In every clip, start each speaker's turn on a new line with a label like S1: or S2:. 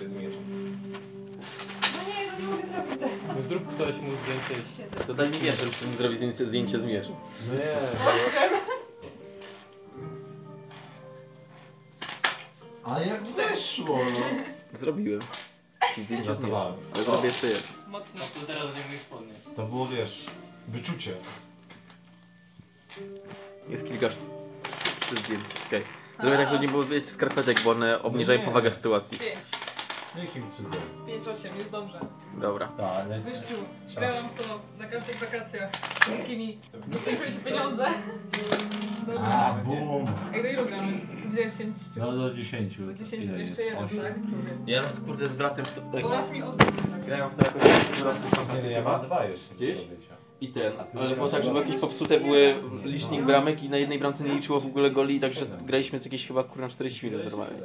S1: się z mieczem.
S2: No nie, no nie mogę zrobić tego.
S1: No Zrób ktoś mu zdjęcie. z-
S3: To daj mi wiesz, żeby sobie zrobić zdjęcie, zdjęcie z mieczem.
S4: No nie.
S2: Osiem.
S4: A jak weszło, no.
S3: Zrobiłem. Zdjęcie z mieczem.
S4: Żartowałem.
S3: Ale zrobię jeszcze jedno.
S2: Mocno.
S5: To teraz zdejmuj spodnie.
S4: To było, wiesz, wyczucie.
S3: Jest kilka sz- trzy zdjęć. Czekaj. Zrobię tak, żeby nie było widać skarpetek, bo one obniżają
S4: nie.
S3: powagę sytuacji.
S2: Pięć.
S4: Jakim cudem.
S2: Pięć, osiem, jest dobrze.
S3: Dobra.
S4: Tak, ale...
S2: Gościu, grałam w to na każdych wakacjach. Z takimi. Skończyły się pieniądze. Dobra.
S4: A, bum.
S2: Jak do ilu gramy? Dziesięć.
S4: No do 10.
S2: Do dziesięciu
S4: Ile
S2: to jeszcze
S4: jest?
S2: jeden,
S4: Osiem?
S2: tak?
S3: Ja raz kurde z bratem w to...
S2: Bo
S3: jak
S2: raz mi oddał.
S3: Grałem w to jakoś w tym roku
S4: Nie, ja mam
S3: fantastyka.
S4: dwa jeszcze.
S3: Gdzieś?
S4: do bycia.
S3: I ten, ale było tak, żeby jakieś popsute były licznik bramek i na jednej bramce nie liczyło w ogóle goli, także graliśmy z jakieś chyba kurna 40 minut normalnie.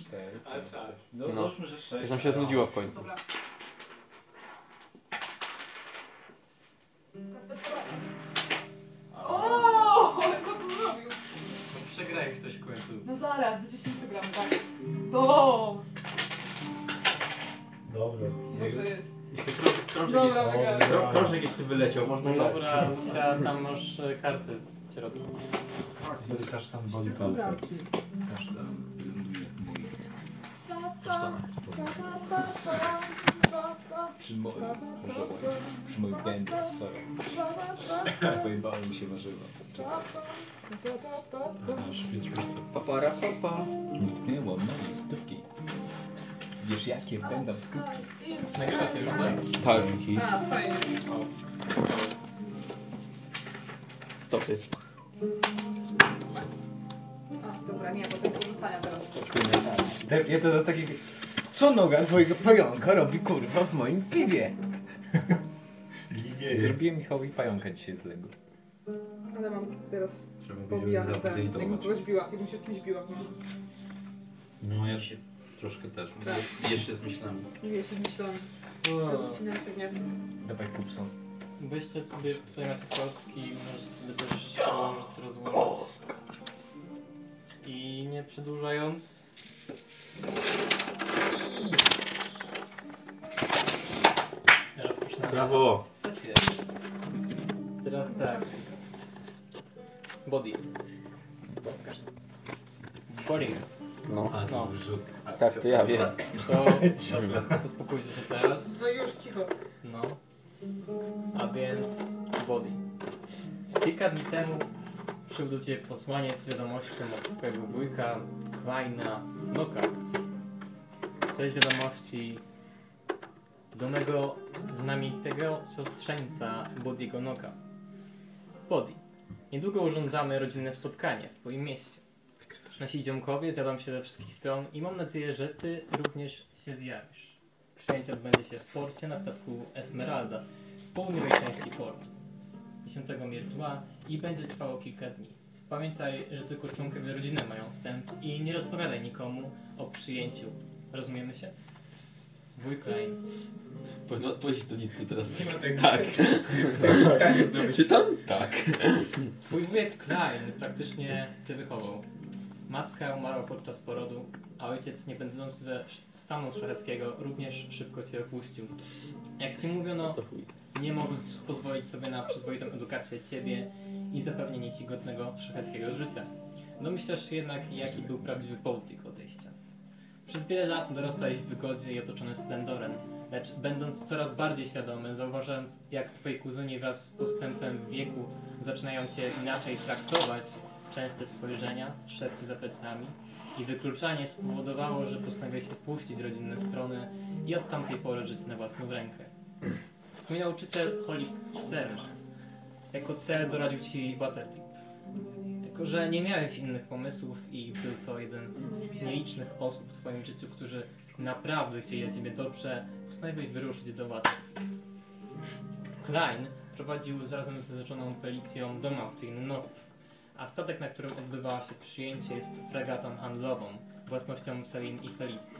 S4: Cztery,
S1: Ale
S4: pięć,
S1: czad.
S4: sześć. No,
S3: No.
S4: załóżmy, że 6.
S3: Już nam się znudziło w końcu.
S2: Dobra. O, kto to zrobił?
S5: No przegraj ktoś w końcu.
S2: No zaraz, do 10 gram, tak? To!
S4: Dobra.
S2: Dobrze jest.
S3: Jeszcze krążek- krążek
S2: Dobra, wygrałem.
S3: jeszcze- krą- Krążek jeszcze wyleciał, można grać.
S5: No Dobra, Lucja, tam masz e, karty w środku.
S4: Wtedy też tam boli palce. Każda.
S1: Przy moim, żołądku, przy moim gębie, sorry. Pojebałem mi się warzywa.
S3: Papara, papa.
S1: Dotknęło mojej stópki. Wiesz jakie będą skutki?
S3: Tak.
S2: A, fajnie.
S3: Stopy.
S2: A, dobra, nie, bo to jest do rzucania teraz.
S6: Tak, ja to jest takie... Co noga twojego pająka robi kurwa w moim piwie?
S1: Zrobiłem Michałowi pająka dzisiaj z Lego.
S2: Ale mam teraz
S4: Trzeba go
S2: pobijane ten, jakbym
S4: zaupdate'ować.
S2: kogoś biła, jakbym się z kimś biła.
S4: No ja
S3: Troszkę też. Jeszcze z myślami.
S2: Mówię się z myślami. Rozcinam sobie.
S4: Dawaj kupson.
S5: Weźcie sobie, tutaj macie kostki, możecie sobie też połączyć, rozłączyć. I nie przedłużając... Teraz zaczynamy
S3: Brawo.
S5: sesję. Teraz tak. Body. Body.
S3: No.
S4: A,
S5: No.
S4: rzut.
S3: Tak, to ja wiem.
S5: To uspokójcie się teraz.
S2: No już, cicho.
S5: No. A więc Body. Kilka dni temu przybył do Ciebie posłaniec z wiadomością od Twojego wujka Kleina Noka. Treść wiadomości do mego znamienitego siostrzeńca Body'ego Noka. Body. Niedługo urządzamy rodzinne spotkanie w Twoim mieście. Nasi ziomkowie zjadą się ze wszystkich stron i mam nadzieję, że Ty również się zjawisz. Przyjęcie odbędzie się w porcie na statku Esmeralda w południowej części portu 10 Mirtua i będzie trwało kilka dni. Pamiętaj, że tylko członkowie rodziny mają wstęp i nie rozpowiadaj nikomu o przyjęciu. Rozumiemy się? Wuj Klein.
S3: Powinno odpowiedzieć do listy teraz.
S1: Nie ma tak-
S3: Tak. Czytam? Tak.
S5: Twój wujek Klein praktycznie cię wychował. Matka umarła podczas porodu, a ojciec, nie będący ze sz- stanu szlacheckiego, również szybko cię opuścił. Jak ci mówiono,
S3: To chuj.
S5: nie mogąc pozwolić sobie na przyzwoitą edukację ciebie i zapewnienie ci godnego szlacheckiego życia. Domyślasz się jednak, jaki był prawdziwy powód ich odejścia. Przez wiele lat dorastałeś w wygodzie i otoczony splendorem, lecz będąc coraz bardziej świadomy, zauważając, jak twoi kuzyni wraz z postępem w wieku zaczynają cię inaczej traktować, częste spojrzenia, szepty za plecami i wykluczanie spowodowało, że postanowiłeś opuścić rodzinne strony i od tamtej pory żyć na własną rękę. Mój nauczyciel Holik Cerma jako cel doradził ci Waterdeep. Jako, że nie miałeś innych pomysłów i był to jeden z nielicznych osób w twoim życiu, którzy naprawdę chcieli dla ciebie dobrze, postanowiłeś wyruszyć do Waterdeep. Klein prowadził razem z zarzeczoną Felicją dom aukcyjny Norów, a statek, na którym odbywała się przyjęcie jest fregatą handlową, własnością Selin i Felicji.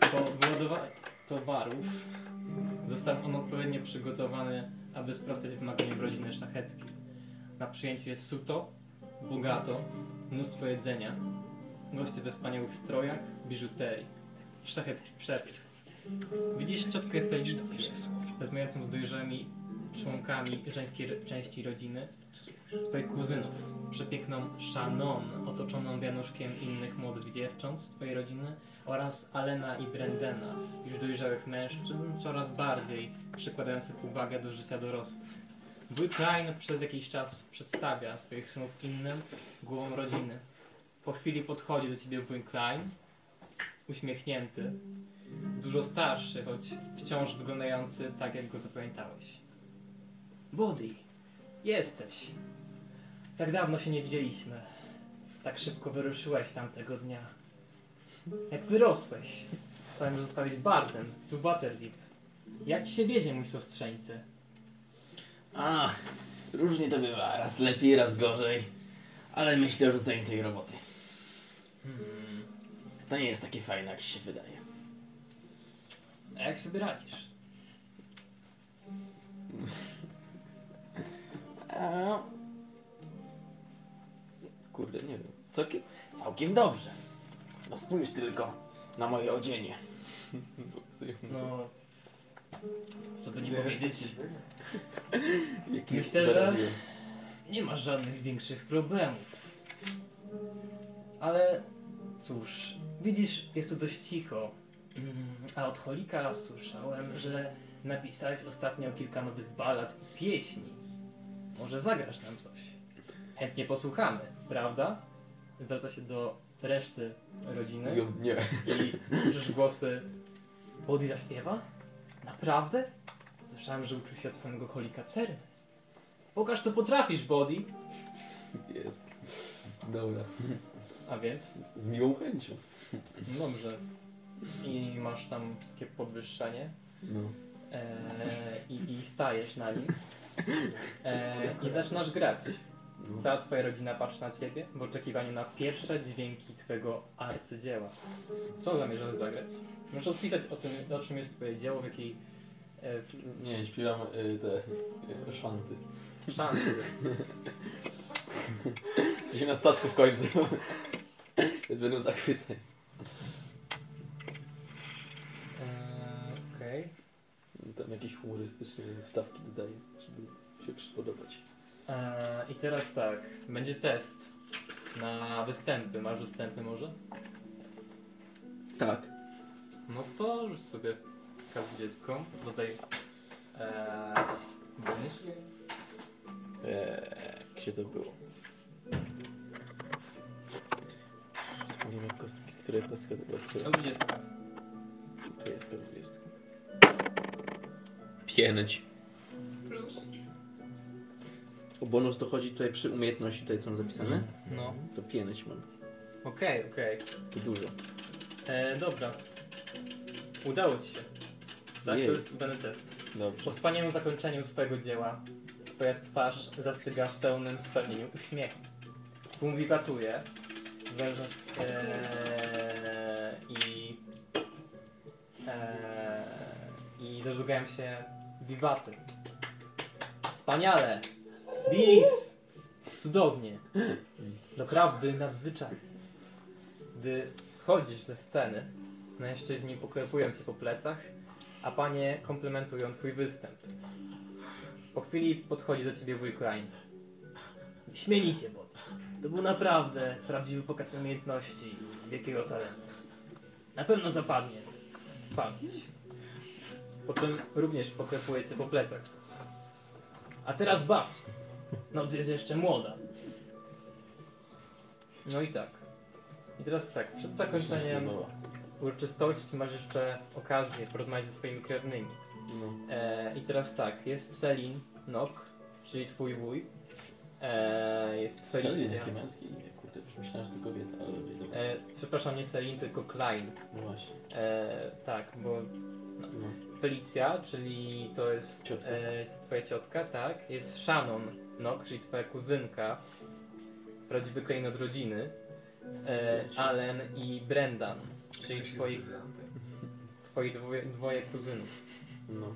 S5: Po wyładowaniu towarów Został on odpowiednio przygotowany, aby sprostać wymaganiom rodziny szlacheckiej. Na przyjęciu jest suto, bogato, mnóstwo jedzenia, goście we wspaniałych strojach, biżuterii. szlachecki przepis. Widzisz ciotkę Felicję, rozmawiającą z dojrzałymi członkami żeńskiej ro- części rodziny, twoich kuzynów, przepiękną Shannon, otoczoną wianuszkiem innych młodych dziewcząt z twojej rodziny oraz Alena i Brendena, już dojrzałych mężczyzn, coraz bardziej przykładających uwagę do życia dorosłych. Wuj Klein przez jakiś czas przedstawia swoich synów innym głową rodziny. Po chwili podchodzi do ciebie wuj Klein, uśmiechnięty, dużo starszy, choć wciąż wyglądający tak, jak go zapamiętałeś. Body, jesteś. Tak dawno się nie widzieliśmy. Tak szybko wyruszyłeś tamtego dnia. Jak wyrosłeś. Słyszałem, że zostałeś bardem tu w Waterdeep. Jak ci się wiedzie, mój siostrzeńcy?
S3: A, różnie to bywa, raz lepiej, raz gorzej. Ale myślę o rzuceniu tej roboty.
S5: Hmm.
S3: To nie jest takie fajne, jak się wydaje.
S5: A jak sobie radzisz?
S3: A... Kurde, nie wiem. Całkiem, całkiem dobrze. No spójrz tylko na moje odzienie.
S5: No... Co by nie powiedzieć?
S3: Jaki
S5: Myślę, że-
S3: zarobiłem.
S5: Nie masz żadnych większych problemów. Ale cóż, widzisz, jest tu dość cicho. Mm, A od Holika słyszałem, że napisałeś ostatnio kilka nowych balad i pieśni. Może zagrasz nam coś? Chętnie posłuchamy, prawda? Zwraca się do reszty rodziny
S7: Mówią,
S3: No,
S7: Nie.
S5: i słyszysz głosy. Łodzi zaśpiewa? Naprawdę? Słyszałem, że uczył się od samego Holika Cerny. Pokaż co potrafisz, Body.
S7: Jest. Dobra.
S5: A więc,
S7: Z miłą chęcią.
S5: dobrze. I masz tam takie podwyższenie
S7: No.
S5: eee, i, i stajesz na nim eee, i zaczynasz grać. Cała twoja rodzina patrzy na ciebie w oczekiwaniu na pierwsze dźwięki twojego arcydzieła. Co zamierzasz zagrać? Możesz odpisać o tym, o czym jest twoje dzieło, w jakiej e, w
S7: Nie, śpiewam y, te y, szanty.
S5: szansie.
S7: Co się na statku w końcu. Więc będą zachwyceni.
S5: Eee, Okej.
S7: Tam jakieś humorystyczne stawki dodaję, żeby się przypodobać.
S5: Eee, I teraz tak, będzie test na występy. Masz występy może?
S7: Tak.
S5: No to rzuć sobie K20, dodaj eee, bonus.
S7: Eee, gdzie to było? Zapomniałem jak kostki, która kostka to była, która
S5: K20.
S7: tu jest koło 20. Pięć.
S8: Plus.
S3: O bonus dochodzi tutaj przy umiejętności, tutaj co mam zapisane.
S7: Mhm.
S5: No,
S3: To pięć mam.
S5: okej, okej.
S3: To dużo.
S5: Eee, dobra. Udało ci się. Tak,
S3: Jej.
S5: to jest udany test.
S3: Dobrze.
S5: Po wspaniałym zakończeniu swojego dzieła, twoja twarz zastyga w pełnym spełnieniu uśmiechu. Tłum wibratuje, zależność eee, i eee, i rozlegają się wiwaty. Wspaniale! Bis! Cudownie! Doprawdy nadzwyczaj. Gdy schodzisz ze sceny, mężczyźni poklepują cię po plecach a panie komplementują twój występ. Po chwili podchodzi do ciebie wuj Klein. Śmienicie, bot. To był naprawdę prawdziwy pokaz umiejętności i wielkiego talentu. Na pewno zapadnie w pamięć. Po czym również poklepuje cię po plecach. A teraz baw. Noc jest jeszcze młoda. No i tak. I teraz tak, przed zakończeniem uroczystości masz jeszcze okazję porozmawiać ze swoimi krewnymi.
S3: No,
S5: E, I teraz tak, jest Selin Nok, czyli twój wuj. E, jest
S7: Serio,
S5: Felicja.
S7: jakie męskie imię, kurde, już myślałem, że to kobieta, ale dobra.
S5: E, przepraszam, nie Selin, tylko Klein.
S7: No właśnie,
S5: E, tak, bo
S7: no.
S5: Felicja, czyli to jest
S7: Ciotka.
S5: E, twoja ciotka, tak. Jest Shannon Nok, czyli twoja kuzynka. Prawdziwy Klein od rodziny. E, Allen i Brendan, czyli twoich, twoich dwoje, dwoje kuzynów.
S7: no.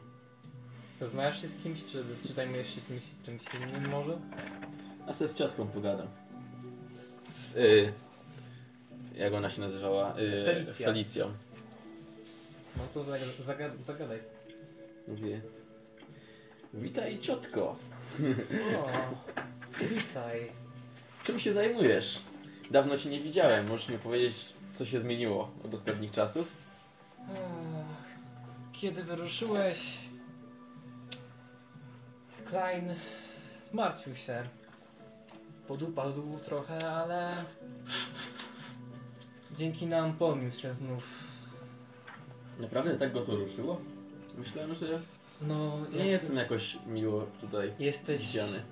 S5: Rozmawiasz się z kimś, czy, czy zajmujesz się czymś, czymś innym może?
S7: A se z ciotką pogadam. Z, y, jak ona się nazywała? Y,
S5: Felicja.
S7: Felicją.
S5: No to zaga- zaga- zagadaj.
S3: Mówię. Witaj ciotko.
S5: O, witaj.
S3: Czym się zajmujesz? Dawno cię nie widziałem. Możesz mi powiedzieć, co się zmieniło od ostatnich czasów?
S5: Ach, Kiedy wyruszyłeś, Klein zmartwił się. Podupadł trochę, ale dzięki nam podniósł się znów.
S3: Naprawdę tak go to ruszyło? Myślałem, że
S5: No,
S3: nie jestem jakoś miło tutaj
S5: jesteś,
S3: widziany.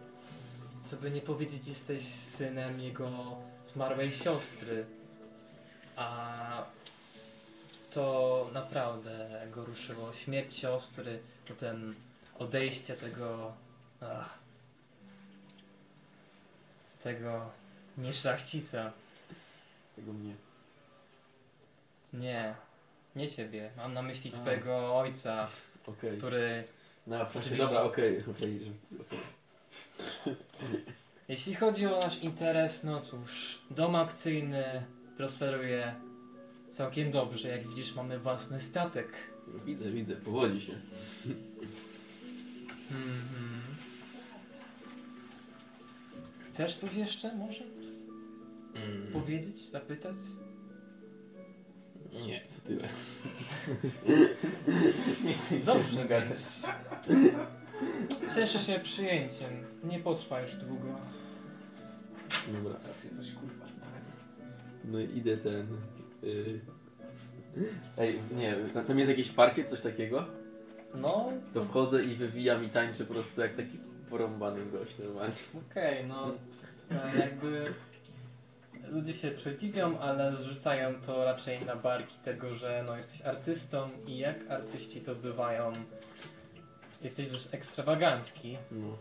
S5: co by nie powiedzieć, jesteś synem jego zmarłej siostry. A to naprawdę go ruszyło. Śmierć siostry, potem odejście tego. Ach, tego nieszlachcica.
S3: Tego mnie.
S5: Nie, nie ciebie. Mam na myśli
S3: A.
S5: twojego ojca,
S3: Okej.
S5: który
S3: No, w sensie,
S5: Oczywiście.
S3: dobra, okej. okej, że-
S5: Jeśli chodzi o nasz interes, no cóż, dom akcyjny prosperuje całkiem dobrze. Jak widzisz, mamy własny statek.
S3: Widzę, widzę, powodzi się.
S5: Mhm. Chcesz coś jeszcze może
S3: Mm,
S5: powiedzieć, zapytać?
S3: nie, to tyle.
S5: Dobrze, więc ciesz się przyjęciem. Nie potrwa już długo.
S3: Dobra. Teraz się coś kurwa stanie. No i idę ten. y, Ej, nie, tam, tam jest jakiś parkiet, coś takiego?
S5: No,
S3: To wchodzę i wywijam i tańczę po prostu jak taki porąbany gość normalnie.
S5: Okej, no e, jakby ludzie się trochę dziwią, ale zrzucają to raczej na barki tego, że no jesteś artystą i jak artyści to bywają, jesteś też ekstrawagancki
S3: No.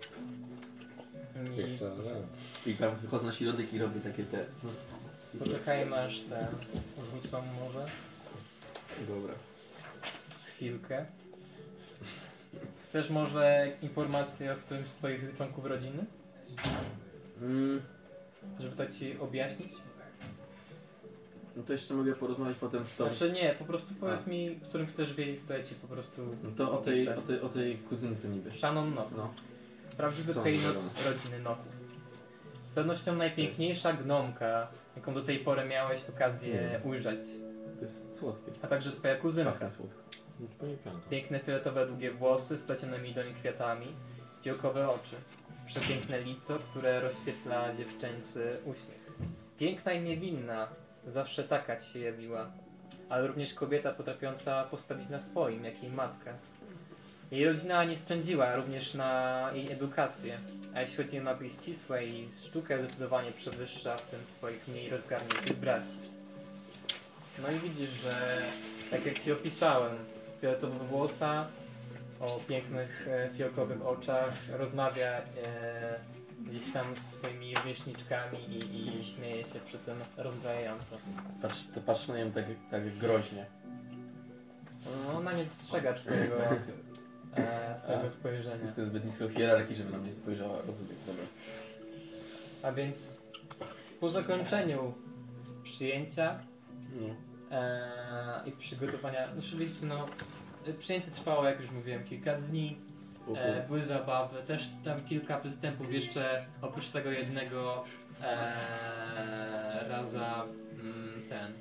S5: i
S3: I tam wychodzę na środek i robię takie te. No tak.
S5: poczekajmy aż te wrócą może
S3: Dobra.
S5: chwilkę. Chcesz może informację o którymś z twoich członków rodziny,
S3: Mm,
S5: żeby to ci objaśnić?
S3: no to jeszcze mogę porozmawiać potem z tą.
S5: Znaczy nie, po prostu powiedz mi, którym chcesz wiedzieć, to ja ci po prostu...
S3: No to o tej, o tej, o tej kuzynce niby.
S5: Shannon Nock.
S3: No.
S5: Prawdziwy
S3: Co
S5: klejnot
S3: wiadomo.
S5: rodziny Noku. Z pewnością najpiękniejsza gnomka, jaką do tej pory miałeś okazję ujrzeć,
S3: To jest słodkie.
S5: a także twoja kuzynka.
S3: Pachnie słodko.
S5: Piękne fioletowe długie włosy, wplecionymi doń kwiatami, fiołkowe oczy, przepiękne lico, które rozświetla dziewczęcy uśmiech. Piękna i niewinna, zawsze taka ci się jawiła, ale również kobieta potrafiąca postawić na swoim, jak jej matka. Jej rodzina nie spędziła również na jej edukację, a jeśli chodzi o nauki ścisłe i sztukę zdecydowanie przewyższa w tym swoich mniej rozgarniętych braci. No i widzisz, że tak jak ci opisałem, fioletowe włosa, o pięknych e, fiołkowych oczach, rozmawia e, gdzieś tam z swoimi rówieśniczkami i, i śmieje się przy tym rozbrajająco.
S3: Patrz, to patrz na nią tak, tak groźnie.
S5: No, ona nie dostrzega twojego, e, twojego spojrzenia.
S3: Jestem zbyt nisko w hierarchii, żeby na mnie spojrzała. Rozumiem, dobra.
S5: A więc po zakończeniu przyjęcia
S3: No.
S5: e, i przygotowania, no oczywiście no, przyjęcie trwało, jak już mówiłem, kilka dni.
S3: O
S5: E,
S3: kur-
S5: były zabawy, też tam kilka występów jeszcze oprócz tego jednego e, raza mm, ten.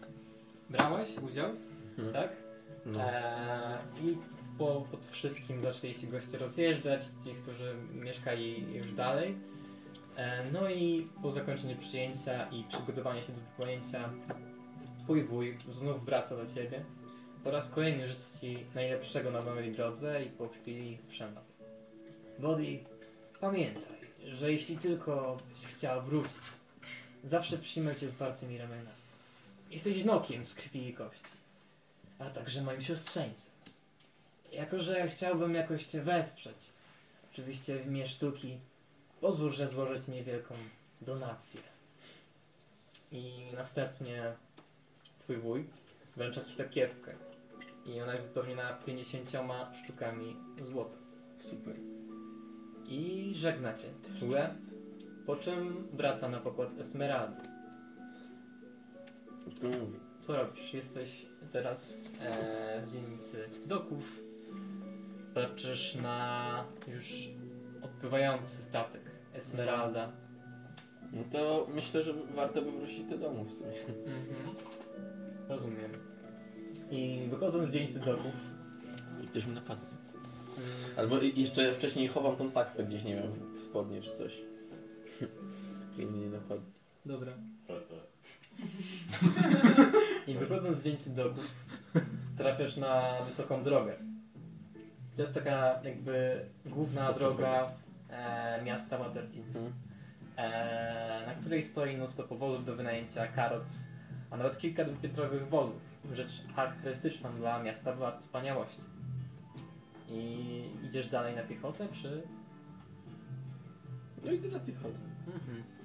S5: Brałeś udział,
S3: Mhm.
S5: tak?
S3: No.
S5: E, I po, pod wszystkim zaczęli się goście rozjeżdżać, ci, którzy mieszkali już dalej. E, no i po zakończeniu przyjęcia i przygotowaniu się do wypłynięcia, twój wuj znów wraca do ciebie. Po raz kolejny życzy ci najlepszego na nowej drodze i po chwili przemawia. Body, pamiętaj, że jeśli tylko byś chciał wrócić, zawsze przyjmę cię zwartymi ramionami. Jesteś nokiem z krwi i kości a także moim siostrzeńcem. Jako, że chciałbym jakoś Cię wesprzeć, oczywiście w imię sztuki, pozwól, że złożę Ci niewielką donację. I następnie Twój wuj wręcza Ci sakiewkę i ona jest wypełniona 50 sztukami złota.
S3: Super.
S5: I żegna Cię czule, po czym wraca na pokład Esmeraldy.
S3: To mówię.
S5: Co robisz? Jesteś teraz e, w dzielnicy doków. Patrzysz na już odpływający statek Esmeralda.
S3: No to myślę, że warto by wrócić do domu w sumie.
S5: Rozumiem. I wychodząc z dzielnicy doków,
S3: I ktoś mnie napadł.
S5: mm,
S3: Albo i- jeszcze wcześniej chowam tą sakwę gdzieś, nie wiem, w spodnie czy coś. Żeby mnie nie napadł.
S5: Dobra. I wychodząc z dzielnicy doków, trafiasz na wysoką drogę. To jest taka jakby główna
S3: Wysoka
S5: droga e, miasta Waterdeep,
S3: Mhm.
S5: e, na której stoi mnóstwo powozów do wynajęcia, karoc, a nawet kilka dwupietrowych wozów. Rzecz charakterystyczna dla miasta była wspaniałości. I idziesz dalej na piechotę, czy...
S3: No i tyle piechota.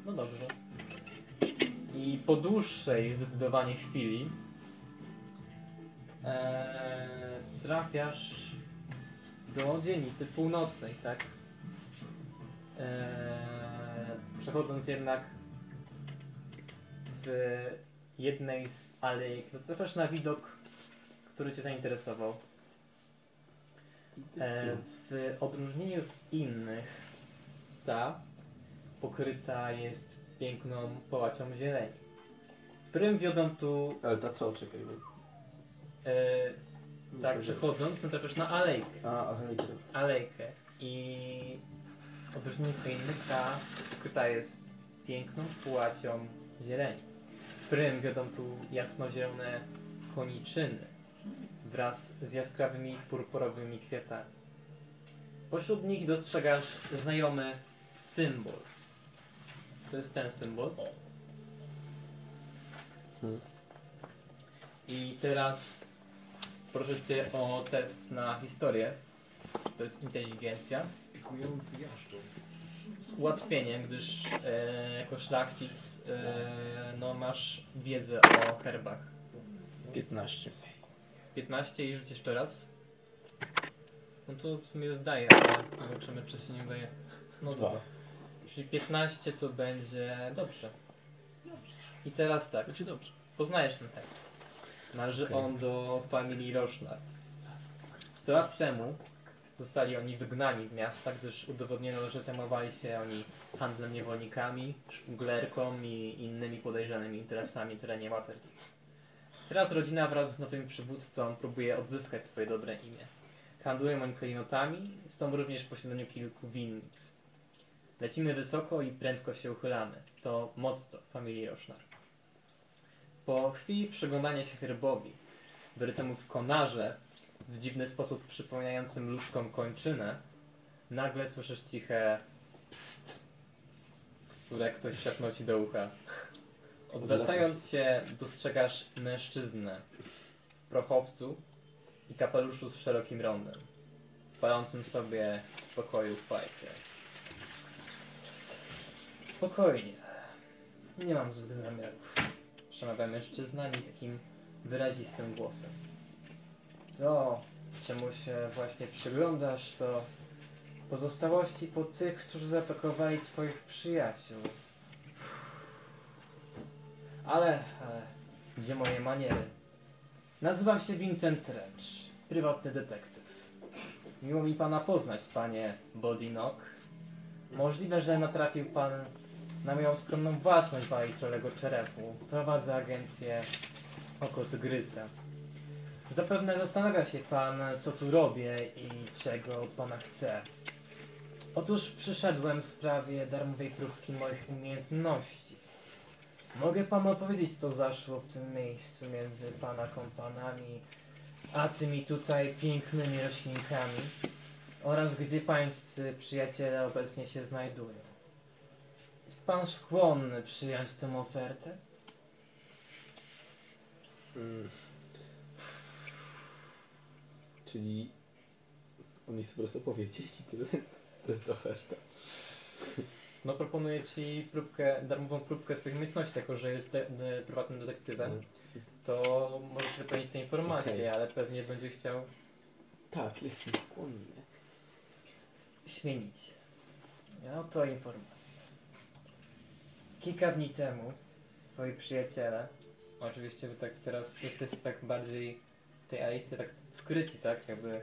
S5: No dobrze. I po dłuższej zdecydowanie chwili e, trafiasz do dzielnicy północnej, tak? E, przechodząc jednak w jednej z alei, to trafiasz na widok, który cię zainteresował. E, w odróżnieniu od innych, ta pokryta jest piękną połacią zieleni, którym wiodą tu,
S3: Ale ta co? Czekaj. Bo...
S5: e, tak
S3: Bo-
S5: przechodząc, są też na alejkę.
S3: A, ale nie wiem.
S5: alejkę. I w odróżnieniu od innych, ta pokryta jest piękną połacią zieleni, którym wiodą tu jasnozielone koniczyny wraz z jaskrawymi purpurowymi kwiatami. Pośród nich dostrzegasz znajomy symbol. To jest ten symbol.
S3: Hmm.
S5: I teraz proszę Cię o test na historię. To jest inteligencja z,
S1: Pikujący jaszczur.
S5: z ułatwieniem, gdyż e, jako szlachcic e, no, masz wiedzę o herbach.
S3: 15.
S5: 15 i rzuć jeszcze raz. No to w sumie zdaje, ale zobaczymy czy się nie udaje. No
S3: Dwa.
S5: dobra. Czyli 15 to będzie dobrze. I teraz tak,
S3: Będzie dobrze.
S5: poznajesz ten herb. Należy
S3: Okej.
S5: on do familii Roszlar. 100 lat temu zostali oni wygnani z miasta, gdyż udowodniono, że zajmowali się oni handlem niewolnikami, szmuglerką i innymi podejrzanymi interesami w terenie Waterdeep. Teraz rodzina wraz z nowym przywódcą próbuje odzyskać swoje dobre imię. Handlują oni klejnotami, są również w posiadaniu kilku winnic. Lecimy wysoko i prędko się uchylamy. To motto familii Rosznar. Po chwili przyglądania się herbowi, wyrytemu w konarze, w dziwny sposób przypominającym ludzką kończynę, nagle słyszysz ciche pst, które ktoś szepnął ci do ucha. Odwracając się, dostrzegasz mężczyznę w prochowcu i kapeluszu z szerokim rondem, palącym sobie w spokoju fajkę. Spokojnie. Nie mam złych zamiarów przemawia mężczyzna niskim, wyrazistym głosem. To, czemu się właśnie przyglądasz, to pozostałości po tych, którzy zaatakowali twoich przyjaciół. Ale, ale, gdzie moje maniery? Nazywam się Vincent Trench, prywatny detektyw. Miło mi pana poznać, panie Bodinock. Możliwe, że natrafił pan na moją skromną własność bajtrolego czerepu. Prowadzę agencję Oko Tygrysa. Zapewne zastanawia się pan, co tu robię i czego od pana chcę. Otóż przyszedłem w sprawie darmowej próbki moich umiejętności. Mogę panu opowiedzieć, co zaszło w tym miejscu między pana kompanami, a tymi tutaj pięknymi roślinkami oraz gdzie pańscy przyjaciele obecnie się znajdują. Jest pan skłonny przyjąć tę ofertę?
S3: Mm. Czyli on jest po prostu powiedzieć i tyle. To jest oferta.
S5: No proponuję ci próbkę, darmową próbkę swoich umiejętności, jako że jest de- de- prywatnym
S3: Tak?
S5: detektywem, to możesz wypełnić te informacje,
S3: Okej.
S5: ale pewnie będzie chciał
S3: Tak, jestem skłonny.
S5: Świenicie. No to informacja. Kilka dni temu twoi przyjaciele Oczywiście wy tak teraz jesteście tak bardziej w tej Alicji tak skryci, tak? Jakby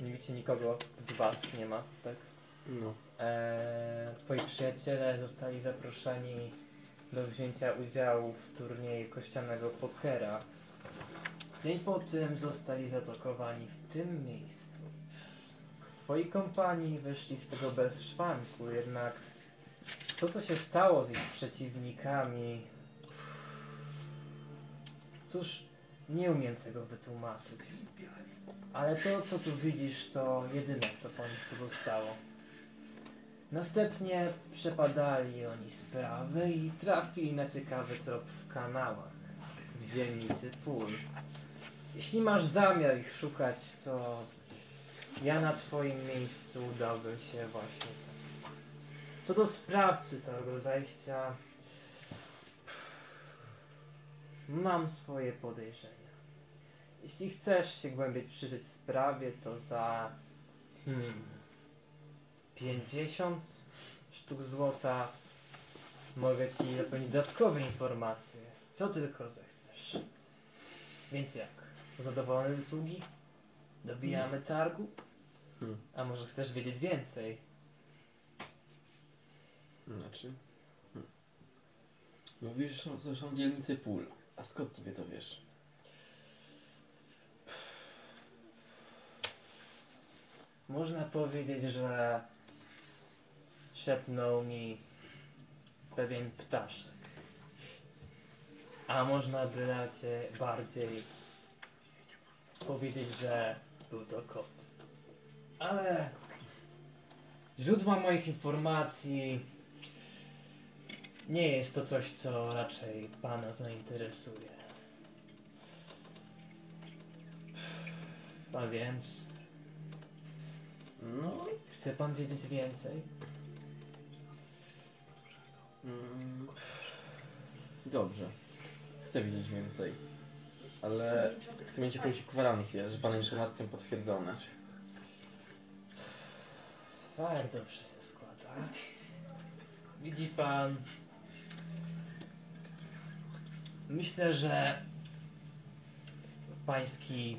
S5: nie wiecie nikogo, was nie ma, tak?
S3: No.
S5: Eee, twoi przyjaciele zostali zaproszeni do wzięcia udziału w turnieju kościanego pokera. Dzień po tym zostali zaatakowani w tym miejscu. Twoi kompani wyszli z tego bez szwanku, jednak to, co się stało z ich przeciwnikami. Cóż, nie umiem tego wytłumaczyć. Ale to, co tu widzisz, to jedyne, co po nich pozostało. Następnie przepadali oni sprawę i trafili na ciekawy trop w kanałach w dzielnicy Pól. Jeśli masz zamiar ich szukać, to ja na twoim miejscu udałbym się właśnie tam. Co do sprawcy całego zajścia, mam swoje podejrzenia. Jeśli chcesz się głębiej przyjrzeć w sprawie, to za... Hmm, 50 sztuk złota mogę ci zapewnić dodatkowe informacje, co tylko zechcesz. Więc jak? Zadowolony z usługi? Dobijamy targu?
S3: Hmm.
S5: A może chcesz wiedzieć więcej?
S3: Znaczy. Hmm. Mówisz, że są, że są dzielnice pól. A skąd niby to wiesz?
S5: Można powiedzieć, że szepnął mi pewien ptaszek. A można by raczej bardziej powiedzieć, że był to kot. Ale źródła moich informacji nie jest to coś, co raczej pana zainteresuje. A więc
S3: No.
S5: Chce pan wiedzieć więcej?
S3: Mm. Dobrze. Chcę wiedzieć więcej. Ale chcę mieć jakąś gwarancję, że pana informacje są potwierdzone.
S5: Tak, dobrze się składa. Widzi pan. Myślę, że pański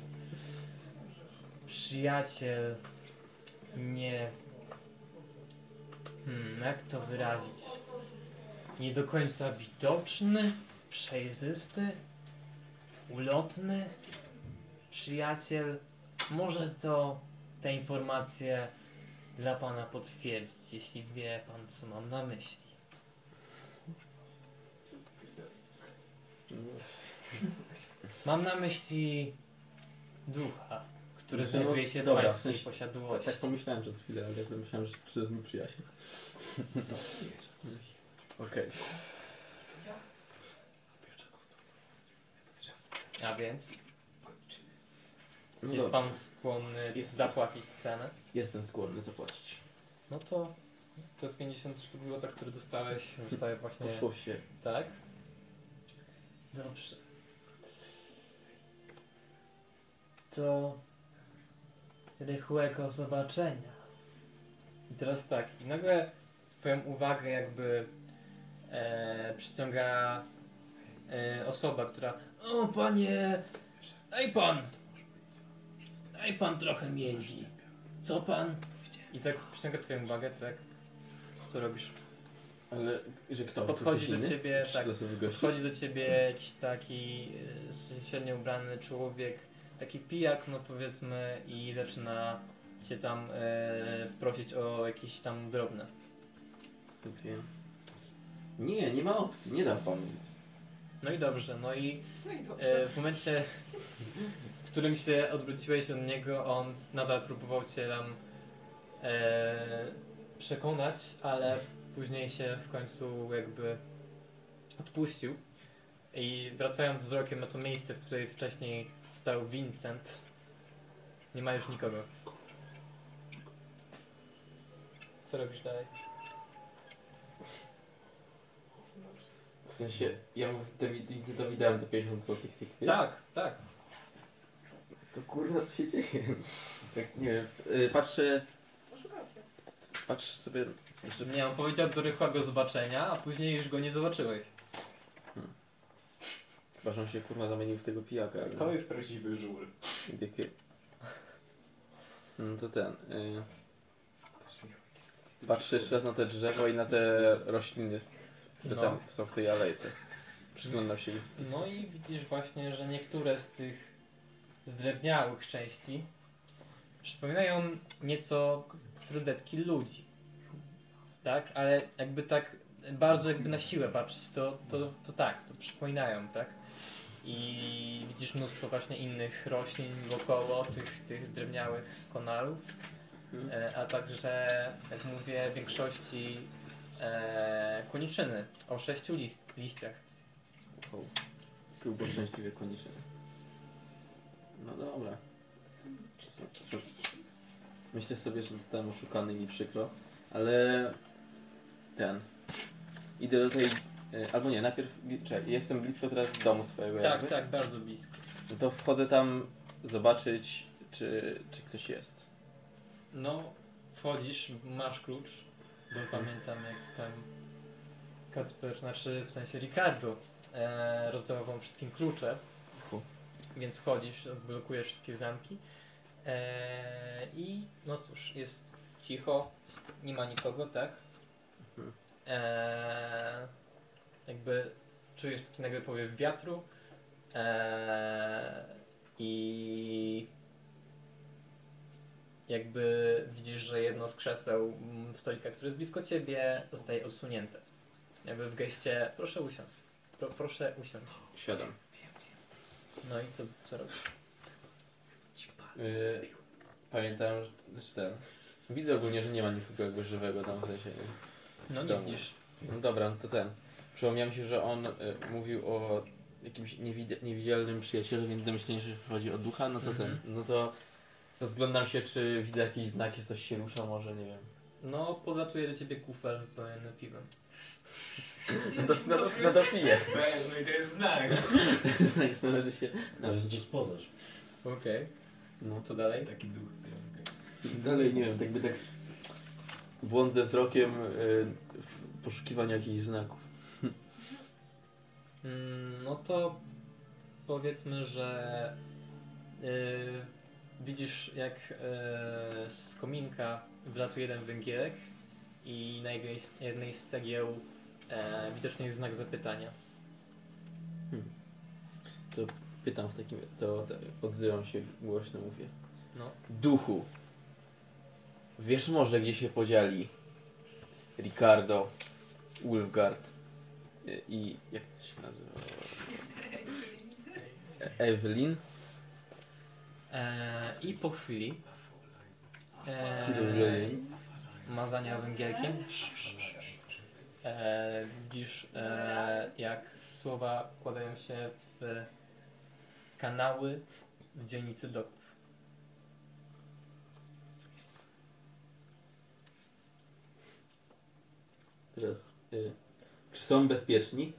S5: przyjaciel nie. Hmm, jak to wyrazić? Nie do końca widoczny, przejrzysty, ulotny przyjaciel. Może to te informacje dla pana potwierdzić, jeśli wie pan, co mam na myśli.
S3: No.
S5: Mam na myśli ducha, który
S3: No,
S5: znajduje się w
S3: dobra, w
S5: pańskiej
S3: sensie-
S5: posiadłości.
S3: Tak pomyślałem przez chwilę, ale jakby myślałem, że to jest mój przyjaciel. Okej.
S5: A więc,
S3: No dobrze.
S5: jest pan skłonny
S3: Jest.
S5: zapłacić cenę?
S3: Jestem skłonny zapłacić.
S5: No to, to 50 sztuk złota, które dostałeś, zostaje właśnie...
S3: Poszło się.
S5: Tak? Dobrze. To rychłego zobaczenia. I teraz tak, i nagle twoją uwagę jakby e, przyciąga e, osoba, która O panie, daj pan, daj pan trochę miedzi. Co pan? I tak przyciąga twoją uwagę, tak? Co robisz?
S3: Ale że kto?
S5: Podchodzi do
S3: Ktoś inny?
S5: ciebie,
S3: Jakiś
S5: tak.
S3: Losowy gość.
S5: Wchodzi do ciebie jakiś taki y, średnio ubrany człowiek, taki pijak, no powiedzmy, i zaczyna cię tam y, prosić o jakieś tam drobne.
S3: Wiem. Nie, nie ma opcji, nie da pan nic.
S5: No i dobrze, no i
S8: No i dobrze.
S5: y, w momencie, w którym się odwróciłeś od niego, on nadal próbował cię tam e, przekonać, ale później się w końcu jakby odpuścił. I wracając wzrokiem na to miejsce, w którym wcześniej stał Vincent, nie ma już nikogo. Co robisz dalej?
S3: W sensie, ja mu Dawi- Vincentowi dałem te 50 zł tych tych tych.
S5: Tak, tak.
S3: To kurwa co się dzieje? Tak, nie wiem, y, patrzę,
S8: Poszukacie.
S3: patrzę sobie, że
S5: Nie, on powiedział do rychłego zobaczenia, a później już go nie zobaczyłeś.
S3: Chyba, że on się kurwa zamienił w tego pijaka. ale-
S1: To jest prawdziwy żur.
S3: Jakie... No to ten. Y... Patrzę jeszcze raz na te drzewo i na te rośliny, które
S5: No.
S3: tam są w tej alejce. Przyglądam się ich spisku.
S5: No i widzisz właśnie, że niektóre z tych zdrewniałych części przypominają nieco sylwetki ludzi. Tak, ale jakby tak bardzo jakby na siłę patrzeć, to, to, to tak, to przypominają, tak? I widzisz mnóstwo właśnie innych roślin wokoło tych, tych zdrewniałych konarów, e, a także, jak mówię, w większości e, koniczyny o sześciu list, liściach.
S3: Tu było szczęśliwie koniczne. No dobra. So, so, myślę sobie, że zostałem oszukany i mi przykro, ale ten. Idę do tej. y, Albo nie, najpierw. Czekaj, jestem blisko teraz domu swojego.
S5: Tak,
S3: jakby.
S5: tak, bardzo blisko.
S3: No to wchodzę tam zobaczyć, czy, czy ktoś jest.
S5: No, wchodzisz, masz klucz, bo pamiętam jak tam Kacper, znaczy w sensie Ricardo e, rozdawał wam wszystkim klucze,
S3: Fu.
S5: więc wchodzisz, odblokujesz wszystkie zamki e, i no cóż, jest cicho, nie ma nikogo, tak?
S3: Mhm.
S5: E, jakby czujesz taki nagle powiew wiatru e, i jakby widzisz, że jedno z krzeseł mm, w stolika, które jest blisko ciebie, zostaje odsunięte. Jakby w geście, proszę usiąść, Pro, proszę usiąść.
S3: Siadam.
S5: No i co, co robisz?
S3: Y, pamiętam, że, że ten. Widzę ogólnie, że nie ma nikogo jakby żywego tam w sensie.
S5: No nie
S3: Dobra.
S5: widzisz.
S3: No dobra, no to ten. Przypomniałem się, że on y, mówił o jakimś niewid- niewidzialnym przyjacielu, więc domyślnie, że chodzi o ducha, no to
S5: Mhm.
S3: ten. No to rozglądam się, czy widzę jakieś znaki, coś się rusza, może nie wiem.
S5: No, podlatuje do ciebie kufel wypełniony piwem.
S3: No to, no to, no to piję.
S1: No i to jest znak.
S3: Znaczy, należy się.
S9: Należy gospodarz.
S5: Okej.
S3: No
S5: Co dalej?
S1: Taki duch.
S3: dalej nie wiem, tak by tak błądzę wzrokiem y, w poszukiwaniu jakichś znaków.
S5: Mm, no to powiedzmy, że yy, widzisz jak yy, z kominka wylatuje jeden węgielek i na jego, jest- jednej z cegieł e, widocznie jest znak zapytania.
S3: Pytam w takim, to te, odzywam się głośno, mówię.
S5: No.
S3: Duchu, wiesz może gdzie się podzieli Ricardo, Ulfgard y, i jak to się nazywa? E- Evelyn?
S5: E, I po chwili e,
S3: Evelyn.
S5: mazania węgielkiem e, widzisz e, jak słowa kładają się w kanały w dzielnicy do
S3: Teraz, y, czy są bezpieczni?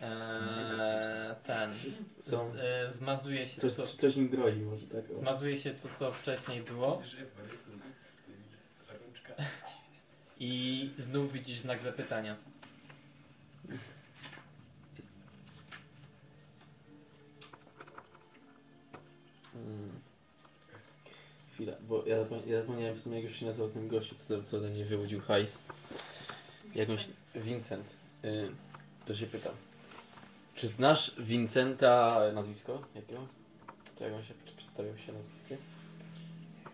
S5: Eee, ten. Z,
S3: Są.
S5: e, zmazuje się
S3: Coś,
S5: to,
S3: czy coś im grozi może tak? o.
S5: zmazuje się to, co wcześniej było
S1: Drzewo rysunek z tymi, z rączka.
S5: i znów widzisz znak zapytania.
S3: Mm. Chwila, bo ja, zapo- ja zapomniałem w sumie, jak już się nazywał ten gościu, co, co ode mnie wyłudził hajs. Jakąś Vincent. Y, to się pytam. Czy znasz Vincenta nazwisko? Jakiego? To jak on się czy przedstawiał się nazwiskiem?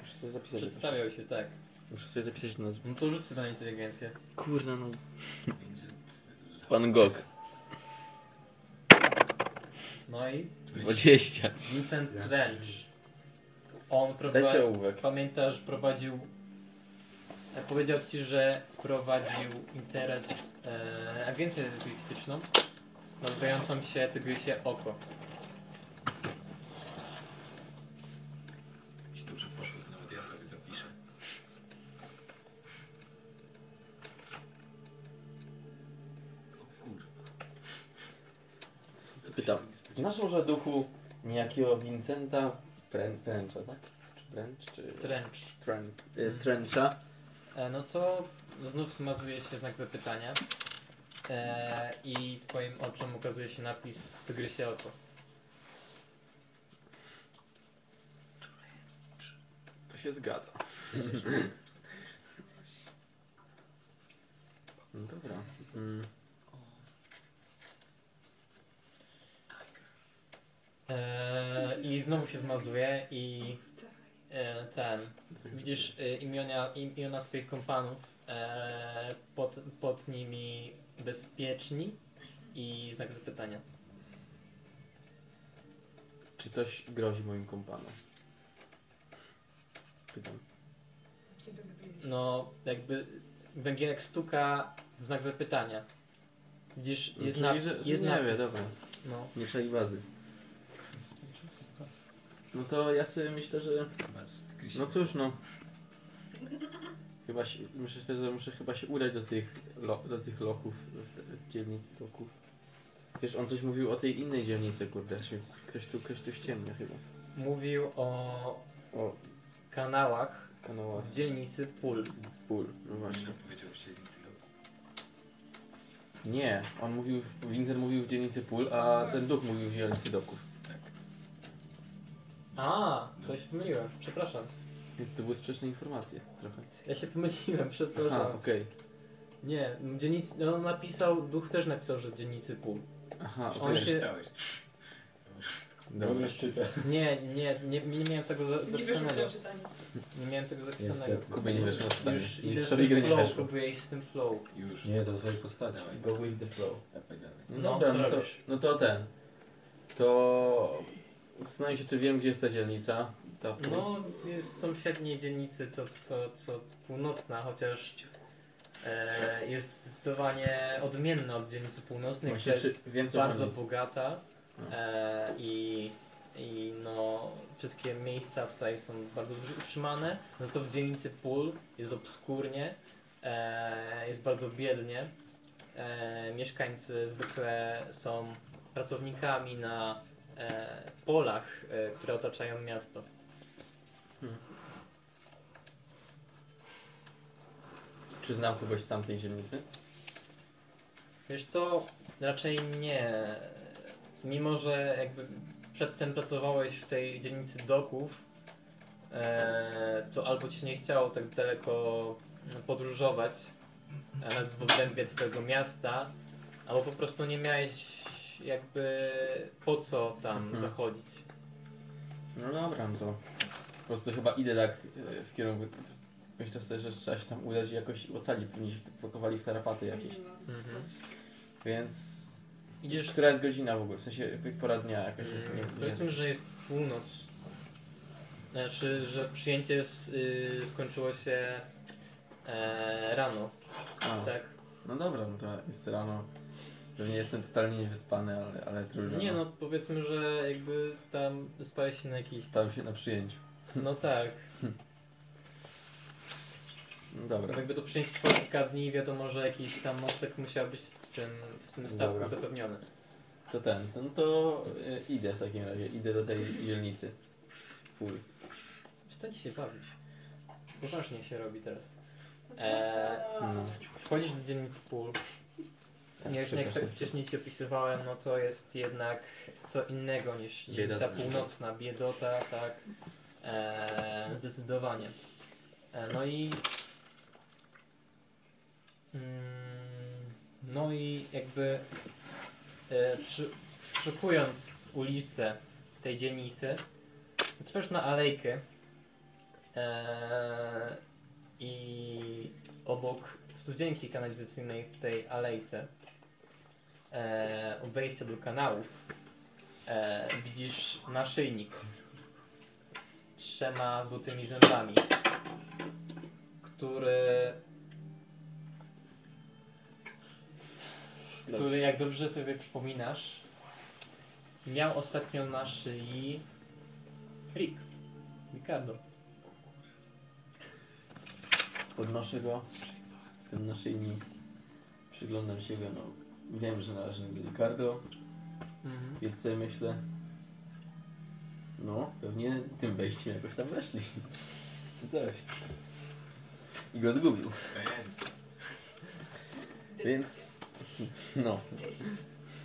S3: Muszę sobie zapisać.
S5: Przedstawiał się, tak.
S3: Muszę sobie zapisać to nazwisko.
S5: No to rzuć sobie na inteligencję.
S3: Kurna no. Pan Gog.
S5: No i
S3: 20.
S5: Vincent Trench. On
S3: Dajcie
S5: prowadził,
S3: ołówek.
S5: pamiętasz, prowadził, e, powiedział ci, że prowadził interes, e, agencję detektywistyczną nazywającą się Tygrysie Oko.
S1: Jeśli dobrze poszło, to nawet ja sobie zapiszę. O kurwa.
S3: Pytam. Znasz może duchu niejakiego Vincenta Prę- Pręcza, tak? Czy Pręcz, czy...
S5: Trench.
S3: Tren, y,
S5: Mm.
S3: Trencha.
S5: E, No to znów zmazuje się znak zapytania. E, I twoim oczom ukazuje się napis Tygrysie oko.
S3: To się zgadza. No dobra. Mm.
S5: E, I znowu się zmazuje i e, ten. Widzisz e, imiona, imiona swoich kompanów e, pod, pod nimi bezpieczni i znak zapytania.
S3: Czy coś grozi moim kompanom? Pytam.
S5: No, jakby węgielek stuka w znak zapytania. Widzisz, jest,
S3: Czyli,
S5: na,
S3: że- że
S5: jest
S3: nie
S5: napis.
S3: wiem, dobra.
S5: No.
S3: Nie czai bazy. No to ja sobie myślę, że... No cóż, no. Chyba się, myślę, sobie, że muszę chyba się udać do tych, lo, do tych loków, w, w dzielnicy loków. Wiesz, on coś mówił o tej innej dzielnicy, kurde, więc ktoś tu, ktoś tu ściemnia chyba.
S5: Mówił o
S3: O,
S5: kanałach
S3: kanałach
S5: w dzielnicy Pól.
S3: pól, no właśnie. Nie, on mówił, w- Winzer mówił w dzielnicy pól, a ten duch mówił w dzielnicy doków.
S5: A, to się pomyliłem, przepraszam.
S3: Więc to były sprzeczne informacje trochę.
S5: Ja się pomyliłem, przepraszam.
S3: Aha, okej.
S5: Nie, dzielnicy, no on napisał, duch też napisał, że dzielnicy pół.
S3: Aha, okej.
S5: On się,
S3: Dobra.
S5: nie, nie, nie, nie miałem tego za-
S8: Nie wyszło się
S5: zapisanego.
S8: czytanie.
S5: Nie miałem tego zapisanego.
S3: Kubie nie weszło.
S5: Już ile z
S3: Mistrzowi gry
S5: tym
S3: nie
S5: flow
S3: weszło.
S5: próbujesz z tym flow.
S9: Nie, to złej postaci.
S3: Go with the flow. No,
S5: No,
S3: dobra,
S5: co
S3: no, to,
S5: robisz?
S3: no to ten. To... Zastanawiam się, czy wiem, gdzie jest ta dzielnica. Ta pól.
S5: No, jest sąsiedniej dzielnicy, co, co, co północna, chociaż e, jest zdecydowanie odmienna od dzielnicy północnej,
S3: Właśnie,
S5: która
S3: czy
S5: jest
S3: wiem, co
S5: bardzo
S3: chodzi.
S5: bogata e, i, i no, wszystkie miejsca tutaj są bardzo dobrze utrzymane, no to w dzielnicy Pól jest obskurnie, e, jest bardzo biednie, e, mieszkańcy zwykle są pracownikami na e, polach, e, które otaczają miasto.
S3: Czy znam kogoś z tamtej dzielnicy?
S5: Wiesz co, raczej nie. Mimo, że jakby przedtem pracowałeś w tej dzielnicy doków, e, to albo ci się nie chciało tak daleko mm, podróżować, a nawet w obrębie twojego miasta, albo po prostu nie miałeś jakby po co tam
S3: Mhm.
S5: zachodzić.
S3: No dobra, no to po prostu chyba idę tak e, w kierunku. Myślę sobie, że trzeba się tam udać i jakoś ocalić, pewnie się pakowali w tarapaty jakieś. Więc.
S5: Idziesz
S3: Która jest godzina w ogóle? W sensie pora dnia jakaś jest.
S5: Mm,
S3: Nie, nie.
S5: Powiedzmy, że jest północ. Znaczy, że przyjęcie s- y, skończyło się e, rano,
S3: A,
S5: tak?
S3: no dobra, no to jest rano. Pewnie jestem totalnie niewyspany, ale, ale trudno.
S5: Nie no, powiedzmy, że jakby tam spałeś się na jakiś...
S3: Stałem się na przyjęciu.
S5: No tak,
S3: No dobra.
S5: jakby to przyjęcie trwało kilka dni i wiadomo, że jakiś tam mostek musiał być w tym, w tym statku
S3: Dobra.
S5: zapewniony.
S3: To ten, no to e, idę w takim razie. Idę do tej dzielnicy. Pól.
S5: Przestańcie się bawić. Poważnie się robi teraz. E,
S3: No.
S5: Wchodzisz do dzielnic pól.
S3: Tak,
S5: Nie, już jak tak
S3: przepraszam.
S5: wcześniej ci opisywałem, no to jest jednak co innego niż dzielnica
S3: Biedota.
S5: północna, biedota, tak. E, zdecydowanie. E, no i. Mm, no i jakby e, przy, szykując ulicę tej dzielnicy, trwasz na alejkę e, i obok studzienki kanalizacyjnej w tej alejce, e, u wejścia do kanału, e, widzisz naszyjnik z trzema złotymi zębami, który. Który, jak dobrze sobie przypominasz, miał ostatnio na szyi Rick. Ricardo.
S3: Podnoszę go. Ten naszyjnik. Przyglądam się go. No, wiem, że należy do Ricardo, więc sobie myślę. No, pewnie tym wejściem jakoś tam weszli. Czy coś. I go zgubił. Więc No.
S8: 10.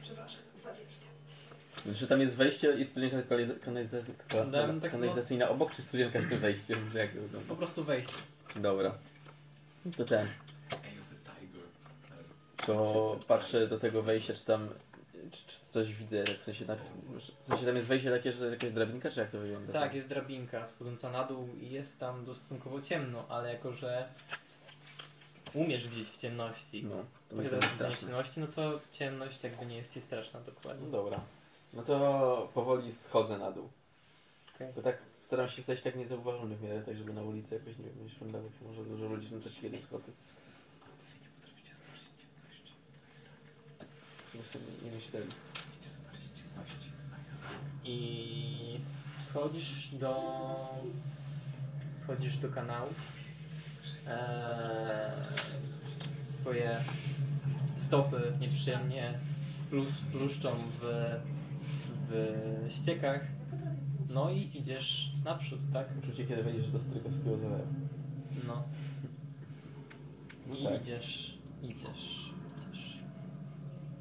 S8: Przepraszam, 20.
S3: Czy tam jest wejście i studienka kanaliza- kanaliza-
S5: Dam
S3: ka-
S5: tak, no.
S3: kanalizacyjna obok, czy studienka z tym wejściem? Że jak to wygląda?
S5: Po prostu wejść.
S3: Dobra. To ten. To patrzę do tego wejścia, czy tam czy, czy coś widzę, tak w sensie, najpierw, w sensie tam jest wejście takie, że jakaś drabinka, czy jak to wygląda?
S5: Tak, jest drabinka schodząca na dół i jest tam stosunkowo ciemno, ale jako, że umiesz widzieć w ciemności,
S3: No, to będzie
S5: posiadasz widzenie w
S3: straszne.
S5: ciemności, no to ciemność jakby nie jest ci straszna dokładnie.
S3: No dobra. No to powoli schodzę na dół.
S5: Okej.
S3: Bo tak staram się stać tak niezauważony w miarę, tak żeby na ulicy jakoś nie wiem, nie szwendlało się może dużo ludzi w tym czasie, kiedy schodzę. Nie sobie nie myśleli.
S5: I schodzisz do. Schodzisz do kanału. Eee, twoje stopy nieprzyjemnie plus, pluszczą w, w ściekach. No i idziesz naprzód, tak?
S3: Tak? Uczucie, kiedy wejdziesz do Strykowskiego Zalewu.
S5: No.
S3: No
S5: I
S3: tak.
S5: idziesz, idziesz, idziesz.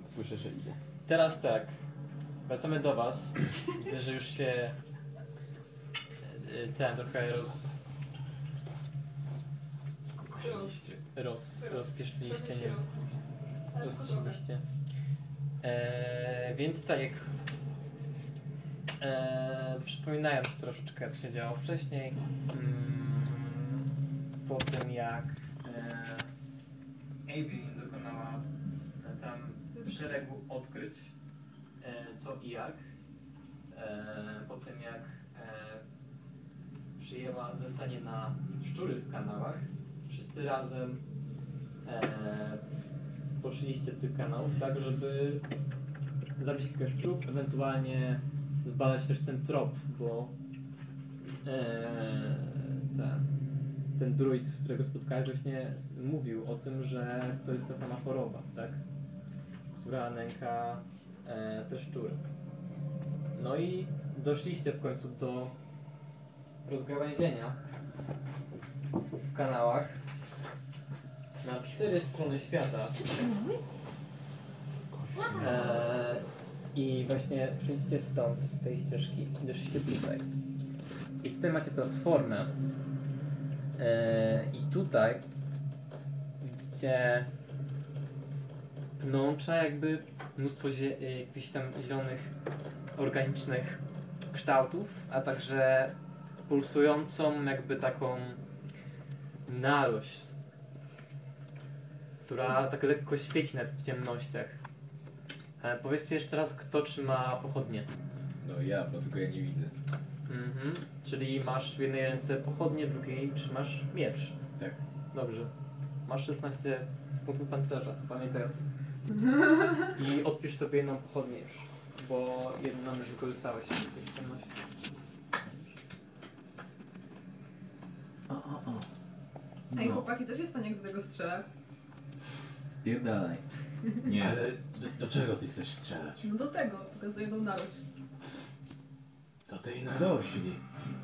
S3: Słyszę, że idę.
S5: Teraz tak. Wracamy do Was. Widzę, że już się e, ten trochę roz, roz, rozpieszczyliście. Nie, rozstrzyliście. E, więc tak jak e, przypominając troszeczkę co się działo wcześniej, mm, po tym jak e, Amy dokonała e, tam szeregu odkryć, e, co i jak. E, po tym jak e, przyjęła zlecenie na szczury w kanałach, wszyscy razem e, poszliście do tych kanałów, tak żeby zabić kilka szczurów, ewentualnie zbadać też ten trop, bo e, ten, ten druid, którego spotkałeś właśnie s- mówił o tym, że to jest ta sama choroba, tak? która nęka e, te szczury. No i doszliście w końcu do rozgałęzienia w kanałach na cztery strony świata. E, I właśnie przyjdziecie stąd, z tej ścieżki, i doszliście tutaj. I tutaj macie platformę. E, I tutaj widzicie pnącza jakby mnóstwo zie- y, jakichś tam zielonych, organicznych kształtów, a także pulsującą jakby taką narość, która tak lekko świeci nawet w ciemnościach. E, powiedzcie jeszcze raz, kto trzyma pochodnie.
S1: No ja, bo tylko ja nie widzę.
S5: Mhm. Czyli masz w jednej ręce pochodnie, w drugiej trzymasz miecz.
S1: Tak.
S5: Dobrze. Masz 16 punktów pancerza, pamiętaj. o tym. I odpisz sobie jedną pochodnię już, bo jedną już wykorzystałeś w tej ciemności.
S8: Ej, chłopaki też jest w stanie do tego strzela.
S9: Spierdalaj.
S1: Nie.
S10: Ale do, do czego ty chcesz strzelać?
S8: No do tego, tylko za jedną narość.
S10: Do tej narośli.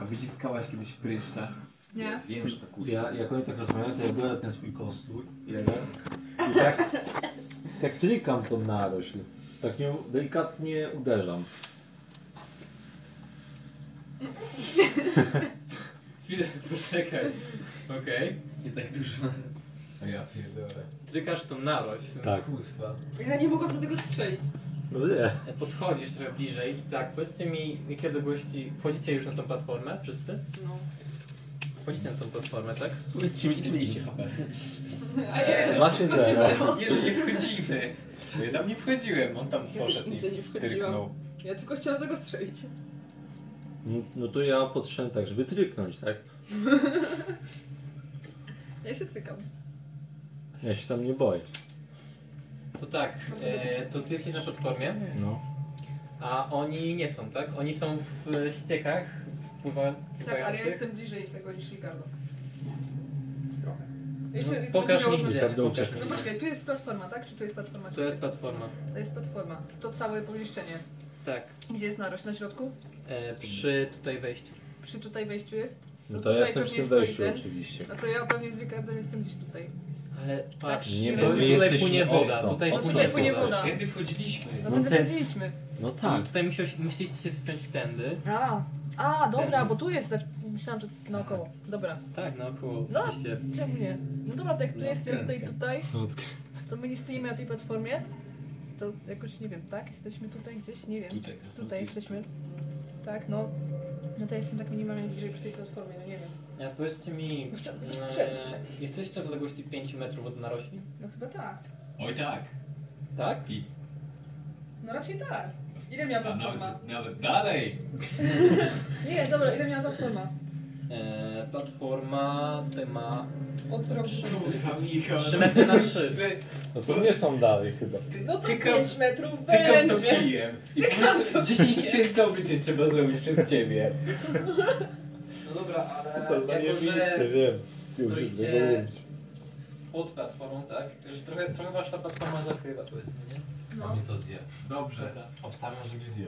S1: A wyciskałaś kiedyś pryszcza?
S8: Nie?
S1: Wiem, że to kurwa.
S9: Ja, jak oni tak rozmawiają, to ja biorę ten swój konstrój jeden i tak, tak trykam tą narośl. Tak nią delikatnie uderzam.
S5: Chwilę, poczekaj. Okej.
S3: Nie tak dużo.
S1: A ja pierdolę.
S5: Trykasz tą narość.
S9: Tak.
S1: Kurwa.
S8: Ja nie mogłam do tego strzelić.
S9: No nie.
S5: Podchodzisz trochę bliżej i tak, powiedzcie mi, jakie odległości... Wchodzicie już na tą platformę wszyscy?
S8: No.
S5: Wchodzicie na tą platformę, tak?
S3: Powiedzcie mi, ile mieliście HP?
S8: A ja
S9: Macie zero.
S5: Nie, nie wchodzimy.
S3: Ja tam nie wchodziłem, on tam
S8: Ja też nigdzie nie wchodziłam. No Ja tylko chciałam do tego strzelić.
S9: No, no to ja podszedłem tak, żeby tryknąć, tak?
S8: Ja się cykam.
S9: Ja się tam nie boję.
S5: To tak, e, to ty jesteś na platformie,
S9: No.
S5: a oni nie są, tak? Oni są w ściekach wpływa,
S8: Tak, ale ja
S5: wpływających.
S8: jestem bliżej tego niż Ricardo. Trochę.
S11: Mhm.
S8: Jeszcze
S5: no, pokaż mi
S8: będzie miało znaczenie.
S5: gdzie,
S11: Tak,
S9: Ricardo
S5: pokaż mi
S8: No
S5: gdzie.
S8: poczekaj, tu jest platforma, tak? Czy tu jest platforma?
S5: To jest platforma,
S8: to jest platforma. To całe pomieszczenie.
S5: tak.
S8: Gdzie jest narość? Na środku?
S5: E, przy tutaj wejściu.
S8: Przy tutaj wejściu jest?
S9: No to
S8: tutaj
S9: ja jestem
S8: pewnie
S9: przy tym
S8: stoi
S9: wejściu
S8: ten.
S9: oczywiście.
S8: No to ja pewnie z Ricardem jestem gdzieś tutaj.
S5: Ale patrz,
S11: Nie,
S5: nie,
S11: bo my
S5: tutaj
S11: jesteśmy
S5: płynie woda,
S11: ostro.
S5: tutaj
S12: O,
S5: płynie
S12: tutaj płynie
S5: woda.
S12: woda.
S3: no Kiedy wchodziliśmy?
S12: No
S11: No
S12: to
S11: te-
S12: wchodziliśmy.
S11: No tak.
S5: Tutaj musieliście, musieliście się wspiąć tędy.
S12: A, a, dobra, bo tu jest, tak myślałam, że naokoło. Dobra,
S5: Tak, naokoło,
S12: No.
S5: oczywiście.
S12: czemu nie? No dobra, tak jak tu
S5: No,
S12: jest, ja stoi
S5: klęska.
S12: tutaj, to my nie stoimy na tej platformie. To jakoś, nie wiem, tak? Jesteśmy tutaj gdzieś? Nie wiem.
S3: Tutaj.
S12: Tutaj jesteśmy. Tak, no. No to jestem tak minimalnie bliżej przy tej platformie, no nie wiem.
S5: A powiedzcie mi,
S12: Chciałbym
S5: e,
S12: strzelić.
S5: jesteście w odległości 5 metrów od narośli?
S12: No chyba tak.
S3: Oj tak.
S5: Tak?
S3: I
S12: No raczej tak. Ile miała
S3: a nawet, nawet dalej.
S12: Nie, dobra, ile miała platforma?
S5: E, platforma te ma
S12: Od roku.
S3: Kurwa, Michał.
S5: 3 metry na 3.
S3: Ty,
S11: No to nie są dalej chyba.
S12: No to
S3: Tykam-
S12: 5 metrów
S3: tykam to
S12: będzie.
S3: kijem. I po prostu 10 tysięcy obycie trzeba zrobić przez ciebie.
S5: No dobra, ale
S11: Są
S5: jako,
S11: zajebiste,
S5: że
S11: wiem.
S5: stoicie pod platformą, tak? Że trochę, trochę wasza ta platforma zakrywa, powiedzmy, nie?
S12: No.
S4: to zje. Dobrze.
S5: Dobra.
S4: Obstawiam, że mnie zje.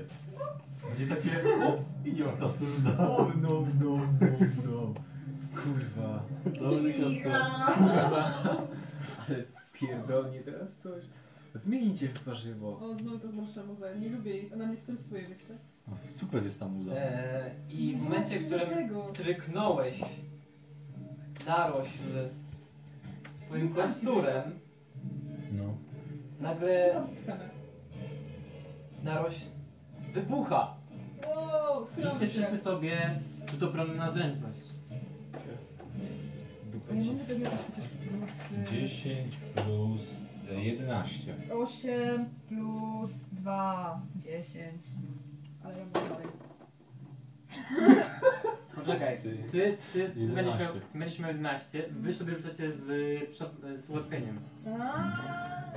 S4: Będzie takie... O, i nie ma czasu. No, no, no, no, Kurwa. Dobry kastor.
S3: Ale pierdolnie teraz coś. Zmienicie w warzywo.
S2: O, znowu to zmarszcza muzeum. Nie lubię jej. Ona mnie stresuje, wiecie?
S11: Super jest ta muza.
S5: E, I w momencie, w którym
S2: Dlatego.
S5: tryknąłeś narośl swoim kosturem,
S11: No.
S5: nagle narośl wybucha.
S2: Wow,
S5: Rzućcie
S2: schylamy się.
S5: wszyscy sobie rzut obrony na zręczność.
S2: A ja mam tego plus
S4: 10 plus 11.
S2: 8 plus 2, 10. Ale ja mam dalej.
S5: Poczekaj, ty, ty, ty, ty, będziesz, miał,
S4: 11.
S5: ty będziesz miał 11, wy sobie rzucacie z, przo- z ułatwieniem.
S2: Aaa,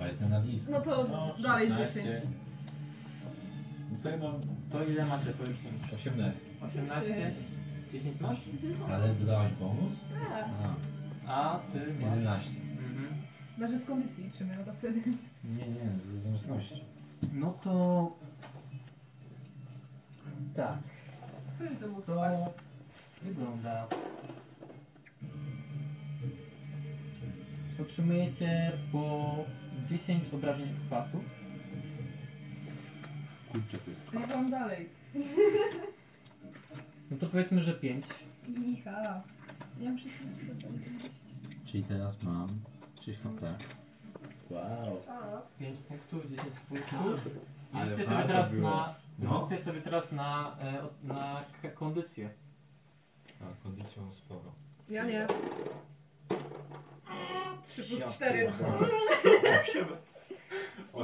S4: A jestem na blisko.
S2: No to dalej 10.
S4: No to ja mam
S5: To ile macie powiedzmy?
S4: 18.
S5: 18? 10 masz?
S4: Ale dodałaś bonus?
S2: Tak.
S4: A,
S5: A ty masz.
S4: 11.
S5: Mhm.
S2: Znaczy z kondycji liczymy, no to wtedy.
S4: Nie, nie, z zręczności.
S5: No to... Tak, to wygląda... Otrzymujecie po 10 obrażeń od kwasów.
S4: Kurczę, to jest
S2: To ja mam dalej.
S5: No to powiedzmy, że 5.
S2: Micha. Ja muszę się
S4: Czyli teraz mam 6 HP.
S11: Wow.
S5: 5 punktów, 10 punktów. I
S4: Ale
S5: Rzućcie sobie
S4: warto
S5: teraz
S4: było.
S5: na...
S4: No.
S5: Rzućcie sobie teraz na, e, od- na k- kondycję.
S4: A kondycję mam sporo.
S12: Ja nie.
S2: 3 plus 4.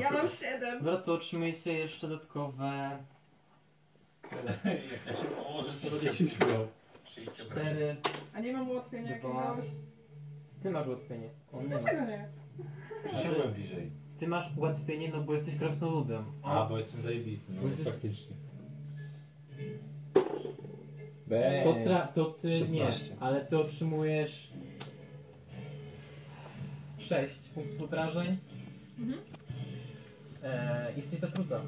S2: Ja mam 7.
S5: Dobra, to otrzymujecie jeszcze dodatkowe
S4: Jak ja się położę, to
S5: Szczęście.
S4: będę się śmiał.
S5: 4.
S2: A nie mam ułatwienia
S5: Dwa.
S2: jakiegoś.
S5: Ty masz ułatwienie. On nie ma.
S2: Dlaczego nie?
S4: Przysiadłem bliżej.
S5: Ty masz ułatwienie, no bo jesteś krasnoludem.
S4: A, bo jestem zajebisty,
S5: Bo
S4: no
S5: jesteś-
S4: faktycznie.
S5: To, tra- to ty nie,
S4: 16.
S5: ale ty otrzymujesz 6 punktów obrażeń. E, jesteś zatruta.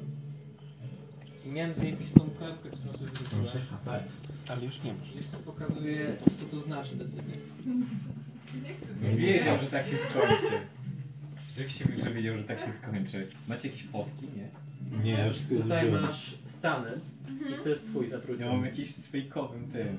S5: I miałem zajebistą kartkę, którą sobie zrobiłem.
S4: Tak.
S13: Ale już nie masz.
S5: I to pokazuje, co to znaczy dla ciebie.
S2: Nie chcę.
S3: Wiedział, że tak się skończy. Rzeczywiście bym że wiedział, że tak się skończy. Macie jakieś potki, nie?
S4: Nie, już wszystko
S5: Tutaj
S4: zużyłem.
S5: masz stany i to jest twój zatrucie.
S3: Ja mam jakiś z fejkowym tym.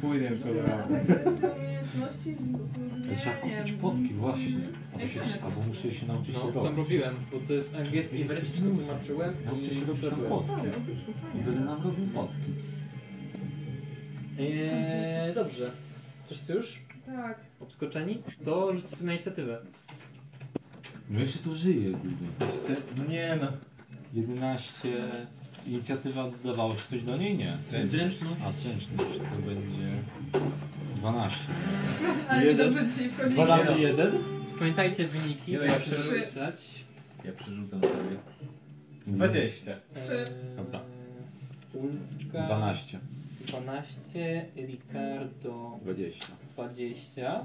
S3: Płynem kolorowym.
S2: Dlatego jest to umiejętności z utrudnieniem.
S4: Trzeba kupić potki, właśnie. Albo, się, albo muszę się nauczyć się
S5: No, co
S4: robić.
S5: robiłem, bo to jest angielskiej wersji, wszystko tłumaczyłem
S4: Nauczę
S5: i
S4: się robić tam
S5: przerobiłem.
S4: potki. I będę nam robił potki.
S5: Eee, dobrze. Wszyscy już
S2: Tak.
S5: obskoczeni? To rzućcie na inicjatywę.
S4: No jeszcze tu żyję, głównie.
S3: Jeszcze? No nie no.
S4: 11. Inicjatywa dodawało się coś do niej? Nie.
S5: Zręczność.
S4: A zręczność to będzie 12.
S2: Ale nie
S4: Jeden.
S2: dobrze dzisiaj wchodzi.
S4: 2 razy 1?
S5: Pamiętajcie wyniki.
S3: Nie no, ja
S5: proszę
S3: przerobię.
S5: wpisać.
S3: Ja przerzucam sobie. 20.
S2: Trzy.
S5: Eee,
S4: Dobra.
S5: Ulka.
S4: 12.
S5: 12. Ricardo
S4: 20.
S5: 20.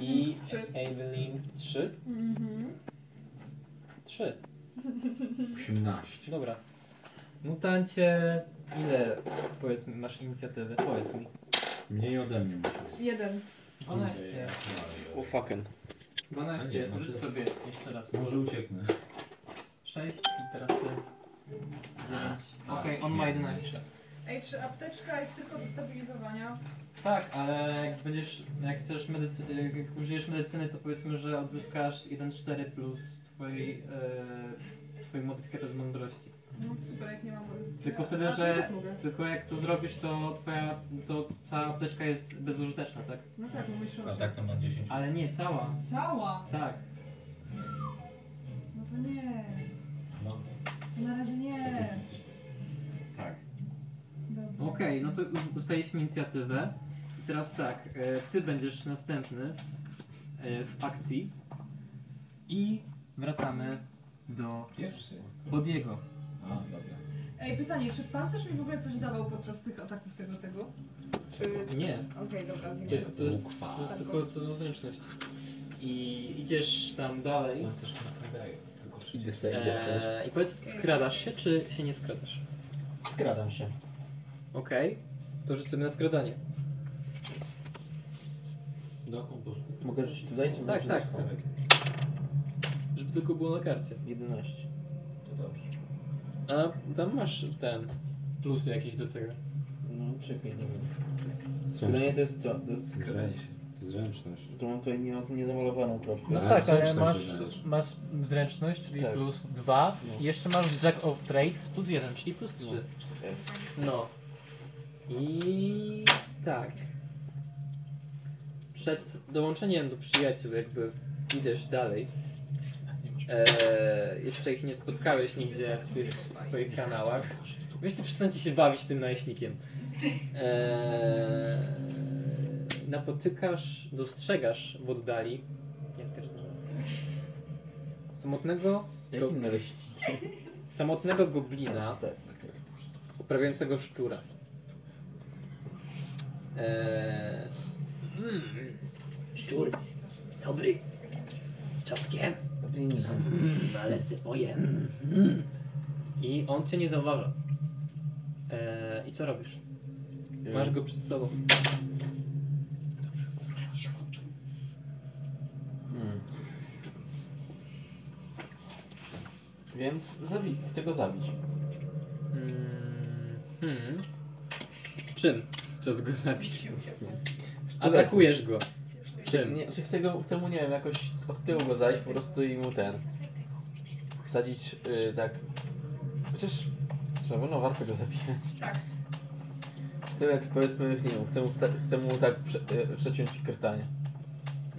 S5: I Evelyn 3.
S2: Mhm.
S5: 3.
S4: 18.
S5: Dobra. Mutancie, ile powiedzmy masz inicjatywy? Powiedz mi.
S4: Mniej ode mnie muszę.
S2: Jeden.
S5: 12.
S7: O fucking.
S5: 12,
S10: A nie,
S5: rzuć
S10: może-
S5: sobie jeszcze raz.
S10: Może ucieknę.
S5: 6 i teraz ty. 9. Okej, on ma 11.
S2: Ej, czy apteczka jest tylko do stabilizowania?
S5: Tak, ale jak będziesz, jak chcesz medycy, jak użyjesz medycyny, to powiedzmy, że odzyskasz 1,4 plus twojej, e, twój modyfikator mądrości.
S2: No super, jak nie mam medycyny.
S5: Tylko wtedy,
S2: A,
S5: że-
S2: tak mogę.
S5: Tylko jak to zrobisz, to twoja, to ta apteczka jest bezużyteczna, tak?
S2: No tak, bo myślę,
S10: A
S2: że...
S10: tak to ma 10.
S5: Ale nie, cała.
S2: Cała!
S5: Tak.
S2: No to nie.
S10: No.
S2: To na razie nie.
S5: Tak.
S2: Dobra.
S5: Okej, no to us- ustaliliśmy inicjatywę. I teraz tak, e, ty będziesz następny e, w akcji. I wracamy do
S1: Pierwszy.
S5: Bodiego.
S1: A, dobra.
S2: Ej, pytanie, czy pancerz mi w ogóle coś dawał podczas tych ataków tego, tego? Czy...
S5: Nie,
S2: Okej, dobra, dziękuję.
S5: Tylko to jest to, jest tylko to zręczność. I idziesz tam dalej.
S3: Idę sobie, idę sobie.
S5: Eee, I powiedz, skradasz się, czy się nie skradasz?
S3: Skradam się.
S5: Okej, to rzuć sobie na skradanie.
S3: Do obu. Mogę rzucić tutaj? Czy
S5: Tak,
S3: mam
S5: tak.
S3: rzucić?
S5: Żeby tylko było na karcie.
S3: 11.
S10: To dobrze.
S5: A tam masz ten, plusy jakieś do tego.
S3: No, czekaj, nie wiem. Skradanie to jest co? To jest...
S9: Zręczność.
S3: To mam tutaj nie, nie zamalowaną kropkę.
S9: No tak, ale masz-
S5: masz zręczność, czyli
S3: Tak.
S5: plus 2.
S3: No.
S5: Jeszcze masz Jack of Trades plus 1, czyli plus
S3: No.
S5: 3.
S3: Jest.
S5: No. I tak. Przed dołączeniem do przyjaciół, jakby idziesz dalej. Eee, jeszcze ich nie spotkałeś nigdzie w tych twoich kanałach. Wiesz, to przestańcie się bawić tym najeśnikiem. Eee, napotykasz, dostrzegasz w oddali. Ja pierdolę. Samotnego, go,
S3: Jakim naleśnikiem?
S5: samotnego goblina
S3: Tak.
S5: uprawiającego szczura. Eee, mm, szczur. Dobry. Czoskiem. Mm, ale sypoje. Mm, mm. I on cię nie zauważa. Eee, I co robisz? Masz go przed sobą.
S3: Hmm. Więc zabi- chcę go zabić.
S5: Mm, hmm. Czym? Chcesz go zabić?
S3: Sztyletem.
S5: Atakujesz go.
S3: Chcę,
S5: Czym?
S3: nie, czy chcę, go, chcę mu, nie wiem, jakoś od tyłu go zajść po prostu i mu ten. Wsadzić y, tak. Chociaż. Czemu no warto go zabijać?
S2: Tak.
S3: Sztylet powiedzmy, nie wiem, chcę mu, sta- chcę mu tak prze, y, przeciąć krtanie.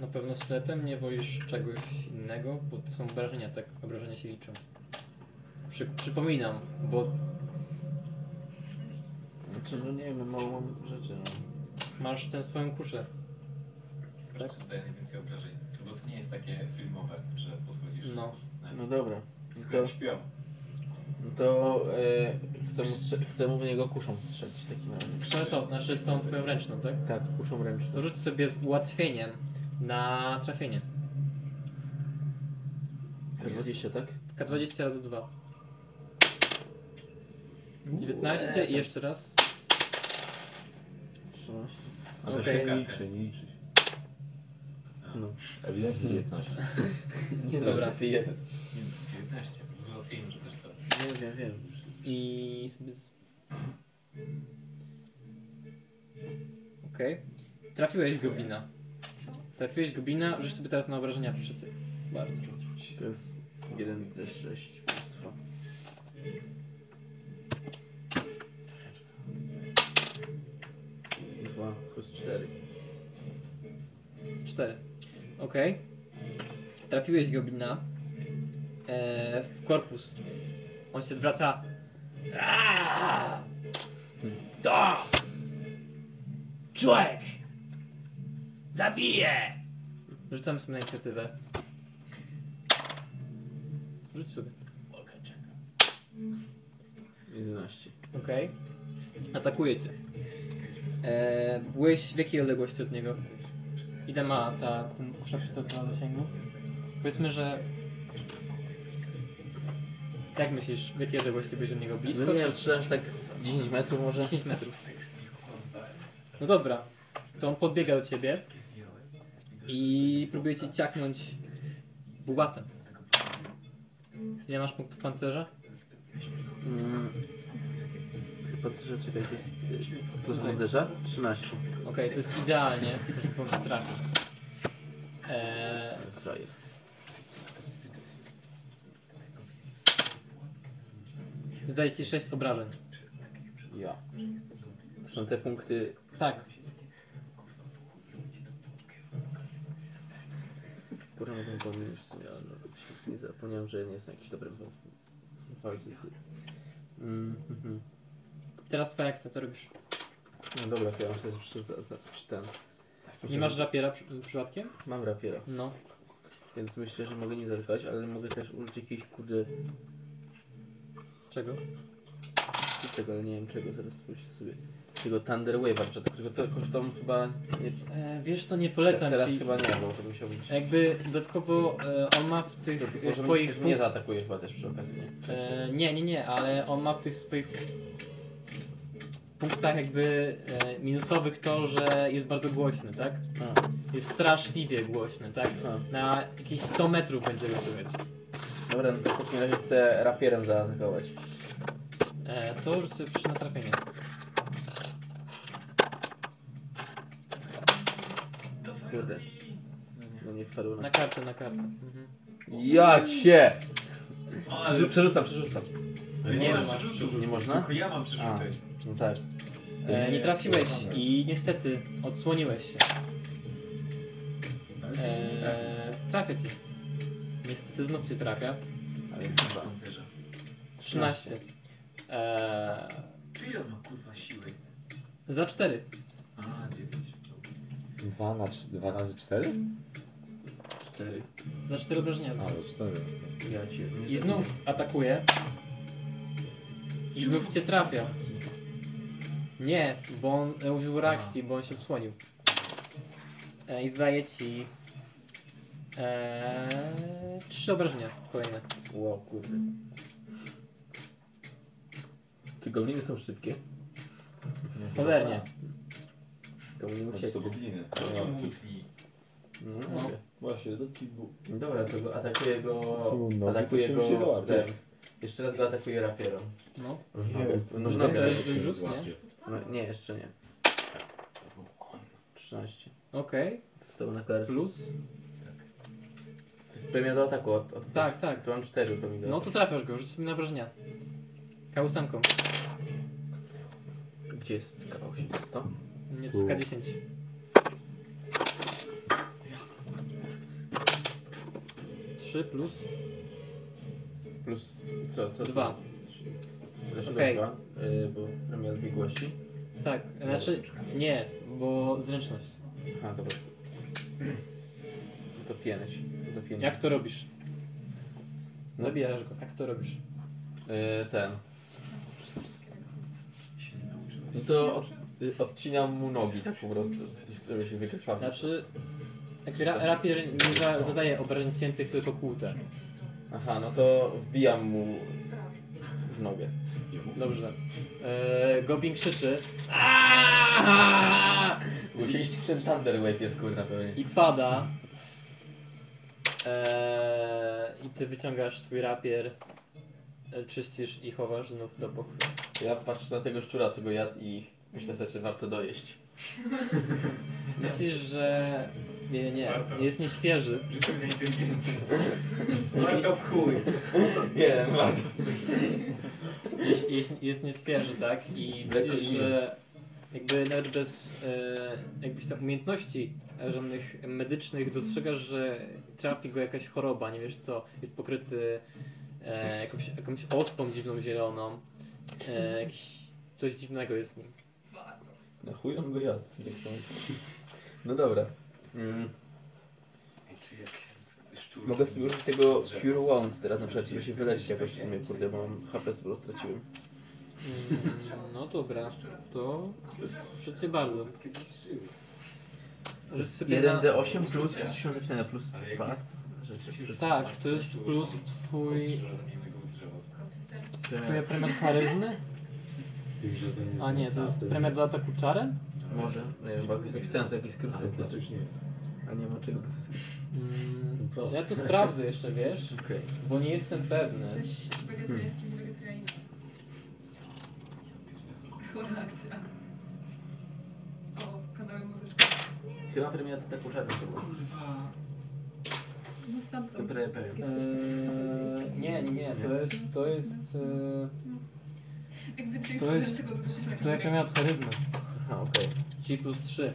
S5: Na pewno sztyletem nie woisz czegoś innego, bo to są obrażenia, tak? Obrażenia się liczą. Przy, przypominam, bo
S3: Znaczy, no nie wiem, mało mam rzeczy, no.
S5: masz tę swoją kuszę.
S1: Po prostu daje najwięcej obrażeń. Bo to nie jest takie filmowe, że podchodzisz.
S5: No.
S3: No dobra. No
S1: Tylko
S3: to,
S1: jak śpią.
S3: no to y, chcę, mu strze- chcę mu w niego kuszą strzelić w takim razie.
S5: Sztyletą, znaczy tą twoją ręczną, tak?
S3: Tak, kuszą ręczną.
S5: To rzuć sobie z ułatwieniem na trafienie.
S3: K20, tak?
S5: K20 razy 2. 19 i jeszcze raz.
S3: 13.
S9: Ale
S5: Okej,
S9: się nie
S1: karty.
S9: liczy, nie liczy. się.
S3: No.
S9: Ewidentnie 19.
S3: Nie
S5: Dobra.
S3: lepiej jeden.
S1: Nie, 19, plus ułatwienie, że tak. coś tam.
S3: Wiem, wiem, wiem.
S5: I sobie. z- Okej. Trafiłeś goblina. Trafiłeś goblina, rzuć sobie teraz na obrażenia proszę cię. Bardzo.
S3: To jest 1D6 plus 2. Dwa plus cztery.
S5: Cztery. Okej. Trafiłeś goblina e, w korpus. On się odwraca. Aaa! To! Człowiek! Zabije! Rzucam sobie na inicjatywę. Rzuć sobie.
S3: 11.
S5: Okej. Atakuje cię. E, byłeś w jakiej odległości od niego? Ile ma ta, ten kusza pistolet na zasięgu? Powiedzmy, że... Jak myślisz, w jakiej odległości byłeś od niego? Blisko?
S3: No nie
S5: czy-
S3: wiem, strzelałem tak z 10 metrów może.
S5: 10 metrów. No dobra, to on podbiega do ciebie I próbujecie ciachnąć bułatem. Nie masz punktów pancerza?
S3: Mm. Patrzę, czekaj, to jest... y, To jest pancerza? 13.
S5: Okej, to jest idealnie, żeby pomóc trafić. Eee,
S3: Tak, Frajer.
S5: zdaje ci 6 obrażeń.
S3: Ja. To są te punkty...
S5: Tak,
S3: Kurwa, mogę pomylić w sumie, ale no, się nie zapomniałem, że nie jestem jakiś dobrym palcem. Mm, mhm.
S5: teraz twoja akcja, co robisz?
S3: No dobra, to ja muszę przy, za, za, przy ten.
S5: Nie masz rapiera przy, przypadkiem?
S3: Mam rapiera,
S5: No.
S3: więc myślę, że mogę nie zerkać, ale mogę też użyć jakiejś kurde
S5: Czego?
S3: czego, ale nie wiem czego, zaraz pomyślę sobie. Tego Thunder Wave'a, że tak, to kosztą chyba nie,
S5: Eee, wiesz co, nie polecam
S3: teraz
S5: ci.
S3: chyba nie, bo to musiał być.
S5: Jakby dodatkowo e, on ma w
S3: To
S5: tych e,
S3: może
S5: swoich...
S3: mnie- mnie zaatakuje chyba też przy okazji, nie?
S5: E, nie, nie, nie, ale on ma w tych swoich punktach jakby e, minusowych to, że jest bardzo głośny, tak?
S3: A.
S5: Jest straszliwie głośny, tak?
S3: A.
S5: Na jakieś 100 metrów będzie go słychać.
S3: Dobra, no to w takim razie chcę rapierem zaatakować.
S5: E, to rzucę przy na trafienie.
S3: Kurde. No nie wpadł na...
S5: Na kartę, na kartę. Mhm.
S3: Ja cię! Przerzucam, przerzucam.
S10: Nie masz przerzutu.
S3: Nie można?
S10: Tylko ja mam przerzuty.
S3: No tak.
S5: E, nie trafiłeś i niestety odsłoniłeś się. E, trafia ci. Niestety znów cię trafia.
S3: Ale chyba.
S5: 13. E,
S10: Ty on ma kurwa siły.
S5: za 4.
S10: A, dziewięć.
S9: 2 na 2 razy 4?
S3: Cztery.
S5: Za 4 obrażenia.
S10: No.
S9: A,
S5: znowu.
S9: do 4.
S3: Ja cię. nie
S5: I
S3: zabiję.
S5: znów atakuje. I znów cię trafia. Nie, bo on e, użył reakcji, bo on się odsłonił. E, I zdaje ci... E, trzy obrażenia kolejne.
S3: Wow, kurde. Czy gobliny są szybkie?
S5: Cholernie.
S3: To nie
S9: Chodź
S3: uciekł.
S9: do Znaczy, gobliny.
S10: Mutni.
S3: No,
S5: No.
S3: mówię.
S9: Właśnie, do tibu.
S3: Dobra, to go atakuje go.
S9: Są nogi,
S3: Atakuje
S9: to się
S3: go.
S9: musi załapać.
S3: ten. Jeszcze raz go atakuje rapierą.
S5: No.
S3: No, no,
S5: Czy
S3: no,
S5: to
S3: no,
S5: jest rzuc, nie?
S3: no, nie, jeszcze nie. 13.
S5: Okej,
S3: Co z tobą na karcie?
S5: plus.
S3: To jest premia do ataku. Od, od,
S5: Tak, tak.
S3: To mam 4 premii do
S5: No to trafiasz go, rzuć sobie na obrażenia. K8.
S3: ataku. Gdzie jest K8? 100?
S5: Nie, to jest K10. Trzy plus
S3: Plus co? co
S5: dwa.
S3: Dlaczego
S5: Okej.
S3: dwa? Y, bo premia zbiegłości.
S5: Tak, znaczy nie, bo zręczność.
S3: Aha, dobra. To pięć. Za pięć.
S5: Jak to robisz?
S3: No.
S5: Zabijasz go, jak to robisz?
S3: Y, ten. No to od, y, odcinam mu nogi tak po prostu, żeby się wykrwawił.
S5: Znaczy, jak ra rapier nie za zadaje obrażeń ciętych, tylko kłute.
S3: Aha, no to wbijam mu w nogę.
S5: Dobrze. Eee, Goblin krzyczy "Aaaa!"
S3: Musieliście ten Thunder Wave jest kurna pewnie.
S5: i pada. Eee, I ty wyciągasz swój rapier, e, czyścisz i chowasz znów do pochwy.
S3: Ja patrzę na tego szczura, co go jadł i myślę sobie, czy warto dojeść.
S5: Myślisz, że... Nie, nie, jest nieświeży.
S10: Rzucam na inteligencję.
S5: Jeśli-
S10: Warto w chuj.
S3: Nie, warto.
S5: jest, jest, jest nieświeży, tak? I widzisz, że jakby nawet bez e, jakbyś tam umiejętności żadnych medycznych dostrzegasz, że trapi go jakaś choroba, nie wiesz co, jest pokryty e, jakąś, jakąś ospą dziwną zieloną, e, jakiś, coś dziwnego jest z nim.
S8: Warto.
S3: Na chuj on go jadł. nie chcę. No dobra. Mm.
S10: Ej, czy jak się z szczurem-
S3: Mogę sobie użyć tego Cure Wounds teraz na przykład, żeby się wyleczyć jakoś w sumie, kurde, bo mam HP sporo straciłem.
S5: Mm, no dobra, to szybciej bardzo. Rzuć sobie na...
S3: 1d8 plus, coś mam zapisane, plus 2 rzeczy.
S5: Tak, to jest plus twój... Twoja premia charyzmy? A nie, to jest premia do ataku czarem?
S3: Może, nie wiem, bo jakoś zapisałem sobie jakiś skrót.
S9: Ale to już nie jest.
S3: A nie ma czego pozyskać.
S5: Mm,
S14: Proste.
S5: ja to sprawdzę jeszcze, wiesz?
S3: Okej.
S5: Bo nie jestem pewny.
S2: Jesteś wegetariańskim wegetarianinem. Chora akcja. O, kanały muzyczne.
S3: Chyba premiera taką czarną to była.
S2: No sam
S3: Co
S2: tam.
S3: pre- premiera?
S5: Eee, nie, nie, nie, to jest, to jest, eee,
S2: Jakby ty
S5: to jest,
S2: tak-
S5: to jak miałem od charyzmy.
S3: Aha, okej.
S5: Czyli plus 3.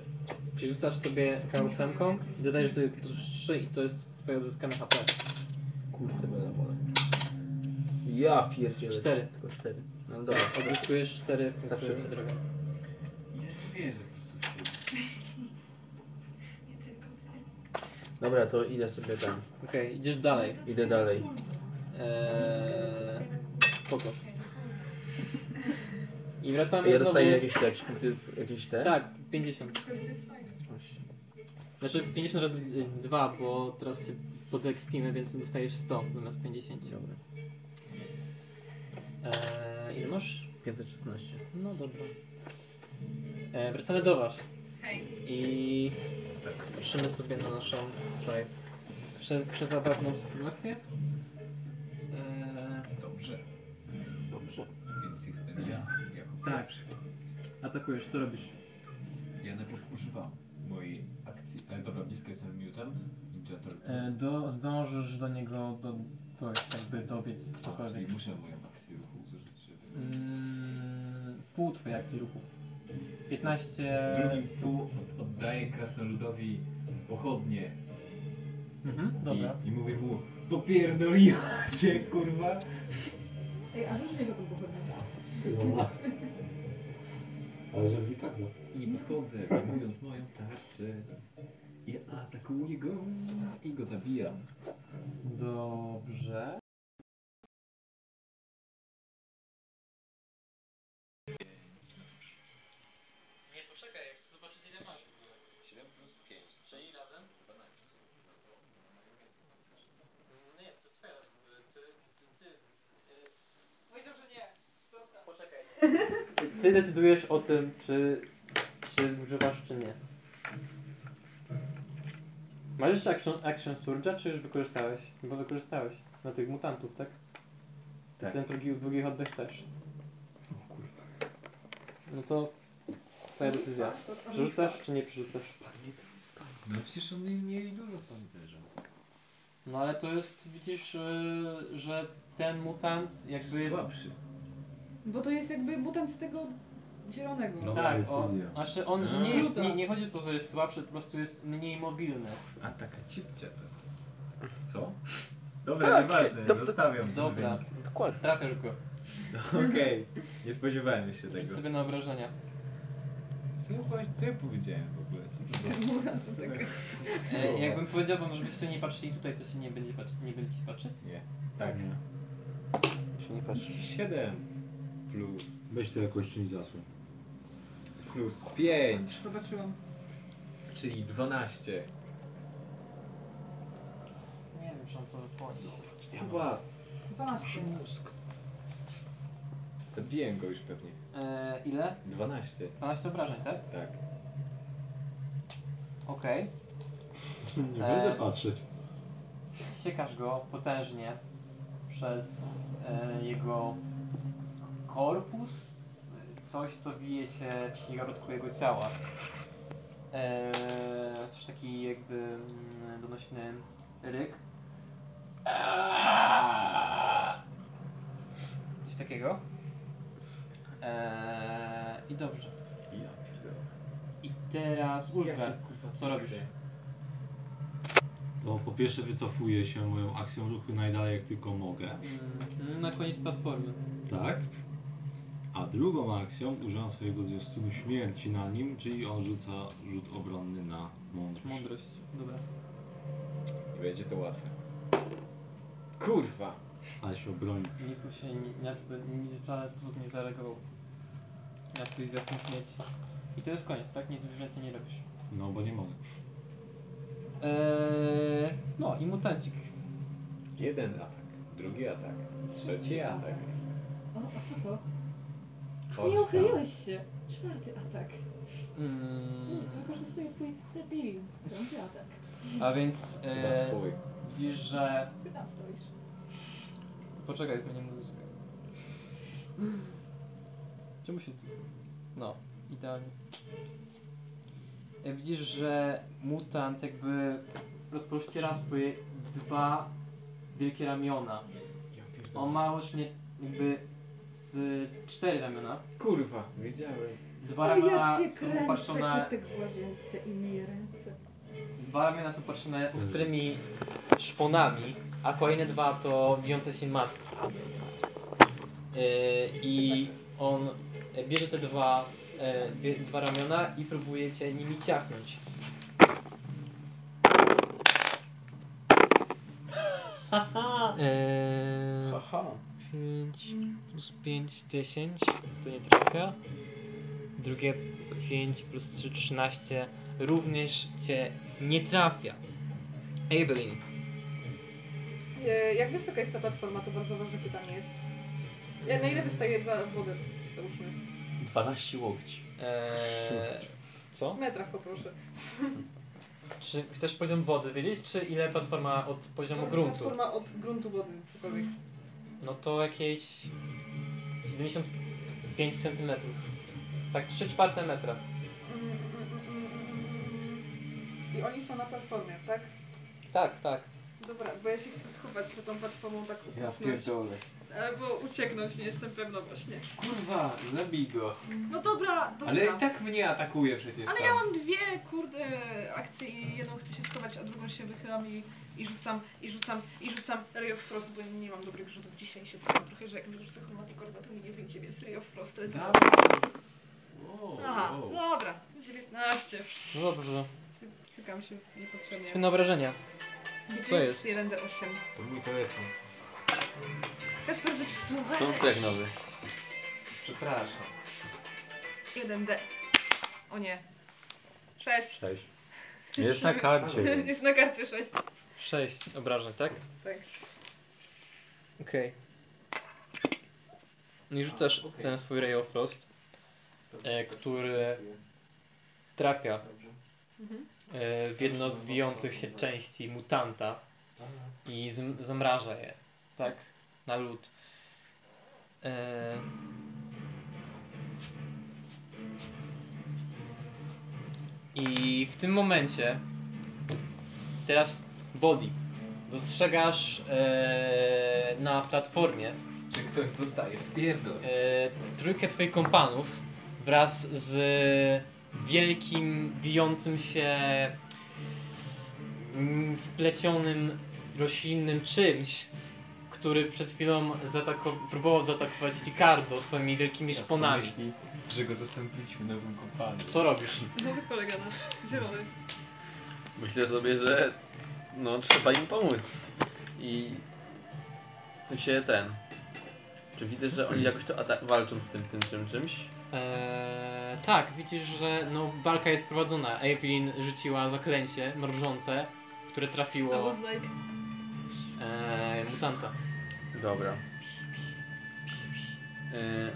S5: Czyli rzucasz sobie K8 i dodajesz sobie plus 3 i to jest twoje odzyskane HP.
S3: Kurde, będę wolę. Ja pierdzielę.
S5: Cztery.
S3: Tylko cztery. No dobra.
S5: Odzyskujesz 4 punkty
S3: Zawsze.
S5: drogi.
S3: Dobra, to idę sobie tam.
S5: Okej, idziesz dalej.
S3: Idę dalej.
S5: Eee, spoko. I wracamy
S3: Ja
S5: znowu.
S3: dostaję jakieś tekst, punkty- jakieś te?
S5: Tak, 50.
S3: Właśnie.
S5: Znaczy 50 razy 2, bo teraz cię podekspimy, więc dostajesz 100 zamiast 50.
S3: Dobra.
S5: Eee, ile masz?
S3: 516.
S5: No dobra. E, wracamy do Was. I patrzymy sobie na naszą wczoraj prze, przezabawną sytuację. E,
S4: Dobrze,
S3: Dobrze.
S4: więc jestem ja. Jako
S5: Tak.
S4: pierwszy.
S5: atakujesz, co robisz?
S4: Ja najpierw używam mojej akcji. E, dobra, blisko jestem mutant. Injector.
S5: E, do, zdążysz do niego do, do, jakby dobiec
S4: A,
S5: cokolwiek.
S4: czyli muszę moją akcję ruchu użyć, żeby...
S5: Mm, pół twojej akcji ruchu. 15...
S4: Drugim tu od- oddaję krasnoludowi pochodnie
S5: Mhm, dobra.
S4: i, i mówię mu popierdoliła cię kurwa.
S2: Ej, a różnie go było
S14: Ale że w Ricardo.
S4: I wychodzę, wyjmując moją tarczę. Ja atakuję go i go zabijam.
S5: Dobrze. Nie, poczekaj, ja chcę zobaczyć ile masz w ogóle.
S4: 7 plus 5,
S5: Czyli razem?
S4: 12.
S5: Mm, Nie, to jest twoja w ogóle. Ty, ty, ty, ty.
S2: Powiedział, że nie. Zostaw.
S5: Poczekaj. Ty decydujesz o tym, czy, czy używasz, czy nie. Masz jeszcze action, action surge'a, czy już wykorzystałeś? Bo wykorzystałeś. Na tych mutantów, tak?
S4: Tak.
S5: Ten drugi, drugi oddech też. No to twoja decyzja. Przerzucasz, czy nie przerzucasz?
S4: No przecież on nie mieli dużo pancerza.
S5: No ale to jest, widzisz, yy, że ten mutant jakby jest...
S4: Słabszy.
S2: Bo to jest jakby mutant z tego zielonego.
S14: No.
S5: Tak,
S14: Dobra
S5: on,
S14: decyzja.
S5: znaczy on że
S3: A.
S5: nie, jest, nie, nie chodzi o to, że jest słabszy, po prostu jest mniej mobilny.
S4: A taka cipcia to jest. Co? Tak, Dobra, nieważne, zostawiam.
S5: Dobra,
S15: Dokładnie.
S5: trafiasz go.
S4: Okej, nie spodziewałem się
S5: Rzuć
S4: tego.
S5: sobie na obrażenia. E,
S4: Co ja, właśnie- co ja powiedziałem w ogóle? Co to było?
S2: Mutant z tego.
S5: E, jakbym powiedział wam, żebyście nie patrzyli tutaj, to się nie będzie patrzeć. Nie będziecie patrzeć.
S4: Nie. Tak.
S15: Się nie patrz.
S4: 7 plus,
S14: Weź to jakoś czymś zasłon.
S4: plus 5,
S2: Zobaczyłam.
S4: czyli 12.
S5: Nie wiem, czy on co zasłonić.
S4: Chyba.
S2: 12.
S4: Zabiłem go już pewnie.
S5: E, ile?
S4: 12,
S5: 12 obrażeń, tak?
S4: tak.
S5: Okej.
S14: Nie
S5: Eee.
S14: będę patrzeć.
S5: Siekasz go potężnie przez e, jego korpus, coś co wije się w środku jego ciała. E, słyszysz taki jakby mm, donośny ryk. Coś takiego. E, I dobrze.
S4: Ja pierdolę.
S5: I teraz ultra. Co robisz?
S14: To po pierwsze wycofuję się moją akcją ruchu najdalej jak tylko mogę.
S5: Mm, Na koniec platformy.
S14: Tak. A drugą akcją używam swojego zwiastunu śmierci na nim, czyli on rzuca rzut obronny na mądrość.
S5: Mądrość. Dobra.
S4: Nie będzie to łatwe. Kurwa.
S14: Ale się obroni.
S5: Nic mu się nie, na- nie, w żaden sposób nie zareagował na swój zwiastun śmierci. I to jest koniec, tak? Nic więcej nie robisz.
S14: No bo nie mogę.
S5: Eee, no i mutancik.
S4: Jeden atak, drugi atak, trzeci atak.
S2: O, a co to?
S16: Nie uchyliłeś się. Czwarty atak.
S5: Mm,
S16: Mm, Wykorzystuję twój debilizm. Piąty atak.
S5: a więc
S17: Chyba
S5: e,
S17: twój.
S5: widzisz, że...
S18: Ty tam stoisz.
S5: Poczekaj, zmienię muzyczkę. Czemu się... No, idealnie. E, widzisz, że mutant jakby rozprościera swoje dwa wielkie ramiona. On ma już nie, jakby z cztery ramiona.
S19: Kurwa, wiedziałem.
S5: Dwa
S16: O, ja
S5: ramiona
S16: cię
S5: są
S16: kręcę,
S5: opatrzone
S16: kotek w łazience i myję ręce.
S5: Dwa ramiona są patrzone ostrymi szponami, a kolejne dwa to bijące się macki. Yy, I on bierze te dwa, e, dwie, dwa ramiona i próbuje cię nimi ciachnąć. Eee,
S3: Haha.
S5: 5 plus 5, 10. To nie trafia. Drugie 5 plus 3, 13. Również cię nie trafia. Evelyn.
S2: E, Jak wysoka jest ta platforma? To bardzo ważne pytanie jest. Ja, na ile wystaje za wodę? Załóżmy.
S5: 12 łokci. Eee, co?
S2: W metrach poproszę.
S5: Czy chcesz poziom wody wiedzieć, czy ile platforma od poziomu gruntu?
S2: Tak, Platforma od gruntu wody, cokolwiek.
S5: No to jakieś 75 cm. Tak, 3 czwarte metra.
S2: Mm, mm, mm, mm. I oni są na platformie, tak?
S5: Tak, tak.
S2: Dobra, bo ja się chcę schować za tą platformą tak
S19: Ja
S2: upucnąć.
S19: pierdolę.
S2: Albo ucieknąć, nie jestem pewna właśnie.
S19: Kurwa, zabij go.
S2: No dobra, dobra.
S19: Ale i tak mnie atakuje przecież
S2: Ale
S19: tam.
S2: ja mam dwie, kurde, akcje i jedną chcę się schować, a drugą się wychylam i, i rzucam, i rzucam, i rzucam Ray of Frost, bo nie mam dobrych rzutów dzisiaj i się cofam trochę, że jak wyrzucę chromatykorda, to mi nie wyjdzie, więc Ray of Frost to jest... Aha, dobra, 19,
S5: No dobrze.
S2: Cy- cykam się
S5: Rzućmy
S2: niepotrzebnie.
S5: na obrażenia.
S2: Gdzie
S5: co
S2: jest?
S5: jest?
S2: 1d8.
S4: To mój telefon.
S2: Kasper zepsuł.
S3: Stąd tak nowy.
S4: Przepraszam.
S2: 1d. O nie. 6.
S20: Cześć. Jest na karcie.
S2: Jest na karcie 6.
S5: 6 obrażeń, tak?
S2: Tak.
S5: Okej. I rzucasz ten swój Ray of Frost, e, który trafia e, w jedno z wijących się części mutanta i zm- zamraża je, tak? Na lód. E, I w tym momencie teraz body. Dostrzegasz e, na platformie
S4: Czy ktoś dostaje w pierdol?
S5: e, trójkę twoich kompanów wraz z wielkim, wijącym się mm, splecionym, roślinnym czymś, który przed chwilą zaataku- próbował zaatakować Ricardo swoimi wielkimi szponami.
S4: Myśli, że go zastąpiliśmy nowym kompanem.
S5: Co robisz?
S2: Nowy kolega nasz. Zielony.
S3: Myślę sobie, że no trzeba im pomóc. I w sensie ten. Czy widzę, że oni jakoś to ata- walczą z tym, tym czym, czymś?
S5: Eee, tak, widzisz, że no, walka jest prowadzona. Evelyn rzuciła zaklęcie mrożące, które
S2: I
S5: trafiło
S2: was like,
S5: eee, mutanta.
S3: Dobra. E,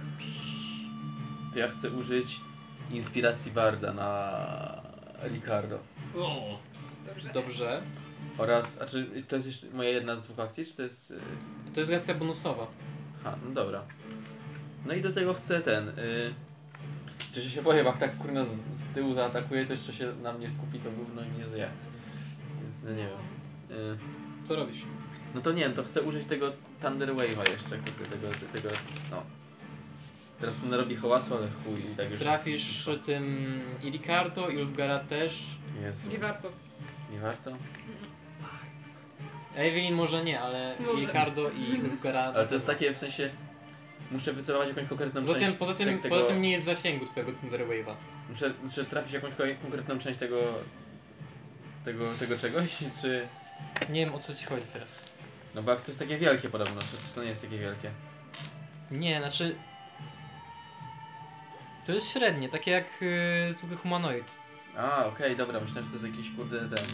S3: to ja chcę użyć inspiracji Barda na Ricardo.
S2: dobrze.
S5: Dobrze.
S3: Oraz, a czy to jest jeszcze moja jedna z dwóch akcji, czy to jest... y,
S5: To jest lekcja bonusowa.
S3: Ha, no dobra. No i do tego chcę ten. Y... Czy się boję, bo jak tak kurna z, z tyłu zaatakuje, to jeszcze się na mnie skupi to gówno i mnie zje. Więc no nie wiem. Y...
S5: Co robisz?
S3: No to nie wiem, to chcę użyć tego Thunder Wave'a jeszcze, kurde, tego, tego, no. Teraz to robi hałasu, ale chuj, i tak już
S5: Trafisz
S3: Jest...
S5: tym i Ricardo, i Ulfgara też.
S3: Jezu,
S2: Nie warto.
S3: nie warto?
S5: Evelyn może nie, ale
S2: Może.
S5: i Ricardo i Ulfgara.
S3: Ale to jest takie w sensie, muszę wycelować jakąś konkretną
S5: Poza tym,
S3: część
S5: poza, tym,
S3: te- tak tego...
S5: poza tym nie jest w zasięgu twojego Thunder Wave'a.
S3: Muszę, muszę trafić jakąś kolej- konkretną część tego, tego, tego czegoś, czy...
S5: Nie wiem o co ci chodzi teraz.
S3: No bo jak to jest takie wielkie podobno, czy, czy to nie jest takie wielkie?
S5: Nie, znaczy. To jest średnie, takie jak yy, zwykły humanoid.
S3: A, okej, dobra, myślałem, że to jest jakiś kurde ten,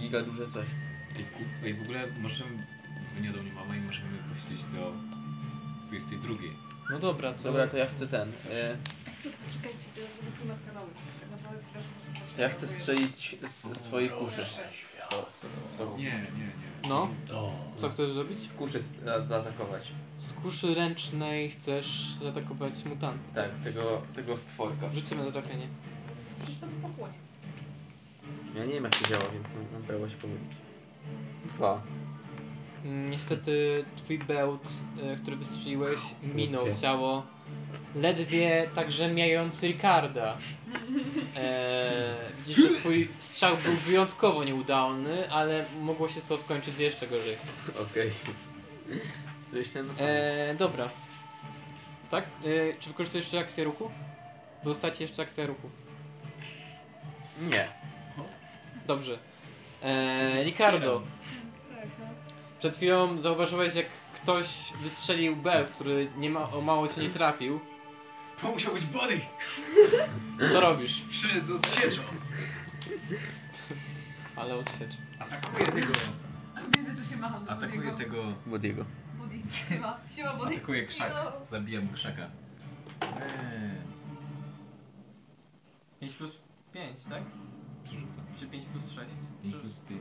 S3: giga duże coś.
S17: Ej, ku- Ej, w ogóle możemy... Dzwoniła do mnie mama i możemy puścić do...
S4: 22.
S21: No dobra, to...
S3: Dobra, to ja chcę ten. Y,
S22: Czekajcie, teraz zrobię klimat kanały. Tak naprawdę strasznie muszę-
S3: to ja chcę strzelić z, z swojej kuszy.
S4: Nie, nie, nie.
S5: No? Co chcesz zrobić?
S3: Z kuszy za- zaatakować.
S5: Z kuszy ręcznej chcesz zaatakować mutanta.
S3: Tak, tego, tego stworka.
S5: Rzucimy na trafienie.
S22: Przecież to by pochłonie.
S3: Ja nie wiem jak to działa, więc no, no, dało się powiedzieć. Dwa.
S5: Mm, Niestety twój bełt, e, który wystrzeliłeś, minął ciało. Ledwie także mijając Ricarda. E, widzisz, że twój strzał był wyjątkowo nieudalny, ale mogło się to skończyć jeszcze gorzej.
S3: Okej. Coś ten.
S5: E, dobra. Tak? E, czy wykorzystujesz jeszcze akcję ruchu? Dostacie jeszcze akcję ruchu.
S3: Nie.
S5: Dobrze. E, Ricardo,
S22: Tak, no.
S5: przed chwilą zauważyłeś, jak ktoś wystrzelił beł, który nie ma, o mało cię nie trafił.
S4: To musiał być Bonnie!
S5: Co robisz?
S4: Przyszedł z odsieczą.
S5: Ale odsiecz.
S4: Atakuję tego.
S2: Widzę, że się macham do
S4: Atakuję
S2: niego.
S4: tego.
S3: Modiego.
S2: Buddy. Siema, siema Buddy.
S4: Atakuję krzak.
S2: Jo.
S4: Zabijam krzaka. Eee,
S5: 5 plus 5, tak?
S4: przerzucam.
S5: Czy 5 plus 6?
S4: 5 plus 5.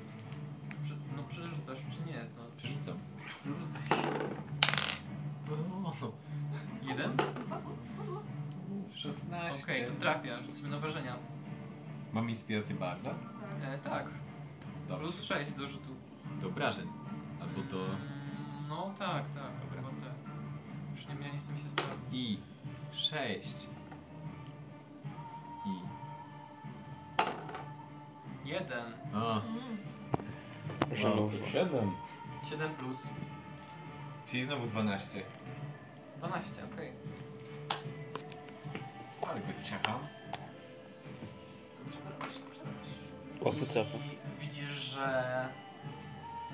S5: No przerzucasz, czy nie? No,
S4: Przerzucam.
S5: Jeden?
S4: 16.
S5: trafia, rzucimy na wrażenia.
S4: Mam inspirację Barda?
S5: tak,
S4: Dobra.
S5: plus 6 do rzutu.
S4: Do obrażeń. Albo do...
S5: No tak, tak, dobra, tak. Już nie, ja nie chcę mi się sprawdzić.
S4: I 6. I...
S5: Jeden,
S4: O, no.
S3: Wow.
S23: 7.
S5: 7 plus
S4: czyli znowu 12.
S5: 12, okej.
S4: Ale go ciacham.
S5: Dobrze go robisz, dobrze
S3: Łapu
S5: robisz.
S3: capu.
S5: I widzisz, że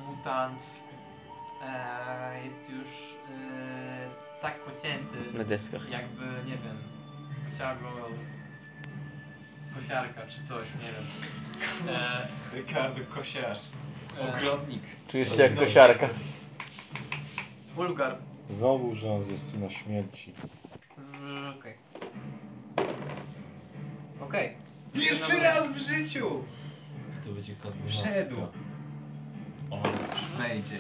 S5: mutant e, jest już e, tak
S3: Na
S5: pocięty,
S3: deskach.
S5: jakby, nie wiem, chciała go kosiarka czy coś, nie wiem. E,
S4: Ricardo Kosiarz.
S5: e,
S4: Ogrodnik.
S3: Czujesz się jak kosiarka.
S5: Bulgar.
S23: Znowu użyłam zysku na śmierci.
S5: Mm, Okej. Okej.
S4: Pierwszy raz w życiu!
S23: To będzie kod
S4: Wszedł. O, wejdzie.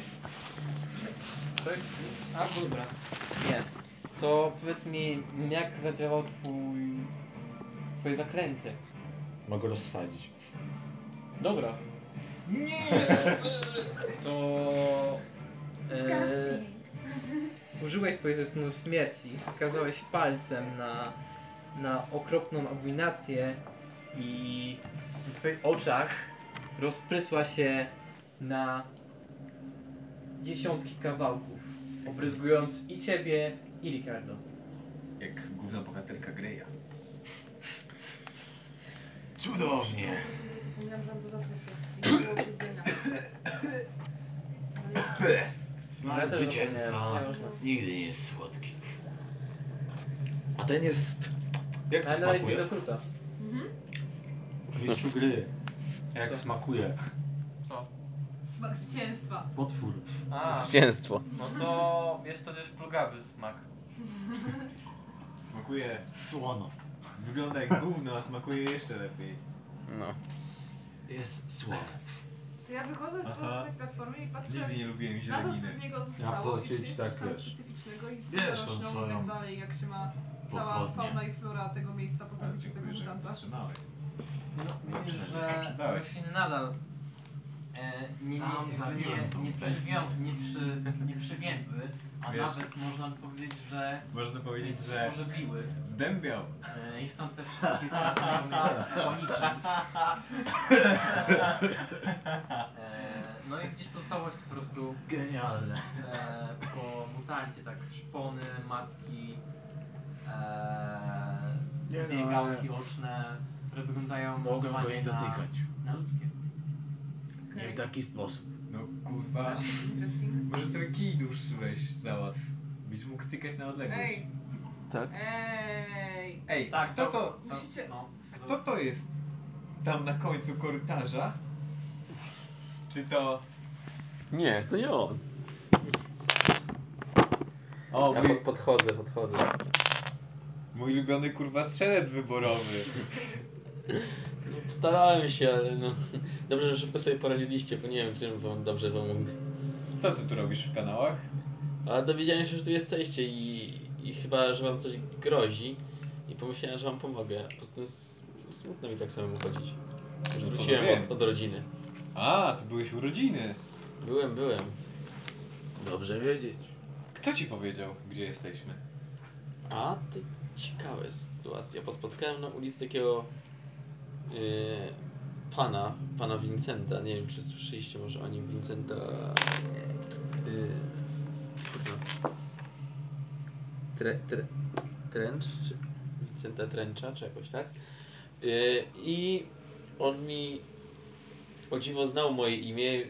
S5: A dobra. Nie. To powiedz mi, jak zadziałał twój... twoje zaklęcie?
S23: Mogę rozsadzić.
S5: Dobra. Nie! To... E,
S24: Disgusting.
S5: użyłeś swojej snu śmierci, wskazałeś palcem na, na okropną abominację i w twoich oczach rozprysła się na dziesiątki kawałków, obryzgując i ciebie, i Ricardo.
S4: Jak główna bohaterka Greya. Cudownie.
S24: Zapominam, że mam do zatrucia. Nie było ulubienia. Ale
S5: No, Ja
S9: Smak
S5: też
S9: zwycięstwa
S5: zapomniałem. Nieważne.
S9: nigdy nie jest słodki. A ten jest... Jak to
S5: Ale na razie
S9: smakuje?
S5: zatruta.
S23: Mistrzu gry. Jak
S5: Co?
S23: smakuje?
S5: Co?
S2: Smak zwycięstwa.
S23: Potwór.
S5: A,
S3: Zwycięstwo.
S5: no to jest to gdzieś plugawy smak.
S4: Smakuje.
S23: Słono.
S4: Wygląda jak gówno, a smakuje jeszcze lepiej.
S3: No.
S9: Jest słony.
S2: To ja wychodzę z
S4: Aha.
S2: tej platformy i patrzę
S4: Nigdy nie lubiłem
S2: na to, co z
S4: zieleniny.
S2: niego zostało i czy
S23: powiedzieć
S2: jest
S23: tak,
S2: coś tam
S23: wiesz.
S2: specyficznego i z
S9: Wiesz,
S2: roślą i
S9: tą
S2: tak
S9: swoją
S2: dalej, jak się ma cała
S9: pochodnię.
S2: fauna i flora tego miejsca po
S4: Ale
S2: zabiciu tego
S4: dziękuję, że mnie
S2: mutanta.
S4: powstrzymałeś.
S5: No, widzisz,
S4: Przynajmniej się
S5: że
S4: przydałeś.
S5: właśnie nadal e, nie,
S9: Sam
S5: nie, nie,
S9: zabiłem tą
S5: nie,
S9: bestię.
S5: przywią, nie, przy, nie przywiędły, a
S4: Wiesz.
S5: nawet można by powiedzieć, że
S4: Można powiedzieć, że
S5: może biły.
S4: zdębiał.
S5: E, ich tam też wszystkie koniczy. No i gdzieś pozostałość po prostu
S9: Genialne.
S5: e, po mutancie, tak szpony, macki, e,
S9: Nie
S5: dwie
S9: no, ale
S5: gałki oczne, które wyglądają
S9: mogłem go nie
S5: zdecydowanie na-
S9: dotykać.
S5: Na ludzkie.
S9: Nie w taki sposób.
S4: No kurwa.
S2: Tak. Interesting.
S4: Może sobie kij dłuższy weź załatw. Byś mógł tykać na odległość.
S2: Ej,
S3: Tak.
S2: ej.
S4: Ej,
S5: Tak,
S4: kto
S5: co-
S4: to,
S5: co-
S2: Musicie-
S5: No,
S4: kto to jest tam na końcu korytarza? Czy to...
S3: Nie, to nie on. O, ja po- podchodzę, podchodzę.
S4: Mój ulubiony kurwa strzelec wyborowy.
S3: Starałem się, ale no. Dobrze, że szybko sobie poradziliście, bo nie wiem, czym wam dobrze pomógł.
S4: Co ty tu robisz w kanałach?
S3: A dowiedziałem się, że tu jesteście i, i chyba, że wam coś grozi. I pomyślałem, że wam pomogę. Poza tym s- smutno mi tak samemu chodzić. Już
S4: No to
S3: wróciłem
S4: wiem.
S3: od, od rodziny.
S4: A, ty byłeś u rodziny.
S3: Byłem, byłem.
S4: Dobrze wiedzieć. Kto ci powiedział, gdzie jesteśmy?
S3: A, to ciekawa sytuacja, bo spotkałem na ulicy takiego yy, pana, pana Vincenta, nie wiem czy słyszeliście może o nim, Vincenta... Yy, kurwa. tre, tre, Trench? Czy Vincenta Trencha, czy jakoś tak? Yy, I on mi o dziwo znał moje imię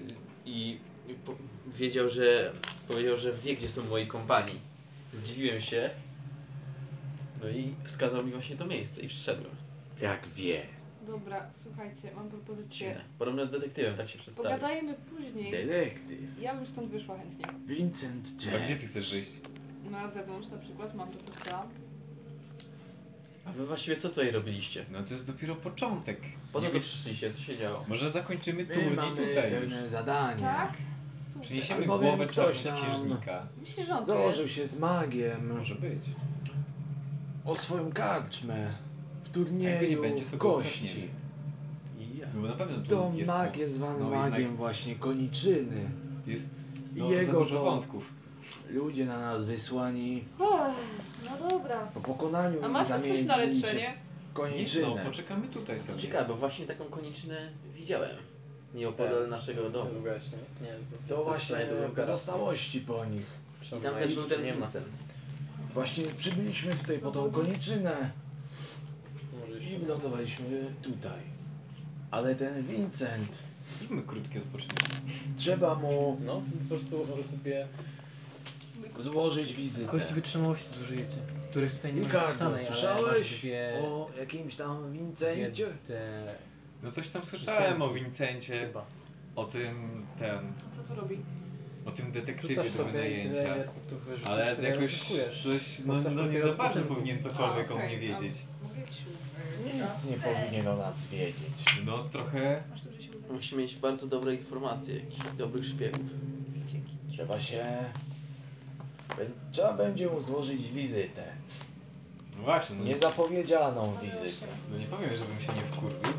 S3: i po- wiedział, że powiedział, że wie gdzie są moi kompani. Zdziwiłem się. No i wskazał mi właśnie to miejsce i przyszedłem. Jak wie.
S25: Dobra, słuchajcie, mam propozycję.
S3: Podobno z detektywem tak się przedstawił.
S25: Pogadajmy później.
S3: Detektyw.
S25: Ja bym stąd wyszła chętnie.
S3: Vincent
S4: A gdzie ty chcesz wyjść?
S25: Na zewnątrz na przykład mam to, co chciałam.
S3: A wy właściwie co tutaj robiliście?
S4: No to jest dopiero początek.
S3: Po co
S4: Nie
S3: tu
S4: wiesz-
S3: przyszliście? Co się działo?
S4: Może zakończymy
S3: My
S4: turniej
S3: mamy
S4: tutaj.
S3: pewne
S4: już.
S26: zadanie.
S25: Tak?
S4: Przyniesiemy
S26: Albowiem
S4: głowę
S26: ktoś
S4: czarnoksiężnika.
S25: Myślę, że on to
S26: Założył
S25: jest.
S26: się z magiem.
S4: Może być.
S26: O swoją karczmę. W
S4: Jak go nie
S26: turnieju
S4: będzie, to
S26: w
S4: go
S26: gości.
S4: Ja. No bo na pewno tu
S26: To
S4: jest
S26: mag
S4: no-
S26: jest zwany
S4: no jednak
S26: magiem właśnie koniczyny.
S4: Jest
S26: I
S4: no, za
S26: jego
S4: dużo
S26: to
S4: wątków.
S26: ludzie na nas wysłani
S25: O, No dobra.
S26: po pokonaniu
S25: A
S26: i
S25: masz coś na
S26: zamienili
S25: leczenie?
S26: się w koniczynę.
S4: no, poczekamy tutaj sobie.
S3: Ciekawe, bo właśnie taką koniczynę widziałem. Nieopodal naszego domu.
S5: Nie,
S26: To właśnie pozostałości po nich.
S3: I tam też był ten Vincent.
S26: Właśnie przybyliśmy tutaj po tą koniczynę i wylądowaliśmy tutaj. Ale ten Vincent,
S4: Zróbmy krótki odpoczynek.
S26: trzeba mu
S5: No, to po prostu może sobie
S26: złożyć wizytę.
S5: kości wytrzymałości zużyjecie, których tutaj nie ma
S26: Ricardo,
S5: zapisanej, ale masz
S26: słyszałeś
S5: dwie...
S26: o jakimś tam Vincencie?
S5: dwie te-
S4: No coś tam słyszałem
S5: Piosenki.
S4: o Wincencie. O tym, ten,
S8: Co tu robi?
S4: o tym detektywie
S5: Rzucasz
S4: do
S5: sobie i tyle,
S4: wynajęcia.
S5: ile punktów wyrzucisz,
S4: Ale
S5: tyle
S4: jakoś
S5: zyskujesz.
S4: coś, no,
S5: Rzucasz
S4: no nie
S5: dopiero
S4: za
S5: od
S4: bardzo
S5: początku.
S4: powinien cokolwiek o mnie
S8: no.
S4: wiedzieć.
S26: Nic nie powinien o nas wiedzieć.
S4: No trochę...
S3: Musi mieć bardzo dobre informacje, jakichś dobrych szpiegów.
S26: Trzeba się... Trzeba będzie mu złożyć wizytę.
S4: No właśnie, no
S26: Niezapowiedzianą wizytę.
S4: No nie powiem, żebym się nie wkurwił.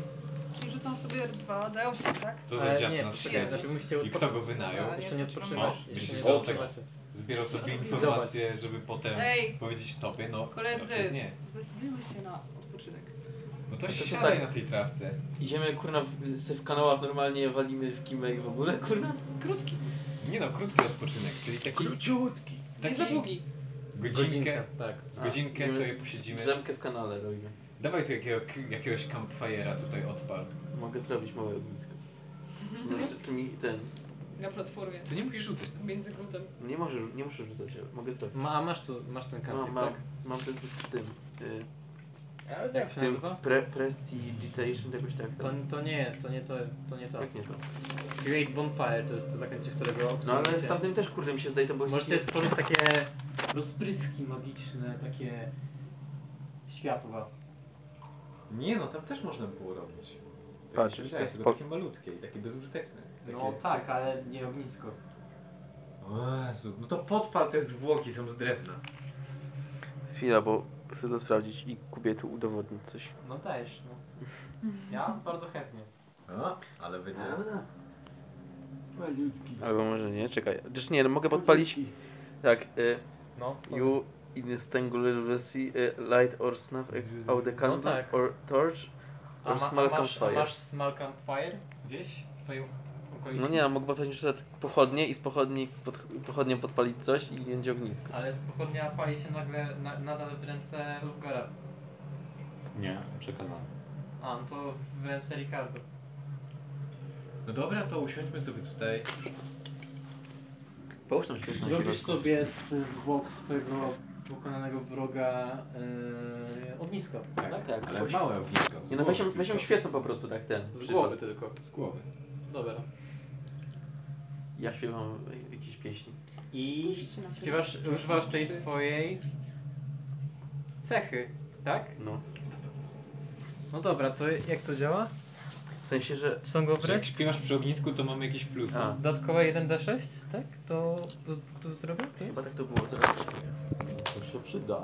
S8: Czyli rzucam sobie R2, dają się, tak?
S4: Co
S5: E,
S4: za dziad nas siedzi? I kto go wynajął?
S5: Jeszcze nie odpoczywasz,
S4: No,
S5: jeszcze
S4: myślisz,
S5: nie
S4: że on tak
S5: odpoczywasz.
S4: zbierał sobie
S5: Zdecydować.
S4: informacje, żeby potem
S8: Ej!
S4: powiedzieć tobie, no
S8: Koledzy,
S4: raczej nie.
S8: zdecydujmy się na odpoczynek.
S4: No to
S3: No to co
S4: siadaj
S3: tak?
S4: na tej trawce.
S3: Idziemy kurna w, se w kanałach normalnie walimy w kimek w ogóle kurna.
S8: Krótki.
S4: Nie no, krótki odpoczynek, czyli taki...
S26: Króciutki.
S4: Taki
S8: Nie za długi.
S4: Godzinkę,
S3: godzinkę,
S4: tak. Z
S3: A,
S4: godzinkę
S3: idziemy
S4: sobie posiedzimy.
S3: Drzemkę w kanale robimy.
S4: Dawaj tu jakiego, jakiegoś campfire'a tutaj odpal.
S3: Mogę zrobić małe ognisko. No, czy, czy mi ten...
S8: Na platformie.
S4: To nie musisz rzucać. no.
S8: Między gruntem.
S3: Nie, może, nie muszę rzucać, ale mogę zrobić.
S5: Ma, a masz, tu, masz ten kartek,
S3: mam, No, mam,
S5: tak?
S3: mam to jest w tym... Y,
S5: Ale
S3: jak
S5: tak
S3: w
S5: się
S3: tym
S5: nazywa?
S3: Pre, prestidigitation, jakoś tak.
S5: To,
S3: tak.
S5: to nie, to nie to, to nie to.
S3: Tak, nie to.
S5: Great Bonfire to jest to zaklęcie, którego...
S3: No ale w tamtym też kurde mi się zdaje to było...
S5: znaczy- Możecie stworzyć takie rozpryski magiczne, takie światła.
S4: Nie no, tam też można było robić. Tak
S3: Patrz,
S4: mi się
S3: jest
S4: wydaje,
S3: spo-
S4: tylko takie malutkie i takie bezużyteczne. Takie...
S5: No tak, ale nie ognisko.
S4: O Jezu, no to podpal te zwłoki, są z drewna.
S3: Chwila, bo chcę to sprawdzić i Kubie tu udowodnić coś.
S5: No też, no. Ja bardzo chętnie.
S4: A, ale będzie...
S26: Malutki.
S3: Albo może nie, czekaj. Znaczy nie, no mogę podpalić. Tak. Y,
S5: No,
S3: you in a singular versi y, light or snuff out the candle
S5: tak.
S3: or torch
S5: A,
S3: or
S5: ma,
S3: small
S5: a masz,
S3: campfire.
S5: a masz small campfire gdzieś w twojej okolicy?
S3: No nie, no mogę podpalić na przykład pochodnie i z pochodni pod, pochodnią podpalić coś i będzie ognisko.
S5: Ale pochodnia pali się nagle na, nadal w ręce Lugara.
S3: Nie, przekazane.
S5: A, no to w ręce Ricardo.
S4: No dobra, to usiądźmy sobie tutaj.
S3: Połóż tam świetną
S5: Robisz sobie z zwłok twojego pokonanego wroga yy, ognisko, tak?
S3: Tak,
S4: Ale
S3: coś-
S4: małe ognisko.
S3: Nie no, weź ją, weź ją świecą po prostu tak ten.
S5: Z
S3: przypal.
S5: głowy tylko.
S4: Z głowy.
S5: Dobra.
S3: Ja śpiewam jakieś pieśni.
S5: I śpiewasz, używasz tej swojej cechy, tak?
S3: No.
S5: No dobra, to jak to działa?
S3: W sensie, że...
S5: Song of
S4: Jak
S5: Rest?
S4: śpiewasz przy ognisku, to mamy jakieś plusy.
S5: Dodatkowe 1d6, tak? To, to zdrowie? To jest?
S3: Chyba tak to było teraz.
S26: To się przyda.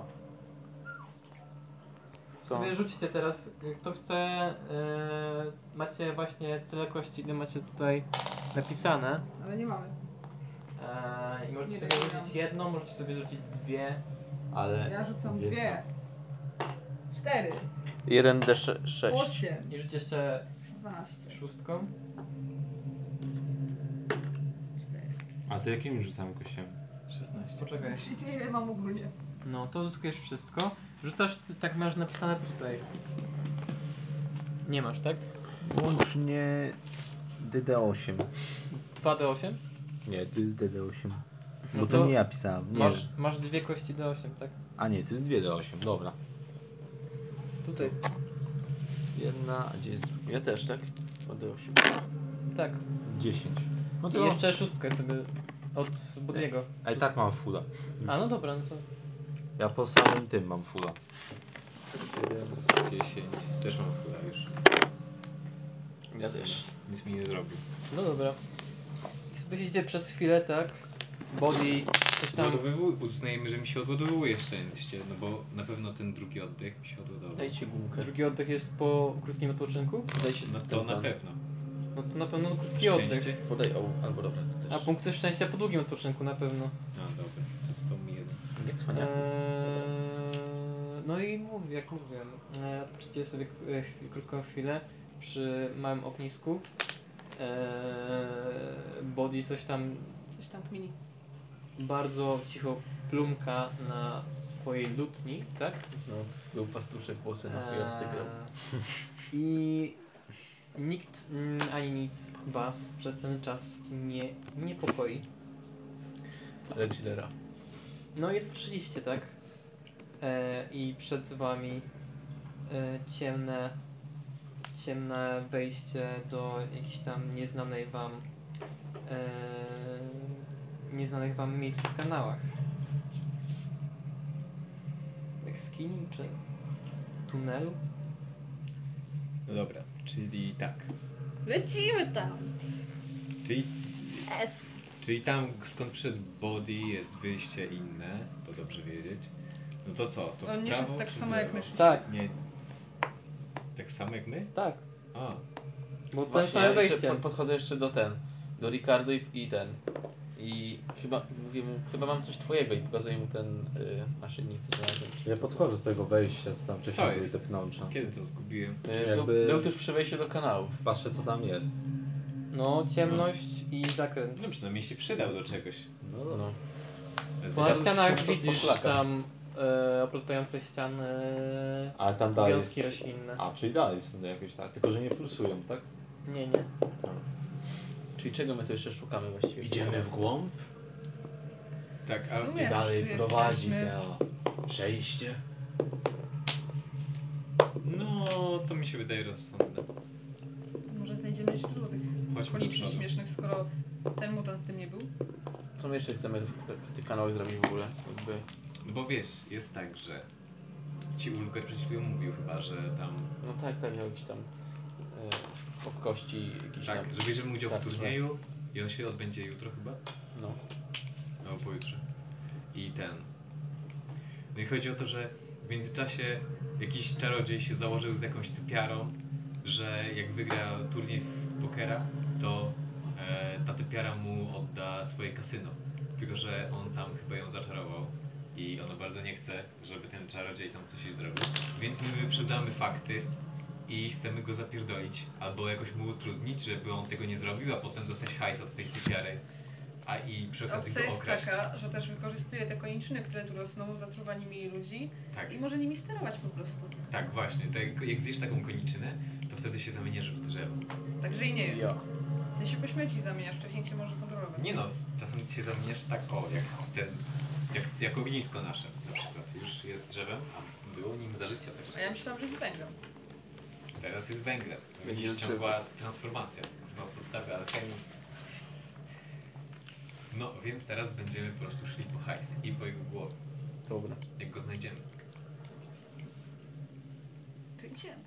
S5: Sobie rzućcie teraz, y, kto chce, e, macie właśnie tyle kości, ile macie tutaj napisane.
S27: Ale nie mamy.
S5: E, I możecie
S27: Nie
S5: sobie
S27: wiem,
S5: rzucić jedną, możecie sobie rzucić dwie.
S4: E,
S3: Ale...
S27: Ja rzucam dwie. Cztery.
S3: 1d6.
S27: Osiem.
S5: I rzuć jeszcze
S27: Dwanaście.
S5: szóstką.
S4: A ty jakimi rzucamy kościami?
S5: 16. Poczekaj.
S27: Widzicie ile mam ogólnie.
S5: No, to zyskujesz wszystko. Rzucasz, ty- tak masz napisane tutaj. Nie masz, tak?
S26: Łącznie DD8.
S5: 2d8?
S26: Nie, to jest DD8.
S5: No
S26: Bo to,
S5: to
S26: nie ja pisałem. Nie.
S5: Masz, masz dwie kości d8, tak?
S26: A nie, to jest 2D8, dobra.
S5: Tutaj.
S3: Jedna, a gdzie jest druga? Ja też, tak? Od 8.
S5: Tak.
S26: 10. No to
S5: I jeszcze szóstkę sobie od Budiego.
S26: A i tak mam fulla.
S5: A no dobra, no to
S26: Ja po samym tym mam fulla.
S4: 10. Też mam chwilę już.
S3: Ja też.
S4: Nic mi nie zrobił.
S5: No dobra. I sobie siedzicie przez chwilę, tak? Body, coś tam.
S4: Odładowywuj, uznajmy, że mi się odładowuje szczęście, no bo na pewno ten drugi oddech mi się odładował.
S3: gumkę.
S5: Drugi oddech jest po krótkim odpoczynku?
S3: Dajcie
S4: No to na pewno.
S5: No to na pewno krótki
S4: Szczęście.
S5: oddech.
S3: Podaj o, albo dobra. to
S5: A
S3: też.
S5: punkty szczęścia po długim odpoczynku na pewno.
S4: No dobra, to jest to mi jeden.
S3: Nie cwaniaku.
S5: Eee, no i mówię, jak mówiłem, eee, odpoczycie sobie k- e, chwi- krótką chwilę przy małym ognisku. Eee, body coś tam
S2: Coś tam kmini.
S5: bardzo cicho plumka na swojej lutni, tak?
S3: No, był pastuszek włosy na chwilę odsygnął.
S5: Eee, I nikt mm, ani nic was przez ten czas nie niepokoi.
S3: Ale chillera.
S5: No i odpoczęliście, tak? E, I przed wami e, ciemne, ciemne wejście do jakiejś tam nieznanej wam e, nieznanych wam miejsc w kanałach. Jak skini czy tunelu?
S4: No dobra, czyli tak.
S28: Lecimy tam.
S4: Czyli,
S28: S.
S4: czyli tam skąd przed body jest wyjście inne, to dobrze wiedzieć. No to co? To w
S2: On nie
S4: prawo,
S2: szedł tak
S4: czy w
S2: samo
S4: lewo?
S2: jak my szliśmy.
S5: Tak.
S4: Nie. Tak samo jak my?
S5: Tak.
S4: A.
S5: Bo to
S3: Właśnie,
S5: jest same
S3: ja jeszcze
S5: wejście.
S3: pod- Podchodzę jeszcze do ten, do Ricardo i, i ten. I chyba, mówię mu, chyba mam coś twojego i pokazuję mu ten y, maszynnicy znalazłem.
S26: Ja podchodzę z tego wejścia, co tam
S4: Co
S26: wcześniej
S4: jest?
S26: były te pnącza.
S4: Kiedy to zgubiłem?
S3: Y,
S26: Jakby-
S3: był, był tuż przy wejściu do kanału.
S26: Patrzę, co tam jest.
S5: No, ciemność i zakręt.
S4: No przynajmniej się przydał do czegoś.
S26: No,
S3: no.
S5: Bo na ścianach widzisz tam e, oplatające ściany
S26: Ale tam dalej
S5: wiązki
S26: jest-
S5: roślinne.
S26: A, czyli dalej są jakieś tak, tylko że nie pulsują, tak?
S5: Nie, nie.
S3: Czyli czego my tu jeszcze szukamy właściwie?
S29: Idziemy w głąb?
S4: Tak,
S2: W sumie,
S29: I dalej
S2: jak już tu
S29: prowadzi
S2: jesteśmy-
S29: to przejście.
S4: No, to mi się wydaje rozsądne.
S2: Może znajdziemy źródło tych
S4: Chodźmy do
S2: okolicznych
S4: przodu.
S2: śmiesznych, skoro ten mutant tym nie był.
S3: Co my jeszcze chcemy w tych kanałach zrobić w ogóle? Jakby...
S4: No bo wiesz, jest tak, że ci Ulgar przed chwilą mówił chyba, że tam...
S3: No tak, tak, miał jakiś tam e, o kości jakiś
S4: tak,
S3: tam...
S4: że bierzemy udział w
S3: karczmę.
S4: turnieju i on się odbędzie jutro chyba?
S3: No.
S4: No, pojutrze. I ten... No i chodzi o to, że w międzyczasie jakiś czarodziej się założył z jakąś typiarą, że jak wygra turniej w pokera, to e, ta typiara mu odda swoje kasyno. Tylko, że on tam chyba ją zaczarował i ona bardzo nie chce, żeby ten czarodziej tam coś jej zrobił. Więc my wyprzedzamy fakty i chcemy go zapierdolić albo jakoś mu utrudnić, żeby on tego nie zrobił, a potem dostać hajs od tej typiary. A i przy okazji
S2: Opcja
S4: go
S2: jest
S4: okraść.
S2: taka, że też wykorzystuje te koniczyny, które tu rosną, zatruwa nimi ludzi
S4: Tak.
S2: i może nimi sterować po prostu.
S4: Tak, właśnie. To jak, jak zjesz taką koniczynę, to wtedy się zamieniasz w drzewo.
S2: Także i nie jest.
S4: Ja.
S2: Ty się po śmieci zamieniasz, wcześniej cię może kontrolować.
S4: Nie no, czasem się zamieniasz tak o, jak ten, jak, jak ognisko nasze na przykład. Już jest drzewem, a było nim za życia
S2: A
S4: też.
S2: ja myślałam, że z węglem.
S4: Teraz jest węglem.
S3: Będzie
S4: Widzisz, No,
S3: drzewo.
S4: ciągła transformacja na podstawie alchemii. No, więc teraz będziemy po prostu szli po hajs i po jego głowie.
S7: Dobra.
S4: Jak go znajdziemy.
S8: To idziemy.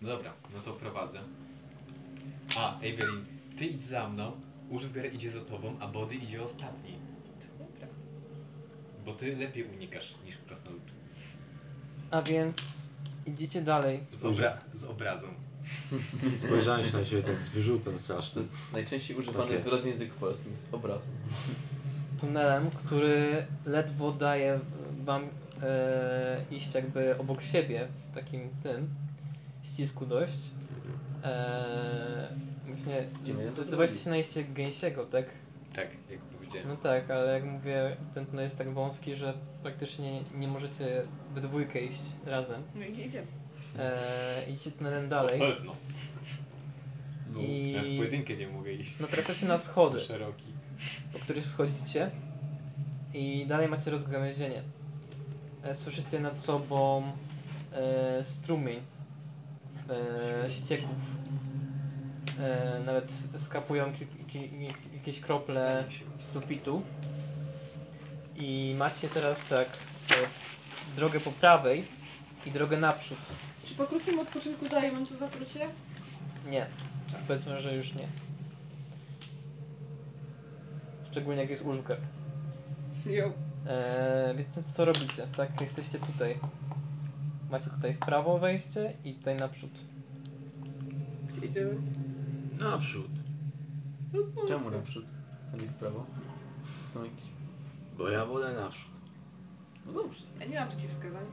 S4: No dobra, no to prowadzę. A, Evelyn, ty idź za mną, Ulfger idzie za tobą, a Body idzie ostatni.
S8: Dobra.
S4: Bo ty lepiej unikasz niż krasnolud.
S30: A więc idziecie dalej.
S4: Z, obra- z obrazą.
S3: Spojrzałem się na siebie tak z wyrzutem
S7: strasznym.
S3: To jest najczęściej używany
S7: Takie.
S3: zwrot w języku polskim, z obrazem.
S30: tunelem, który ledwo daje wam e, iść jakby obok siebie w takim tym ścisku dość. E, właśnie zdecydowaliście się na iście gęsiego, tak?
S4: Tak, jak powiedziałem.
S30: No tak, ale jak mówię, ten tunel jest tak wąski, że praktycznie nie możecie we dwójkę iść razem.
S8: No i nie idziemy.
S30: E, idźcie tunelem dalej.
S4: O, pewno. No,
S30: I...
S4: ja w pojedynkę nie mogę iść.
S30: No trafiacie na schody.
S4: Szeroki.
S30: Po których schodzicie i dalej macie rozgałęzienie. E, Słyszycie nad sobą e, strumień e, ścieków. E, nawet skapują ki, ki, ki, jakieś krople z sufitu. I macie teraz tak e, drogę po prawej i drogę naprzód.
S8: Czy po krótkim odpoczynku daje nam tu zatrucie?
S30: Nie. Powiedzmy, że już nie. Szczególnie jak jest Ulfgar.
S8: Jo.
S30: Eee, więc co- co robicie? Tak, jesteście tutaj. Macie tutaj w prawo wejście i tutaj naprzód.
S3: Gdzie idziemy? Naprzód. Czemu naprzód? A nie w prawo? Są jakieś... Bo ja wolę naprzód. No dobrze.
S8: Ja nie mam przeciwwskazań.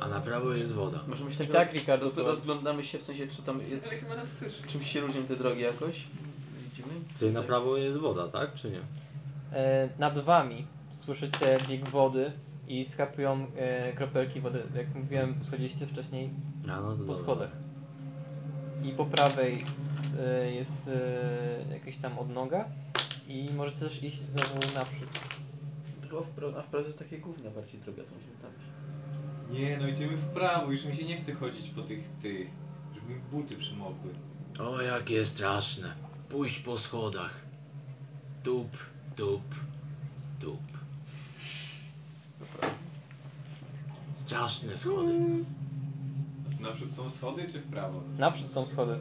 S26: A na prawo jest woda.
S3: Możemy się tak,
S30: I tak,
S3: roz...
S30: Ricardo,
S3: roz...
S30: to-
S3: rozglądamy się, w sensie czy tam jest...
S8: Ale chyba nas słyszy.
S3: Czymś się różnią te drogi jakoś? Widzimy?
S26: Czyli na prawo jest woda, tak? Czy nie?
S30: Eee, nad wami słyszycie bieg wody i skapują e, kropelki wody. Jak mówiłem, schodziliście wcześniej
S26: A, no to
S30: po
S26: dobra.
S30: schodach. I po prawej s- e, jest e, jakaś tam odnoga i możecie też iść znowu naprzód.
S3: Tylko wpro... A wprost jest takie gówno bardziej droga, to musimy tak- tam iść.
S4: Nie, no idziemy w prawo, już mi się nie chce chodzić po tych, tych, żeby mi buty przymokły.
S26: O, jakie straszne. Pójść po schodach. Dup, dup, dup. Straszne schody.
S4: Naprzód są schody czy w prawo?
S30: Naprzód są schody.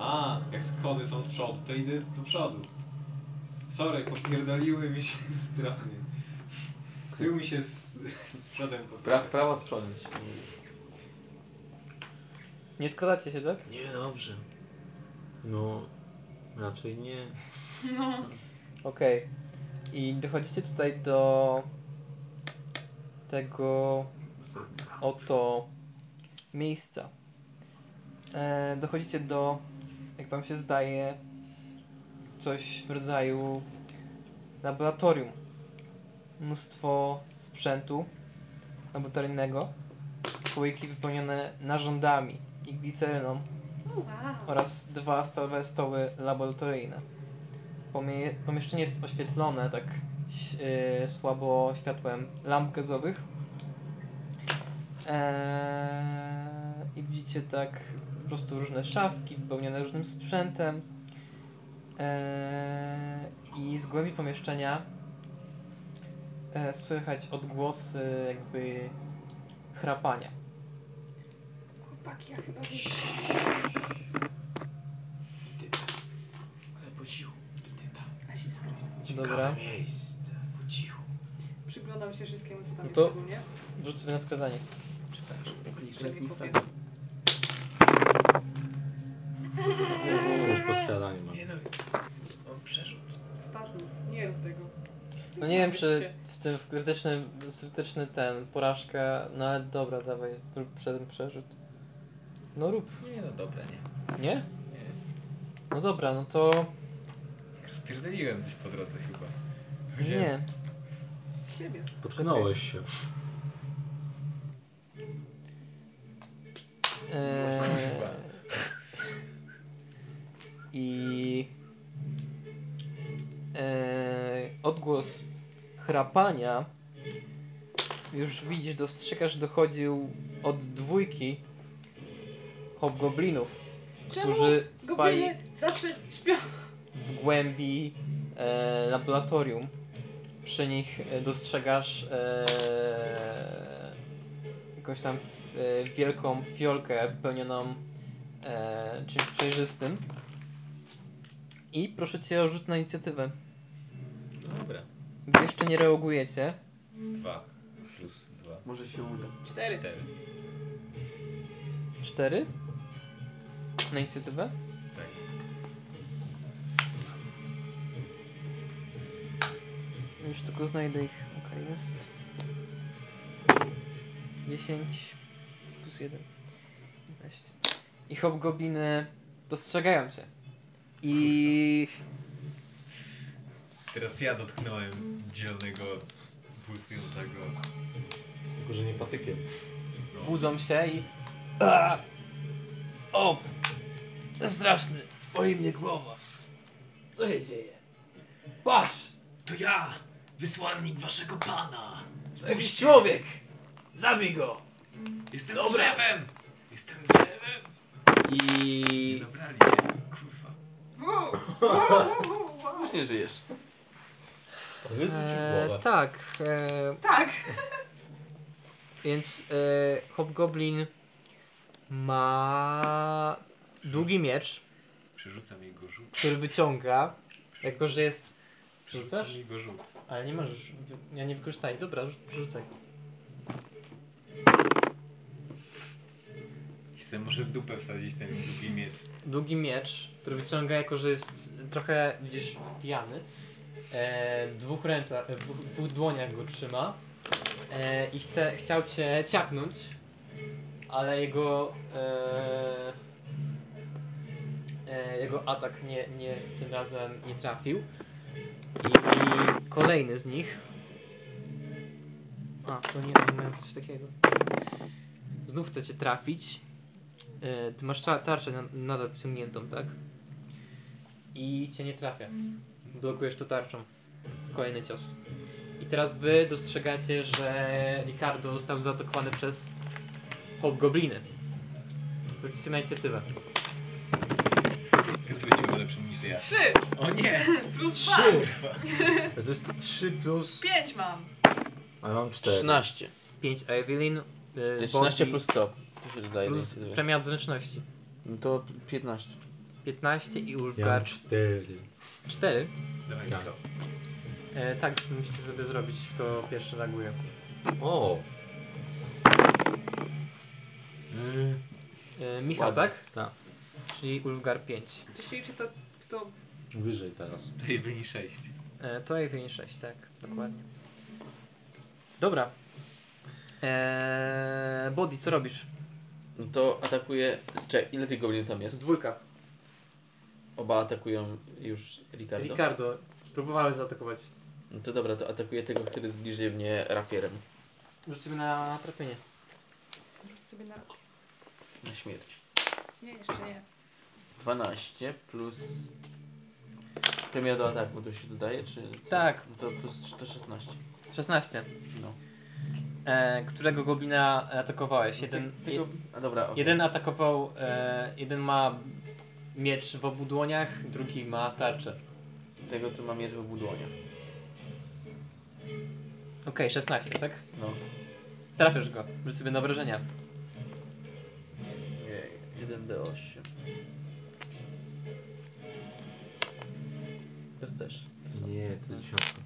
S4: A, jak schody są z przodu, to idę do przodu. Sorry, popierdoliły mi się strony. Tył mi się z, z przodem
S3: Pra... Prawo z przodem ci
S30: Nie składacie się, tak?
S26: Nie, dobrze. No, raczej nie.
S8: No.
S30: Okej. I dochodzicie tutaj do tego oto miejsca. E, dochodzicie do, jak wam się zdaje, coś w rodzaju laboratorium. Mnóstwo sprzętu laboratoryjnego, słoiki wypełnione narządami i gliseryną oraz dwa stalowe stoły laboratoryjne. Pomie- pomieszczenie jest oświetlone tak ś- y, słabo światłem lamp gazowych. Eee, I widzicie tak po prostu różne szafki wypełnione różnym sprzętem. Eee, I z głębi pomieszczenia e, słychać odgłosy jakby chrapania.
S8: Chłopaki, ja chyba wiem.
S3: Ale po cichu.
S8: Asiska.
S30: Dobra.
S26: miejsce.
S3: Po cichu.
S8: Przyglądam się wszystkiemu, co tam
S30: No
S8: jest
S30: to
S8: ogólnie.
S30: rzuć sobie na skradanie.
S3: Konkretny fragment.
S26: Już po skradaniu mam.
S8: Nie no, on przerzut. Ostatni, nie rób tego.
S30: No nie wiem, czy w tym w krytyczny, krytyczny ten, porażka, no ale dobra, dawaj, rób przed tym przerzut. No rób.
S4: Nie no, dobra, nie.
S30: Nie?
S4: Nie.
S30: No dobra, no to
S4: Spierdoliłem coś po drodze chyba. Chodziłem-
S30: nie.
S8: Siebie.
S26: Potknąłeś się.
S30: Eee, I eee, odgłos chrapania już widzisz, dostrzegasz, dochodził od dwójki hobgoblinów,
S8: Czemu
S30: którzy spali
S8: gobliny zawsze śpią?
S30: w głębi
S5: e, laboratorium. Przy nich e, dostrzegasz e, jakąś tam f, e, wielką fiolkę wypełnioną e, czymś przejrzystym. I proszę cię o rzut na inicjatywę.
S3: Dobra.
S5: Wy jeszcze nie reagujecie.
S4: Dwa. Plus dwa.
S3: Może się uda.
S2: Cztery.
S4: Cztery.
S5: Cztery na inicjatywę.
S4: Tak.
S5: Już tylko znajdę ich. Okej, jest. 10 plus 1. 11. I hobgobiny dostrzegają cię. I
S4: Teraz ja dotknąłem zielonego, błysnącego. Tylko, że nie patykiem.
S5: budzą się i... A! Op! Straszny! Boli mnie głowa. Co się dzieje? Patrz!
S31: To ja, wysłannik waszego pana.
S5: To jakiś człowiek! Zabij go!
S31: Jestem
S5: Dobra.
S31: drzewem!
S5: I...
S3: Już nie żyjesz.
S5: Eee, tak. eee,
S2: Tak.
S5: Więc eee, Hobgoblin ma długi miecz,
S4: Przerzucam jego rzut.
S5: który wyciąga, jako że jest... Rzucasz?
S4: Jego rzut.
S5: Ale nie możesz. wy- Ja nie wykorzystałeś. Dobra, rzu- rzucaj.
S4: I se może w dupę wsadzić ten długi miecz.
S5: Długi miecz, który wyciąga jako, że jest trochę, widzisz, pijany. E, dwóch ręcza, e, dwóch, dwóch dłoniach go trzyma. E, I chce, chciał cię ciachnąć, ale jego... E, e, jego atak nie, nie, tym razem nie trafił. I kolejny z nich. A, to nie, to miałem coś takiego. Znów chcecie trafić. E, Ty masz cza- tarczę na- nadal wyciągniętą, tak? I cię nie trafia. Blokujesz to tarczą. Kolejny cios. I teraz wy dostrzegacie, że Ricardo został zaatakowany przez hobgobliny. Rzućcie sobie na inicjatywę.
S4: Chyba nie był lepszym niż ja.
S2: Trzy.
S4: O nie!
S2: Plus dwa.
S4: Trzy.
S9: To jest 3 plus...
S2: Pięć mam.
S9: A ja mam 4.
S3: 13.
S5: 5 Evelyn.
S3: To
S5: Y,
S3: jest 13
S5: Bobby
S3: plus co? To się dodaje do
S5: Plus
S3: inicjatywy.
S5: premia od zręczności.
S3: No to 15.
S5: 15 i Ulfgar.
S9: 4.
S5: 4.
S4: Dawaj,
S9: Tak.
S4: Niko.
S5: E, tak, musicie sobie zrobić, kto pierwszy reaguje.
S9: O!
S5: E, Michał,
S9: Ładnie.
S5: tak?
S9: Tak.
S5: Czyli Ulfgar 5.
S2: To się liczy to, kto...
S9: Wyżej teraz.
S4: Najwyżej sześć.
S5: E, to Evelyn 6, tak, dokładnie. Dobra. E, body, co robisz?
S3: No to atakuje. Czek, ile tych goblinów tam jest?
S5: Dwójka.
S3: Oba atakują już Ricardo.
S5: Ricardo, próbowałeś zaatakować.
S3: No to dobra, to atakuje tego, który jest bliżej mnie rapierem.
S5: Rzucimy na trafienie.
S2: Rzuć sobie na...
S3: Na śmierć.
S2: Nie, jeszcze nie.
S3: 12 plus. Premia do ataku to się dodaje, czy. co?
S5: Tak.
S3: No to plus to 16.
S5: 16.
S3: No.
S5: E, którego goblina atakowałeś?
S3: No te-
S5: Jeden,
S3: tego- a dobra, okej.
S5: jeden atakował, e, jeden ma miecz w obu dłoniach, drugi ma tarczę.
S3: Tego, co mam jeżdżę w budłonie.
S5: Okej, 16, tak?
S3: No.
S5: Trafisz go, rzuć sobie na wrażenia.
S3: Jej, 1d8. To jest też.
S9: Nie, to jest dziesiątka.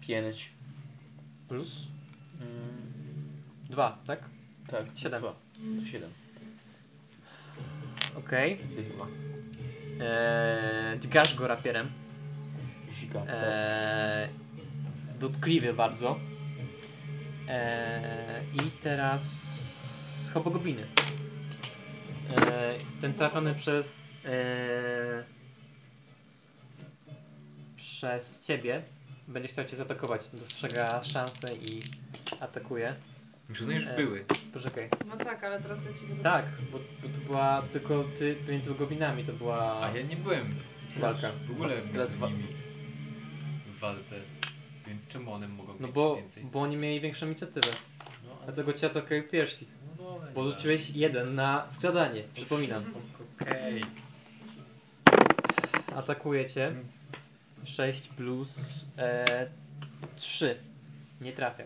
S3: 5.
S5: Plus?
S3: Mm,
S5: 2, tak?
S3: tak,
S5: 7.
S3: 7.
S5: Okej.
S3: Dygma.
S5: Eee, dźgasz go rapierem.
S3: Zika.
S5: Eee, dotkliwy bardzo. Eee, I teraz hobogobliny. Eee, ten trafiony przez eee, przez ciebie będzie chciał cię zaatakować. Dostrzega szansę i atakuje.
S4: Już one już
S5: Eee,
S4: były.
S5: Poczekaj.
S2: No tak, ale teraz leci go do-
S5: Tak, bo, bo to była tylko ty między hobogoblinami to była...
S4: A ja nie byłem
S3: Tak.
S5: Walka.
S4: w ogóle
S3: Teraz
S4: z
S3: wa-
S4: nimi w walce. Więc czemu one mogą
S5: No
S4: mieć
S5: bo,
S4: więcej?
S5: bo oni mieli większą inicjatywę.
S4: No, ale-
S5: Dlatego cię atakują pierwsi.
S4: No dobra,
S5: Bo rzuciłeś jeden na skradanie, przypominam.
S4: Okej.
S5: Atakuje cię. 6 plus e, 3. Nie trafia.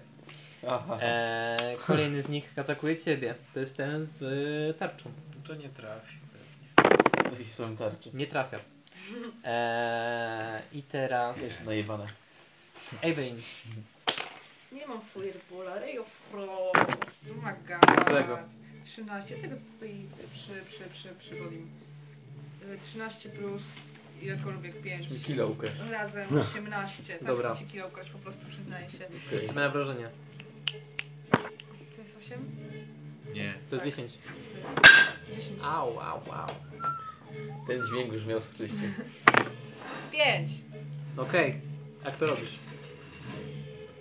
S5: E, kolejny z nich atakuje ciebie. To jest ten z e, tarczą.
S4: To nie trafi.
S5: Jeśli są tarczy. Nie trafia. E, I teraz.
S3: Jest najebane.
S5: Evelyn.
S2: Nie mam Fireballa, Ray of Frost, oh my god.
S5: Którego?
S2: 13, tego co stoi przy, przy, przy, przy Golim. Y, 13 plus ilekolwiek 5.
S32: Czyli kilo ukraść.
S2: Razem
S32: No.
S2: 18, tak
S5: Dobra.
S2: Dobra. chcę ci kilo ukraść, po prostu przyznaję się.
S5: Okay. na wrażenie.
S2: To jest 8?
S4: Nie.
S5: To jest 10.
S2: To jest 10.
S5: Au, au, au.
S3: Ten dźwięk już miał skrzyście.
S2: 5!
S5: Okej. A Jak to robisz?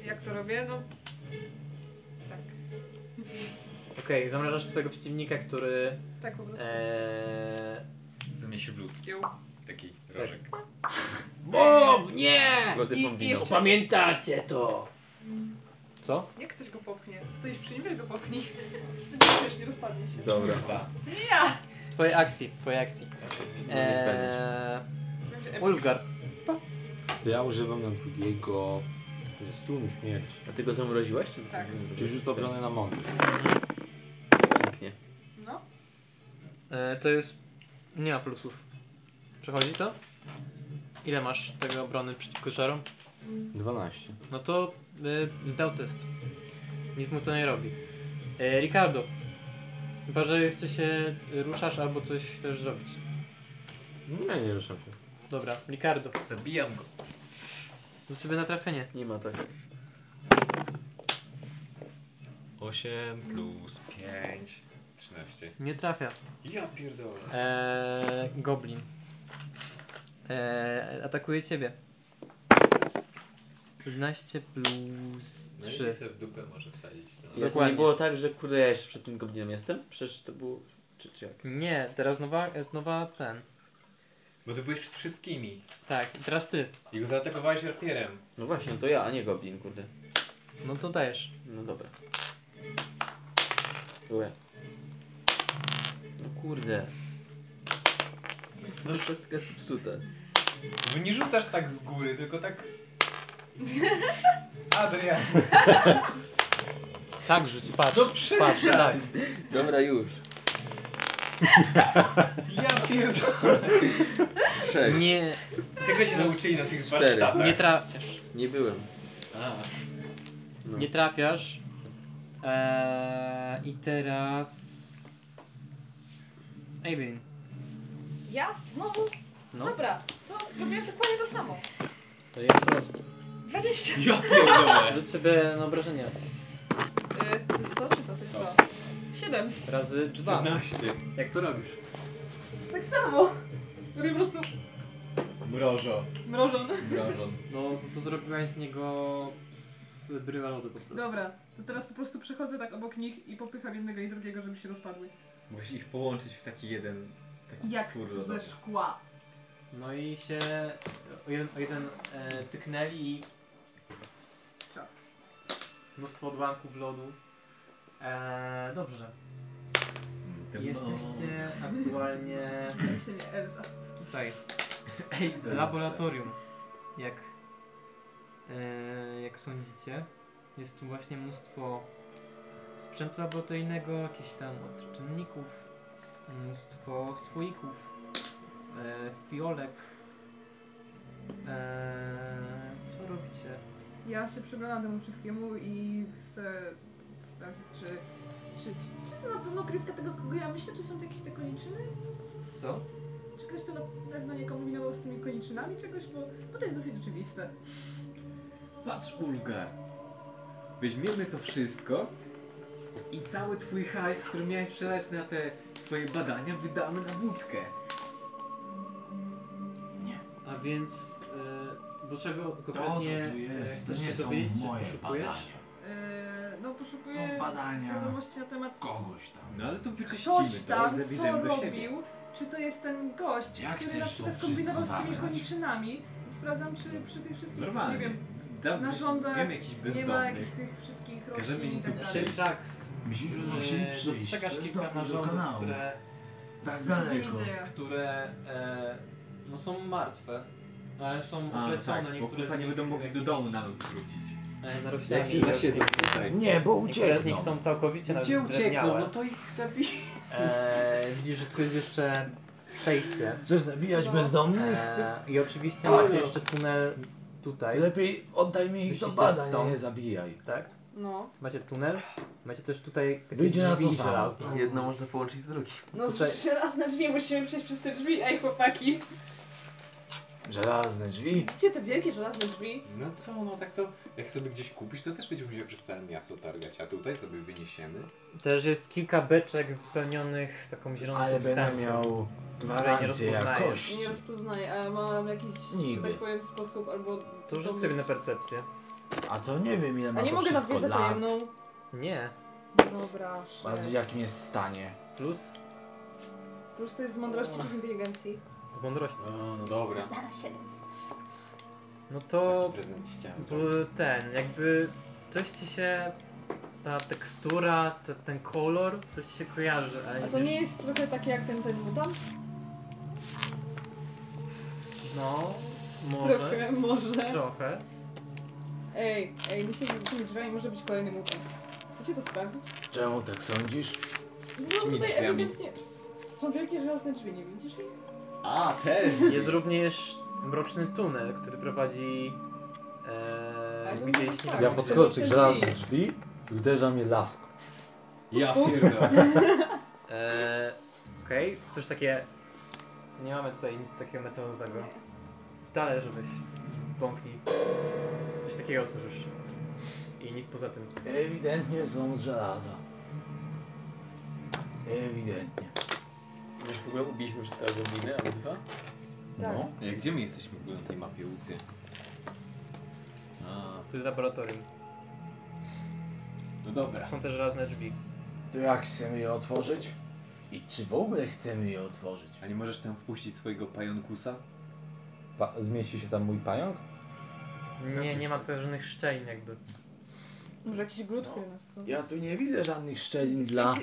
S2: Jak to robię? No Tak.
S5: Okej, zamrażasz twojego przeciwnika, który.
S2: tak po prostu.
S5: E,
S4: Zamiast się w lód. Taki rożek.
S33: Bob, nie!
S4: Lody
S33: I-
S4: bombino.
S33: jeszcze- Pamiętacie to!
S5: Co?
S2: Jak ktoś go popchnie? Stoisz przy nim, weź go popchnij. Wtedy wiesz, nie rozpadnie się.
S5: Dobra.
S2: To nie ja!
S5: W twojej akcji, w twojej akcji.
S3: No
S5: No,
S3: E,
S5: Eee, Ulfgar.
S9: To ja używam na drugiego ze stunu śmierci.
S3: A ty go zamroziłeś? Czy
S2: Tak.
S9: Czyli rzut obrony na mądry.
S3: Pięknie.
S2: No.
S5: E, to jest. Nie ma plusów. Przechodzi to? Ile masz tego obrony przeciwko czarom?
S9: 12.
S5: No to e, zdał test. Nic mu to nie robi. E, Ricardo. Chyba, że jeszcze się ruszasz albo coś chcesz zrobić.
S9: Nie, No nie ruszam się.
S5: Dobra, Ricardo.
S4: Zabijam go.
S5: Do ciebie na trafienie.
S3: Nie ma tak.
S4: 8 plus 5. 13.
S5: Nie trafia.
S4: Ja pierdolę.
S5: Eee, goblin. Eee, atakuje ciebie. 11 plus
S4: No i
S5: 3.
S4: sobie w dupę może wsadzić. No.
S3: Ja to nie
S5: Dokładnie.
S3: było tak, że kurde ja jeszcze przed tym goblinem jestem? Przecież to było... Czy, czy jak?
S5: Nie, teraz nowa, nowa ten.
S4: Bo ty byłeś przed wszystkimi.
S5: Tak, i teraz ty.
S4: I go zaatakowałeś rapierem.
S3: No właśnie, to ja, a nie goblin, kurde.
S5: No to dajesz.
S3: No dobra. Byłem. No kurde. No wszystko jest popsute.
S4: Bo nie rzucasz tak z góry, tylko tak... Adrian.
S5: Tak rzuć, patrz.
S4: No
S5: patrz,
S4: przestań.
S5: tak.
S3: Dobra, już.
S4: Ja pierdolę.
S3: Sześć.
S5: Nie.
S4: Tego się nauczyli na tych
S3: Cztery.
S4: warsztatach.
S5: Nie trafiasz.
S3: Nie byłem.
S4: A.
S3: No.
S5: Nie trafiasz. Eee, I teraz... Eivin.
S2: Ja? Znowu?
S5: No.
S2: Dobra, to robiłem dokładnie to samo.
S5: To jest prost.
S2: 20.
S5: Rzuć sobie na obrażenia.
S2: Y, to jest to, czy to, to jest
S5: No.
S2: to? 7.
S5: Razy dwa.
S4: 14.
S5: Jak to robisz?
S2: Tak samo. Robię po prostu
S26: Mrożo.
S2: mrożon.
S26: Mrożon.
S5: No, to zrobiłaś z niego brywa lody po prostu.
S2: Dobra, to teraz po prostu przechodzę tak obok nich i popycham jednego i drugiego, żeby się rozpadły.
S4: Musisz ich połączyć w taki jeden... Taki
S2: Jak
S4: kurwa.
S2: ze szkła.
S5: No i się o jeden, o jeden e, tyknęli i mnóstwo odłamków lodu. E, dobrze.
S26: Mm.
S5: Jesteście aktualnie
S2: Ja się nie Elza.
S5: tutaj. Ej, laboratorium. Jak, e, jak sądzicie, jest tu właśnie mnóstwo sprzętu laboratoryjnego, jakichś tam odczynników, mnóstwo słoików, e, fiolek. E, co robicie?
S2: Ja się przyglądam temu wszystkiemu i chcę sprawdzić, czy, czy, czy, czy to na pewno krywka tego, kogo ja myślę, czy są to jakieś te koniczyny?
S5: Co?
S2: Czy ktoś to na pewno nie kombinował z tymi koniczynami czegoś, bo, bo to jest dosyć oczywiste.
S26: Patrz, Ulgar. Weźmiemy to wszystko i cały twój hajs, który miałeś przelać na te twoje badania, wydamy na wódkę.
S5: A więc e, do czego
S26: co
S5: konkretnie
S26: tu jest?
S5: e,
S26: To
S5: chcesz
S26: nie
S5: się
S26: są
S5: dowiedzieć,
S26: moje
S5: czy poszukujesz?
S26: badania.
S2: Yy, no poszukuję
S26: Są badania
S2: wiadomości na temat
S26: Kogoś tam. No ale to wyczyścimy
S2: ktoś tam,
S26: to i
S2: co
S26: zabierzemy do siebie.
S2: robił, czy to jest ten gość,
S26: Jak
S2: który na
S26: chcesz
S2: przykład
S26: to
S2: kombinował z
S26: wszystko
S2: tymi
S26: zabrać?
S2: koniczynami. I Sprawdzam, czy przy tych wszystkich,
S26: Normalnie.
S2: nie wiem,
S26: Dam-
S2: narządach
S26: wiem, jakiś
S2: nie ma
S26: bezdomny.
S2: jakichś tych wszystkich
S26: Każemy
S2: roślin
S26: im
S2: i tak
S26: tu
S2: dalej.
S26: przyjść.
S5: Tak,
S26: Myślisz, że
S5: e,
S26: musimy przyjść.
S5: dostrzegasz
S26: To jest
S5: kilka
S26: dobry do
S5: narządów,
S26: kanału.
S5: które,
S26: Tak
S5: z- z nimi
S26: daleko.
S5: dzieje. które e,
S34: No są martwe, no ale są
S4: no
S35: A,
S34: oplecone
S35: tak, bo
S34: niektóre.
S35: kurwa
S34: z
S35: nie
S34: nich
S35: będą mogli do domu
S34: jakimiś-
S35: nawet wrócić.
S34: E,
S35: Jak się
S34: Naroślami.
S35: zasiedzą tutaj.
S34: Nie, bo uciekną.
S5: Niektóre z nich są całkowicie nawet
S34: Gdzie uciekną?
S5: zdrewniałe.
S34: No
S35: to ich zabij.
S5: Eee, widzisz, że tu jest jeszcze przejście.
S26: Chcesz zabijać
S2: No.
S26: bezdomnych?
S5: Eee, I oczywiście
S26: Halo.
S5: macie jeszcze tunel tutaj.
S26: Lepiej oddaj mi ich do
S5: Wyszliście
S26: badań,
S5: stąd.
S26: nie zabijaj.
S5: Tak?
S2: No.
S5: Macie tunel, macie też tutaj takie
S26: Wyjdzie na to
S5: drzwi
S26: samo.
S5: żelazne.
S3: Jedno można połączyć z drugim.
S2: No
S5: Tutaj-
S2: z- żelazne drzwi, musimy przejść przez te drzwi, ej chłopaki.
S26: Żelazne drzwi.
S2: Widzicie te wielkie żelazne drzwi?
S4: No co, no tak to jak sobie gdzieś kupisz, to też będziemy musieli przez całe miasto targać, a tutaj sobie wyniesiemy.
S5: Też jest kilka beczek wypełnionych taką zieloną
S26: Ale będę
S5: substancją.
S26: miał
S5: której nie
S26: gwarancję
S5: rozpoznajesz.
S26: jakości.
S2: Nie rozpoznaję, a mam jakiś, że
S26: Nigdy.
S2: tak powiem, sposób albo...
S5: To rzuć
S2: dobry-
S5: sobie na percepcję.
S26: A to nie wiem ile ma
S2: A nie
S26: to
S2: mogę na
S26: wszystko
S2: wiedzę
S26: lat.
S2: tajemną.
S5: Nie.
S2: Dobra,
S26: A w
S2: sześć.
S26: jakim jest stanie?
S5: Plus
S2: Plus to jest z mądrości czy z inteligencji?
S5: z mądrości.
S4: No, no
S26: Tak,
S4: dobra.
S5: No to
S4: Prezent ściany.
S5: b- ten, jakby coś ci się, ta tekstura, te, ten kolor, coś ci się kojarzy, ale
S2: A
S5: nie
S2: to
S5: wiesz-
S2: nie jest trochę takie jak ten, ten mutant?
S5: No, może.
S2: Trochę, może.
S5: Trochę.
S2: Ej, ej, myślę, że z tymi drzwiami może być kolejny mutant. Chcecie to sprawdzić?
S26: Czemu tak sądzisz?
S2: No tutaj
S26: drzwiami.
S2: ewidentnie... Są wielkie żelazne drzwi, nie widzisz ich?
S5: A, też! Jest również mroczny tunel, który prowadzi e,
S2: Ale
S5: gdzieś...
S2: no
S5: nie
S2: tak.
S9: Ja
S5: wiem,
S9: podchodzę do
S5: gdzie.
S9: tych żelaznych drzwi i uderza mnie lask.
S5: Ja
S9: pierdolę.
S5: E, Okej, coś takie... Nie mamy tutaj nic takiego metalowego.
S26: No.
S5: Wcale, żebyś bąknij. Coś takiego słyszysz. I nic poza tym.
S26: Ewidentnie są z żelaza. Ewidentnie.
S3: Już w ogóle ubiliśmy przez te gobliny, ale dwa?
S2: No.
S4: Ej, Gdzie my jesteśmy w ogóle na tej mapie Łucy? A,
S5: To jest laboratorium.
S4: no dobra.
S5: Są też żelazne drzwi.
S26: To jak chcemy je otworzyć? I czy w ogóle chcemy je otworzyć?
S4: A nie możesz tam wpuścić swojego pająkusa?
S9: Pa, zmieści się tam mój pająk?
S5: Nie, nie ma tutaj żadnych szczelin jakby.
S2: Może jakiś glut, który nas...
S26: Ja tu nie widzę żadnych szczelin dla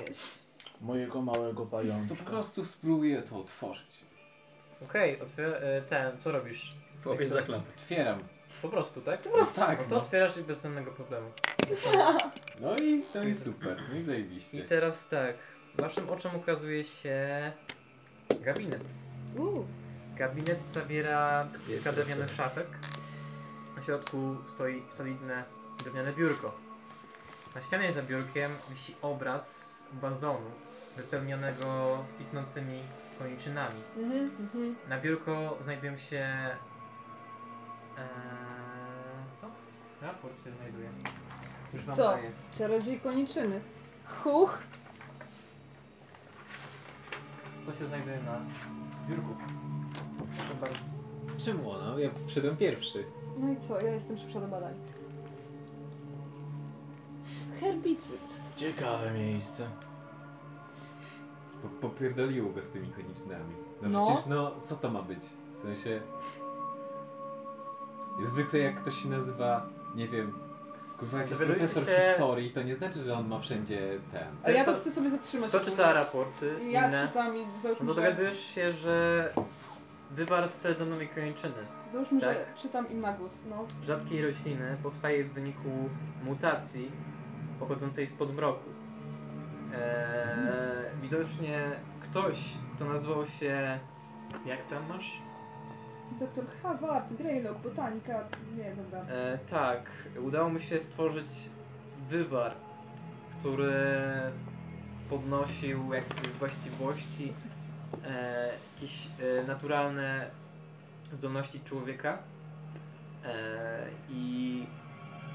S26: mojego małego pajączka.
S4: Po prostu spróbuję to otworzyć.
S5: Okej, otwier- e, ten, co robisz?
S3: Chłopiec
S5: Jak to-
S3: zaklapy.
S4: Otwieram.
S5: Po prostu, tak? Po
S4: prostu.
S5: No,
S4: tak,
S5: to
S4: no.
S5: otwierasz i bez żadnego problemu.
S4: No i to jest super, no i zajebiście.
S5: I teraz tak, waszym oczom ukazuje się gabinet.
S2: Uuu.
S5: Gabinet zawiera kilka drewnianych szafek. Na środku stoi solidne drewniane biurko. Na ścianie za biurkiem wisi obraz wazonu wypełnionego kwitnącymi koniczynami.
S2: Mhm, mhm.
S5: Na biurko znajdują się. E, co? Raport się znajduje. Już wam
S2: Co?
S5: daję.
S2: Czarodziej koniczyny. Huch!
S5: To się znajduje na biurku. Proszę bardzo.
S4: Czemu ona? Ja wszedłem pierwszy.
S2: No i co, ja jestem szybsza do badań. Herbicyd.
S26: Ciekawe miejsce.
S4: Po, popierdoliło go z tymi konicznami. No,
S2: No.
S4: przecież no, co to ma być? W sensie... Zwykle jak ktoś się nazywa, nie wiem... Kurwa, jak jest
S5: Dowiadujecie
S4: profesor
S5: się-
S4: historii, to nie znaczy, że on ma wszędzie ten...
S2: A ja to chcę sobie zatrzymać.
S5: Kto czyta raporty?
S2: Ja
S5: inne?
S2: czytam i załóżmy,
S5: No
S2: że-
S5: to dowiadujesz się, że wywarł z cedonom i kończyny.
S2: Załóżmy,
S5: tak?
S2: że czytam im na głos, no.
S5: Rzadkiej rośliny powstaje w wyniku mutacji pochodzącej z podmroku. Eee, widocznie ktoś, kto nazywał się... Jak tam masz?
S2: Doktor Harvard, Greylock, botanika, nie, dobra.
S5: E, tak, udało mi się stworzyć wywar, który podnosił jakby właściwości, e, jakieś e, naturalne zdolności człowieka e, i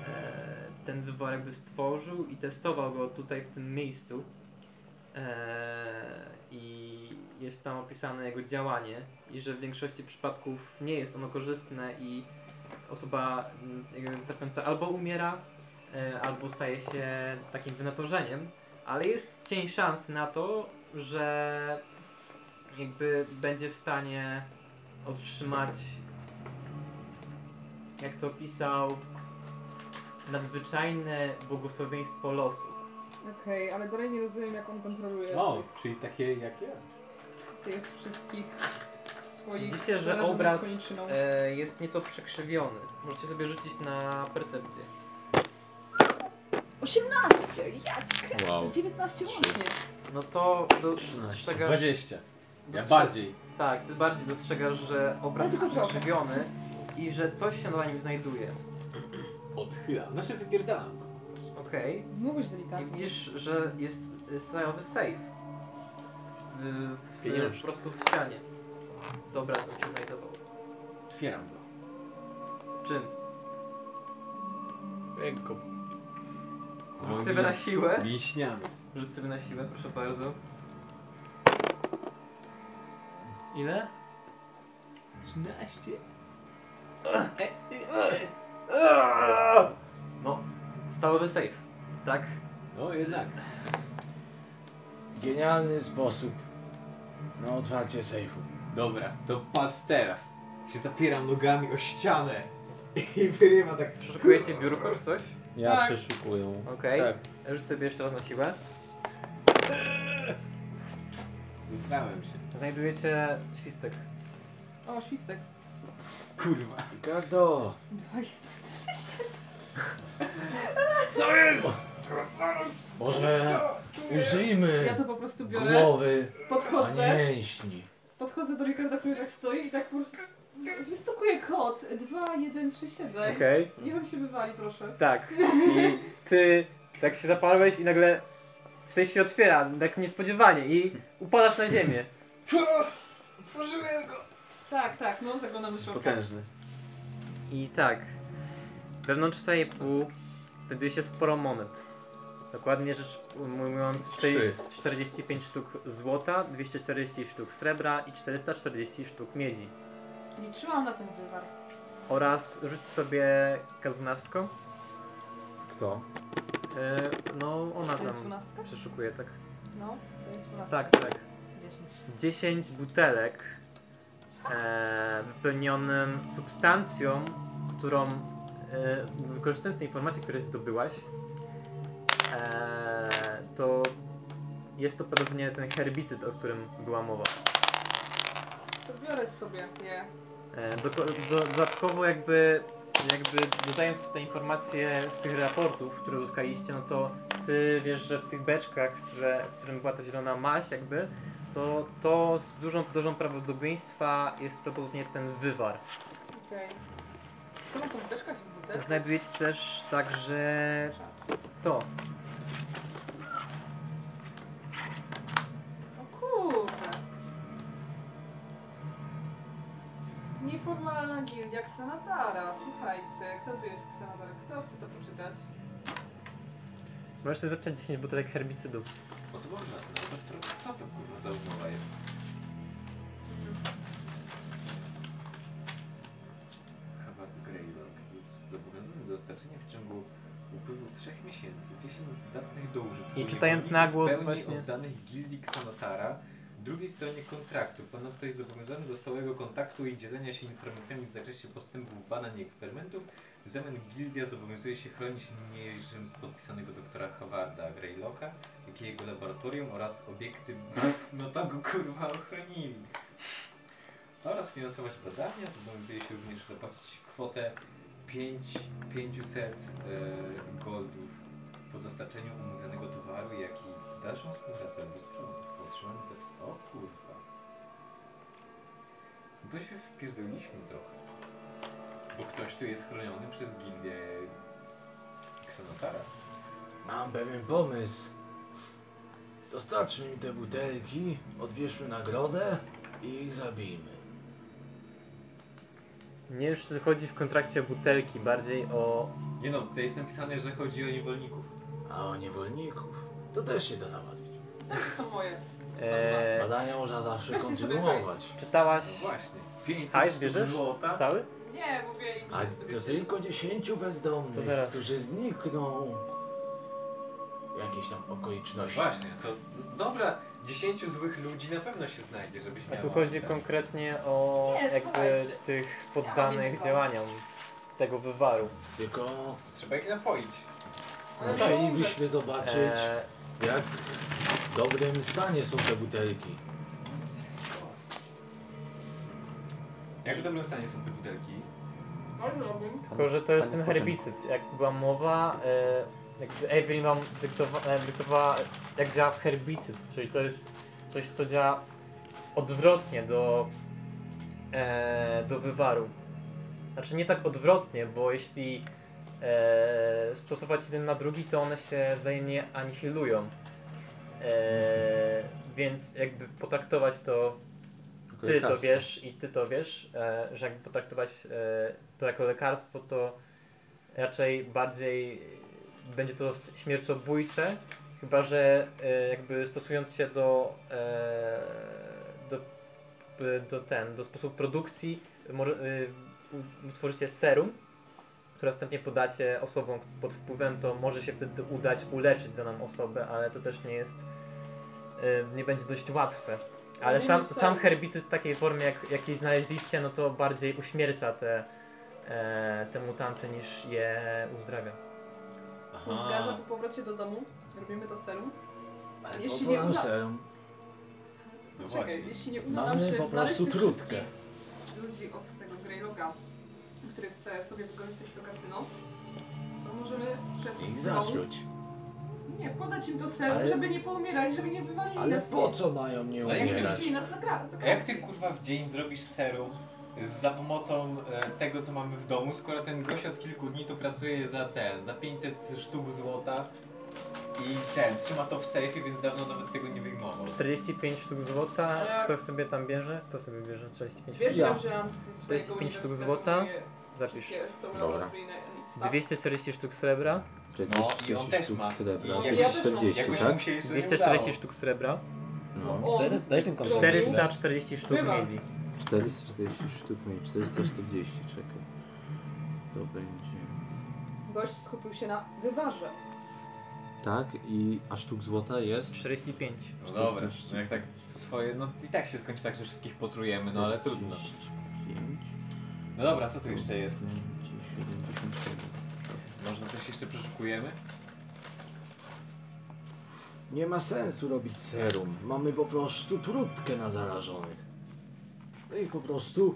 S5: e, ten wywar jakby stworzył i testował go tutaj w tym miejscu e, i jest tam opisane jego działanie i że w większości przypadków nie jest ono korzystne i osoba mm, jakby trafiąca albo umiera, e, albo staje się takim wynatorzeniem, ale jest cień szans na to, że jakby będzie w stanie otrzymać, jak to opisał, nadzwyczajne błogosławieństwo losu.
S2: Okej, ale dalej nie
S9: No.
S3: No,
S2: rozumiem, jak on kontroluje
S4: czyli takie jak ja.
S2: tych wszystkich swoich...
S5: Widzicie, że
S2: zależy nad
S5: obraz
S2: koniczyną.
S5: e, jest nieco przekrzywiony. Możecie sobie rzucić na percepcję.
S2: 18! Ja ci kręcę!
S5: Wow.
S2: 19 łącznie!
S5: No to do, dostrzegasz...
S3: 20. Ja
S5: dostrze-
S3: bardziej.
S5: Tak, ty bardziej dostrzegasz, że obraz
S2: Ja
S5: jest
S2: No, tylko trochę.
S5: przekrzywiony i że coś się na nim znajduje.
S3: Odchylam. Znaczy wypierdalam.
S5: Okej.
S2: Mówisz
S5: I
S2: delikatnie.
S5: widzisz, że jest y, stajowy safe. W, w,
S3: Pieniążki.
S5: po prostu w ścianie. Z obrazem się znajdował.
S3: Otwieram go.
S5: Czym?
S3: Ręką.
S5: Rzuć sobie na siłę.
S3: Mięśniami.
S5: Rzuć sobie na siłę, proszę bardzo. Ile?
S3: 13.
S5: No, stalowy safe, tak?
S3: No jednak.
S9: Genialny sposób na
S26: No,
S9: otwarcie sejfu.
S3: Dobra, to patrz teraz. Się zapieram nogami o ścianę. I wyrywa tak.
S5: Przeszukujecie biurko czy coś?
S3: Ja
S5: tak.
S3: przeszukuję.
S5: Okej, rzuć sobie jeszcze raz na siłę.
S3: Zesrałem się.
S5: Znajdujecie świstek.
S2: O, świstek.
S3: Kurwa.
S9: Ricardo!
S2: Co
S9: jest? Może użyjmy
S2: Ja to po prostu biorę.
S9: głowy,
S2: podchodzę.
S9: a nie mięśni.
S2: Podchodzę do Ricarda, który tak stoi i tak po prostu wystukuję kod 2137.
S5: Okej.
S2: Niech on się wywali, proszę.
S5: Tak. I ty tak się zaparłeś i nagle coś się otwiera, tak niespodziewanie i upadasz na ziemię.
S2: Otworzyłem go! Tak, tak, no zaglądam do środka.
S5: I tak. Wewnątrz sejfu znajduje się sporo monet. Dokładnie rzecz ujmując,
S3: Trzy.
S5: czyli jest 45 sztuk złota, 240 sztuk srebra i 440 sztuk miedzi.
S2: Liczyłam na ten wywar.
S5: Oraz rzuć sobie K12.
S36: Kto?
S5: E, no, ona
S2: To jest
S5: tam
S2: dwunastka?
S5: przeszukuje, tak.
S2: No, to jest 12.
S5: Tak, tak.
S2: 10.
S5: 10 butelek e, wypełnionym substancją, którą e, wykorzystując te informacje, które zdobyłaś, e, to jest to podobnie ten herbicyd, o którym była mowa.
S2: To biorę sobie je.
S5: E, doko- do, dodatkowo jakby, jakby dodając te informacje z tych raportów, które uzyskaliście, no to ty wiesz, że w tych beczkach, które, w którym była ta zielona maść jakby, to, to z dużą, dużą prawdopodobieństwa jest prawdopodobnie ten wywar.
S2: Okej. Co mam to w beczkach i w butelkach?
S5: Znajdujecie też także to.
S2: O kurde. Nieformalna gildia Ksenatara. Słuchajcie, kto tu jest Ksenatar? Kto chce to poczytać?
S5: Możesz sobie zapisać 10 butelek herbicydu.
S4: Osobowa Co to kurwa za umowa jest? Howard Greylock jest zobowiązany do dostarczenia w ciągu upływu 3 miesięcy 10 zdatnych do użytku.
S5: I czytając na głos właśnie-
S4: danych gildii Xanatara, drugiej stronie kontraktu. Ponadto jest zobowiązany do stałego kontaktu i dzielenia się informacjami w zakresie postępów badań i eksperymentów. W zamian gildia zobowiązuje się chronić niniejszym z podpisanego doktora Howarda Greylocka, jak i jego laboratorium oraz obiekty... No to go kurwa ochronili No, oraz finansować badania. Zobowiązuje się również zapłacić kwotę 5, 500 e, goldów po dostarczeniu umówionego towaru, jak i dalszą współpracę obu stron. Powstrzymany zapis. O kurwa. No To się wpierdoliliśmy trochę. Bo ktoś tu jest chroniony przez gildię Xenotara.
S9: Mam pewien pomysł. Dostarczmy im te butelki, odbierzmy nagrodę i ich zabijmy.
S5: Nie już chodzi w kontrakcie o butelki, bardziej o...
S4: Nie no, tutaj jest napisane, że chodzi o niewolników.
S9: A o niewolników? To też się da załatwić.
S2: Tak, to są moje.
S5: e,
S9: Badania można zawsze
S2: Weźcie sobie
S9: kontynuować.
S5: Czytałaś...
S4: Właśnie.
S5: Hajs bierzesz? Cały?
S2: Nie, mówię im,
S9: A
S2: że sobie
S9: to tylko dziesięciu
S5: To
S9: bezdomnych,
S5: zaraz.
S9: którzy znikną w jakiejś tam okoliczności.
S4: Właśnie, to dobra, 10 złych ludzi na pewno się znajdzie, żebyś
S5: A
S4: miał.
S5: tu chodzi konkretnie o
S2: Nie,
S5: jakby
S2: słuchajcie.
S5: tych
S2: Ja mam
S5: poddanych
S2: inny
S5: działaniom tego wywaru.
S9: Tylko
S4: Trzeba ich napoić.
S9: musielibyśmy zobaczyć,
S5: Eee.
S9: jak w dobrym stanie są te butelki.
S4: Jak w dobrym stanie są te butelki?
S2: Wolnobym.
S5: Tylko, że to jest ten herbicyd. Jak była mowa, e, jakby Evelyn wam dyktowa, e, dyktowała, jak działa herbicyd, czyli to jest coś, co działa odwrotnie do, e, do wywaru. Znaczy nie tak odwrotnie, bo jeśli e, stosować jeden na drugi, to one się wzajemnie anihilują. E, więc jakby potraktować to
S3: Jako
S5: ty to
S3: lekarstwo.
S5: wiesz i ty to wiesz, e, że jakby potraktować e, to jako lekarstwo, to raczej bardziej będzie to s- śmierciobójcze, chyba że e, jakby stosując się do, e, do, p- do ten, do sposobu produkcji, może, y, u- utworzycie serum, które następnie podacie osobom pod wpływem, to może się wtedy udać uleczyć daną osobę, ale to też nie jest, y, nie będzie dość łatwe. Ale
S37: Ale
S5: sam,
S37: nie
S5: sam
S37: myślałem.
S5: herbicyd w takiej formie, jak, jakiej znaleźliście, no to bardziej uśmierca te, e, te mutanty niż je uzdrawia.
S2: Wgarza po powrocie do domu, robimy to serum. Ale
S26: Po
S2: jeśli
S26: co
S2: nie
S26: nam
S2: uda...
S26: serum?
S2: No Czekaj, jeśli nie uda nam
S26: Mamy
S2: się
S26: po
S2: znaleźć
S26: prostu
S2: tych
S26: trutkę.
S2: wszystkich ludzi od tego Greyloga, który chce sobie wykorzystać to kasyno, to możemy przed
S4: No.
S26: Ich
S2: mgłą-
S26: zatruć.
S2: Nie, podać im to serum,
S26: Ale-
S2: żeby nie poumierali, żeby nie wywalili
S26: Ale
S2: nas.
S26: po co mają mnie
S4: Ale jak
S2: Żeby
S26: umierać?
S2: chcieli nas nagra-
S4: A jak ty kurwa w dzień zrobisz serum za pomocą e, tego co mamy w domu, skoro ten gość od kilku dni tu pracuje za te, za 500 sztuk złota i ten, trzyma to w sejfie, więc dawno nawet tego nie wyjmował.
S5: 45 sztuk złota,
S2: Ale-
S5: kto sobie tam bierze? Kto sobie bierze 45
S2: Wiesz,
S5: sztuk?
S2: ja wziąłam ze swojego
S5: 45 sztuk
S2: uniwersytetu
S5: złota,
S2: moje
S5: zapisz.
S2: wszystkie stoły laboratoryjne i staw.
S5: 240 sztuk srebra.
S4: No, i on też ma. I
S5: Jakoś
S4: jakoś-
S5: 40,
S4: jakoś
S5: tak?
S4: mu się jeszcze nie
S5: 240
S4: udało.
S5: sztuk srebra.
S4: No. Daj- daj ten komputer.
S5: 440 sztuk
S4: Bywa.
S5: miedzi.
S9: 440 sztuk mieli, 440, czekaj. To będzie...
S2: Gość skupił się na wywarze.
S9: Tak, i a sztuk złota jest?
S5: 45.
S4: No dobra, no jak tak swoje, no i tak się skończy tak, że wszystkich potrujemy, no ale trudno. No dobra, co tu jeszcze jest? Może coś jeszcze przeszukujemy?
S26: Nie ma sensu robić serum. Mamy po prostu trutkę na zarażonych. No i po prostu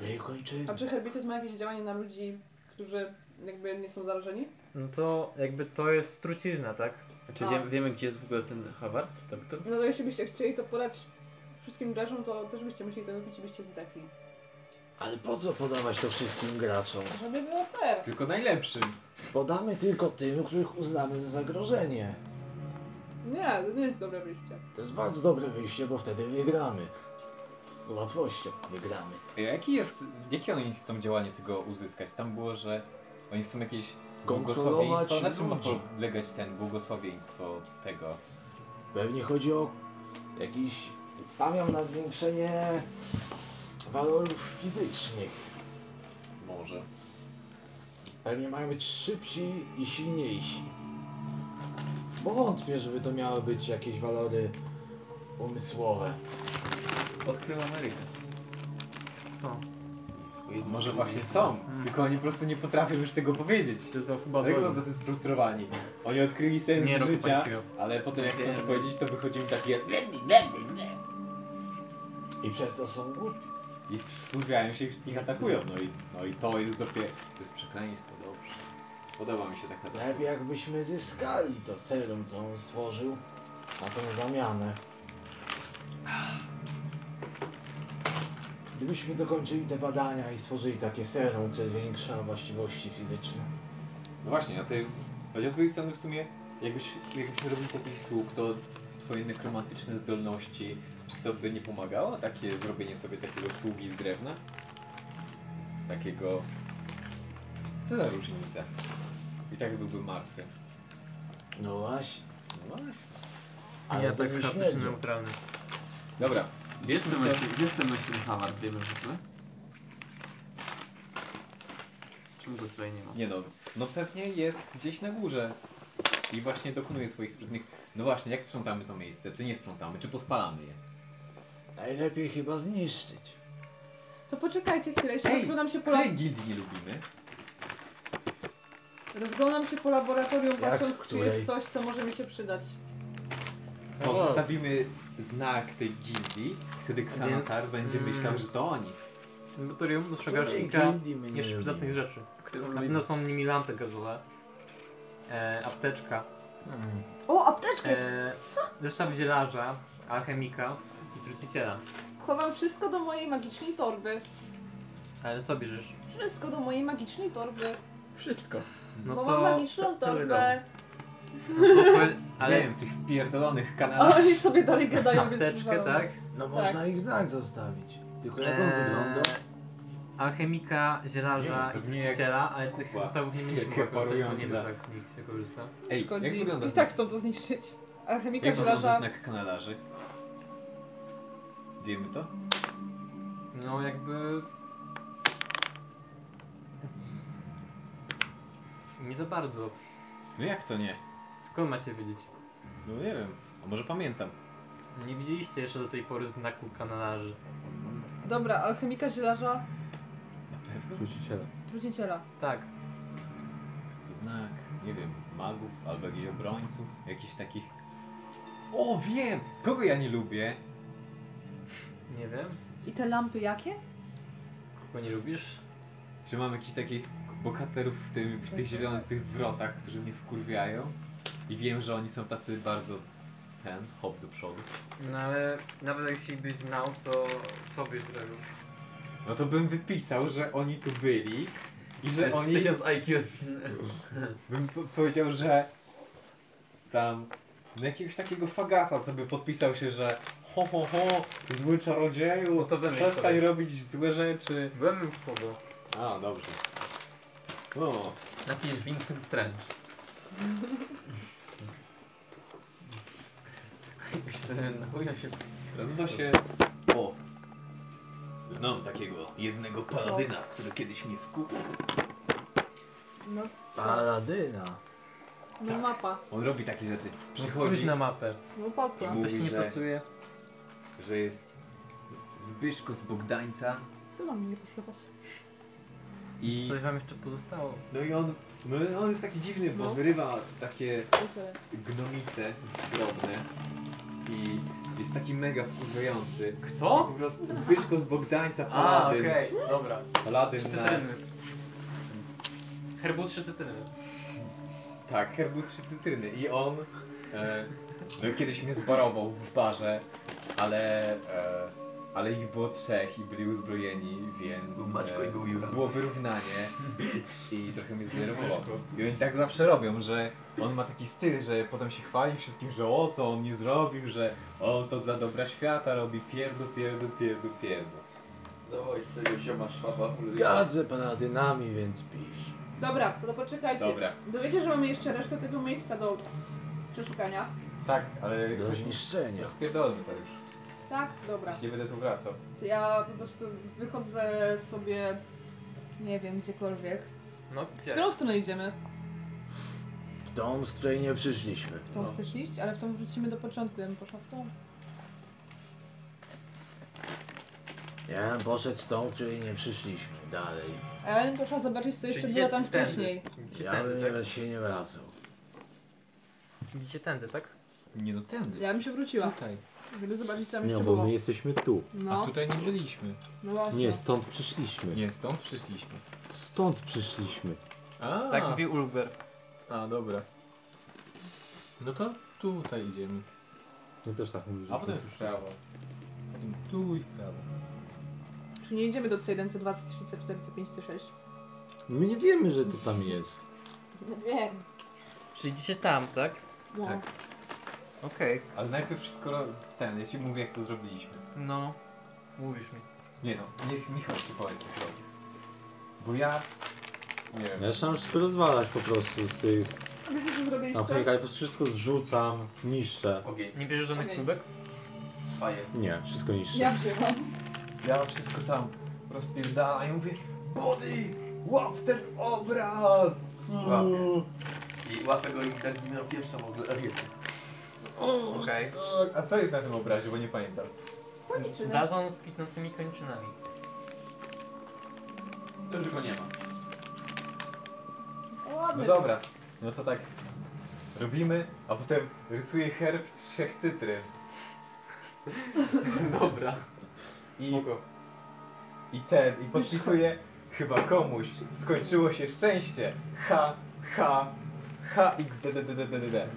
S26: wykończymy.
S2: A czy herbicyd ma jakieś działanie na ludzi, którzy jakby nie są zarażeni?
S5: No to jakby to jest trucizna, tak?
S2: Czy wie-
S3: wiemy gdzie jest w ogóle ten Howard, doktor?
S2: No to jeśli byście chcieli to podać wszystkim graczom, to też byście musieli to robić i byście zdechli.
S26: Ale po co podawać to wszystkim graczom?
S2: Żeby było fair.
S4: Tylko najlepszym.
S26: Podamy tylko tym, których uznamy za zagrożenie.
S2: Nie, to nie jest dobre wyjście.
S26: To jest bardzo dobre wyjście, bo wtedy wygramy. Z łatwością wygramy.
S4: Jaki jest, jakie oni chcą działanie tego uzyskać? Tam było, że oni chcą jakieś
S26: Kontrolować
S4: błogosławieństwo. Na czym znaczy ma
S26: ludzi.
S4: polegać ten błogosławieństwo tego?
S26: Pewnie chodzi o jakiś... Stawiam na zwiększenie walorów fizycznych.
S4: Może.
S26: Pewnie mają być szybsi i silniejsi. Bo wątpię, żeby to miały być jakieś walory umysłowe.
S4: Odkrył Amerykę.
S5: Co?
S4: Może właśnie są, tylko oni po prostu nie potrafią już tego powiedzieć.
S5: Hmm. To są chyba
S4: Dlatego są
S5: wolni.
S4: tacy sfrustrowani. Oni odkryli sens
S5: Nie rób
S4: życia,
S5: pańskiego.
S4: ale potem jak chcą to powiedzieć, to wychodzi im takie...
S26: I przez to są głupi.
S4: I wkurwiają się i wszystkich atakują. No i, no i to jest dopiero... To jest przekleństwo, dobrze. Podoba mi się taka
S26: Lepiej jakbyśmy zyskali to serum, co on stworzył na tą zamianę. Gdybyśmy dokończyli te badania i stworzyli takie serum, które zwiększa właściwości fizyczne.
S4: No właśnie, a ty... Chociaż z drugiej strony w sumie, jakbyś, jakbyś robił taki sług, to twoje nekromantyczne zdolności, czy to by nie pomagało? Takie zrobienie sobie takiego sługi z drewna? Takiego... Co za różnica? I tak byłby martwy.
S26: No właśnie.
S4: No właśnie.
S5: Ale Ja to tak nie chatycznie śmierdzi.
S3: neutralny.
S4: Dobra.
S3: Gdzie jest ten myśli, gdzie jest ten myśli Howard, wiemy w ogóle? Czemu go tutaj nie ma?
S4: Nie no, no pewnie jest gdzieś na górze. I właśnie dokonuje swoich sprytnych... No właśnie, jak sprzątamy to miejsce? Czy nie sprzątamy? Czy podpalamy je?
S2: Tak.
S26: Najlepiej chyba zniszczyć.
S2: To poczekajcie chwilę, jeszcze rozglądam się po, la...
S4: Której gildii nie lubimy?
S2: rozglądam się po laboratorium,
S4: Jak
S2: patrząc czy
S4: której?
S2: jest coś, co może mi się przydać. No.
S4: Postawimy znak tej gildii, wtedy Xanatar
S3: Więc-
S4: będzie myślał,
S3: mm.
S4: że to oni.
S5: Inwentorium dostrzegasz
S26: Której
S5: kilka
S26: gildii my nie
S5: jeszcze
S26: lubimy?
S5: przydatnych rzeczy.
S26: Którą
S5: Na pewno
S26: lubimy?
S5: są nimi lampy gazowe, e, apteczka,
S2: O, apteczka jest.
S5: e, zestaw zielarza, alchemika i truciciela.
S2: Chowam wszystko do mojej magicznej torby.
S5: Ale co bierzesz?
S2: Wszystko do mojej magicznej torby.
S5: Wszystko. No
S2: Bo
S5: to...
S2: mam magiczną
S5: co- co
S2: torbę.
S5: No co, powie- ale
S2: Wiem,
S5: tych pierdolonych
S2: kanałów. A oni sobie dalej gadają bez
S5: Apteczkę,
S2: zwalony.
S5: tak?
S26: No
S2: Tak.
S26: można ich znak zostawić. Tylko jak on
S5: Eee,
S26: wygląda?
S5: Alchemika, zielarza
S26: Nie,
S5: i
S26: pewnie jak-
S5: truciciela, ale tych
S26: Kupa.
S5: zestawów nie będziemy
S26: Jakie
S5: mogła korzystać, bo nie wiesz
S26: parujące.
S5: jak z nich się korzysta.
S4: Ej,
S2: Szkodzi.
S4: jak wygląda
S2: I
S4: znak?
S2: tak chcą to zniszczyć. Alchemika
S4: Jak wygląda
S2: zielarza.
S4: znak kanalarzy? Wiemy to?
S5: No jakby... Nie za bardzo.
S4: No jak to nie?
S5: Skąd macie wiedzieć?
S4: No nie wiem. A może pamiętam?
S5: Nie widzieliście jeszcze do tej pory znaku kanalarzy.
S2: Dobra, alchemika zielarza,
S4: Truciciela.
S2: truciciela.
S5: Tak.
S4: To znak, nie wiem, magów albo jakichś obrońców, jakichś takich... O, wiem! Kogo ja nie lubię?
S5: Nie wiem.
S2: I te lampy jakie?
S5: Kogo nie lubisz?
S4: Czy mam jakichś takich bohaterów w, tym, w tych zielonych wrotach, którzy mnie wkurwiają? I wiem, że oni są tacy bardzo... ten, hop do przodu.
S5: No ale nawet jeśli byś znał, to co byś zrobił?
S4: No to bym wypisał, że oni tu byli i że
S5: jest
S4: oni...
S5: 1000
S4: IQ. bym po- powiedział, że tam no jakiegoś takiego fagasa, co by podpisał się, że ho ho ho, zły czarodzieju,
S5: No to wymyśl
S4: przestań
S5: sobie.
S4: robić złe rzeczy.
S5: Byłem już kogo.
S4: A, dobrze. O.
S38: Napisz Vincent Trench.
S4: Na chuja
S5: No
S4: się... Nazywa się... O. Znam takiego jednego paladyna, który kiedyś mnie wkupił.
S2: No,
S26: Paladyna.
S2: no
S4: tak.
S2: mapa.
S4: On robi takie rzeczy.
S5: Spójrz
S4: Przychodzi
S5: na mapę.
S2: No papa.
S4: Mówi,
S5: No Coś ci nie
S4: że-
S5: pasuje?
S4: że jest Zbyszko z Bogdańca
S2: Co mam nie pasować?
S4: i...
S5: Coś wam jeszcze pozostało.
S4: No i on, no i on jest taki dziwny, bo
S5: No.
S4: wyrywa takie
S2: Tyle.
S4: gnomice drobne i jest taki mega wkurwiający.
S5: Kto?
S4: Po prostu Zbyszko z Bogdańca,
S5: A,
S4: Paladyn.
S5: okej, dobra.
S4: Paladyn
S5: Trzy
S4: na...
S5: cytryny. Herbu trzy cytryny.
S4: Tak, herbut trzy cytryny i on e, no, kiedyś mnie zbarował w barze, ale, e, ale ich było trzech i byli uzbrojeni, więc e,
S38: Był Maćko i był Jura.
S4: było wyrównanie i trochę mnie zdenerwowało. I oni tak zawsze robią, że on ma taki styl, że potem się chwali wszystkim, że o co on nie zrobił, że on to dla dobra świata robi pierdu, pierdu, pierdu, pierdu.
S3: Zawołaj z tego zioma szwaba.
S26: Gadzę paladynami, więc pisz.
S2: Dobra, to poczekajcie.
S26: Dobra.
S2: Dowiecie, że mamy jeszcze resztę tego miejsca do przeszukania.
S4: Tak, ale...
S26: Do zniszczenia.
S4: Rozpierdolmy to już.
S2: Tak? Dobra.
S4: Już Nie będę tu wracał.
S2: To ja po prostu wychodzę sobie, nie wiem, gdziekolwiek.
S5: No,
S2: W którą stronę idziemy?
S26: W tą, z której nie przyszliśmy.
S2: W
S4: No.
S2: tą chcesz iść? Ale w tą wrócimy do początku, ja bym poszła w tą.
S26: Ja bym poszedł z tą, której nie przyszliśmy. Dalej.
S2: A ja bym poszła zobaczyć, co jeszcze
S5: Czyli
S2: było
S5: gdzie-
S2: tam
S5: tędy.
S2: wcześniej.
S5: Tak,
S26: Ja bym nie- się nie wracał.
S5: Idziecie tędy, tak?
S4: Nie no tędy.
S2: Ja bym się wróciła.
S4: Tutaj.
S2: Żeby zobaczyć, co tam
S9: Nie,
S2: jeszcze
S9: bo
S2: było.
S9: my jesteśmy tu.
S2: No.
S4: nie byliśmy.
S2: No właśnie.
S9: Nie, stąd przyszliśmy.
S4: Nie, stąd przyszliśmy.
S9: Stąd przyszliśmy.
S4: A.
S5: Tak mówi Ulber.
S4: A, dobra. No to tutaj idziemy.
S9: No też tak mówisz.
S4: A potem w prawo. Potem Tu i w prawo.
S2: Czy nie idziemy do C1, C2, C3, C4, C5, C6?
S9: My nie wiemy, że to tam jest.
S2: Nie wiem.
S5: Czyli idziecie tam, tak?
S2: No.
S4: Tak.
S5: Okej.
S4: Ale najpierw wszystko ro- ten, ja ci mówię jak to zrobiliśmy.
S5: No. Mówisz mi.
S4: Nie no, niech Michał ci powie co zrobił. Bo ja... Nie wiem.
S9: Ja się mam wszystko rozwalać po prostu z tych...
S2: A wiecie, co
S9: Na
S2: zrobiliście?
S9: pojechać, po prostu wszystko zrzucam, niszczę.
S5: Nie bierzesz żadnych
S2: Okej.
S5: próbek?
S3: Fajer.
S9: Nie, wszystko niszczę.
S2: Ja wzięłam.
S4: Ja wszystko tam rozpierdalam i mówię Body! Łap ten obraz!
S3: Łapie. I łapę go i tak mi na pierwsza w ogóle wiecie.
S5: Okej.
S4: A co jest na tym obrazie, bo nie pamiętam.
S2: Koniczyny.
S5: Wazon z kwitnącymi kończynami.
S3: To już go nie ma.
S4: No dobra, no to tak robimy, a potem rysuję herb trzech cytryn.
S3: Dobra.
S4: I I ten, i podpisuje chyba komuś. Skończyło się szczęście. Ha, ha, ha, x, d, d, d, d, d, d, d.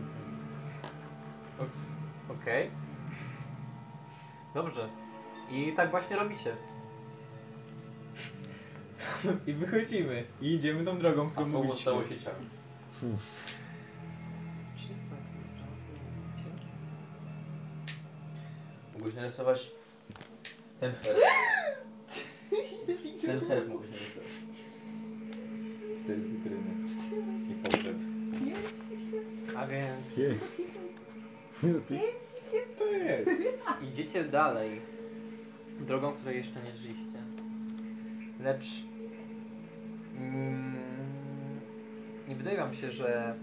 S5: Okej. Dobrze. I tak właśnie robicie.
S4: I wychodzimy. I idziemy tą drogą,
S39: A
S4: którą
S39: słowo
S4: mówiliśmy.
S39: stało się ciałem.
S5: Czyli tak naprawdę robicie?
S3: Mógłbyś narysować ten herb. ten herb mógłbyś narysować.
S4: Cztery cytryny. I pogrzeb.
S5: A więc...
S4: To jest.
S5: Idziecie dalej. Drogą, której jeszcze nie żyliście. Lecz. Mm, nie wydaje wam się, że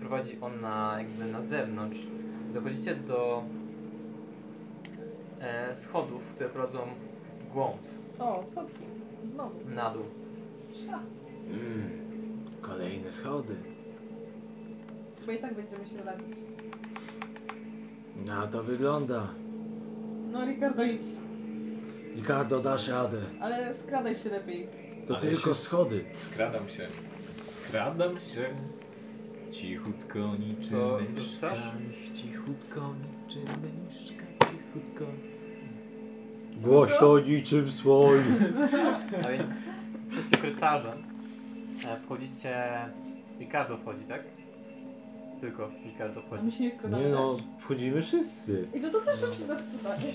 S5: prowadzi ona jakby na zewnątrz. Dochodzicie do e, schodów, które prowadzą w głąb,
S2: O, No, sotki. Znowu.
S5: na dół.
S2: Sza.
S26: Mm, kolejne schody.
S2: Bo i tak będziemy się radzić.
S26: Na to wygląda.
S2: No, Ricardo, idź.
S26: Ricardo, dasz radę.
S2: Ale skradaj się lepiej.
S26: To
S40: Ale
S26: tylko
S40: się-
S26: schody.
S40: Skradam się.
S4: Skradam się. Cichutko niczym
S5: To
S4: myszka.
S5: rzucasz?
S4: Cichutko niczym myszka. Cichutko.
S9: Głośno niczym słoń.
S5: A więc przez te korytarze e, wchodzicie. Ricardo wchodzi, tak? Tylko Ricardo wchodzi.
S2: My się nie skradamy.
S9: Nie no, wchodzimy wszyscy.
S2: I no to też rzućmy na skradanie.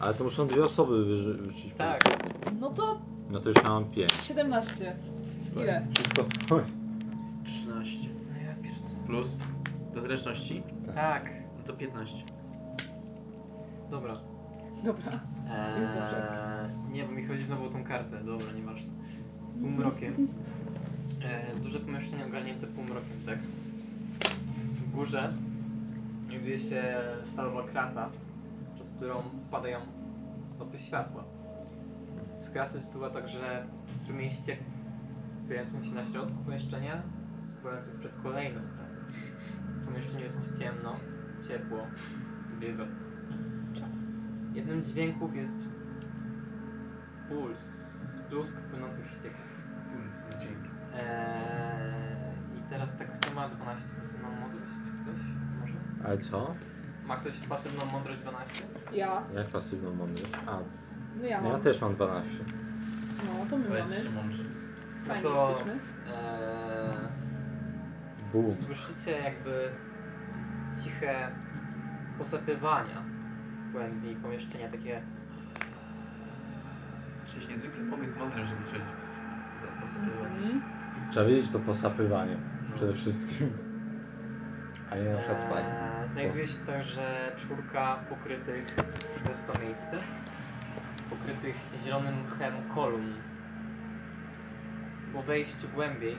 S9: Ale to muszą dwie osoby wyży- wyrzucić.
S5: Tak.
S2: No to
S9: No to już ja mam pięć.
S2: 17. Ile?
S9: Wszystko twoje.
S3: 13. Plus do zręczności?
S5: Tak.
S3: No to 15.
S5: Dobra.
S2: Dobra. Jest dobrze.
S5: Eee, nie, bo mi chodzi znowu o tą kartę. Dobra, nieważne. Półmrokiem. Eee, duże pomieszczenie ogarnięte półmrokiem, tak? W górze znajduje się stalowa krata, przez którą wpadają stopy światła. Z kraty spływa także strumień ścieków, zbierających się na środku pomieszczenia, spływających przez kolejną kratę. W pomieszczeniu jest ciemno, ciepło i wilgotne. Jednym z dźwięków jest puls, plusk płynących ścieków.
S40: Puls jest dźwięk.
S5: Eee, I teraz tak, kto ma 12 pasywną mądrość? Ktoś? Może?
S9: Ale co?
S5: Ma ktoś pasywną mądrość 12?
S2: Ja.
S9: Jak pasywną mądrość? A,
S2: No ja
S9: no
S2: mam.
S9: ja też mam 12.
S2: No to my mamy.
S5: mądrzy. No
S2: Fajnie
S5: to
S2: jesteśmy.
S9: Bum.
S5: eee, słyszycie jakby ciche posapywania w głębi pomieszczenia, takie
S40: Czyś niezwykle mogę- mądrym, żeby przejść za posadzenie.
S9: Trzeba wiedzieć to posapywanie. Przede wszystkim. A ja na przykład spali.
S5: Eee, Znajduje się także czwórka pokrytych, to jest to miejsce, pokrytych zielonym mchem kolumn. Po wejściu głębiej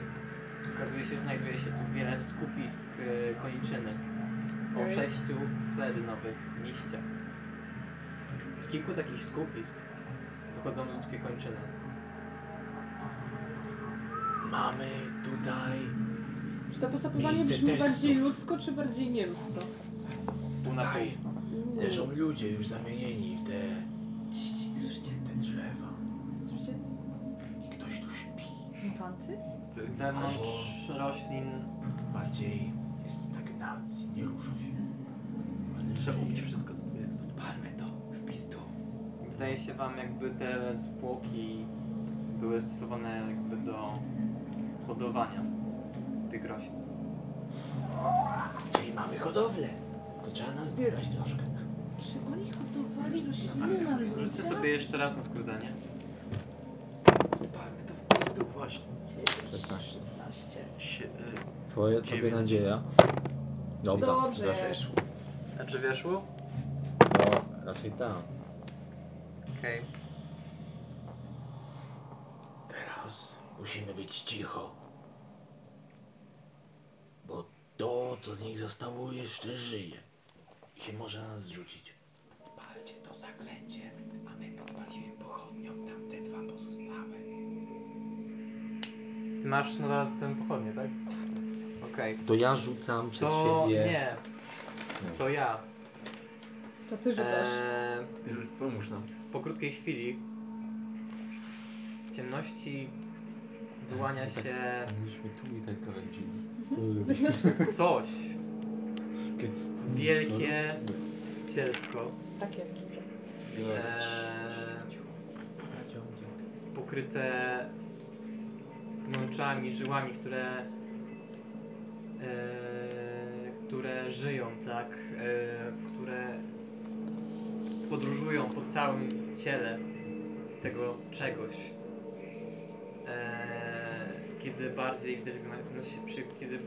S5: okazuje się, że znajduje się tu wiele skupisk e, koniczyny o
S2: Ej.
S5: sześciu sednowych liściach. Z kilku takich skupisk wychodzą ludzkie kończyny.
S26: Mamy tutaj
S2: Czy to posapywanie
S26: Miejsce
S2: brzmi
S26: testów.
S2: bardziej ludzko, czy bardziej nieludzko?
S5: pół na pół.
S26: Leżą ludzie już zamienieni w te,
S2: Słyszycie?
S26: te drzewa.
S2: Słyszycie?
S26: I ktoś tu śpi.
S2: Mutanty?
S5: Wewnątrz roślin
S26: Bardziej jest stagnacji, nie rusza się.
S3: Trzeba ubić wszystko, co tu jest.
S26: Palmy to, w pizdu.
S5: Wydaje się wam jakby te zwłoki były stosowane jakby do hodowania tych roślin.
S26: Czyli mamy hodowlę. To trzeba nazbierać troszkę.
S2: Czy oni hodowali rośliny na
S5: Rzućcie
S2: ludzie?
S5: sobie jeszcze raz na skradanie.
S26: Palmy to w pizdu, właśnie.
S5: Eee,
S9: 15.
S2: 16.
S3: Sie-
S9: Twoje, tobie nadzieja. Dobra,
S2: Dobrze.
S9: weszło.
S5: A czy weszło?
S9: No, raczej tam.
S5: Okej.
S26: Teraz musimy być cicho. Bo to, co z nich zostało, jeszcze żyje. I się może na nas rzucić. Palcie to zaklęcie, a my podpalimy pochodnią tamte dwa pozostałe.
S5: Ty masz nadal ten pochodnie, tak? Okej.
S9: To ja rzucam przed
S5: To
S9: siebie.
S5: nie. To ja.
S2: To ty rzucasz.
S5: Eee,
S3: Pomóż nam.
S5: po krótkiej chwili z ciemności wyłania
S9: Tak,
S5: się
S9: Stanęliśmy tu i tak
S5: Mhm.
S9: prowadzimy.
S5: coś.
S9: Takie
S5: Wielkie cielsko.
S9: E,
S2: Takie duże.
S5: Eee, pokryte wnętrzami, żyłami, które, eee, które żyją, tak, eee, które podróżują po całym ciele tego czegoś. Eee, kiedy bardziej widać go, na- no, się przy, kiedy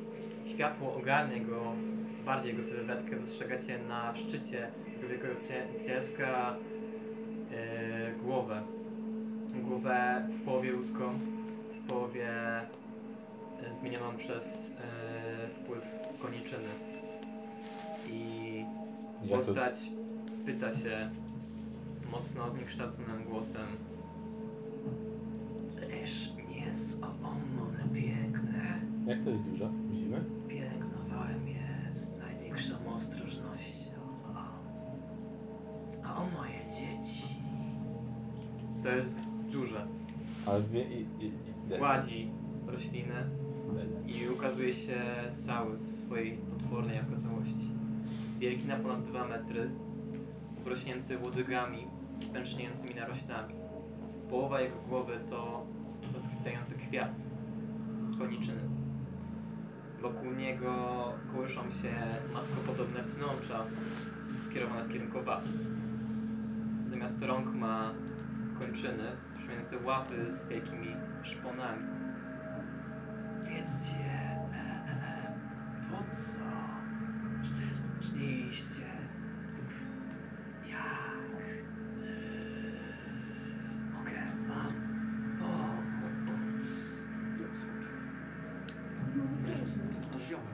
S5: światło ogarnie go, bardziej jego sylwetkę, dostrzegacie na szczycie tego wielkiego cie- cielska e, głowę. Głowę w połowie ludzką, w połowie e, zmienioną przez e, wpływ koniczyny. I
S9: Jak to-
S5: postać pyta się mocno zniekształconym głosem. Czyż nie są one piękne?
S9: Jak to jest duże? Widzimy?
S5: Pielęgnowałem je z największą ostrożnością. A o moje dzieci. To jest duże.
S9: Ale wie, i, i, i,
S5: Gładzi roślinę i ukazuje się cały w swojej potwornej okazałości. Wielki na ponad 2 metry, obrośnięty łodygami pęczniejącymi naroślami. Połowa jego głowy to rozkwitający kwiat koniczyny. Wokół niego kołyszą się maskopodobne pnącza skierowane w kierunku was. Zamiast rąk ma kończyny, przypominające łapy z wielkimi szponami. Wiedzcie, e, e, e, po co szliście? Jak e, mogę wam pomóc?
S3: Nasz ziomek.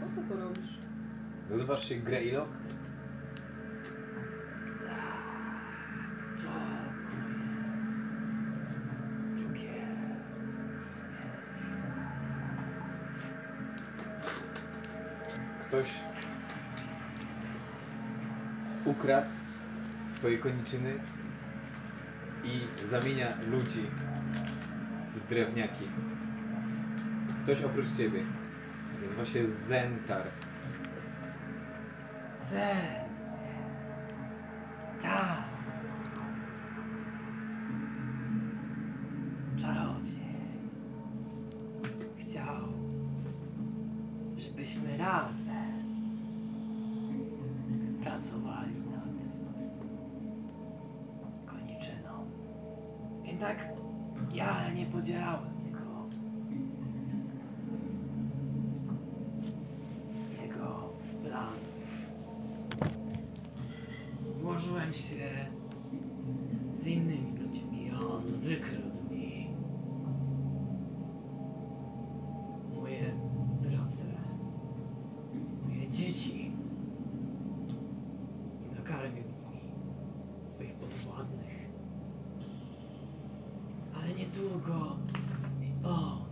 S2: Po co to robisz?
S4: Nazywasz się Greylock?
S5: To moje drugie
S4: Ktoś ukradł twoje koniczyny i zamienia ludzi w drewniaki. Ktoś oprócz ciebie. Nazywa się Zentar.
S5: Zen. Ta. Czarodziej. Chciał, żebyśmy razem pracowali nad koniczyną. Jednak ja nie podzielałem jego jego planów. Ułożyłem się z innymi ludźmi, a on wykradł mi moje prace, moje dzieci i nakarmił nimi swoich podwładnych. Ale niedługo i on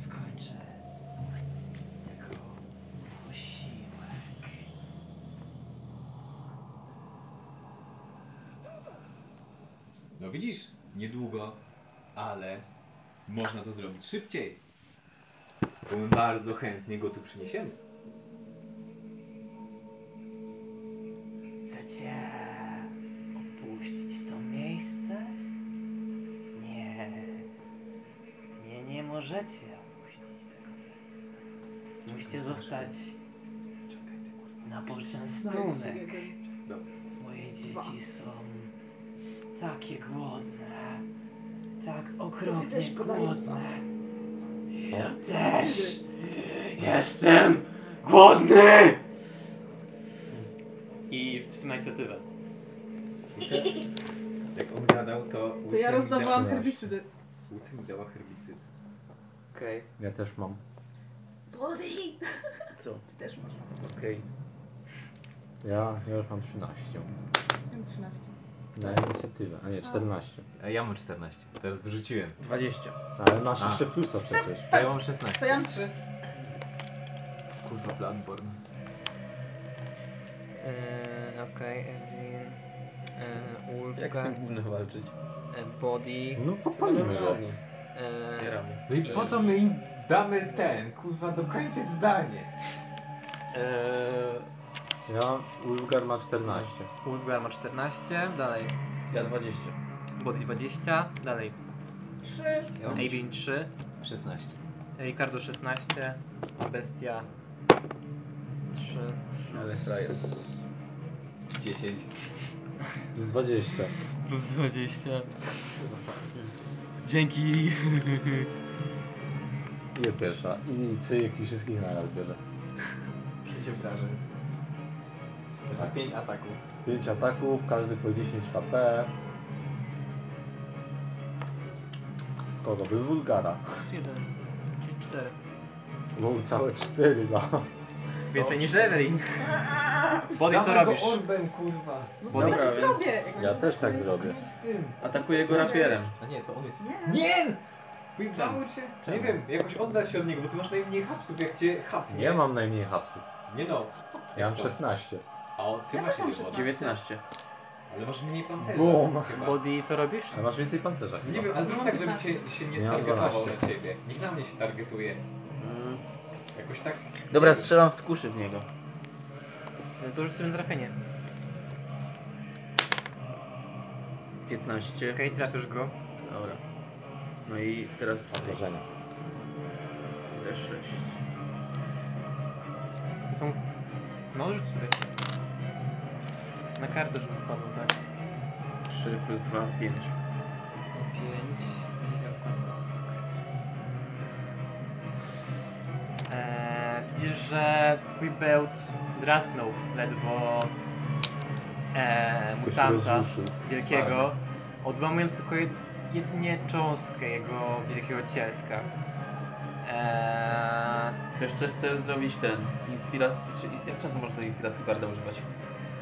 S5: skończy jako posiłek.
S4: No widzisz, niedługo, ale można to zrobić szybciej. Bo my bardzo chętnie go tu przyniesiemy.
S5: Chcecie opuścić to miejsce? Nie. Nie, nie możecie opuścić tego miejsca. Musicie zostać na poczęstunek. Moje dzieci są takie głodne. Tak okropnie
S2: też podaję
S5: głodne. Ja
S2: też
S5: jestem głodny! I wstrzymaj inicjatywę.
S4: Jak on gadał, to...
S2: To ja rozdawałam herbicydy.
S4: Łuce mi dała herbicyd.
S3: Okej.
S9: Ja też mam.
S2: Body!
S3: Co?
S2: Ty też masz.
S3: Okej.
S9: Ja, ja już mam 13.
S2: Mam 13.
S9: Na inicjatywę, Tak. a nie 14.
S4: A ja mam 14. Teraz wyrzuciłem.
S3: 20.
S9: Ale masz
S4: A.
S9: jeszcze plusa przecież.
S4: Tak. To ja mam 16.
S2: To ja mam 3.
S4: Kurwa, Bloodborne.
S5: E, Okej, Evelyn. E, Ulfgar.
S3: Jak z tym gównem walczyć?
S5: E, body.
S9: No podpalimy go.
S5: E,
S4: No i po co my im damy ten, kurwa, dokończyć zdanie?
S9: Ja, Ulgar ma 14.
S5: Ulfgar ma 14, dalej. Ja 20. Body 20, dalej.
S41: Stres.
S5: Adrian 3.
S4: 16.
S5: Ricardo 16. Bestia 3.
S3: Ale frajer.
S4: 10.
S9: Plus 20.
S3: Plus 20. Dzięki.
S9: Jest pierwsza. I cyjek i wszystkich na raz bierze.
S4: 5 obrażeń. Znaczy 5 ataków.
S9: 5 ataków, każdy po 10 HP. Kogo? Był Wulgara.
S5: Plus 1. Czyli 4.
S9: Wow, całe 4, no.
S5: Więcej niż Evelyn.
S42: Body, co
S4: Damy go
S42: robisz?
S4: orbem, kurwa.
S9: No
S4: Body-
S9: dobra,
S4: Ja
S9: więc
S4: zrobię.
S9: ja też tak zrobię.
S4: Nic z tym.
S3: Atakuję go
S4: Nie.
S3: rapierem.
S4: A nie, to on jest...
S43: Nie.
S4: Nie! Wyjebało cię.
S3: Czemu?
S4: Nie wiem, jakoś oddać się od niego, bo ty masz najmniej hapsów, jak cię hapnie.
S9: Ja mam najmniej hapsów.
S4: Nie no.
S9: Ja mam 16.
S4: A o, ty
S3: Ja
S4: masz
S3: też mam
S4: ile masz?
S3: 19.
S4: Ale masz mniej pancerza.
S9: Bum.
S4: chyba.
S5: Body, co robisz?
S9: A masz więcej pancerza.
S4: Nie wiem, ale zrób tak, żeby cię, się nie
S9: Ja mam
S4: stargetował
S9: 12.
S4: na ciebie. Niech na mnie się targetuje.
S3: Mm.
S4: Jakoś tak...
S3: Dobra, strzelam z kuszy w niego.
S5: No to już sobie trafienie.
S3: 15.
S5: Okej, trafisz go.
S3: Dobra. No i teraz...
S9: Obrażenia.
S3: D6.
S5: To są. No rzuć sobie. Na kartę, żeby wpadło, tak?
S3: 3 plus 2, 5.
S5: 5, 9 to jest. Eee, widzisz, że twój bełt drasnął ledwo eee,
S9: Jakoś
S5: mutanta
S9: rozruszył.
S5: wielkiego, odłamując tylko jed, jedynie cząstkę jego wielkiego cielska. Eee,
S3: To jeszcze chcę zrobić ten. Inspirac... Czy ins- jak często można tej inspiracji barda używać?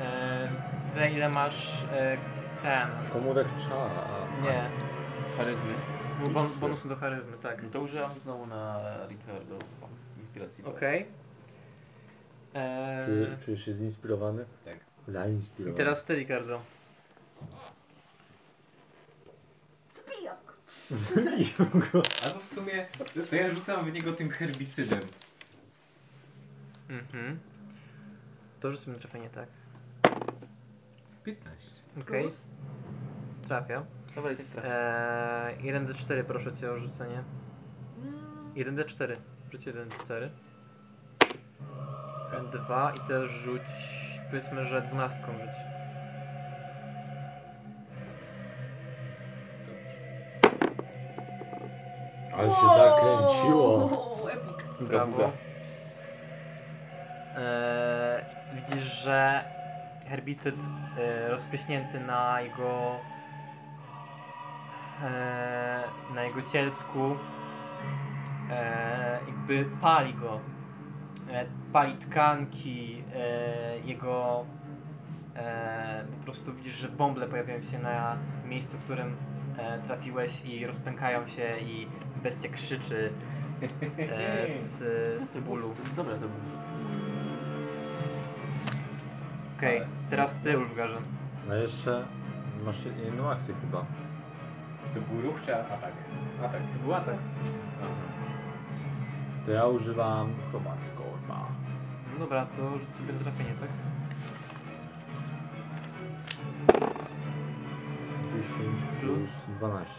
S5: eee, tyle ile masz eee, ten.
S9: Komórek czara.
S5: Nie.
S3: Charyzmy.
S5: Bo- bon- Bonusu do charyzmy, tak.
S3: No to użyłam znowu na Ricardo inspiracji.
S5: Okej. Eee,
S9: Czy, czujesz się zinspirowany?
S4: Tak.
S5: I
S9: Zainspirowany.
S5: teraz ty, Ricardo.
S30: Spijak.
S4: Albo w sumie, to ja rzucam w niego tym herbicydem.
S5: Mhm. To rzucę mi trafienie, tak.
S4: 15.
S5: Okej.
S4: Plus.
S5: Trafia.
S3: Dobra, i tak trafia.
S5: Eee, 1d4 proszę cię o rzucenie. 1d4. Rzuć 1d4. 2 i też rzuć, powiedzmy, że dwunastką rzuć.
S9: Ale się zakręciło.
S41: O, epik.
S5: Brawo. Eee, widzisz, że herbicyd e, rozpryśnięty na jego e, na jego cielsku e, jakby pali go. E, pali tkanki e, jego e, po prostu widzisz, że bąble pojawiają się na miejscu, w którym e, trafiłeś i rozpękają się i bestia krzyczy e, z, z bólu.
S3: Dobra, dobra.
S5: Okej, teraz ty, Ulfgarze.
S9: No jeszcze masz jedną akcję chyba.
S4: To był ruch czy atak? Atak.
S5: To był atak.
S9: To ja używam Chromatic Orba.
S5: No dobra, to rzuć sobie na trafienie, tak?
S9: 10 plus 12.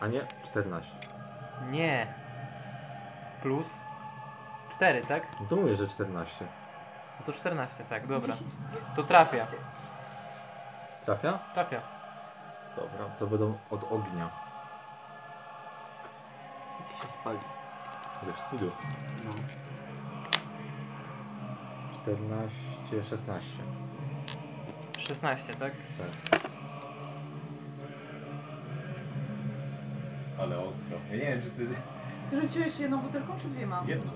S9: A nie, 14.
S5: Nie. Plus 4, tak?
S9: No to mówię, że 14.
S5: No to 14, tak, dobra. To trafia.
S9: Trafia?
S5: Trafia.
S9: Dobra. To będą od ognia.
S3: Jakie się spali.
S9: Ze wstydu.
S3: No.
S9: 14, 16.
S5: 16, tak?
S9: Tak.
S4: Ale ostro. Ja nie wiem, czy ty...
S2: Ty rzuciłeś jedną butelką czy dwiema?
S4: Jedną.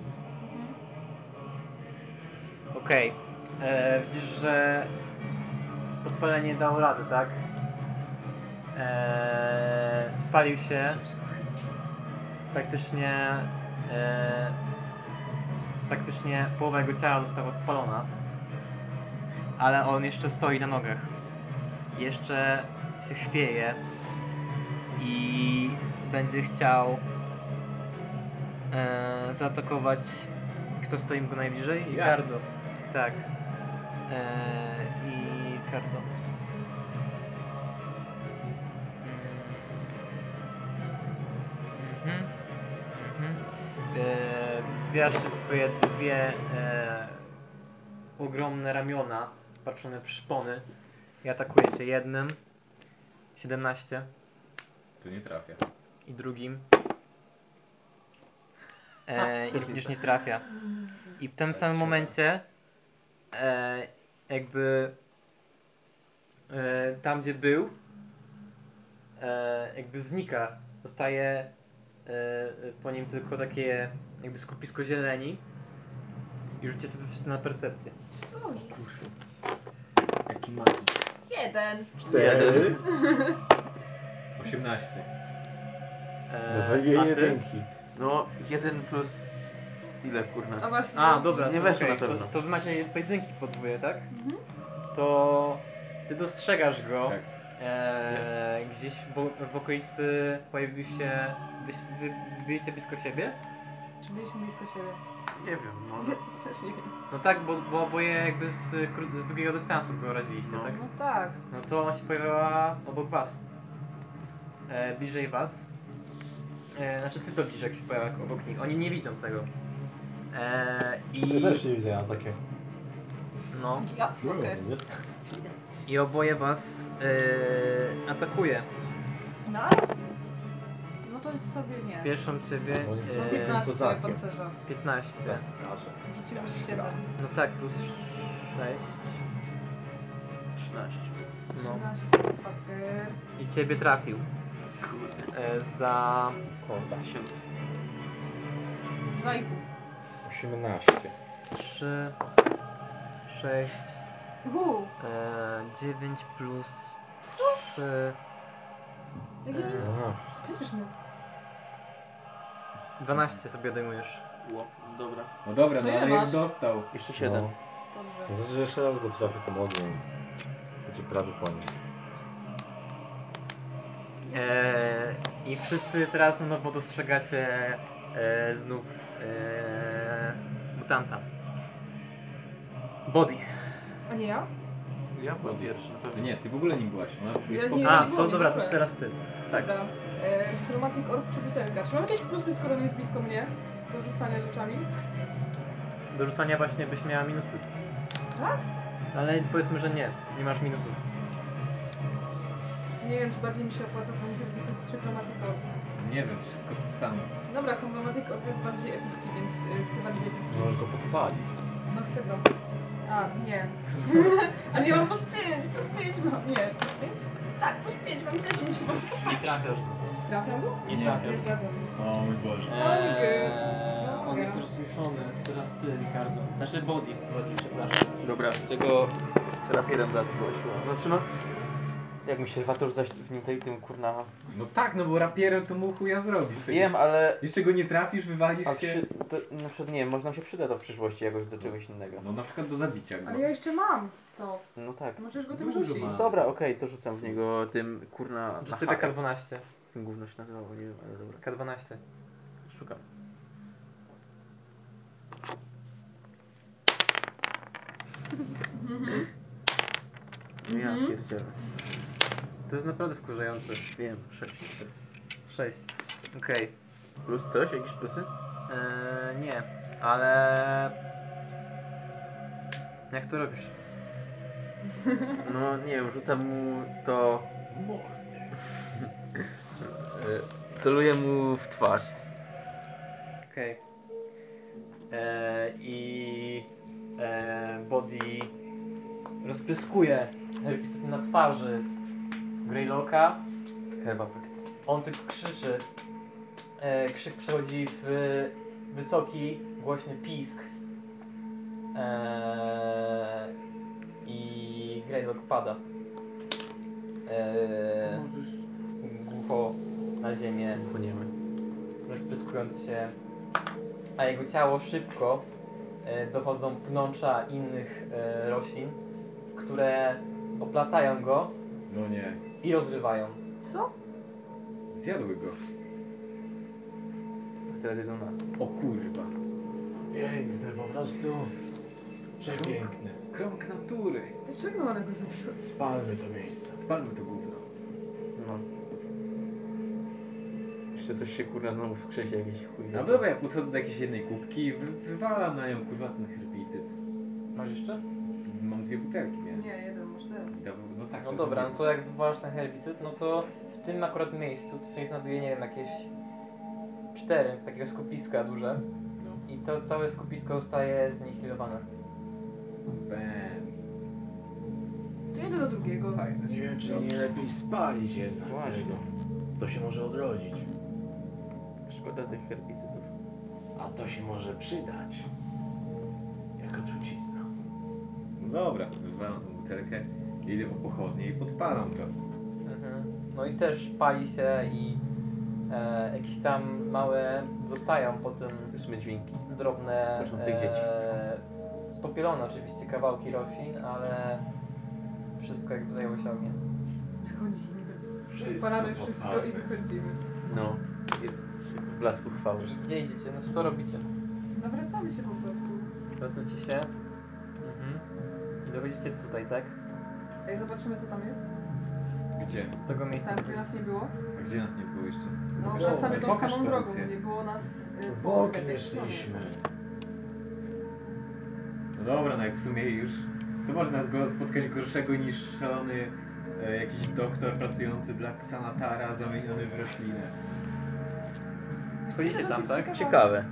S5: Okej. E, Widzisz, że podpalenie dało radę, tak? E, spalił się. Praktycznie. E, praktycznie połowa jego ciała została spalona. ale on jeszcze stoi na nogach. Jeszcze się chwieje i będzie chciał e, zaatakować. Kto stoi mu najbliżej?
S44: Ja.
S5: Ricardo. Tak. E, I Ricardo. Mhm. Mhm. E, Wiatrzy swoje dwie e, ogromne ramiona patrzone w szpony i atakuje się jednym 17
S4: Tu nie trafię.
S5: i drugim e, i również nie trafia. I w tym samym momencie e, jakby e, tam gdzie był e, jakby znika. Zostaje e, e, po nim tylko takie jakby skupisko zieleni i rzućcie sobie wszyscy na percepcję.
S2: Co jest?
S4: Jaki magik.
S2: Jeden.
S4: Cztery. 18.
S5: No E,
S9: Dawaj
S30: Eee,
S9: jej jedynki.
S3: No, jeden plus... Ile, kurna?
S5: A, dobra,
S3: nie
S5: to
S3: weszło
S5: okej,
S3: na pewno.
S5: To, to wy macie pojedynki podwóje, tak? To ty dostrzegasz go. E, gdzieś w, w okolicy pojawił się. byś- Wy, byliście blisko siebie?
S45: Czy byliśmy blisko siebie?
S3: Nie wiem,
S45: Też nie wiem.
S5: No tak, bo, bo oboje jakby z, kró- z długiego dystansu go raziliście, tak?
S2: No tak.
S5: No to ona się pojawiała obok was. E, bliżej was. E, znaczy ty to bliżej jak się pojawia obok nich. Oni nie widzą tego. E, i...
S9: Ja też nie widzę na takie.
S5: No.
S2: Ja, okej.
S9: Jest.
S5: I oboje was e, atakuje.
S2: Naraz? No to sobie nie. No
S5: Pierwszą ciebie.
S2: Oni są
S5: e,
S2: 15 kozakiem. pancerza.
S5: 15.
S2: Rzuciłam 7.
S5: No tak, plus 6. 13. No.
S2: 13, fucker.
S5: I ciebie trafił. E, za. Koda. 1000.
S2: 2,5.
S46: 18.
S5: 3, 6,
S2: Uhu.
S5: e, 9 plus 3,
S2: Jaki
S5: Eee.
S2: jest potężny.
S5: 12 sobie odejmujesz.
S3: Dobra.
S47: No dobra,
S5: Co
S47: no
S5: ile
S47: ale jak
S5: masz?
S47: dostał.
S5: Jeszcze siedem.
S9: No. Znaczy, że jeszcze raz go trafię to mogłem. Będzie prawie po nim.
S5: E, I wszyscy teraz na nowo dostrzegacie e, znów e, mutanta. Body.
S2: A nie ja?
S3: Ja byłem pierwszy, na pewno.
S4: Nie, ty w ogóle nie byłaś. Ona jest
S2: Ja
S4: po-
S2: nie-
S5: A,
S2: nie
S5: to
S2: mam
S5: dobra, to
S2: nikogo.
S5: teraz ty. Tak.
S2: Dobra. E, chromatic orb czy butelka? Czy mam jakieś plusy, skoro nie jest blisko mnie? Do rzucania rzeczami?
S5: Do rzucania właśnie byś miała minusy.
S2: Tak?
S5: Ale powiedzmy, że nie, nie masz minusów.
S2: Nie wiem, czy bardziej mi się opłaca tą różnicę z trzy chromatic orb.
S4: Nie wiem, wszystko to samo.
S2: Dobra, chromatic orb jest bardziej epicki, więc y, chcę bardziej epicki.
S9: Możesz go podpalić.
S2: No chcę go. A, nie. A nie mam plus 5, plus 5 mam. Nie, plus 5? Tak, plus 5 mam 10 mam.
S48: Nie trafiasz.
S2: Trafiam go?
S48: Nie trafiasz.
S2: Nie trafiam.
S48: O mój Boże.
S2: Olgę.
S49: Eee, on
S2: Olgę.
S49: jest rozsłuszony. Teraz ty, Ricardo. Znaczy body. Body, przepraszam.
S3: Dobra, chcę go rapierem zaatakować chyba. Znaczy no, jak mi się warto rzucać w nim tej, tym kurna...
S4: No tak, no bo rapierem to mu chuja zrobisz.
S3: Wiem, ale...
S4: Jeszcze go nie trafisz, wywalisz
S3: A
S4: się.
S3: przy, to, na przykład nie wiem, może nam się przyda to w przyszłości jakoś do czegoś innego.
S4: No na przykład do zabicia
S2: Ale ja jeszcze mam to.
S3: No tak.
S2: Możesz go tym rzucić.
S3: Dobra, okej, to rzucam w niego tym kurna...
S5: Rzuć sobie
S3: na hakę.
S5: K12.
S3: Tym gówno się nazywało, nie wiem, ale dobra.
S5: K12.
S3: Szukam. No Ja pierdzielę.
S5: Mhm. To jest naprawdę wkurzające.
S3: Wiem, 6.
S5: 6. Okej.
S3: Plus coś? Jakieś plusy?
S5: Eee, nie, ale. E, Jak to robisz?
S3: No nie wiem, rzucam mu to... Y, Celuję mu w twarz.
S5: Okej. Eee, I eee, Body rozpyskuje herbicyd na twarzy Greylocka.
S3: Herbapekt.
S5: On tylko krzyczy. Eee, krzyk przechodzi w wysoki, głośny pisk. Eee, I Greylock pada. Eee, głucho na ziemię.
S3: Płyniemy.
S5: rozpyskując się, a jego ciało szybko e, dochodzą pnącza innych e, roślin, które oplatają go
S4: No nie.
S5: i rozrywają.
S50: Co?
S4: Zjadły go.
S5: A teraz jedzą nas.
S4: O kurwa.
S9: Piękne po prostu. Przepiękne.
S4: Krąg natury.
S2: Dlaczego one go zabiły?
S9: Spalmy to miejsce.
S4: Spalmy to gówno.
S3: No. Jeszcze coś się kurwa znowu w krzesie jakieś chuj. wie
S4: No
S3: co.
S4: dobra, ja podchodzę do jakiejś jednej kubki i wy, wywalam na nią kurwa ten herbicyd.
S5: Masz jeszcze?
S4: Mam dwie butelki, nie?
S2: Nie, jeden może teraz.
S4: No, no tak.
S5: No
S4: to
S5: dobra, no
S4: zrobię.
S5: to jak wywalasz ten herbicyd, no to w tym akurat miejscu to się znajduje, nie wiem, jakieś cztery takiego skupiska duże i ca- całe skupisko zostaje znihilowane.
S4: Benz.
S2: To jeden do drugiego.
S9: Nie wiem, czy nie lepiej spalić jednak
S3: Właśnie.
S9: tego. To się może odrodzić.
S3: Szkoda tych herbicydów.
S9: A to się może przydać. Jako trucizna.
S4: No dobra, wywalam tą butelkę, idę po pochodnie i podpalam go.
S5: Mhm. No i też pali się i e, jakieś tam małe zostają potem
S3: Słyszymy dźwięki.
S5: drobne e,
S3: Proszących dzieci.
S5: spopielone oczywiście kawałki rofin, ale wszystko jakby zajęło się ogniem.
S2: Wychodzimy.
S9: Wszystko
S2: Odpalamy wszystko i
S9: podpalmy.
S2: wychodzimy.
S3: No. W blasku chwały.
S5: I Gdzie idziecie? No co robicie?
S2: Nawracamy No, się po prostu.
S5: Wracacie się mhm. i dochodzicie tutaj, tak?
S2: Ej, zobaczymy co tam jest.
S4: Gdzie?
S5: Do tego miejsca.
S2: Tam gdzie nas nie było.
S4: A gdzie nas nie było jeszcze?
S2: No, wracamy tą samą drogą. Nie było nas y,
S9: W
S2: po
S9: oknie szliśmy.
S4: No dobra, no jak w sumie już. Co może nas go spotkać gorszego niż szalony e, jakiś doktor pracujący dla Xanatara zamieniony w roślinę?
S3: Chodzicie tam, tak?
S5: Ciekawe.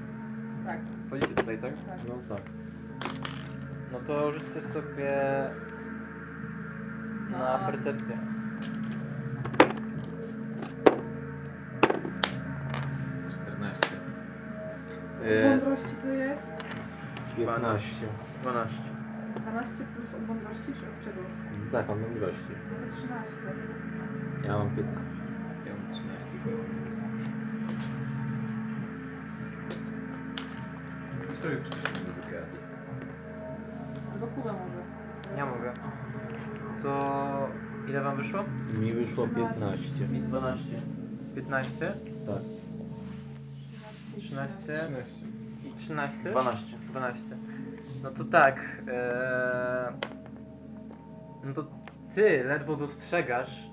S2: Tak.
S5: Chodzicie tutaj, tak?
S2: Tak.
S3: No tak.
S5: No to rzućcie sobie na percepcję. E.
S2: Mądrości to jest
S3: 15. 12.
S2: 12 plus od mądrości czy od czego?
S51: Tak, mam mądrości.
S2: No to 13.
S51: Ja mam 15.
S4: Ja mam 13 Który przeczytał muzykę?
S2: Albo Kuba może.
S5: Ja mogę. To ile wam wyszło?
S51: Mi wyszło 15.
S5: Mi 12. 15?
S51: Tak.
S5: 13
S4: 13.
S5: i 13?
S3: 12.
S5: 12. No to tak. E... No to ty ledwo dostrzegasz,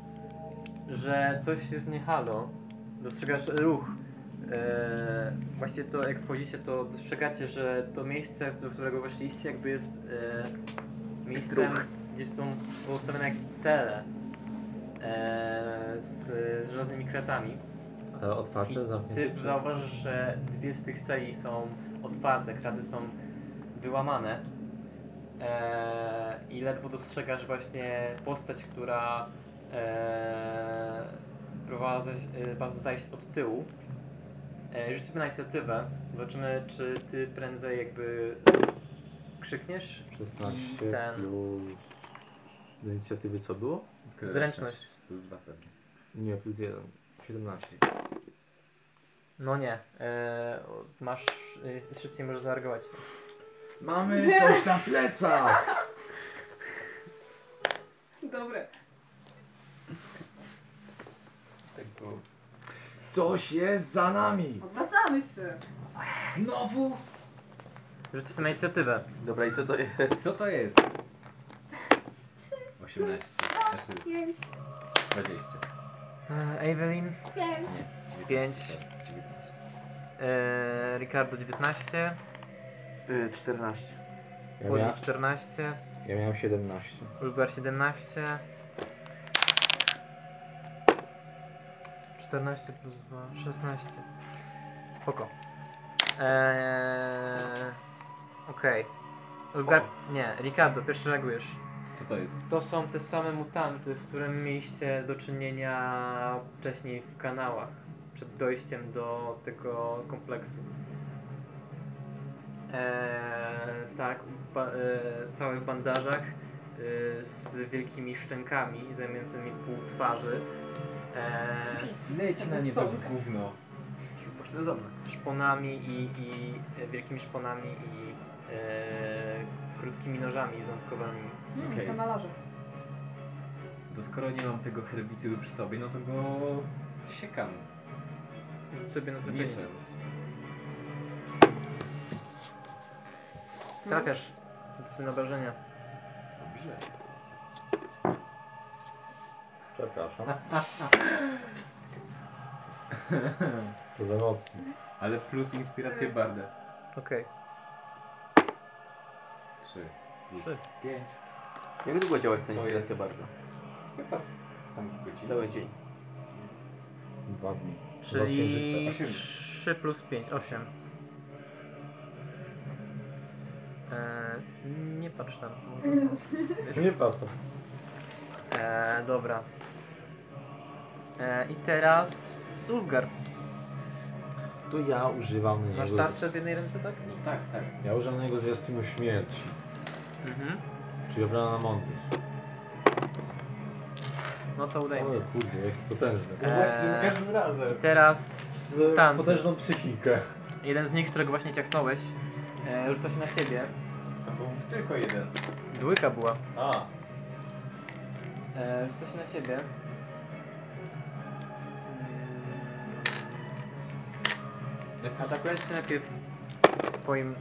S5: że coś jest nie halo. Dostrzegasz ruch. E... Właśnie to jak wchodzicie, to dostrzegacie, że to miejsce, do którego weszliście, jakby jest e... miejscem,
S3: ruch.
S5: gdzie są ustawione jak cele e... z żelaznymi kratami.
S9: E,
S51: Ale otwarte,
S5: Ty
S51: zamknięte.
S5: zauważysz, że dwie z tych celi są otwarte, kraty są wyłamane eee, i ledwo dostrzegasz właśnie postać, która eee, próbowała zejść, e, was zajść od tyłu. Eee, rzuć sobie na inicjatywę, zobaczymy czy ty prędzej jakby z- krzykniesz
S51: 16
S5: i ten...
S51: plus... Do inicjatywy co było?
S5: Zręczność.
S4: Plus dwa pewnie.
S51: Nie, plus 1. 17.
S5: No nie, eee, masz, e, szybciej możesz zareagować.
S9: Mamy coś na plecach!
S52: Dobre.
S3: Tak
S9: Coś jest za nami!
S2: Odwracamy się.
S9: Znowu?
S5: Rzuć sobie na inicjatywę.
S3: Dobra, i co to jest?
S4: Co to jest? 18. Znaczy
S50: 5,
S4: 20.
S5: Eee, Evelyn?
S50: 5.
S5: 5. Eee, Ricardo 19. 14.
S51: Ja
S5: Wodzi
S51: mia-
S5: 14.
S51: Ja miałem 17.
S5: Ulgar 17. 14 plus 2, 16. Spoko. Eee, Okej. Ulgar... Nie, Ricardo, pierwszy reagujesz.
S4: Co to jest?
S5: To są te same mutanty, z którymi mieliście do czynienia wcześniej w kanałach, przed dojściem do tego kompleksu. Eee, tak, ba- e, cały w bandażach e, z wielkimi szczękami zajmującymi pół twarzy. Eee,
S4: Leć na nie to gówno.
S5: Szponami i, i e, wielkimi szponami i e, krótkimi wielkimi nożami ząbkowanymi.
S2: Mm,
S4: Okej.
S2: To malarze.
S4: To skoro nie mam tego herbicydu przy sobie, no to go siekam.
S5: Rzuć sobie na trafienie.
S4: Mieczem.
S5: Trafiasz. Rzuć sobie na obrażenia.
S4: Dobrze.
S9: Przepraszam. To za mocno.
S4: Ale plus inspirację bardę.
S5: Okej.
S4: 3
S53: Trzy.
S4: plus 5.
S3: Jak długo działa ta inspiracja bardzo?
S4: Chyba z- tam godzinę.
S3: Cały dzień.
S9: Dwa dni.
S5: Czyli
S4: Osiem.
S5: 3 plus 5, 8. Eee, nie patrz tam.
S9: Nie pasa.
S5: Eee, dobra. Eee, I teraz Sulgar.
S9: To ja używam na
S5: Masz
S9: niego...
S5: tarczę w jednej ręce, tak?
S4: Tak, tak.
S9: Ja używam na niego zwiastunu śmierci.
S5: Mhm.
S9: Czyli obrana na mądrość.
S5: No to udaje mi
S9: O
S5: się.
S9: kurde, jaki potężny.
S5: Eee, I teraz
S9: Z
S5: tancer.
S9: potężną psychikę.
S5: Jeden z nich, którego właśnie ciachnąłeś, e, rzuca się na siebie.
S54: To był tylko jeden.
S5: Dwójka była.
S54: A,
S5: E, rzuca się na siebie. Mm. Atakuje się najpierw swoim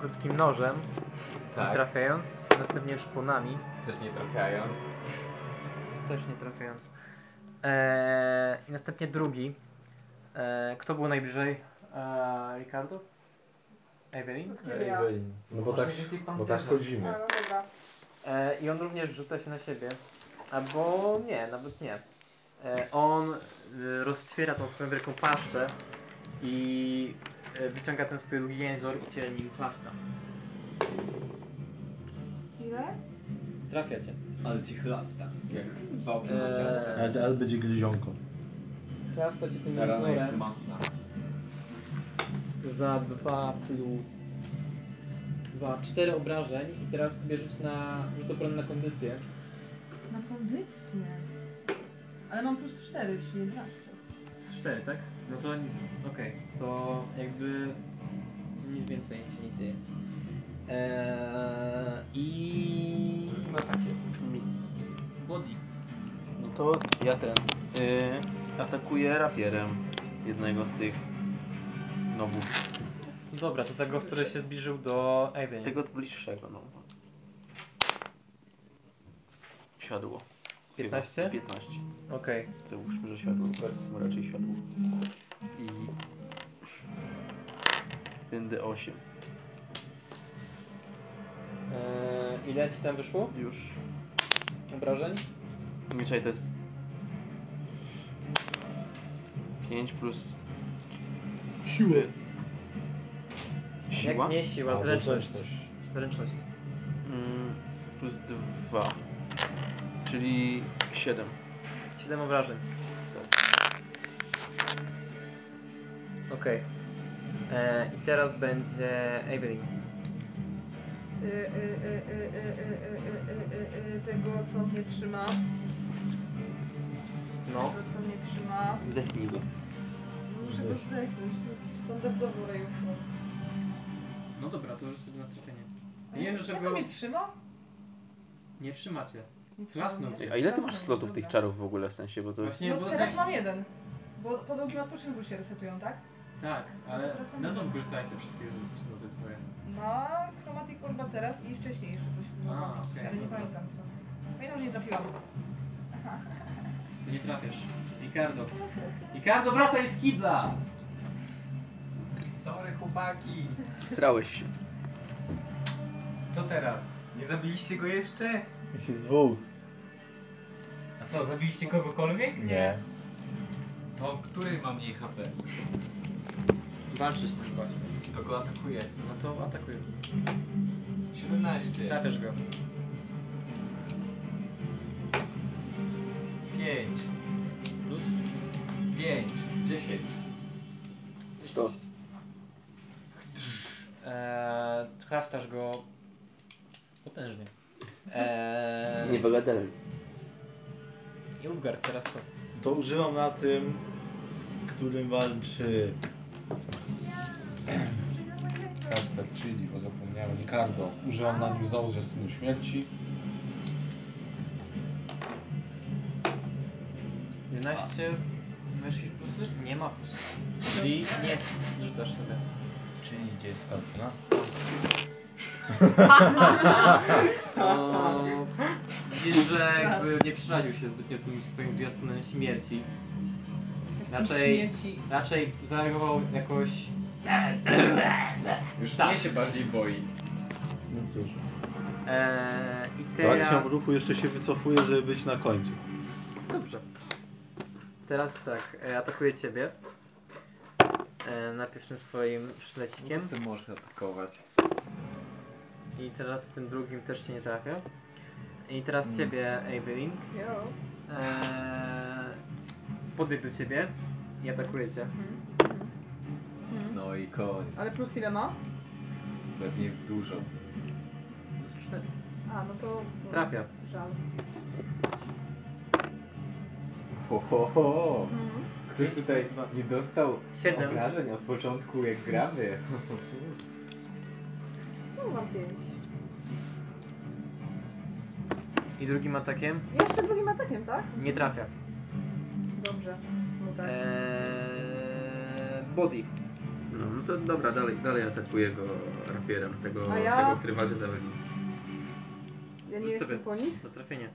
S5: krótkim nożem,
S4: Tak.
S5: nie trafiając, następnie szponami,
S4: Też nie trafiając.
S5: też nie trafiając. E, I następnie drugi. E, kto był najbliżej? E, Ricardo? Evelyn?
S2: Ja.
S9: No bo tak, bo tak chodzimy.
S2: A, no dobra.
S5: E, I on również rzuca się na siebie. Albo nie, nawet nie. E, on e, rozćwiera tą swoją wielką paszczę i e, wyciąga ten swój długi jęzor i cię nim chlasta.
S2: Ile?
S5: Trafia cię.
S4: Ale ci chlasta. Jak wałkiem na ciasto.
S5: Eee,
S9: Ale, ale będzie gryzionką.
S5: chlasta cię tym
S4: Ta rana jest
S5: jęzorem
S4: masna.
S5: za 2 plus 2, 4 obrażeń i teraz sobie rzuć na rzut obronny na kondycję.
S2: Na kondycję. Ale mam plus 4, czyli 11.
S5: Z 4, tak? No to okej, to jakby nic więcej się nie dzieje. Eee, I.
S3: No takie.
S5: Body.
S3: No to ja ten. y, atakuję rapierem jednego z tych nobów.
S5: Dobra, to tego, który się zbliżył do Ewy.
S3: Tego bliższego, no. Siadło.
S5: 15?
S3: 15.
S5: Okej.
S3: Załóżmy, że siadło. Super. Raczej siadło. I... Będę 8.
S5: Eee, ile ci tam wyszło?
S3: Już.
S5: Obrażeń?
S3: Mieczaj to jest... 5 plus... Siły. Siła?
S5: Jak nie siła,
S3: A,
S5: zręczność.
S3: zręczność.
S5: Zręczność.
S3: Mm, plus 2. Czyli 7.
S5: 7 obrażeń. Okej. Eee, I teraz będzie Evelyn.
S2: Y, y, y, y, y, y, y, y, y, Tego, co mnie trzyma.
S5: No.
S2: Tego, co mnie trzyma.
S3: Zdechnij go.
S2: Muszę go zdechnąć. no, Standardowo Ray of Frost.
S5: No dobra, to już sobie na trafienie.
S55: Nie
S3: no,
S55: wiem, że
S2: Jak
S55: go
S2: on mnie trzyma?
S55: nie trzymacie.
S2: Nie trzyma
S55: Klasnął
S2: mnie.
S55: cię.
S3: A ile ty masz slotów tych czarów w ogóle, w sensie, bo to jest...
S55: Właśnie- Nie,
S2: No
S55: bo
S2: teraz
S55: znajdź-
S2: mam jeden. Bo po długim odpoczynku się resetują, tak?
S55: Tak, ale
S2: Teraz mam-
S55: na ząbku wykorzystałeś te wszystkie sloty swoje.
S2: Na Chromatic Orba teraz i wcześniej jeszcze coś próbowałam,
S55: A, okej,
S2: ale nie
S55: dobra.
S2: pamiętam co. Pamiętam, że nie trafiłam. Aha.
S55: Ty nie trafiasz. Ricardo. Ricardo, wracaj z kibla!
S56: Sorry chłopaki.
S3: Strałeś się.
S56: Co teraz? Nie zabiliście go jeszcze?
S9: Ich jest dwóch.
S56: A co, zabiliście kogokolwiek?
S9: Nie.
S56: To który ma mniej HP?
S5: Walczysz z tym właśnie.
S56: To go atakuje.
S5: No to atakuję.
S56: 17.
S5: Trafiasz go.
S56: 5.
S5: Plus?
S56: 5. 10.
S3: To.
S5: Eee, chlastasz go potężnie. Eee,
S3: Nie wygadałem.
S5: I Ulgar, teraz co?
S9: To używam na tym, z którym walczy. Kasper, czyli, bo zapomniałem, Ricardo. Użyłam na nim znowu zwiastunu śmierci.
S5: 11 mysz i plusy? Nie ma plusy. Czyli nie rzucasz sobie.
S9: Czyli gdzie jest 12?
S5: O, Widzisz, że jakby nie przeraził się zbytnio tym swoim zwiastunem śmierci. Raczej,
S2: śmierci.
S5: raczej zareagował jakoś...
S57: Już
S5: tak.
S57: mnie się bardziej boi.
S9: No cóż.
S5: Eee, I
S9: Teraz...
S5: teraz...
S9: Tak, ruchu jeszcze się wycofuje, żeby być na końcu.
S5: Dobrze. Teraz tak, e, atakuje ciebie. E, najpierw tym swoim szlecikiem.
S4: Ty możesz atakować.
S5: I teraz tym drugim też cię nie trafia. I teraz ciebie, Evelyn.
S58: Jo.
S5: Eee, podbiegł do ciebie i atakuje cię.
S58: Mhm.
S4: No i koniec.
S2: Ale plus ile ma?
S4: Pewnie dużo.
S5: Plus 4.
S2: A, no to...
S5: Trafia.
S2: Żal.
S4: Ho, ho, ho.
S2: Mhm.
S4: Ktoś tutaj nie dostał
S5: Siedem.
S4: obrażeń od początku jak gramy.
S2: Znowu mam pięć.
S5: I drugim atakiem
S2: Jeszcze drugim atakiem, tak?
S5: nie trafia. E,
S2: Dobrze. No tak.
S5: Eee, body.
S3: No, no to dobra, dalej, dalej atakuję go rapierem, tego,
S2: A ja?
S3: tego który walczy z Ewelin.
S2: Ja nie
S5: rzuć
S2: jestem
S5: sobie.
S2: po nich?
S5: Do trafienia.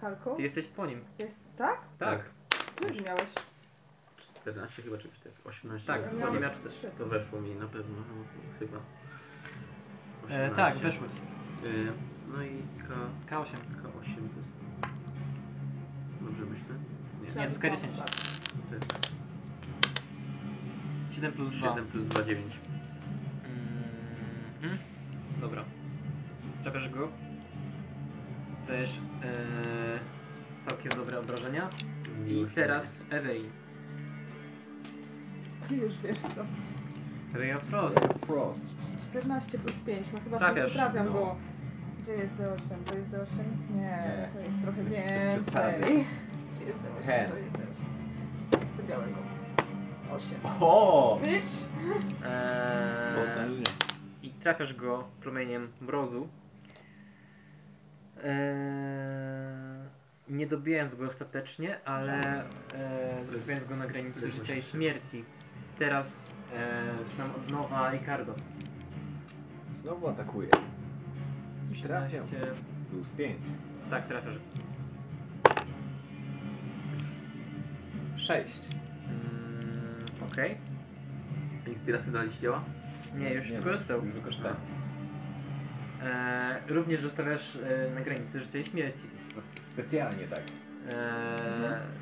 S2: Halko?
S5: Ty jesteś po nim.
S2: Jest... Tak?
S5: Tak.
S2: Wiem, że miałeś.
S3: 14 Tak. chyba, czy 4, 18.
S5: Tak,
S3: chyba.
S2: miałam
S3: Nie
S2: z
S3: miał-
S2: trzy.
S3: To weszło mi na pewno, no, chyba.
S5: E, tak, weszło ci.
S3: Y, no i K...
S5: K8.
S3: K8 to jest... Dobrze myślę?
S2: Tak.
S5: Nie, to jest K10.
S3: To jest
S5: 7 plus 2.
S3: 7 plus 2, 9.
S5: Mhm. Dobra. Trafiasz go. Też e, całkiem dobre obrażenia. I
S3: Miłość
S5: teraz Evelyn.
S2: Ty już wiesz co.
S5: Ray of Frost.
S4: Prost.
S2: 14 plus 5, no chyba
S5: Trafiasz,
S2: Trafiasz, trafiam,
S5: no.
S2: bo... Gdzie jest D8? To jest D8? Nie,
S4: Nie.
S2: to jest trochę
S4: Bez- bez
S2: więcej.
S4: przesady.
S2: Gdzie jest D8?
S4: Ten.
S2: To jest D8. Ja chcę białego. 8.
S4: O!
S2: Bitch!
S5: Eee, I trafiasz go promieniem mrozu. Eee, nie dobijając go ostatecznie, ale eee, zostawiając go na granicy życia i śmierci. Teraz eee, zaczynam od nowa Ricardo.
S4: Znowu atakuje. I trafiam.
S5: 18,
S4: Plus 5.
S5: tak, trafiasz.
S4: 6.
S5: Mm, Okej.
S3: Inspiracja dalej się działa?
S5: Nie, już wykorzystał.
S4: Już wykorzystałem.
S5: Eee, również zostawiasz eee, na granicy życia i śmierci.
S4: Specjalnie tak.
S5: Eee,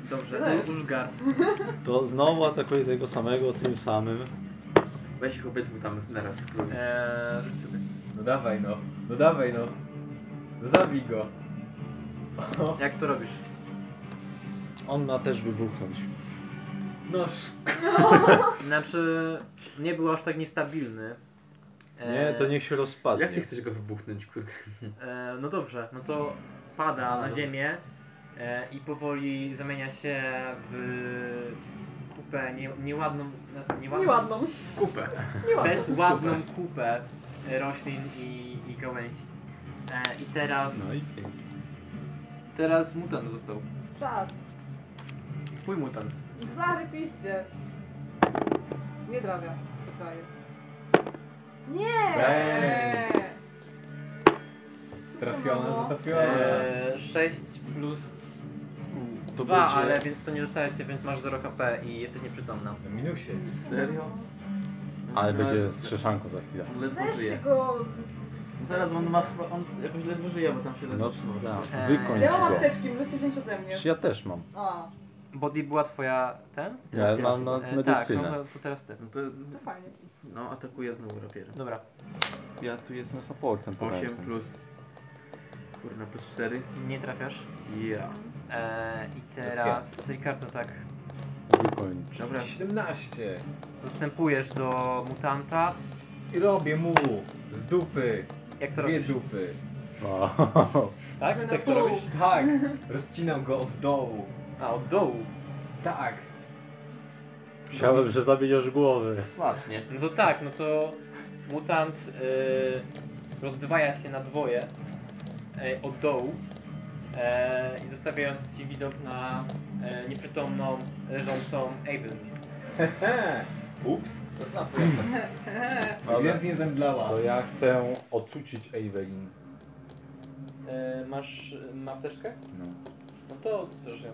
S5: dobrze,
S4: Mhm.
S5: no, Ulgar.
S9: To znowu atakuje tego samego, tym samym.
S3: Weź ich obydwu tam naraz skrój.
S5: Eee, rzuć sobie.
S4: No dawaj no. No dawaj no. No zabij go.
S5: Jak to robisz?
S9: On ma też wybuchnąć.
S4: Noż.
S5: Znaczy, nie był aż tak niestabilny.
S9: Nie, to niech się rozpadnie.
S3: Jak ty chcesz go wybuchnąć, kurde?
S5: E, no dobrze, no to pada na ziemię e, i powoli zamienia się w kupę, nie, nieładną, nieładną,
S2: Nieładną.
S3: W kupę.
S5: bezładną kupę roślin i, i gałęzi. E, I teraz,
S3: No i pięknie.
S5: teraz mutant został.
S2: Czas.
S5: Twój mutant.
S2: Zarypiście. Nie trafia. Trafię. Nie!
S4: Bang.
S2: Super
S4: Trafione,
S2: mało.
S4: zatopione.
S9: Eee.
S5: E, 6 plus
S9: To
S5: 2,
S9: będzie-
S5: ale więc to nie dostajecie, więc masz 0 HP i jesteś nieprzytomna. Eee,
S4: Na minusie.
S3: No. Serio?
S9: Ale będzie strzeszanko za chwilę.
S3: On ledwo
S2: Weźcie
S3: żyje.
S2: go.
S3: Zaraz on ma chyba, on jakoś ledwo żyje, bo tam się ledwo
S9: No,
S3: trzyma.
S9: tak.
S5: Eee,
S9: Wykończ
S2: Ja mam
S9: go.
S2: apteczki, możecie wziąć ode mnie.
S9: Ja też mam.
S2: A,
S5: Body była twoja ten?
S9: Ja mam na
S5: E,
S9: medycynę.
S5: Tak, no to- to teraz ty.
S3: No to,
S2: to fajnie.
S3: no atakuje znowu rapierem.
S5: Dobra.
S3: Ja tu jest
S9: Na supportem
S3: 8
S9: powiedzmy.
S3: plus... Kurna, plus 4.
S5: Nie trafiasz.
S3: Ja.
S5: E, I teraz Ricardo tak
S9: Wykończ.
S3: Dobra,
S4: 17.
S5: dostępujesz do mutanta.
S4: I robię mu z dupy.
S5: Jak to
S4: Dwie
S5: robisz?
S4: dupy.
S9: O,
S5: Tak?
S2: Że na
S5: Tak to
S2: pół.
S5: robisz?
S4: Tak. Rozcinam go od dołu.
S5: A, od dołu.
S4: Tak.
S9: Chciałem, że zamieniasz głowy.
S3: Smacznie.
S5: No to tak, no to mutant y, rozdwaja się na dwoje y, od dołu y, i zostawiając ci widok na y, nieprzytomną, leżącą Abel.
S4: Ups.
S3: To znowu
S4: Ewidentnie zemdlała. To ja chcę ocucić Evelyn.
S5: E, masz e, mapteczkę?
S4: No.
S5: No to coś ją.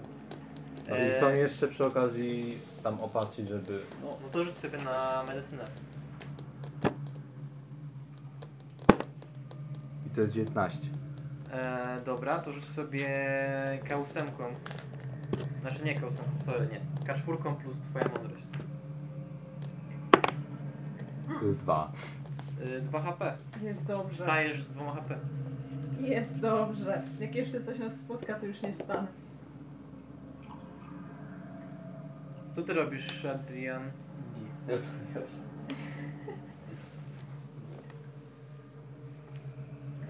S4: No I są jeszcze przy okazji tam opatrzyć, żeby...
S5: No, no to rzuć sobie na medycynę.
S4: I to jest 19.
S5: E, dobra, to rzuć sobie K8. E, Znaczy nie K8, sorry, nie. K4 plus twoja mądrość.
S4: To jest 2.
S5: E, 2 HP.
S2: Jest dobrze.
S5: Wstajesz z 2 HP.
S2: Jest dobrze. Jak jeszcze coś nas spotka, to już nie wstanę.
S5: Co ty robisz, Adrian?
S3: Nic,
S5: tylko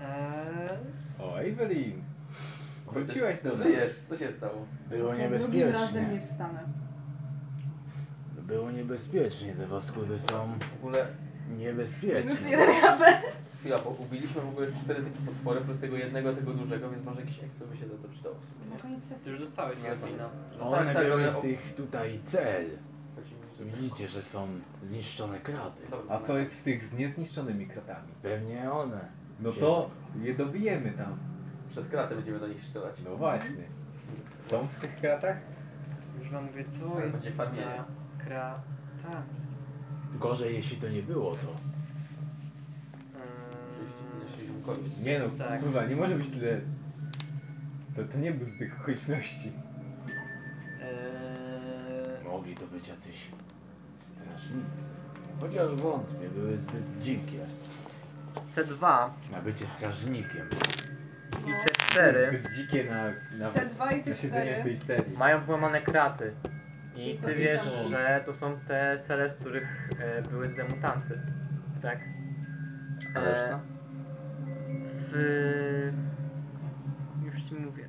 S5: E,
S4: O, Evelyn!
S3: Wróciłaś do nas. Żyjesz, co się stało?
S26: Było
S2: Za
S26: niebezpiecznie.
S2: drugim razem nie wstanę.
S26: Było niebezpiecznie, te waskudy są
S3: W ogóle
S2: Minus
S26: niebezpieczne.
S2: jeden HP.
S3: chwila, bo ubiliśmy w ogóle już cztery takie potwory plus tego jednego, tego dużego, więc może jakiś ekspo by się za to przydał. w sumie, nie?
S2: Na koniec sesji.
S5: Ty już dostałeś nie Adriana.
S3: No
S2: Tak,
S26: One były
S3: ale
S26: z
S3: o-
S26: tych tutaj cel. Widzicie, że są zniszczone kraty.
S9: A co jest w tych z niezniszczonymi kratami?
S26: Pewnie one.
S9: No
S26: Się
S9: to je dobijemy tam.
S3: Przez kratę będziemy do nich strzelać.
S9: No właśnie. Są w tych kratach?
S5: Już wam mówię, co
S3: Ale
S5: jest
S3: będzie
S5: za tak.
S3: farmienie.
S5: kratami.
S26: Gorzej, jeśli to nie było to.
S9: Nie no,
S5: Jest tak.
S9: kurwa, nie może być tyle... To, to nie był zbieg okoliczności.
S5: Eee,
S26: Mogli to być jacyś strażnicy. Chociaż wątpię, były zbyt dzikie.
S5: C2
S26: Na bycie strażnikiem.
S5: i C4
S9: Zbyt dzikie na, na,
S2: C2 i
S9: na siedzenie
S2: C4.
S9: w tej celi.
S5: mają włamane kraty. I
S2: To
S5: ty wiesz,
S2: są-
S5: że to są te cele, z których e, były te mutanty. Tak.
S26: A reszta?
S5: w... Już ci mówię.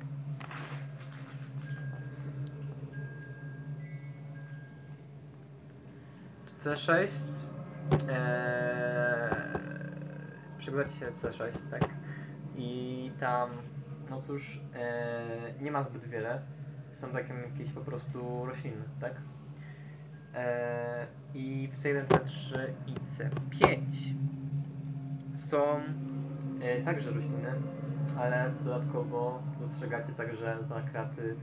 S5: W C6 e, przygląda ci się C6, tak? I tam, no cóż, e, nie ma zbyt wiele. Są takie jakieś po prostu rośliny, tak? E, I w C1, C3 i C5 są e, także rośliny, ale dodatkowo dostrzegacie także za kraty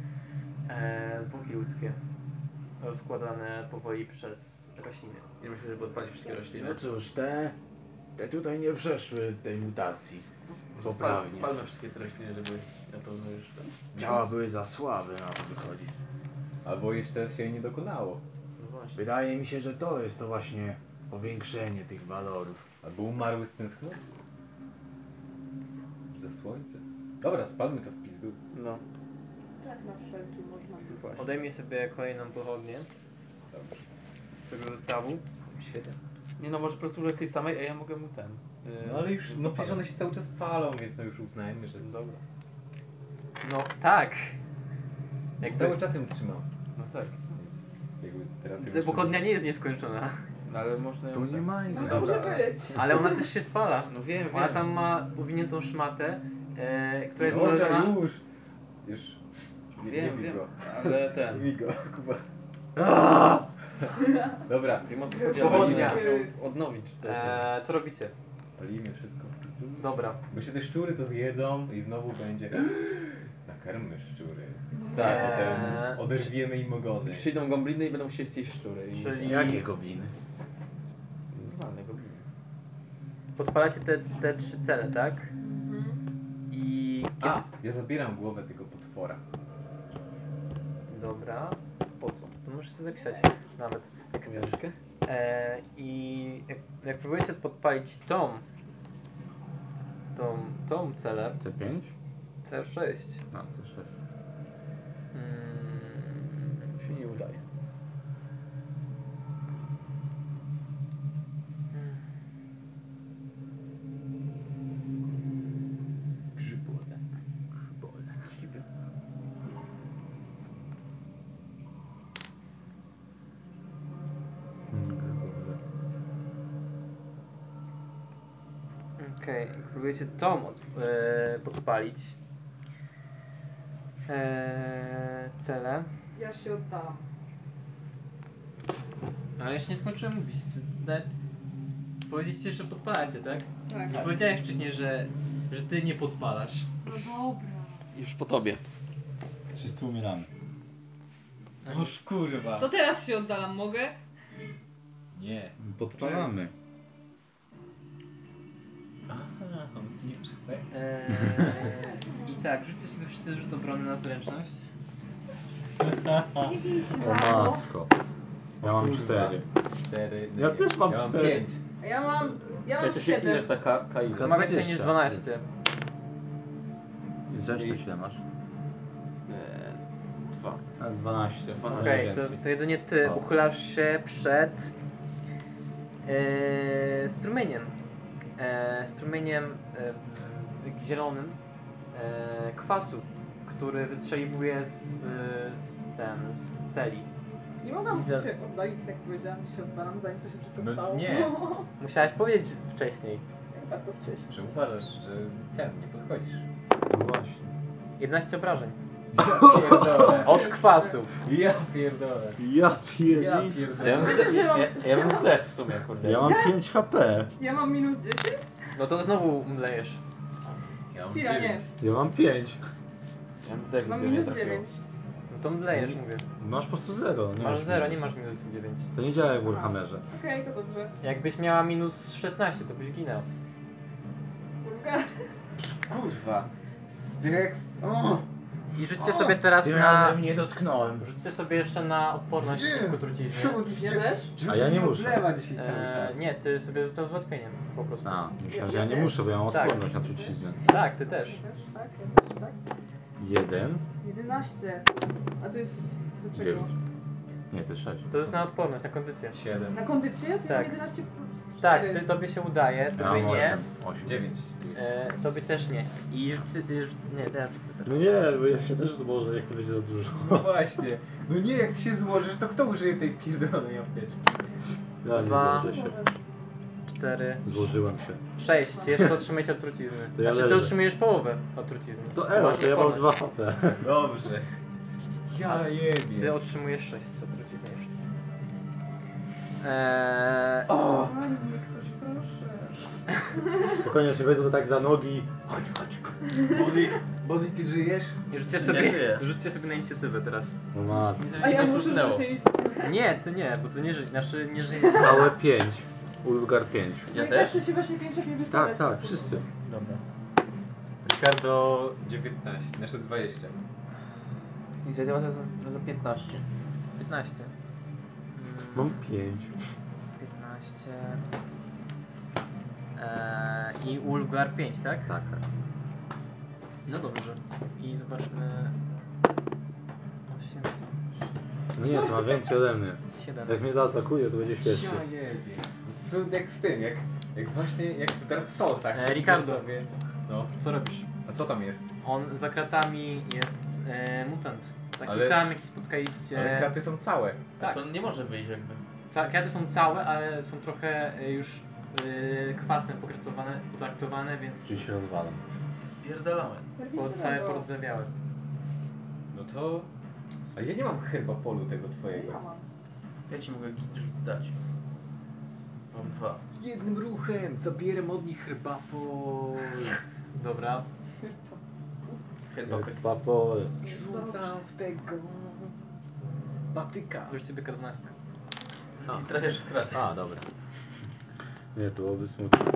S5: e, zwłoki ludzkie rozkładane powoli przez rośliny.
S3: Nie myślę, żeby odpalić wszystkie rośliny.
S26: No cóż, te, te tutaj nie przeszły tej mutacji.
S3: Może spal,
S26: Poprawnie.
S3: spalmy wszystkie te rośliny, żeby na pewno już tam...
S26: Ciała były za słabe na to wychodzi.
S9: Albo jeszcze się nie dokonało.
S3: No właśnie.
S26: Wydaje mi się, że to jest to właśnie powiększenie tych walorów.
S9: Albo umarły z tęsknoty. Za słońce. Dobra, spalmy to w pizdu.
S5: No.
S2: Tak na wszelki można.
S5: Odejmij sobie kolejną pochodnię z tego zestawu.
S3: Nie no, może po prostu użyć tej samej, a ja mogę mu ten... yy,
S9: No ale już, no przecież
S3: zapalać.
S9: one się cały czas palą, więc no już uznajmy, że...
S3: Dobra.
S5: No tak.
S9: Jak cały czas ją trzymam.
S3: No tak.
S9: Więc tak. jakby teraz...
S5: Więc Pochodnia nie jest nieskończona.
S3: No ale można ją...
S26: Tu nie
S9: tak.
S26: ma
S2: No może być.
S5: Ale ona też się spala.
S3: No wiem,
S5: Ona
S3: wiem.
S5: tam ma powiniętą szmatę, e, która jest
S9: Dobra,
S5: zależna...
S9: No, już! Już. Nie,
S3: Wiem,
S9: nie bij
S3: wiem,
S9: go.
S3: tak, ale ten-
S9: Nie bij go, Kuba. Dobra,
S3: Wiem o co chodzi, ale
S5: Pochodnia.
S3: będzie musiał odnowić coś.
S5: E, co robicie?
S9: palimy wszystko. w pizdu.
S5: Dobra.
S9: Bo się te szczury to zjedzą i znowu będzie... Nakarmy szczury.
S3: Tak.
S9: Potem oderwiemy im ogony.
S3: Przyjdą gobliny i będą chcieli zjeść szczury. I...
S5: Czyli-
S26: Jakie gobliny?
S3: Normalne gobliny.
S5: Podpalacie te, te trzy cele, tak? I... Kiedy...
S9: A, ja zabieram głowę tego potwora.
S5: Dobra. Po co? To możesz sobie zapisać nawet, jak chcesz. E, I jak, jak próbujecie podpalić tą... Tą, tą celę,
S4: C5?
S5: C6,
S4: A, C6.
S5: mm, to się nie udaje.
S26: Grzybole.
S4: Mm, grzybole.
S5: Okej, próbujecie tom od, e, podpalić. E, cele.
S2: Ja się oddam.
S59: No, Ale jeszcze nie skończyłem mówić. Ty- ty- nawet Powiedzieliście, że podpalacie, tak?
S2: Tak.
S59: Nie powiedziałeś wcześniej, że, że ty nie podpalasz.
S2: No dobra.
S3: Już po tobie.
S9: Wszyscy umieramy.
S4: Tak.
S59: Noż kurwa.
S60: To teraz się oddalam, mogę?
S9: Nie. Podpalamy.
S59: Aha, eee, I tak, rzućcie sobie wszyscy rzut obrony na zręczność.
S9: O matko. Ja mam
S3: Kurwa.
S9: cztery.
S3: Cztery.
S9: Ja też mam cztery.
S2: A ja mam. Ja mam
S3: Czekaj, to się ile
S2: 7.
S3: ta ka- kaila?
S5: To ma więcej niż 12.
S9: Zresztą ile masz?
S3: Eee, Dwa.
S9: A, 12.
S5: Okej, to, to jedynie ty
S9: O.
S5: uchylasz się przed e, strumieniem. E, strumieniem e, zielonym e, kwasu, który wystrzeliwuje z, z, ten, z celi.
S2: Nie mogłam
S5: Za-
S2: się oddalić, jak powiedziałam, że się oddalam, zanim to się wszystko
S5: No
S2: stało.
S5: Musiałeś powiedzieć wcześniej.
S2: Jak bardzo wcześnie.
S4: Że uważasz, że ten nie podchodzisz.
S9: Właśnie.
S5: 11 obrażeń.
S4: Pierdolę.
S5: Od kwasu.
S4: Ja pierdolę.
S9: Ja pierdolę.
S3: Ja bym, zdech,
S2: Wiedziałam.
S3: ja, ja bym zdech w sumie, kurde.
S9: Ja mam 5 HP.
S2: Ja mam minus 10?
S5: No to znowu mlejesz.
S2: Chwila, nie.
S9: Ja mam 5.
S3: Ja bym zdech,
S2: Mam
S3: gdybym nie
S2: minus
S3: trafił.
S2: 9.
S5: No to mdlejesz, mówię.
S9: Masz po prostu 0.
S5: Masz 0, nie masz minus 9.
S9: To nie działa jak w Warhammerze.
S2: Okej, to dobrze.
S5: Jakbyś miała minus 16, to byś ginął.
S2: Kurwa.
S4: Kurwa. Zdreks... O!
S5: I rzućcie sobie teraz
S4: tym
S5: na-
S4: razem nie dotknąłem.
S5: Rzućcie sobie jeszcze na odporność przeciwko truciznie.
S4: Czemu ty się- Rzucę
S9: A ja nie
S4: mi
S9: muszę.
S4: odlewa dzisiaj cały
S5: Eee,
S4: czas.
S5: nie, ty sobie to z łatwieniem po prostu.
S9: A, myślałem, że ja nie muszę, bo ja mam
S5: Tak.
S9: odporność na truciznę.
S5: Tak, ty też.
S2: Też tak, ja też tak.
S9: 1.
S2: 11. A to jest do czego?
S9: Dziewięć. Nie, to 6.
S5: To jest na odporność, na kondycję.
S9: 7.
S2: Na kondycję? To ja
S5: Tak.
S2: mam 11 plus 4.
S5: Tak, ty, tobie się udaje, tobie
S9: mam
S5: nie.
S9: 8. 9.
S5: E, tobie też nie. I rzucy, rzu- nie, teraz rzucę teraz.
S9: No nie, bo ja się też złożę, jak to będzie za dużo.
S4: No właśnie. No nie, jak ty się złożysz, to kto użyje tej pierdolonej apteczki?
S9: Ja nie
S5: Dwa.
S9: złożę się.
S5: Cztery.
S9: Złożyłem się.
S5: Sześć, jeszcze otrzymujecie od trucizny.
S9: To ja
S5: Znaczy, ty
S9: leżę.
S5: otrzymujesz połowę od trucizny.
S9: To
S5: Ty
S9: Elo,
S5: masz
S9: to ja mam dwa
S5: odporność.
S9: HP.
S4: Dobrze. Ja jebie.
S5: Ty otrzymujesz 6 od trucizny jeszcze. Eee,
S2: O, mnie ktoś proszę.
S9: Spokojnie się wezmę tak za nogi.
S4: Body, body, ty żyjesz?
S5: I rzućcie
S4: Nie
S5: sobie,
S4: żyję.
S5: rzućcie sobie na inicjatywę teraz.
S9: No matko.
S2: A ja muszę wcześniej...
S5: Nie, ty nie, bo ty nie żyjesz, znaczy nie żyjesz.
S9: Małe 5. Ulgar 5.
S2: Ja też? Ja się właśnie pięciak nie
S9: Tak,
S2: wystawiać.
S9: tak, wszyscy.
S4: Dobra.
S61: Ricardo 19, znaczy 20.
S3: Inicjatywa to jest za, za 15.
S5: 15.
S9: Mam
S5: Mm.
S9: 5.
S5: 15. Eee, I Ulgar 5, tak?
S9: Tak, tak.
S5: No dobrze. I zobaczmy. 8,
S9: No nie, to ma więcej ode mnie.
S5: 7.
S4: E.
S9: Jak mnie zaatakuje, to będzie śmiesznie.
S4: Ja jebie. Cud jak w tym, jak, jak właśnie jak w Dark Soulsach.
S5: E, Ricardo.
S4: Sobie, no.
S5: Co robisz?
S4: A co tam jest?
S5: On za kratami jest e, mutant. Taki
S4: Ale-
S5: sam, jaki spotkaliście.
S4: Ale kraty są całe.
S5: Tak.
S3: To on nie może wyjść jakby.
S5: Ta, kraty są całe, ale są trochę e, już e, kwasem pokrytowane- potraktowane, więc
S9: Czyli się rozwalam.
S3: Spierdalamy.
S5: po, całe porozrabiałe.
S4: No to... A ja nie mam chyba polu tego
S2: Ja
S4: twojego.
S2: mam.
S3: Ja ci mogę gi- dać. Mam dwa.
S4: Jednym ruchem zabieram od nich herbapol.
S5: Dobra.
S3: Chyba pek-
S9: Papol.
S4: Rzucam w tego... Batyka.
S5: Już ciebie karnastka.
S3: I trafiasz w kratę.
S9: A, dobra. Nie, to byłoby smutne.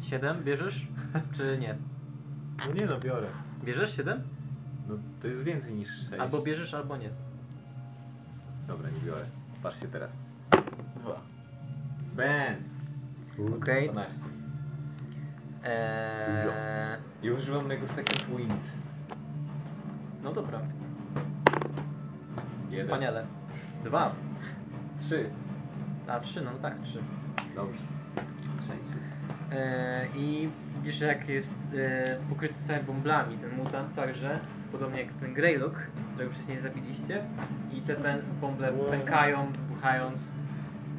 S5: 7 bierzesz? Czy nie?
S4: No nie no, biorę.
S5: Bierzesz 7?
S4: No to jest więcej niż 6.
S5: Albo bierzesz, albo nie.
S4: Dobra, nie biorę. Patrzcie teraz.
S3: Dwa.
S4: Benz!
S5: Okej.
S4: 12.
S5: Eee,
S4: I używam mojego second wind.
S5: no dobra.
S4: Jeden.
S5: Wspaniale. Dwa.
S4: Trzy.
S5: A trzy, no tak, trzy.
S4: Dobrze. Sześć.
S5: Eee, I widzisz jak jest e, pokryty całymi bąblami ten mutant także, podobnie jak ten Greylock, którego wcześniej zabiliście. I te pę- bąble pękają, wybuchając.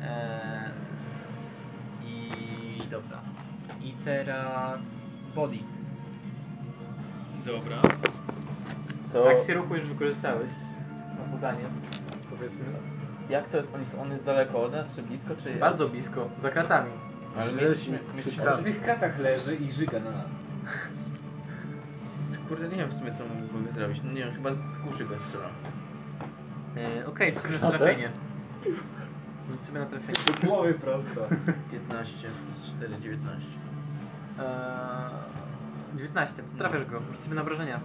S5: Eee, I I teraz body.
S62: Dobra.
S5: To... Akcję ruchu już wykorzystałeś na podanie, powiedzmy.
S3: Jak to jest? On jest, on jest daleko od nas, czy blisko, czy jak?
S5: Bardzo blisko, za kratami.
S3: Ale my jesteśmy... My
S63: Przy
S3: jesteśmy
S63: tych kratach leży i żyga na nas.
S3: Kurde, nie wiem w sumie co mogę zrobić. No Nie wiem, chyba z kuszy go strzelam.
S5: Yy, Okej, okay, na trafienie. Rzuć sobie na trafienie.
S63: Do głowy prosto.
S3: 15 plus 4, 19.
S5: E, Eee, 19, to trafiasz go. Rzuć sobie na obrażenia.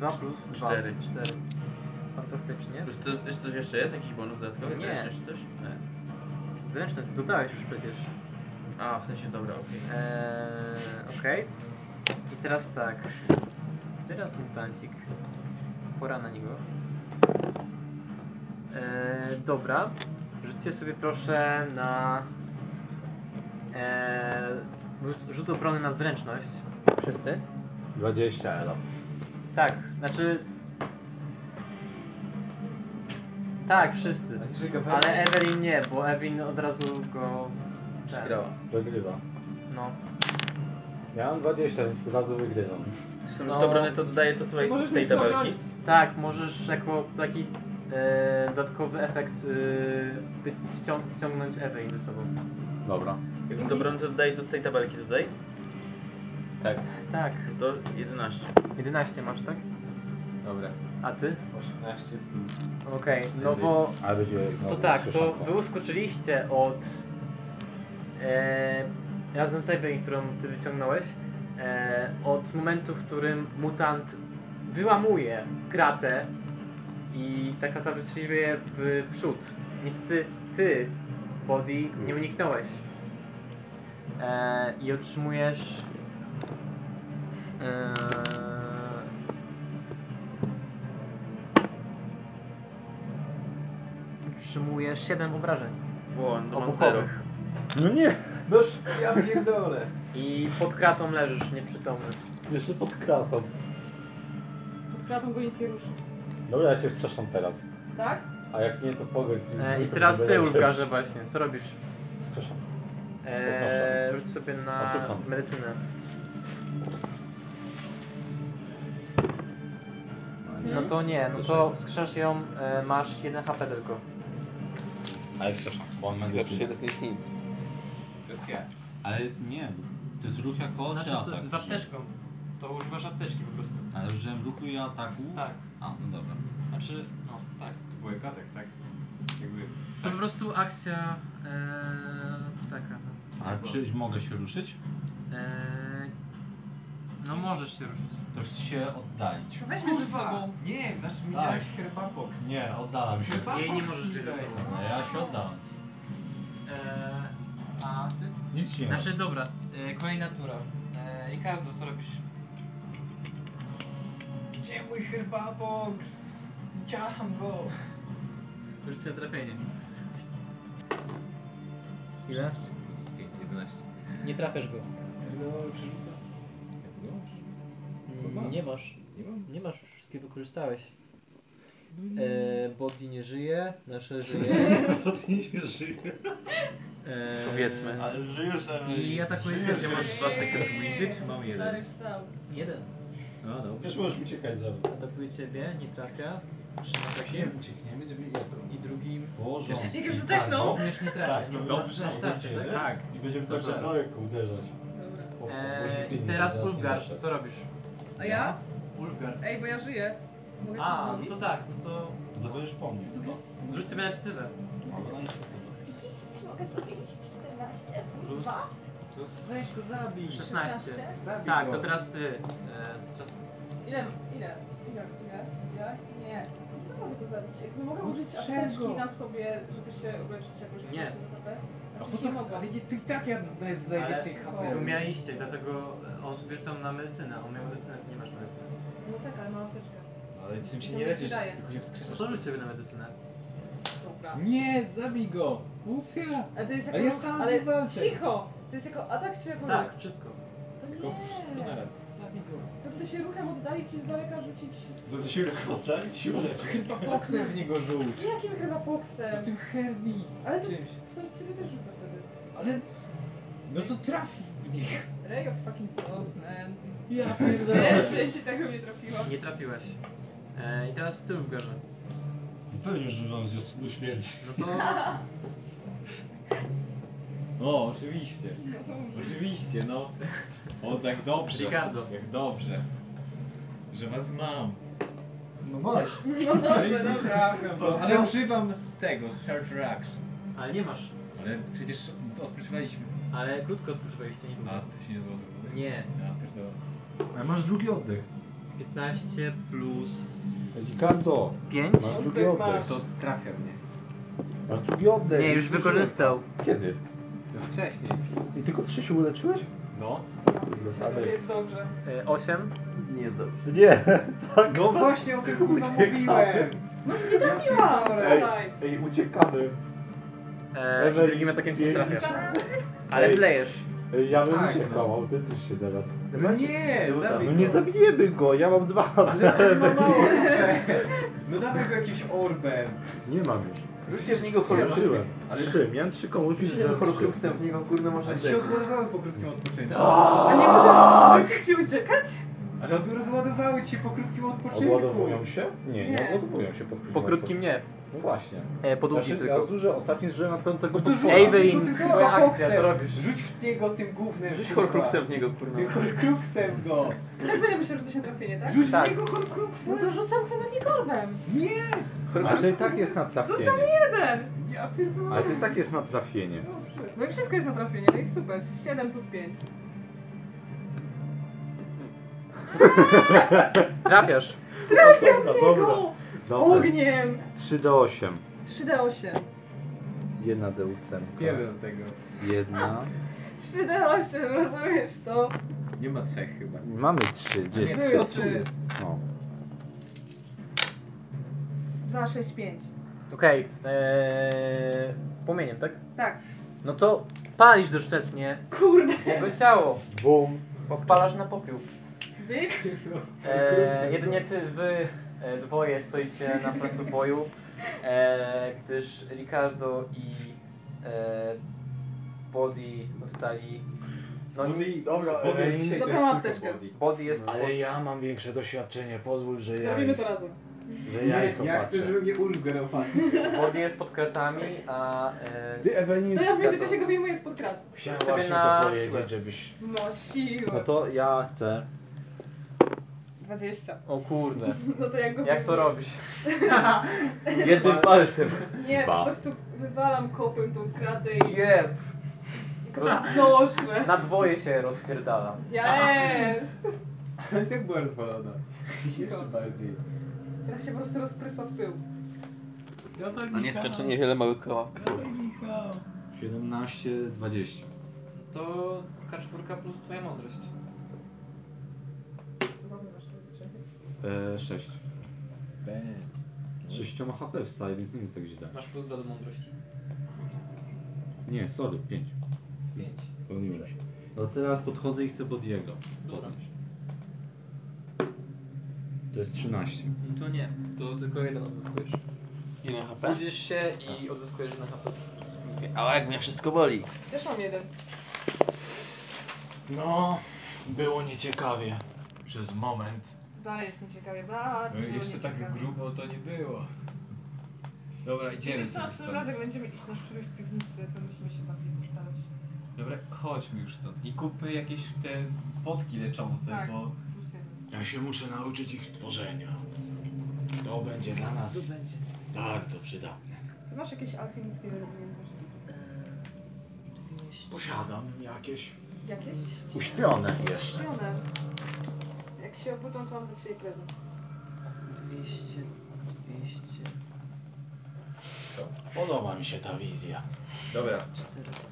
S5: 2 plus 2.
S3: Cztery.
S5: 4. Fantastycznie.
S3: Plus to, jeszcze coś jeszcze jest? Jakiś bonus dodatkowy?
S5: Nie.
S3: Zręczność czy coś? Nie.
S5: Zręczność dodałeś już przecież.
S3: A, w sensie dobra, okej.
S5: Eee, Okej. I teraz tak. Teraz mutancik. Pora na niego. Eee, dobra. Rzućcie sobie proszę na... Eee, rzut- rzut obrony na zręczność. Wszyscy?
S9: 20 elo.
S5: Tak, znaczy... Tak, wszyscy. Ale Evelyn nie, bo Evelyn od razu go... ten-
S3: Przegrała.
S9: Wygrywa.
S5: No.
S9: Ja mam 20, więc dwa razy wygrywam.
S3: Zresztą rzut obrony to dodaje to tutaj z tej tabelki.
S5: No, Tak, możesz jako taki e, dodatkowy efekt e, wy, wcią, wciągnąć Ewę i ze sobą.
S9: Dobra.
S3: Jak rzut obrony to dodaje to z tej tabelki tutaj?
S9: Tak.
S5: Tak.
S3: To 11.
S5: 11 masz, tak?
S63: Dobra.
S5: A ty?
S63: 18 plus.
S5: Okej, no bo...
S9: Ale będzie znowu
S5: To tak, to
S9: słyszanko.
S5: wy uskoczyliście od... E, razem z Ewą, którą ty wyciągnąłeś, e, od momentu, w którym mutant wyłamuje kratę i ta krata wystrzeliwuje w przód. Niestety ty, Body, nie uniknąłeś. E, I otrzymujesz... E, Utrzymujesz 7 obrażeń.
S3: Błąd, mam
S5: Obuchowych.
S3: zero.
S9: No nie!
S63: Noż, ja pierdolę.
S5: I pod kratą leżysz nieprzytomny.
S9: Jeszcze pod kratą.
S2: Pod kratą go nic nie ruszy.
S9: Dobra, ja cię strzelam teraz.
S2: Tak?
S9: A jak nie, to pogoń z nim.
S5: E, I
S9: Tylko
S5: teraz ty,
S9: będę się-
S5: Ulgarze, właśnie. Co robisz?
S9: Skrzeszam.
S5: E, rzuć sobie na
S9: Odrzucam.
S5: medycynę. No to nie, no to wskrzesz ją, e, masz 1 HP tylko.
S9: Ale skrzeszam, bo on
S3: Lepszy
S9: medycyna.
S3: teraz niż nic.
S4: Teraz ja.
S9: Ale nie, to jest ruch jako
S30: Znaczy,
S9: czy
S30: to,
S9: atak?
S30: z apteczką. To używasz apteczki po prostu.
S9: Ale użyłem ruchu i ataku?
S30: Tak.
S9: A, no dobra.
S30: Znaczy, no, tak.
S4: To był ekatek, tak? Jakby...
S30: To po prostu akcja e, taka.
S9: A czy mogę się ruszyć?
S30: E, no możesz się ruszyć.
S9: To chcę się oddalić.
S64: Weźmy ze
S4: sobą. Nie, nasz mi dałeś herbabox.
S9: Nie, oddalam się.
S30: Jej nie możesz wziąć ze sobą.
S9: No ja się oddam.
S30: E, a ty?
S9: Nic się nie
S30: Znaczy, dobra, e, kolejna tura. E, Ricardo, co robisz?
S65: Gdzie mój herbabox? Chciałam go.
S30: Rzuć sobie trafienie.
S5: Ile?
S65: 11.
S5: Nie trafiasz go.
S65: No, przerzucam. Jak go
S5: Mm, Nie masz.
S65: Nie mam?
S5: Nie masz, już wszystkie wykorzystałeś. E, Body nie żyje, nasze żyje.
S9: Ty nie żyje.
S5: E,
S3: Powiedzmy.
S9: Ale żyjesz, ale...
S5: I atakuje się.
S4: masz dwa second windy, czy mam jeden?
S2: wstał.
S5: Jeden.
S9: No dobra. Też możesz uciekać za mną.
S5: Atakuje ciebie, nie trafia. Jeszcze
S9: Nie,
S5: atakuje.
S9: uciekniemy z biegiem.
S5: I drugim.
S9: Boże.
S2: Jak już zdechnął.
S5: Również nie trafia.
S9: Tak, no
S5: Masz
S9: dobrze,
S5: tarczę,
S9: dobrze,
S5: tak?
S9: tak. I będziemy cały czas daleko uderzać. O,
S5: E, I
S9: później
S5: teraz
S9: pięć,
S5: Ulfgar,
S9: zaraz nie
S5: co robisz?
S2: A ja?
S5: Ulfgar.
S2: Ej, bo ja żyję. Mogę coś
S5: A, no
S2: zrobić?
S5: to tak, no to
S9: dobrze. To będziesz po mnie.
S5: rzuć sobie na stylę.
S66: Iść, mogę sobie iść 14 plus
S5: Plus.
S66: 2.
S65: To No weź go zabij.
S5: 16.
S66: 16?
S65: Zabij
S5: Tak,
S65: go.
S5: to teraz ty. E, teraz ty.
S2: Ile, ile, ile, ile, ile? Nie. Nie mogę go zabić. Jakby mogę
S65: No
S2: użyć
S65: strzel go.
S2: apteczki na sobie, żeby się uleczyć jakoś.
S5: Nie.
S2: jakoś HP.
S65: A po
S2: Przecież
S65: co?
S2: Znaczy, nie mogę.
S65: Ale nie, tu i tak ja daję z
S5: Ale
S65: najwięcej HP.
S5: wy mieliście, dlatego e, on wyrzucał na medycynę. On miał medycynę, ty nie masz medycyny.
S2: No tak, ale mam apteczkę.
S65: Ale czym się nie
S2: To mi się
S65: leczysz,
S2: daje.
S65: tylko się
S5: No
S65: wskrzeszasz.
S5: to rzuć sobie na medycynę.
S2: Dobra.
S65: Nie, zabij go. Lucja.
S2: Ale to jest jako...
S65: Ale ja sam
S2: ale
S65: z nim walczę.
S2: cicho! To jest jako atak czy jako
S5: Tak,
S2: ruch?
S5: wszystko.
S2: To
S65: Tylko wszystko
S2: nie.
S65: naraz. Zabij go.
S2: To chce się ruchem oddalić i z daleka rzucić...
S9: Do co się wychodzę? Siłę
S65: Chyba boksem w niego rzuć.
S2: Jakim chyba boksem?
S65: Tym Herbie.
S2: Ale to
S65: Czymś.
S2: w to ciebie też rzucę wtedy.
S4: Ale... No to trafi w nich.
S2: Ray of fucking close, man.
S4: Ja
S2: pierdolę. Cieszę się, tego nie trafiłam.
S5: Nie trafiłeś. E, I teraz ty w garze.
S9: Pewnie, że wam zwiastunu śmierci.
S5: No to...
S4: O, oczywiście.
S2: No dobrze.
S4: Oczywiście, no. O, tak dobrze.
S5: Ricardo.
S4: Jak dobrze. Że was mam.
S67: No masz.
S2: No dobrze, dobra.
S4: No, ale używam z tego, z Search Reaction.
S5: Ale nie masz.
S4: Ale przecież odpoczywaliśmy.
S5: Ale krótko odpoczywaliście, nie było.
S4: A, to się nie było do
S5: Nie.
S4: Ja pierdolę.
S9: A masz drugi oddech.
S5: 15 plus...
S9: Ricardo,
S5: 5?
S9: masz drugi oddech.
S4: To trafia mnie.
S9: Masz drugi oddech.
S5: Nie, już wykorzystał.
S9: Kiedy?
S4: Wcześniej.
S9: I tylko trzy się uleczyłeś?
S4: No.
S9: Dalej.
S2: dobrze.
S5: e, 8?
S9: Nie jest dobrze. Nie, tak.
S4: No właśnie o tym kurwa
S9: Uciekamy.
S4: mówiłem.
S2: No, Nie trafiłam,
S9: Ej,
S2: słuchaj.
S9: ej, uciekamy.
S5: E, i drugim atakiem cię nie trafiasz. Ale
S9: Ej.
S5: wlejesz.
S9: Ej, Ja bym
S5: Tak,
S9: uciekał autentycznie teraz.
S4: No nie,
S9: No
S4: zabij
S9: nie
S4: go.
S9: zabijemy go, ja mam dwa.
S4: Ale ma mało No dawaj go jakimś orbem.
S9: Nie mam już.
S67: Rzućcie w niego
S9: Ja
S67: horror.
S9: Trzy, ale... trzy, miałem trzy komórki.
S67: Rzućcie
S9: że
S67: tego
S9: trzy.
S67: horrokruksem w niego, kurna, może
S4: Ale ci się
S67: zdechnąć.
S4: odładowały po krótkim odpoczynku.
S2: A nie możesz rzucić i uciekać?
S4: Ale od- rozładowały ci się po krótkim odpoczynku.
S9: Odładowują się? Nie, nie
S2: Nie.
S9: odładowują się pod
S5: Po krótkim nie.
S9: No właśnie.
S5: E, po długim
S9: Znaczy,
S5: tylko.
S9: Ja zużyłem, ostatnio zużyłem na ten tego
S4: No to rzuć
S9: potwora.
S4: w niego tym
S5: twoja
S4: kurwa
S5: akcja,
S4: koksem.
S5: co robisz?
S4: Rzuć w niego tym głównym.
S3: Rzuć horcruxem w niego, kurwa.
S4: Tym horcruxem go.
S2: Tak będziemy się rzucać na trafienie, tak?
S4: Rzuć
S3: Tak.
S4: w niego horcruxem.
S68: No to rzucam Hermeticorbem.
S4: Nie!
S9: Ale to i tak jest na trafienie.
S2: Został jeden!
S4: Ja pierdolę.
S9: Ale to i tak jest na trafienie.
S2: No i wszystko jest na trafienie, no i super. 7 plus 5.
S5: Trafiasz.
S9: Trafiam No dobra,
S2: Jego!
S9: Dobra.
S2: Ogniem!
S9: 3 do 8.
S2: 3D8.
S9: Z 1 do 8.
S4: Spierdol tego.
S9: Z 1.
S2: 3D8, rozumiesz to?
S4: Nie ma trzech chyba.
S9: Mamy 3, gdzie
S4: A
S9: jest
S4: nie,
S9: 3?
S4: to tu jest.
S9: No.
S2: 2, 6, 5.
S5: Okej. e, Płomieniem, tak?
S2: Tak.
S5: No to palisz doszczętnie
S2: Kurde.
S5: jego ciało.
S9: Bum.
S5: Podpalasz na popiół.
S2: Bitch.
S5: E, jedynie ty, wy e, dwoje stoicie na placu boju, e, gdyż Ricardo i e, Body zostali... No,
S9: Body, dobra,
S4: Body
S9: ej.
S4: dzisiaj to
S2: Dobra,
S4: jest
S2: mam
S4: tylko
S2: apteczkę.
S4: body.
S5: Body jest...
S9: Ale ja mam większe doświadczenie, pozwól, że ja.
S2: Zrobimy to razem.
S9: Że ja
S4: Nie,
S9: ich
S4: ja chcę,
S9: opatrzę.
S4: żeby mnie ulgę robił.
S5: Body jest pod kratami, a... E,
S9: Ty Ewelin.
S2: To ja w międzyczasie go wyjmuję spod krat.
S9: Chciałem
S5: sobie
S9: właśnie
S5: na
S9: to
S5: siłę.
S9: powiedzieć, żebyś.
S2: No
S9: No
S2: siłę.
S9: to ja chcę.
S2: 20.
S5: O kurde.
S2: No to jak go
S5: Jak to robisz?
S3: Jednym palcem.
S2: Nie,
S9: Ba.
S2: po prostu wywalam kopem tą kratę i
S5: Jeb.
S2: nożę.
S5: Na dwoje się rozpierdala.
S2: Jest!
S4: Ale i tak była rozwalona.
S2: Cicho.
S4: Jeszcze bardziej.
S2: Teraz się po prostu rozprysła w pył.
S3: Na nieskończenie wiele małych kołak.
S9: 17, 20.
S69: To K4 plus twoja mądrość.
S9: E, 6. 6 HP wstaje, więc nie jest tak źle.
S69: Masz plus 2 do mądrości.
S9: Nie, sorry, 5.
S69: 5.
S9: Pomyliłem się. No teraz podchodzę i chcę pod jego.
S69: Dobra.
S9: To jest 13.
S69: No to nie, to tylko jeden odzyskujesz.
S3: Ile HP?
S69: Budzisz się i odzyskujesz jeden HP.
S3: A jak mnie wszystko boli.
S2: Też mam jeden.
S26: No, było nieciekawie. Przez moment.
S2: Dalej jestem ciekawie,
S4: No
S2: bardzo
S70: Jeszcze tak
S2: nieciekawie.
S70: grubo to nie było. Dobra, idziemy
S2: Wiecie Znaczy, co,
S70: sobie
S2: następnym razem jak
S70: stąd.
S2: będziemy iść na szczury w piwnicy, to musimy się bardziej poszkalać.
S70: Dobra, chodźmy już stąd. I kupmy jakieś te potki leczące,
S2: Tak.
S70: bo...
S2: Plus jeden.
S26: Ja się muszę nauczyć ich tworzenia. To będzie dla nas bardzo przydatne.
S2: Ty masz jakieś alchemickie umiejętności?
S26: Posiadam jakieś.
S2: Jakieś?
S9: Uśpione jeszcze.
S2: Zielone. Jak się obudzą, to mam dla Ciebie prezent.
S5: 200, 200,
S26: Podoba mi się ta wizja.
S70: Dobra,
S5: 400.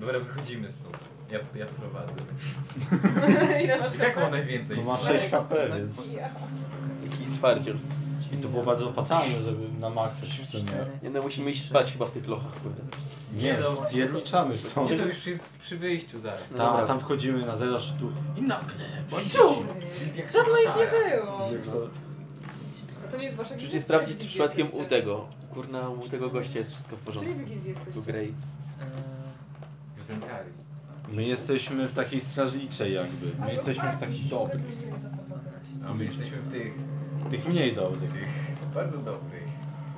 S70: dobra, wychodzimy stąd. Ja, ja prowadzę.
S2: Ile masz
S70: I tak mam
S2: kartek?
S70: najwięcej.
S9: No ma 6 HP,
S69: Tak,
S9: więc.
S2: Ja.
S3: I twardziel.
S9: I to było
S30: E,
S9: bardzo opłacalne, żeby na maksa szybciej nie.
S3: Nie, no musimy iść spać chyba w tych lochach, kurde.
S9: Nie,
S69: no,
S9: spierniczamy stąd.
S70: Nie, to już jest przy wyjściu zaraz.
S3: No Tak.
S9: Tam, tam wchodzimy na zero tu.
S26: I nagle.
S2: Za mną ich
S4: tak.
S2: nie było!
S9: jak sobie-
S2: A to nie jest Wasza gildia?
S3: Musicie sprawdzić, czy
S2: Gildia
S3: przypadkiem u
S2: jesteście.
S3: tego. Kurna, u tego gościa jest wszystko w
S2: Której
S3: porządku.
S2: wy gildii jesteście?
S3: Tu Grey.
S5: Eee,
S4: Zenkaris.
S9: My jesteśmy w takiej strażniczej jakby. My jesteśmy w takich dobrych.
S4: A my jesteśmy w tych...
S9: Tych mniej dobrych.
S4: Bardzo dobrych.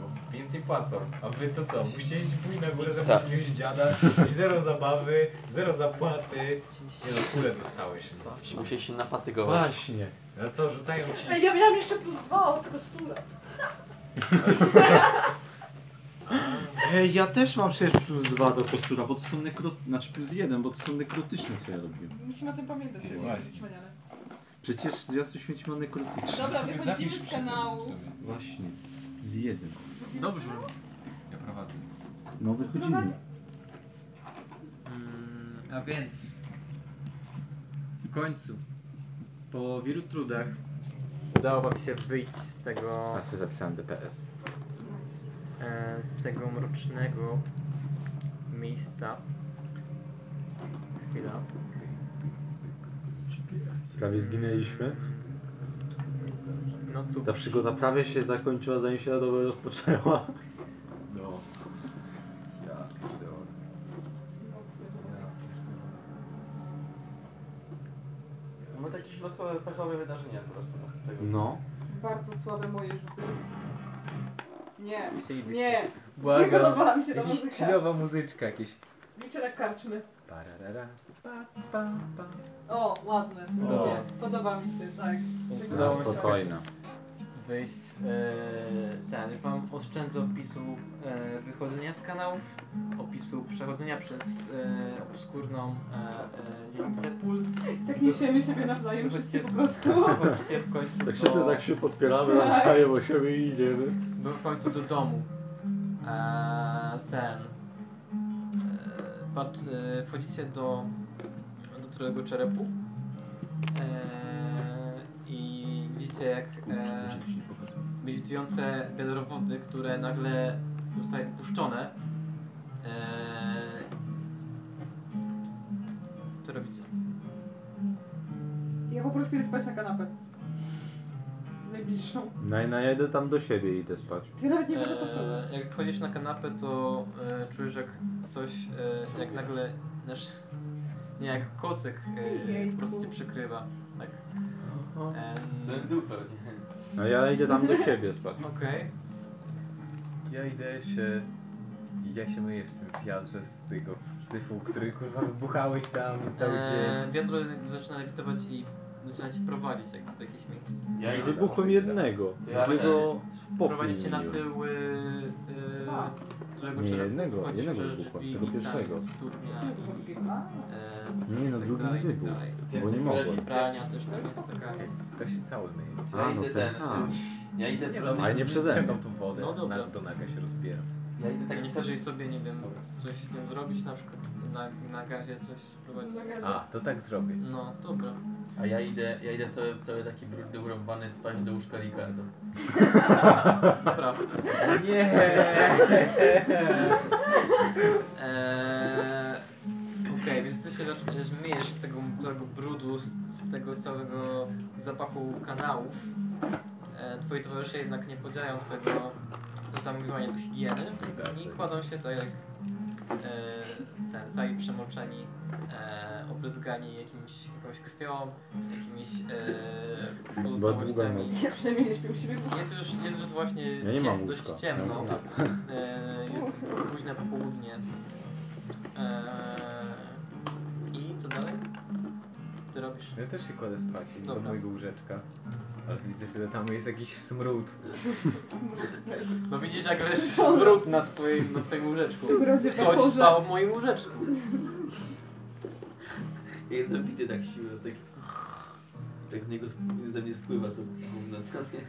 S4: bo Więcej płacą. A wy to co? Musieliście pójść na górę, żeby
S9: Tak.
S4: jakiegoś dziada i zero zabawy, zero zapłaty. Nie no, kulę dostałeś. No.
S3: Musieli się nafatygować.
S9: Właśnie.
S4: No co, rzucają ci...
S71: Ej, ja miałam jeszcze plus dwa od kostura.
S9: Ej, E, ja też mam przecież plus 2 do kostura, bo to są nekrotyczne, znaczy plus 1, bo to są nekrotyczne, co ja robiłem.
S72: Musimy o tym pamiętać,
S9: Nie,
S72: żeby
S9: właśnie.
S72: być cwaniale.
S9: Przecież zjazd śmieci ma nekrotyczne.
S72: Dobra, wychodzimy z kanału.
S9: Właśnie, z 1.
S72: Dobrze.
S4: Ja prowadzę.
S9: No wychodzimy.
S5: Mm, a więc w końcu po wielu trudach
S30: Udało wam się wyjść z tego.
S9: A sobie zapisałem DPS.
S30: e, z tego mrocznego miejsca. Chwila.
S9: Prawie zginęliśmy.
S30: No cóż.
S9: Ta przygoda prawie się zakończyła, zanim się dobrze rozpoczęła.
S4: No. Ja pierdolę.
S3: No to jakieś losowe, pechowe wydarzenia po prostu następnego.
S9: No.
S2: Bardzo słabe moje rzuty. Nie,
S4: Chcielibyście.
S2: nie. Nie podobała
S4: Błagam.
S2: mi się ta
S4: Jakaś
S2: muzyka.
S4: chillowa muzyczka jakieś.
S2: Liczę na karczmy.
S4: Pararara.
S2: Pa, pa, pa. O, ładne.
S4: O.
S2: Lubię. Podoba mi się, tak.
S30: Więc
S2: Tak.
S30: udało mi się
S9: spokojnie.
S30: wyjść. E, ten, już wam oszczędzę opisu e, wychodzenia z kanałów, opisu przechodzenia przez e, obskurną e, e, dzielnicę pól.
S2: Tak niesiemy siebie nawzajem wszyscy po prostu.
S30: Chodźcie w końcu
S9: Tak
S30: do,
S9: wszyscy tak się podpieramy,
S2: Tak.
S9: nawzajem o siebie i idziemy.
S30: do, No w końcu do domu. E, ten. E, pat, e, wchodzicie do, do którego czerepu. E, I widzicie jak e, militujące wiadrowody, które nagle zostają puszczone. E, co robicie?
S2: Ja po prostu idę spać na kanapę. Najbliższą.
S9: No i na jedę tam do siebie i idę spać.
S2: Ty nawet nie będę posłuchał.
S30: E, jak wchodzisz na kanapę, to e, czujesz jak coś, e, jak nagle nasz, nie, jak kocyk e,
S2: Ojejku.
S30: po prostu cię przykrywa. Tak.
S3: Ten
S30: Em,
S3: duper, nie?
S9: No ja idę tam do siebie spać.
S30: Okej.
S4: Ja idę się... Ja się myję w tym wiadrze z tego syfu, który kurwa wybuchałeś tam cały
S30: E,
S4: dzień.
S30: wiatr zaczyna lewitować i zaczyna cię prowadzić jakby w jakieś miejsce.
S9: Ja wybuchłem jednego, drugiego w pokoju
S30: Prowadzi cię na
S9: mieliłem.
S30: tył, y,
S2: Tak.
S30: y, którego
S9: Nie,
S30: czerep-
S9: jednego,
S30: wchodzisz
S9: jednego
S30: przez
S9: wybuchłem,
S30: drzwi
S9: tego
S30: i tam
S9: pierwszego.
S30: jest studnia i, e,
S9: Nie no,
S30: tak
S9: drugi
S30: dalej,
S9: nie
S30: tak
S9: wybuchł,
S30: dalej.
S9: bo nie mogłem.
S30: Pralnia też tam jest taka.
S4: To się cały myje.
S3: Ja
S26: no
S9: No tak.
S3: idę ten,
S26: tak.
S3: ja idę
S4: No,
S3: prowadzić.
S9: Ale nie przeze mnie.
S4: Czekam tą wodę,
S30: No dobra.
S4: na, do naga się rozbieram.
S3: Ja idę
S30: Tak
S3: tak
S30: nie chcesz jej sobie, nie wiem, coś z tym zrobić, na przykład na, na gazie coś spróbować.
S2: Na gazie.
S4: A, to tak zrobię.
S30: No, dobra.
S3: A ja idę, ja idę cały, cały taki brudny, urąbany spać do łóżka Ricardo.
S30: Dobra.
S4: Nie!
S30: Eee, Okej, więc ty się zaczynasz myjesz z tego, tego brudu, z- z tego całego zapachu kanałów. E, twoi towarzysze jednak nie podzielają twojego zamówienia do higieny i kładą się tak jak e, ten cali przemoczeni, e, obryzgani jakimś, jakąś krwią, jakimiś e, pozostałościami.
S2: Ja przynajmniej nie śpię u siebie.
S30: Jest już, jest już właśnie
S9: Ja nie
S30: ciem-
S9: mam łóżka.
S30: dość ciemno.
S9: Ja
S30: E, jest późne popołudnie. E, I co dalej? Ty robisz?
S4: Ja też się kładę spać i do
S30: Dobra.
S4: mojego łóżeczka. Ale widzę, że tam jest jakiś smród.
S30: No widzisz jak leży smród na twoim, na twoim łóżeczku.
S2: Smrodzie po
S30: Ktoś
S2: porze.
S30: spał w moim łóżeczku.
S3: Ja jestem bity tak siłą, tak... Tak z niego, sp- ze mnie spływa to gówno, co nie?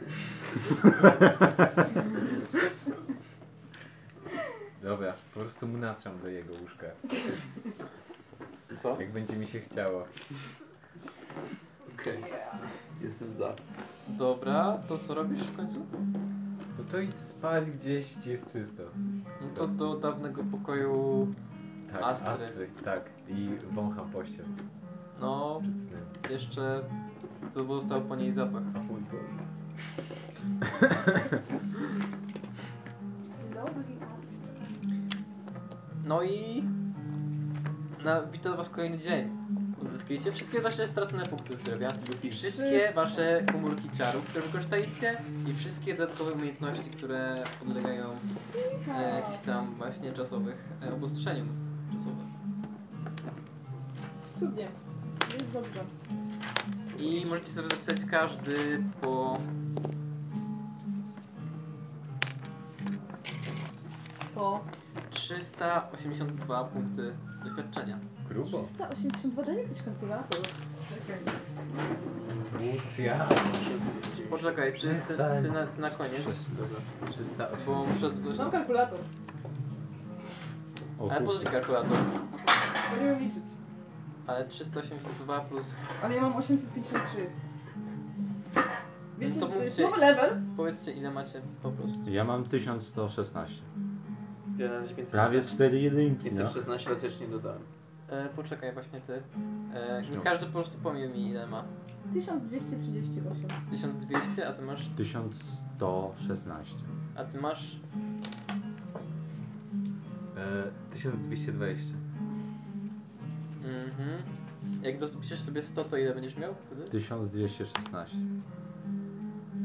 S4: Dobra, po prostu mu nasram do jego łóżka.
S3: Co?
S4: Jak będzie mi się chciało.
S3: Okej, jestem za.
S30: Dobra, to co robisz w końcu?
S4: No to idź spać gdzieś, gdzie jest czysto.
S30: No to do dawnego pokoju
S4: Tak,
S30: Astry.
S4: Astry. tak. I wącham pościel.
S30: No,
S4: Przed snem.
S30: jeszcze to został po niej zapach.
S4: A mój Boże.
S73: Dobry Astro.
S30: No i na, witam was kolejny dzień. Uzyskujecie wszystkie wasze stracone punkty zdrowia, wszystkie wasze komórki czarów, które wykorzystaliście i wszystkie dodatkowe umiejętności, które podlegają e, jakichś tam właśnie czasowych e, obostrzeniom czasowym.
S2: Cudnie. Jest dobrze.
S30: I możecie sobie zapisać każdy po...
S2: Po
S30: 382 punkty doświadczenia.
S74: Grubo.
S2: 182 daj mi ktoś kalkulator.
S74: Lucja.
S30: Poczekaj, ty, ty, ty na, na koniec. Bo muszę coś...
S2: Mam kalkulator.
S30: Ale po co ci kalkulator?
S2: bo Nie wiem liczyć.
S30: Ale 382 plus...
S2: Ale ja mam 853. Wiecie,
S30: No
S2: że to jest nowy level?
S30: Powiedzcie ile macie po prostu.
S9: Ja mam 1116.
S30: Ja na razie 500.
S9: Prawie 4 jedynki, no.
S30: razy jeszcze nie dodałem. E, poczekaj właśnie ty. E, nie
S9: Śmiało.
S30: każdy po prostu powie mi ile ma.
S2: 1238.
S30: 1200, a ty masz...
S9: 1116.
S30: A ty masz...
S75: E, 1220.
S30: Mhm. Jak dopiszesz sobie 100, to ile będziesz miał wtedy?
S9: 1216.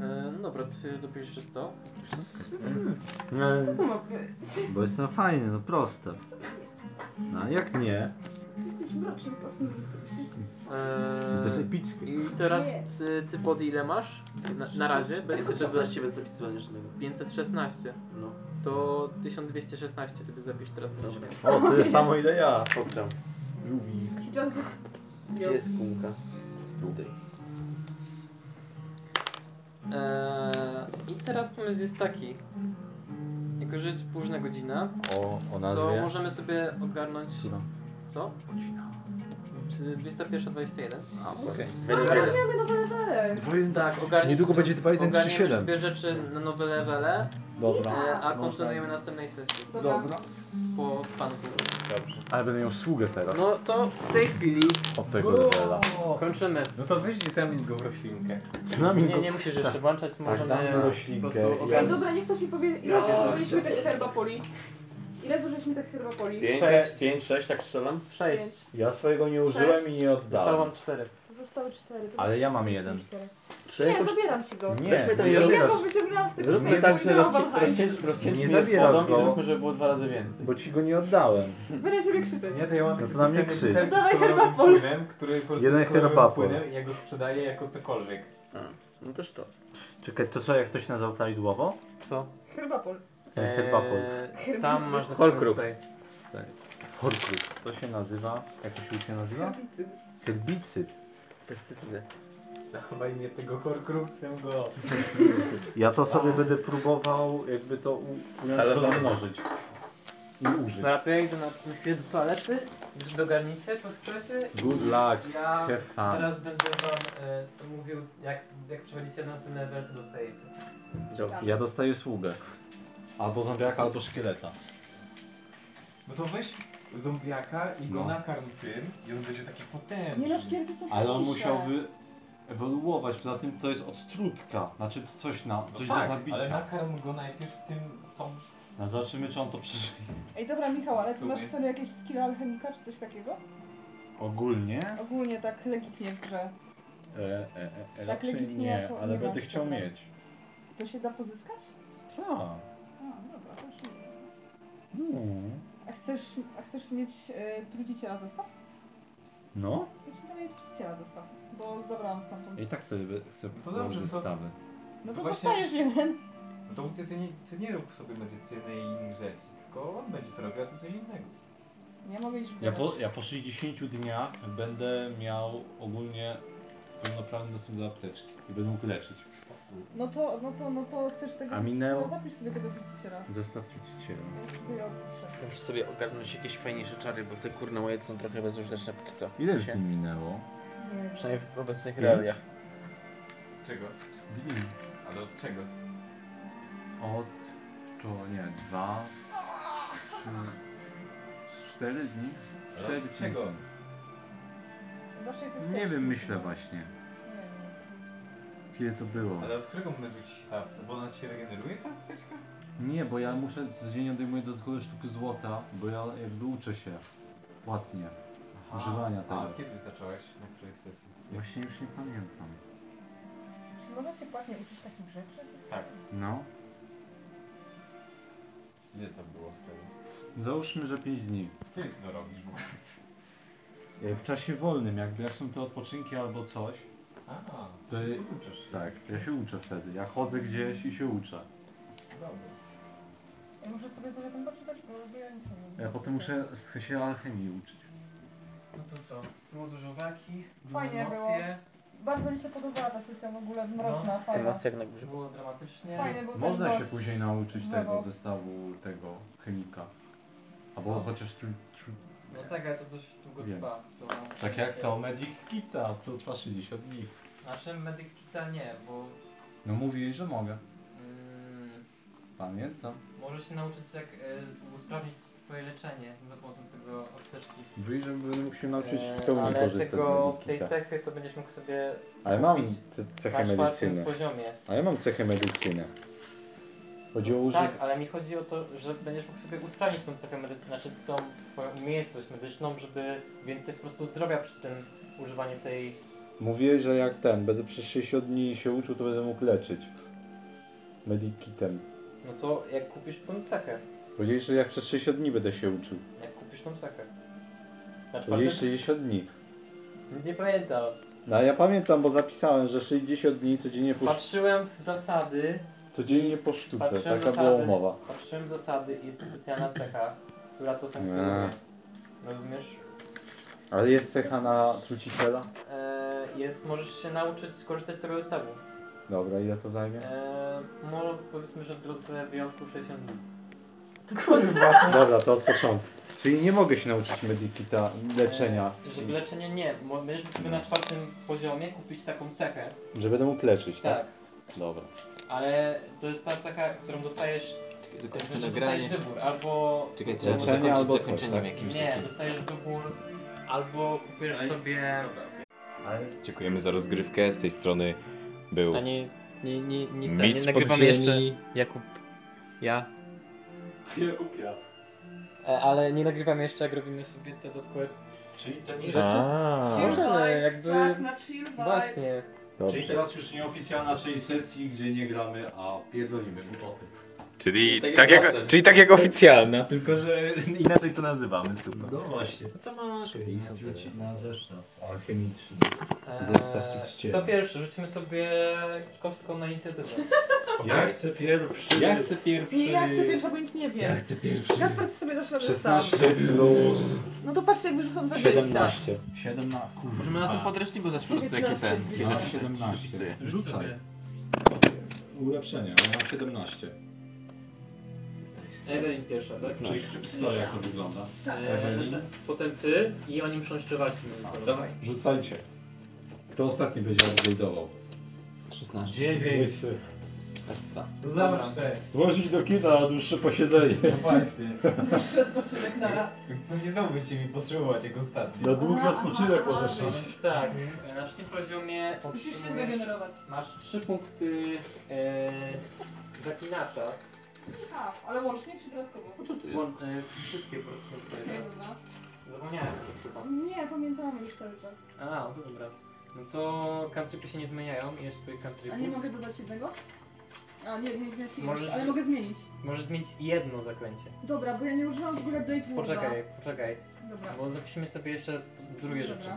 S30: E, no dobra, ty dopiszesz jeszcze 100.
S9: No,
S2: Co to ma być?
S9: Bo jestem fajny, no proste. No a jak nie?
S2: Jesteś mrocznym posłem. Przecież to jest...
S30: Eee,
S9: To jest epickie.
S30: I teraz ty, ty pod ile masz? Na, na razie? Bez, bez,
S3: 516 bez dopisywania żadnego.
S30: 516.
S3: No.
S30: To 1216 sobie zapisz teraz na liczbę.
S9: O, to jest samo ile ja.
S3: Poprzem.
S9: Lubi.
S2: Just...
S3: Gdzie jest kumka?
S9: Tutaj.
S30: Eee, I teraz pomysł jest taki. Jako, że jest późna godzina,
S9: O, o
S30: to
S9: nazwie.
S30: możemy sobie ogarnąć...
S9: Która?
S30: Co? Godzina. 21.21.
S9: A, okej.
S30: No,
S2: Ogarniamy nowe levele.
S30: Tak, ogarniemy,
S76: Niedługo będzie 2137.
S30: ogarniemy sobie rzeczy na nowe levele,
S9: Dobra.
S30: e, a
S9: Można.
S30: kontynuujemy następnej sesji.
S9: Dobra. Dobra.
S30: Po spanku. Dobrze.
S9: Ale będę miał sługę teraz.
S30: No to w tej chwili
S9: Od tego levela.
S30: kończymy.
S75: No to weź i zamień go w roślinkę.
S9: Znamy
S30: Nie,
S9: go-
S30: nie musisz
S9: tak.
S30: jeszcze włączać, możemy
S9: damy
S30: po
S9: roślinkę
S30: prostu
S9: i-
S2: Ej,
S30: ogarnąć.
S2: dobra, niech ktoś mi powie, ile zużyliśmy tych herbapoli. Ile zużyliśmy tych herbapoli?
S3: 5, 6, tak strzelam?
S30: 6.
S9: Ja swojego nie użyłem i nie
S30: Zostało
S9: oddałem.
S30: wam 4.
S2: To Zostały cztery. to
S9: Ale ja
S2: zostały
S9: mam jeden.
S2: cztery.
S3: Czy
S2: Nie,
S3: jakoś-
S2: zabieram ci go.
S9: Nie,
S3: Weźmy tam
S9: nie
S3: jeden.
S2: Ja go wyciągnęłam z tego
S3: Zróbmy
S2: sejfu
S3: tak,
S2: i
S3: że
S2: miałam
S3: rozci-
S2: hajs.
S3: rozcięć, rozcięćmy
S9: Nie
S3: je
S9: zabierasz
S3: spodą i
S9: go.
S3: zróbmy, żeby było dwa razy więcej.
S9: Bo ci go nie oddałem.
S2: Będę ciebie krzyczeć.
S4: Nie, to ja mam
S9: No
S4: taki
S9: to na mnie
S4: specjalny
S9: krzyż.
S4: butelek z
S2: Dawaj
S4: kolorowym
S2: herbapol.
S4: płynem, który po prostu
S9: Jeden
S4: jest kolorowym
S9: herbapol.
S4: płynem i ja go sprzedaję jako cokolwiek.
S30: No też to. sztos.
S9: Czekaj, to co, jak to się nazywa prawidłowo?
S30: Co?
S2: Herbapol.
S9: Eee, Herbapol.
S30: Eee, tam masz napisane
S9: Horcrux.
S30: tutaj.
S9: Tak. Horcrux. To się nazywa... Jak to się łucznie nazywa?
S2: Herbicyd.
S9: Herbicyd.
S30: Pestycydy.
S4: Dawaj mnie tego horcruxem go.
S9: Ja to sobie będę próbował jakby to u- umieć
S30: Ale
S9: rozmnożyć. I użyć.
S5: Dobra, to ja idę na na chwilę do toalety. Wy Dogarnijcie co chcecie. i
S9: Good luck.
S5: Ja
S9: Have fun.
S5: teraz będę wam e, mówił, jak, jak przechodzicie na następny level, co dostajecie.
S9: Ja dostaję sługę. Albo zombiaka, albo szkieleta.
S4: No to weź zombiaka i go
S9: No.
S4: nakarm tym i on będzie taki potężny.
S2: Nie no, szkielety są
S9: Ale on
S2: fajniejsze.
S9: musiałby ewoluować, poza tym to jest odtrutka. Znaczy coś na,
S4: No
S9: coś
S4: tak,
S9: do zabicia.
S4: ale nakarm go najpierw tym tą...
S9: No zobaczymy czy on to przeżyje.
S2: Ej, dobra, Michał, ale
S4: W
S2: ty
S4: sumie.
S2: masz w sobie jakieś skill alchemika czy coś takiego?
S9: Ogólnie?
S2: Ogólnie tak legitnie w grze.
S9: E, e, e,
S2: Tak
S9: e, raczej
S2: legitnie
S9: nie,
S2: jako-
S9: ale
S2: nie
S9: będę
S2: masz,
S9: chciał
S2: dobra.
S9: mieć.
S2: To się da pozyskać?
S9: Tak.
S2: A, dobra, to już nie jest.
S9: Hmm.
S2: A chcesz, a chcesz mieć e, truciciela zestaw?
S9: No.
S2: Ja ci daję truciciela zestaw, bo zabrałam stamtąd.
S9: Ja I tak sobie be- chcę
S4: to dobrze, to-
S9: zestawy.
S2: No to
S4: Właśnie-
S2: dostajesz jeden.
S4: No to Lucja, ty nie, ty nie rób sobie medycyny i innych rzeczy, tylko on będzie to robił, a ty coś innego.
S2: Ja mogę iść w
S9: Ja
S2: górę.
S9: po, ja po 60 dniach będę miał ogólnie pełnoprawny dostęp do apteczki i będę mógł leczyć.
S2: No to, no to, no to chcesz tego
S9: A minęło-
S2: truciciela? Zapisz sobie tego truciciela.
S9: Zestaw truciciela.
S2: Ja sobie ją opiszę.
S30: Muszę sobie ogarnąć jakieś fajniejsze czary, bo te kurne moje są trochę bezużyteczne póki co.
S9: Ile z
S30: W sensie,
S9: tym minęło?
S30: Przynajmniej w obecnych
S9: Pięć?
S30: realiach.
S4: Czego?
S9: Dni.
S4: Ale od czego?
S9: Od wczoraj, nie, dwa, trzy, cztery dni? Cztery
S4: od
S9: dni
S4: czego?
S9: są.
S2: Dasz jej truciciela.
S9: Nie wiem, myślę właśnie.
S2: Nie wiem.
S9: Kiedy to było?
S4: Ale od którego momentu ci się ta... bo ona ci się regeneruje tak? ta apteczka?
S9: Nie, bo ja muszę codziennie odejmuję dodatkowe sztuki złota, bo ja jakby uczę się. płatnie używania tego.
S4: A kiedy zacząłeś? Na której sesji?
S9: Właśnie już nie pamiętam.
S2: Czy można się płatnie uczyć takich rzeczy?
S4: Tak.
S9: No,
S4: Ile to było wtedy?
S9: załóżmy, że 5 dni.
S4: Nic co robisz, bo...
S9: E, W czasie wolnym, jakby jak są to odpoczynki albo coś,
S4: A,
S9: to
S4: czyli
S9: je-
S4: uczysz się.
S9: tak, ja się uczę wtedy. Ja chodzę gdzieś i się uczę.
S4: Dobra.
S2: Ja muszę sobie zatem poczytać, bo ja nic nie wiem.
S9: Ja potem muszę z- się alchemii uczyć.
S77: No to co? Było dużo walki, były
S2: Fajnie było.
S77: emocje.
S2: Bardzo mi się podobała ta sesja w ogóle
S5: No,
S2: mroczna, fajna.
S3: Emocje jak na górze.
S77: Było dramatycznie.
S2: Fajny był
S9: Można
S2: ten
S9: się
S2: gość.
S9: później nauczyć
S2: Brawo.
S9: tego zestawu, tego chemika. Albo
S77: Co?
S9: chociaż czu, czu,
S77: No tak, ale to dość długo
S9: Wiem.
S77: trwa. To
S9: Tak jak to Medic Kita, co trwa 60 dni.
S77: Znaczy medykita nie, bo
S9: No mówiłeś, że mogę.
S77: mm,
S9: Pamiętam.
S77: możesz się nauczyć jak e, usprawnić swoje leczenie za pomocą tego apteczki.
S9: Mówiłeś, że będę mógł się nauczyć
S77: Eee,
S9: w pełni
S77: ale
S5: E,
S9: korzystać z tak.
S5: Tego,
S9: Medic
S5: tej
S9: Kita.
S5: cechy to będziesz mógł sobie
S9: Ale mam
S5: kupić
S9: ce-
S5: na
S9: cechę
S5: czwartym
S9: medycyny.
S5: poziomie.
S9: A ja mam cechę medycyny. Chodzi o użycie.
S5: Tak, ale mi chodzi o to, że będziesz mógł sobie usprawnić tą cechę medyczną, znaczy tą twoją umiejętność medyczną, żeby więcej po prostu zdrowia przy tym używaniu tej...
S9: Mówiłeś, że jak ten, będę przez 60 dni się uczył, to będę mógł leczyć. Medikitem.
S5: No to jak kupisz tą cechę,
S9: Powiedziałeś, że jak przez 60 dni będę się uczył.
S5: jak kupisz tą cechę. Na czwartym...
S9: Powiedziałeś 60 dni.
S5: Nic nie pamiętam.
S9: No a ja pamiętam, bo zapisałem, że 60 dni codziennie po,
S5: Patrzyłem w zasady,
S9: codziennie po sztuce.
S5: patrzyłem
S9: Taka była
S5: zasady,
S9: umowa.
S5: patrzyłem w zasady i jest specjalna cecha, która to sankcjonuje. Rozumiesz?
S9: Ale jest cecha na truciciela?
S5: E, jest, możesz się nauczyć skorzystać z tego zestawu.
S9: Dobra, ile to zajmie?
S5: E, mo, powiedzmy, że w drodze wyjątku 60 dni.
S9: Dobra, to od początku. Czyli nie mogę się nauczyć medikita leczenia, No.
S5: E, żeby leczenie nie, bo będziesz mógł sobie na czwartym poziomie kupić taką cechę,
S9: że będę mógł leczyć, tak?
S5: Tak.
S9: Dobra.
S5: ale to jest ta cecha, którą dostajesz.
S3: tylko
S5: znaczy,
S3: nagranie.
S5: dostajesz wybór, albo.
S3: Czekaj, trzeba było zakończyć
S9: tak.
S3: zakończeniem jakimś
S5: Nie,
S3: takim.
S5: dostajesz wybór, albo kupisz sobie.
S26: Dziękujemy za rozgrywkę. Z tej strony był
S5: A nie, nie, nie, nie, nie,
S26: Mistrz
S5: nie nagrywam
S26: podziemi.
S5: jeszcze. Jakub. Ja.
S9: Jakub ja.
S5: E, ale nie nagrywam jeszcze, jak robimy sobie te dodatkowe. Czyli to
S9: nie-
S3: A.
S5: Możemy,
S30: Chill vibes,
S5: jakby.
S30: czas na chill vibes.
S5: Właśnie.
S3: Dobrze.
S9: Czyli teraz już nieoficjalna część sesji, gdzie nie gramy, a pierdolimy głupoty.
S26: Czyli
S9: Tak jak
S26: tak jak,
S9: zawsze.
S26: czyli tak jak oficjalna.
S9: Tylko, że inaczej to nazywamy, super. No właśnie.
S5: To masz.
S9: Czyli rzuci na zestaw alchemiczny.
S5: Eee, To pierwszy, rzućmy sobie kostką na inicjatywę.
S9: Ja chcę pierwszy.
S5: Ja chcę pierwszy.
S2: Nie, ja chcę pierwsza, bo nic nie wiem. Ja chcę pierwszy. Kasper, ty sobie doszedł
S9: 16 plus
S2: No to patrzcie, jak wyrzucam 20.
S9: 17, kurwa.
S3: Możemy na tym podręczniku zaś po prostu jakie ten, jakie rzeczy się przypisuje.
S9: Rzucaj. Ulepszenia, ja mam 17.
S5: Ewelin pierwsza, tak?
S9: Czyli przypisuje jak to wygląda.
S5: Eee,
S9: Ewelin.
S5: potem ty i oni muszą jeszcze walczyć między sobą.
S9: Dawaj. Rzucajcie. Kto ostatni będzie upgrade'ował?
S3: 16.
S9: Łysy.
S3: Essa.
S4: Zawsze.
S9: Włożyć do kina na dłuższe posiedzenie.
S4: No właśnie. No
S2: Dłuższy odpoczynek na ra-
S4: Pewnie znowu będziecie mi potrzebować jak ostatnio.
S9: Na długi odpoczynek może
S5: Więc tak, na sztym poziomie
S2: Musisz się
S5: otrzymujesz-
S2: zregenerować.
S5: Masz trzy punkty e, zaklinacza.
S2: A, Tak, ale łącznie czy dodatkowo?
S5: Łą- e, wszystkie po prostu tutaj teraz. Zapomniałem chyba.
S2: Nie, pamiętamy już cały czas.
S5: A, no to dobra. No to countrypy się nie zmieniają, jest twoich
S2: A nie
S5: countrypów.
S2: mogę dodać jednego? A nie, nie zmienia się
S5: Możesz-
S2: ale mogę zmienić.
S5: Możesz zmienić jedno zaklęcie.
S2: Dobra, bo ja nie użyłam w ogóle Blade Warda.
S5: Poczekaj, poczekaj.
S2: Dobra.
S5: Bo zapiszmy sobie jeszcze drugie
S2: Dobra.
S5: rzeczy.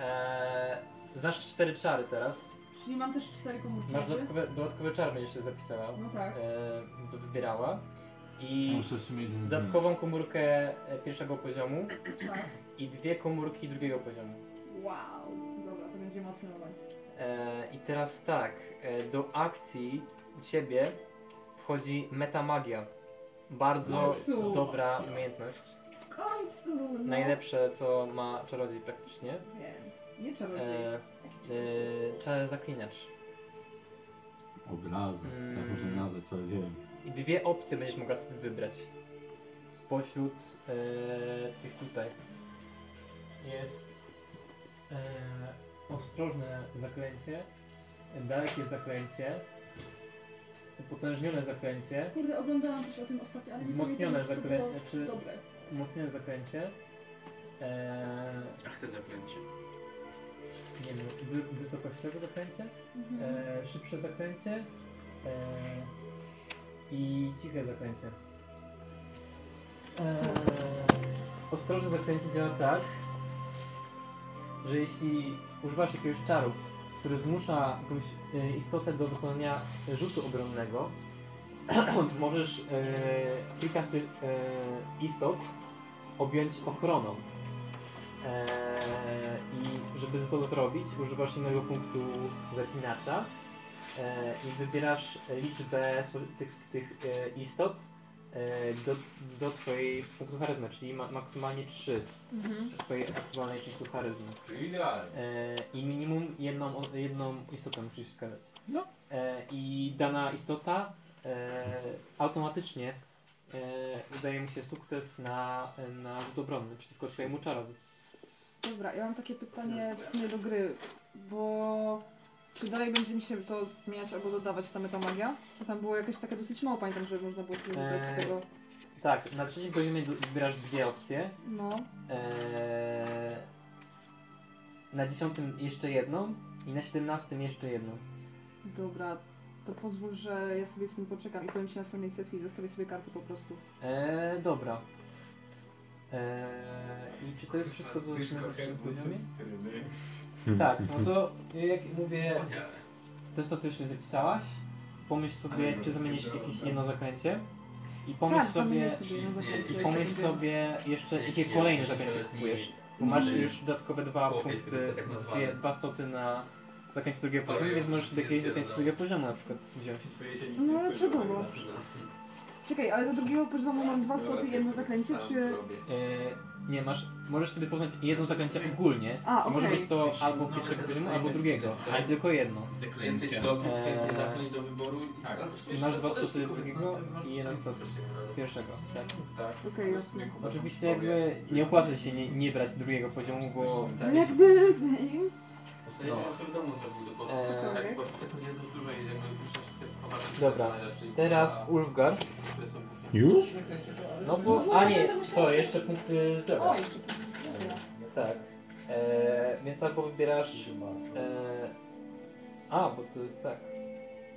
S5: Eee, znasz cztery czary teraz.
S2: Czyli mam też cztery komórki.
S5: Masz
S2: jakby?
S5: dodatkowe, dodatkowe czary, będziesz sobie zapisała.
S2: No tak.
S5: Eee, to wybierała. I
S9: Muszę w sumie jeden zmienić.
S5: dodatkową komórkę e, pierwszego poziomu
S2: Tak.
S5: i dwie komórki drugiego poziomu.
S2: Wow. Dobra, to będzie mocny moment.
S5: E, I teraz tak, e, do akcji u ciebie wchodzi metamagia. Bardzo
S2: Jezu.
S5: dobra umiejętność.
S2: W końcu! No.
S5: Najlepsze, co ma czarodziej praktycznie.
S2: Wiem. Nie czarodziej.
S5: E, e, czar zaklinacz.
S9: Obrazy,
S5: Mm.
S9: tak może nazwę, to wiem.
S5: I dwie opcje będziesz mogła sobie wybrać. Spośród e, tych tutaj. Jest e, ostrożne zaklęcie, dalekie zaklęcie, potężnione zaklęcie,
S2: Kurde, oglądałam też o tym ostatnio, ale nie
S5: Wzmocnione e,
S2: pamiętam, czy to
S5: zaklęcie,
S2: było
S5: czy-
S2: Dobre.
S5: umocnione zaklęcie Eee,
S3: Ach, te zaklęcie.
S5: nie wiem, wy, wysokościowe zaklęcie,
S3: Mhm.
S5: e, szybsze zaklęcie e, i ciche zaklęcie. E, ostrożne zaklęcie działa tak, że jeśli używasz jakiegoś czaru, który zmusza jakąś e, istotę do wykonania rzutu obronnego, możesz e, kilka z tych e, istot objąć ochroną. E, Eee, I żeby to zrobić, używasz innego punktu zaklinacza e, i wybierasz liczbę swo- tych, tych e, istot e, do, do twojej punktu charyzmy, czyli ma, maksymalnie 3
S8: Mhm.
S5: twojej aktualnej punktu charyzmy.
S9: Idealnie.
S5: E, I minimum jedną, o- jedną istotę musisz wskazać.
S9: No.
S5: E, I dana istota e, automatycznie e, udaje mu się sukces na, na rzut obronny przeciwko twojemu czarowi.
S2: Dobra, ja mam takie pytanie w sumie do gry, bo czy dalej będzie mi się to zmieniać albo dodawać ta metamagia? Bo tam było jakieś takie dosyć mało, pamiętam, że można było sobie wybrać z
S5: Eee,
S2: tego.
S5: Tak, na trzeciej poziomie d- wybierasz dwie opcje.
S2: No.
S5: Eee, na dziesiątym jeszcze jedną i na siedemnastym jeszcze jedną.
S2: Dobra, to pozwól, że ja sobie z tym poczekam i powiem ci na następnej sesji i zostawię sobie karty po prostu.
S5: Eee, dobra. Eee, I czy to jest wszystko, co
S1: Zbyszko,
S5: zrobiliśmy na trzecim
S1: herbus,
S5: poziomie?
S1: cytryny.
S5: Tak, no to jak mówię,
S1: Wspaniale.
S5: to jest to, co już mi zapisałaś. Pomyśl
S1: Ale
S5: sobie,
S1: może
S5: czy zamienisz
S1: nie było,
S5: jakieś
S1: tak.
S5: jedno zaklęcie. I pomyśl
S2: Tak, zamienię
S5: sobie,
S2: sobie No, jedno Istnieje zaklęcie.
S5: i pomyśl sobie jeszcze, jakie kolejne zaklęcie kupujesz. Bo masz
S3: Mamy-
S5: już dodatkowe dwa
S3: Chłopiec, to
S5: punkty,
S3: jest tak nazwane.
S5: dwie, dwa stoty na zaklęcie drugiego poziomu, więc możesz do jakiegoś zaklęcia drugiego poziomu na przykład wziąć.
S2: No ale czego? bo- Czekaj, ale do drugiego poziomu mam dwa
S5: Dobra,
S2: sloty i
S5: to
S2: jedno
S5: ja sobie
S2: zaklęcie,
S5: sam
S2: czy...
S5: E, nie, masz, możesz sobie poznać jedno zaklęcie ogólnie.
S2: A,
S5: I może
S2: okej.
S5: być to albo pierwszego poziomu, albo drugiego, ale tylko jedno.
S3: Więcej stoków,
S5: Eee,
S3: więcej zaklęć do wyboru. i Tak, ale to
S5: I masz dwa stosy drugiego i jeden stos pierwszego, tak?
S2: Okej, jasne.
S5: Oczywiście jakby nie opłaca się nie, nie brać drugiego poziomu, bo...
S2: No Jakby...
S3: Ja bym sobie domu zrobił, bo
S5: Eee.
S3: tak, bo to jest dość dużo i jakby muszę wszystkie popatrzeć.
S5: Dobra, teraz Ulfgar.
S9: Już?
S5: No bo... A nie, co, jeszcze punkty zdrowia.
S2: Oj.
S5: Tak. Eee, więc albo wybierasz... Eee, a, bo to jest tak.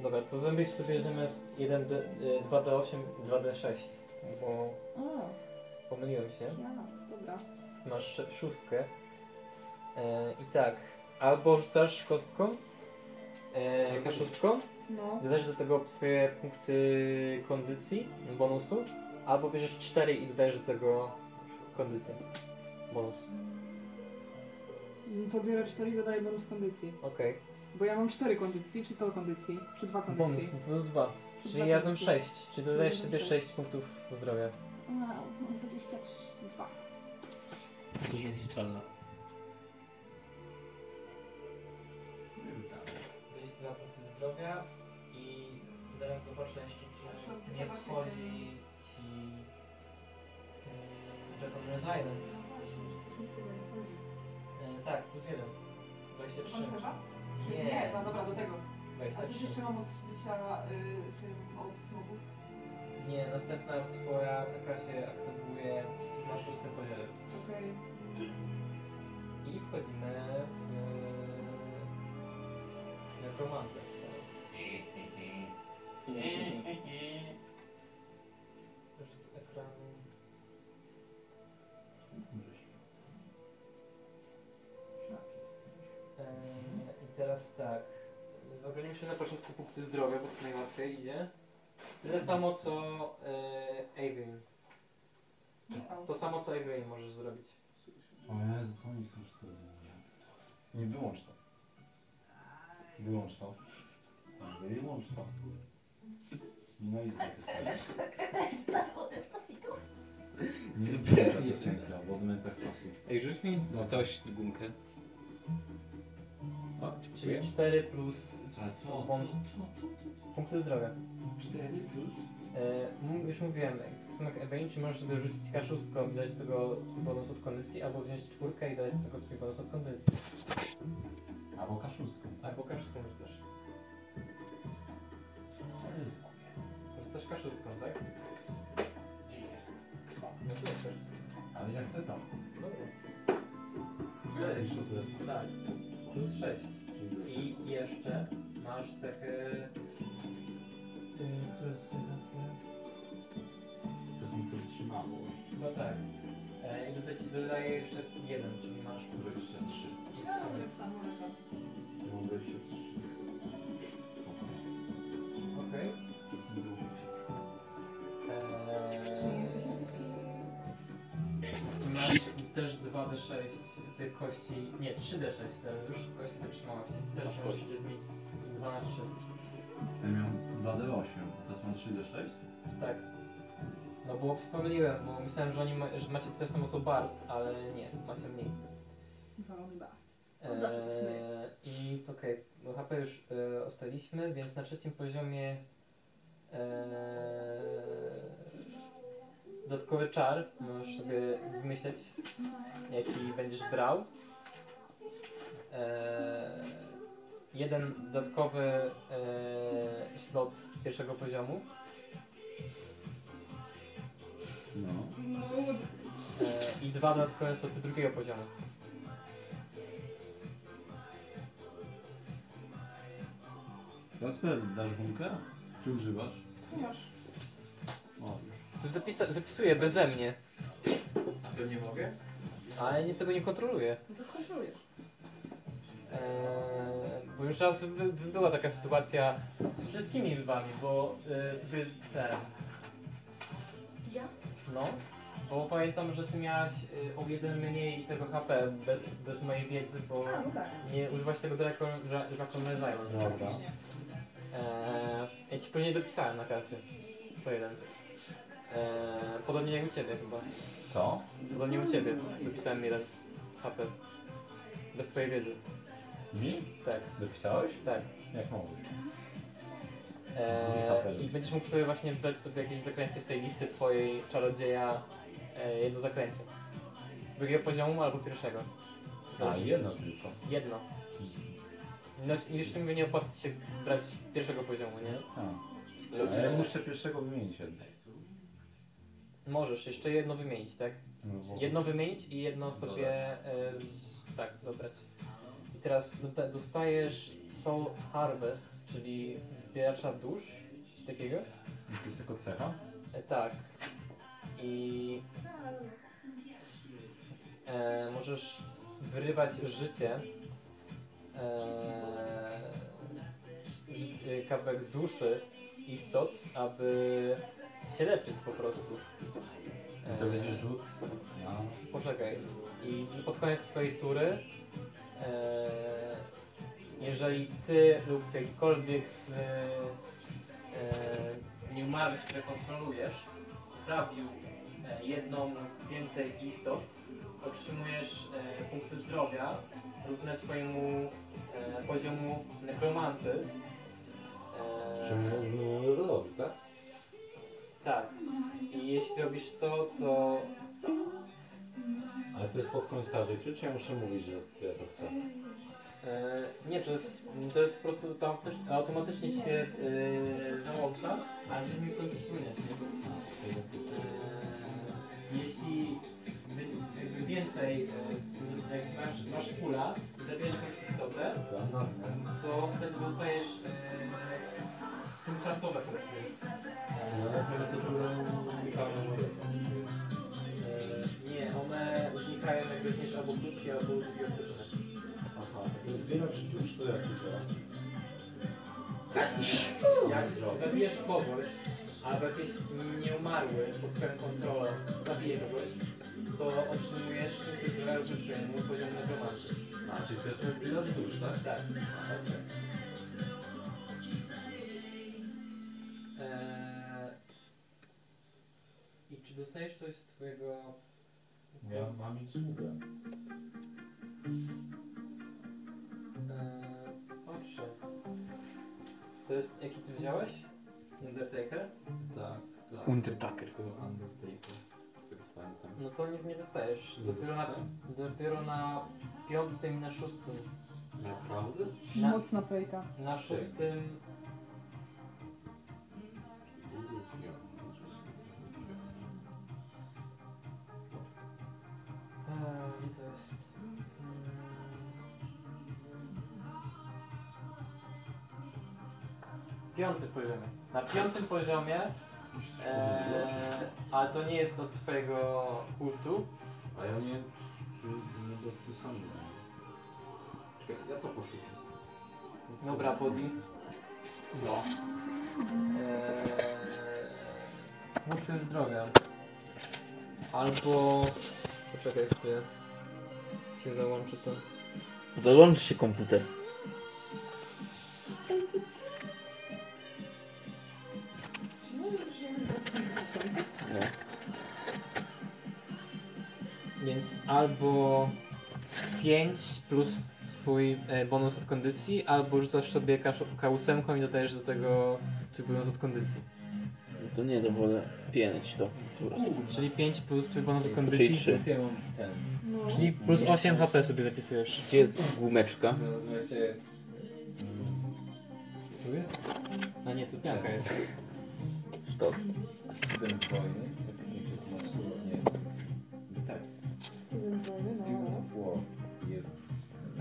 S78: Dobra, to zrobisz sobie zamiast 1 D,
S5: e,
S78: y, 2D8, 2D6, bo
S2: O,
S78: pomyliłem się.
S2: ja, dobra.
S78: Masz sze- szóstkę. E, I tak, albo rzucasz kostką, e, kaszustką,
S2: No.
S78: dodajesz do tego swoje punkty kondycji, bonusu, albo bierzesz 4 i dodajesz do tego kondycję, bonus.
S2: No To biorę 4 i dodaję bonus kondycji.
S78: Okej.
S2: Bo ja mam 4 kondycji, czy to kondycji, czy 2 kondycji.
S78: Bonus, bonus 2.
S2: Czy dwa
S78: Czyli razem
S2: punkty?
S78: 6, czyli
S2: Czyli
S78: dodajesz
S2: razem
S78: sobie
S2: sześć. No,
S78: 6 punktów zdrowia.
S25: Wow, mam 23.
S3: To jest niszczalna.
S79: Wyjść na punkty zdrowia i zaraz zobaczę jeszcze, czy nie wchodzi ci yy, Dragon Resilience. Yy, tak, plus jeden. 23.
S2: Pancerza? Czy
S79: Nie.
S2: nie, no dobra, do tego. A coś
S79: 23.
S2: jeszcze mam od bycia y, tym, od smogów?
S79: Nie, następna twoja CK się aktywuje na szóstym poziomie.
S2: Okej.
S79: I wchodzimy w nekromantę teraz. Rzut ekranu. E,
S78: Eee, I teraz tak. Zagraliśmy na początku punkty zdrowia, bo to najłatwiej idzie. Tyle samo co
S79: e,
S78: eee, Avery. To samo co Avery możesz zrobić.
S9: O Jezu, co oni chcą wszystko zmieniać? Nie, wyłącz to. Wyłącz to. Tak, Wyłącz to. No tak Nienawidzę tej piosenki. Nie lubię tej piosenki, bo tak w momentach czasu.
S10: Ej, rzuć mi no. ktoś gumkę. O,
S78: Czyli 4 plus
S10: A co,
S78: bonus- punkty zdrowia.
S10: 4 plus?
S78: Eee, m- już mówiłem, tak samo jak Evelyn, czy możesz sobie rzucić K6 i dać do tego twój bonus od kondycji, albo wziąć czwórkę i dać do tego twój bonus od kondycji.
S9: Albo kaszustką.
S78: Albo K6 rzucasz.
S9: To jest
S78: Rzucasz K6, tak?
S9: Gdzie jest?
S78: No to jest K6.
S9: Ale ja chcę tam.
S78: Dobra.
S5: 6. Tak. Plus 6. I jeszcze masz cechę. Yy, która jest cechą twoja? No tak. E, I tutaj ci dodaję jeszcze jeden, czyli masz plus 3. Okej. Eee, i Masz też 2d6 tych kości, nie 3d6 teraz już, kości tak wytrzymałości, też
S9: Masz
S5: możesz
S9: kości.
S5: mieć 2 na 3.
S9: Ja miałem 2D8, a teraz mam 3D6?
S5: Tak. No bo pomyliłem, bo myślałem, że, oni ma, że macie tyle samo co Bart, ale nie, macie mniej.
S2: Walony bach.
S5: Eee,
S2: Zawsze coś
S5: I to okej, bo HP już e, ostaliśmy, więc na trzecim poziomie eee, dodatkowy czar możesz sobie wymyśleć, jaki będziesz brał. Eee, jeden dodatkowy eee, slot pierwszego poziomu.
S9: No.
S5: E, I dwa dodatkowe sloty drugiego poziomu.
S9: Kasper, dasz gumkę? Czy używasz?
S2: Masz.
S9: O, już.
S78: Zapisa- zapisuję beze mnie.
S5: A to nie mogę? Ale nie, tego nie kontroluję.
S2: No to skontrolujesz.
S5: Eee, bo już raz by, by była taka sytuacja z wszystkimi wami, bo e, sobie ten.
S25: Ja?
S5: No, bo pamiętam, że ty miałaś e, o jeden mniej tego HP bez, bez mojej wiedzy, bo
S25: A, no tak.
S5: nie używasz tego Draco Zając.
S9: Dobra.
S5: Eee, ja ci później dopisałem na karcie. To jeden. Eee, podobnie jak u ciebie chyba.
S9: To?
S5: Podobnie u ciebie. Dopisałem jeden HP. Bez twojej wiedzy.
S9: Mi?
S5: Tak.
S9: Dopisałeś?
S5: Tak.
S9: Jak mogłeś?
S30: E,
S5: Eee, I będziesz mógł sobie właśnie wybrać sobie jakieś zaklęcie z tej listy twojej czarodzieja e, jedno zaklęcie. Drugiego poziomu albo pierwszego.
S9: A, jedno tylko.
S5: Jedno. No już mi nie opłaca ci się brać pierwszego poziomu, nie?
S9: A. Ale muszę pierwszego wymienić jedno.
S5: Możesz jeszcze jedno wymienić, tak?
S9: No bo-
S5: Jedno wymienić i jedno sobie. E, tak, dobrać. I teraz doda- dostajesz Soul Harvest, czyli zbieracza dusz, coś takiego.
S9: I To jest jako cecha?
S5: E, tak. I e, możesz wyrywać życie. E, ży- e, kawałek duszy istot, aby się leczyć po prostu.
S9: I to będzie rzut? Ja.
S5: Poczekaj. I pod koniec twojej tury, e, jeżeli ty lub jakikolwiek z e, nieumarłych, które kontrolujesz, zabił e, jedną lub więcej istot, otrzymujesz e, punkty zdrowia równe twojemu e, poziomu nekromanty. E,
S4: No,
S9: Rodowi, tak?
S5: tak. I jeśli robisz to, to
S9: Ale to jest pod koniec każdej gry, czy ja muszę mówić, że ja to chcę?
S5: E, nie, to jest, to jest po prostu tam też automatycznie ci się e, załącza, ale ty mi kontynuujesz. E, jeśli by- jakby więcej, e, jak masz, masz pula, zabierzesz jakąś istotę, to wtedy dostajesz e, tymczasowe punkty. E, nie, one znikają jak weźmiesz albo krótkie, albo długie
S9: Aha, to zbieracz dusz to jak to działa?
S5: Jak zabijesz kogoś, albo jakiś nieumarły pod twoją kontrolą zabije kogoś, to otrzymujesz punkty zdrowia lub wytrzymu poziom nekromancji.
S9: A, czyli to jest ten zbieracz dusz, tak?
S5: Tak. Eee, I czy dostajesz coś z twojego...
S9: Ja mam i sługę.
S5: Eee, patrzę. To jest... jaki ty wziąłeś? Undertaker?
S9: Tak, tak.
S6: Undertaker.
S9: To Undertaker. Z tego co pamiętam.
S5: No to nic nie dostajesz.
S9: Nie
S5: Dopiero na,
S9: dostałem?
S5: dopiero na piątym i na szóstym.
S9: Naprawdę?
S5: Na,
S2: Mocna pejka.
S5: na szóstym. Eee, gdzie to jest? Mm. piątym poziomie. Na piątym poziomie, e, ale to nie jest od twojego kultu.
S4: A ja nie... Czy no, nie do tym samym? Czekaj, ja to poszukam.
S5: Dobra, body. No. Punkty E, zdrowia. Albo... Poczekaj chwilę. Się załączy to.
S3: Załącz się komputer. No.
S5: Więc albo 5 plus twój e, bonus od kondycji, albo rzucasz sobie kasz- K8 i dodajesz do tego twój bonus od kondycji.
S3: No to nie, to wolę pięć to po prostu.
S5: Czyli 5 plus twój bonus od
S3: Czyli
S5: kondycji.
S3: trzy.
S5: Więc ja mam ten. Czyli plus 8 HP sobie zapisujesz.
S3: Gdzie jest gumeczka?
S5: Tu jest? A nie, to pianka jest.
S3: Sztos.
S4: Student wojny, co to jest absolutnie... Tak. Student of War jest...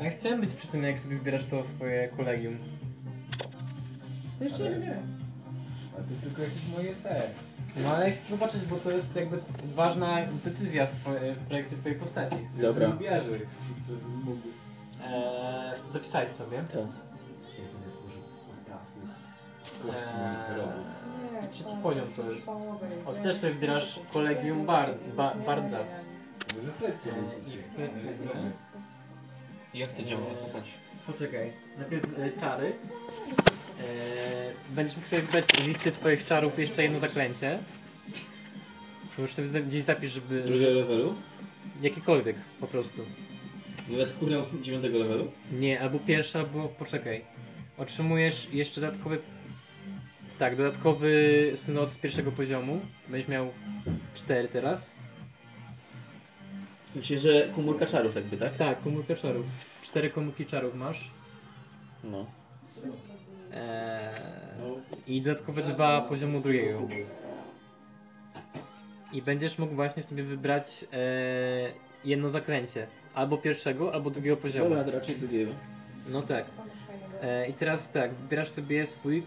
S5: A ja chciałem być przy tym, jak sobie wybierasz to swoje kolegium.
S4: To jeszcze nie wiem. A to tylko jakieś moje te...
S5: No ale chcę zobaczyć, bo to jest jakby ważna decyzja w, twoje, w projekcie twojej postaci.
S3: Dobra.
S4: Wierzy.
S5: Eee, zapisałeś sobie.
S3: Tak.
S5: E, Eee, trzeci poziom to jest. O, ty też sobie wybierasz kolegium bar, ba, barda.
S4: Refleksja.
S3: Jak to działa? O co chodzi?
S5: Poczekaj, najpierw e, czary. E, będziesz mógł sobie wybrać z listy twoich czarów jeszcze jedno zaklęcie. Możesz sobie za- gdzieś zapisz, żeby...
S3: Drugiego levelu?
S5: Jakiekolwiek, po prostu.
S3: Nawet kurna od dziewiątego levelu?
S5: Nie, albo pierwsza, albo poczekaj. Otrzymujesz jeszcze dodatkowy. Tak, dodatkowy synod z pierwszego poziomu. Będziesz miał cztery teraz.
S3: W sensie, że komórka czarów jakby, tak?
S5: Tak, komórkę czarów. Cztery komórki czarów masz.
S3: No.
S5: Eee, I dodatkowe dwa poziomu drugiego. I będziesz mógł właśnie sobie wybrać eee, jedno zakręcie. Albo pierwszego, albo drugiego poziomu.
S3: Dobra, to raczej drugiego.
S5: No tak. E, I teraz tak, wybierasz sobie swój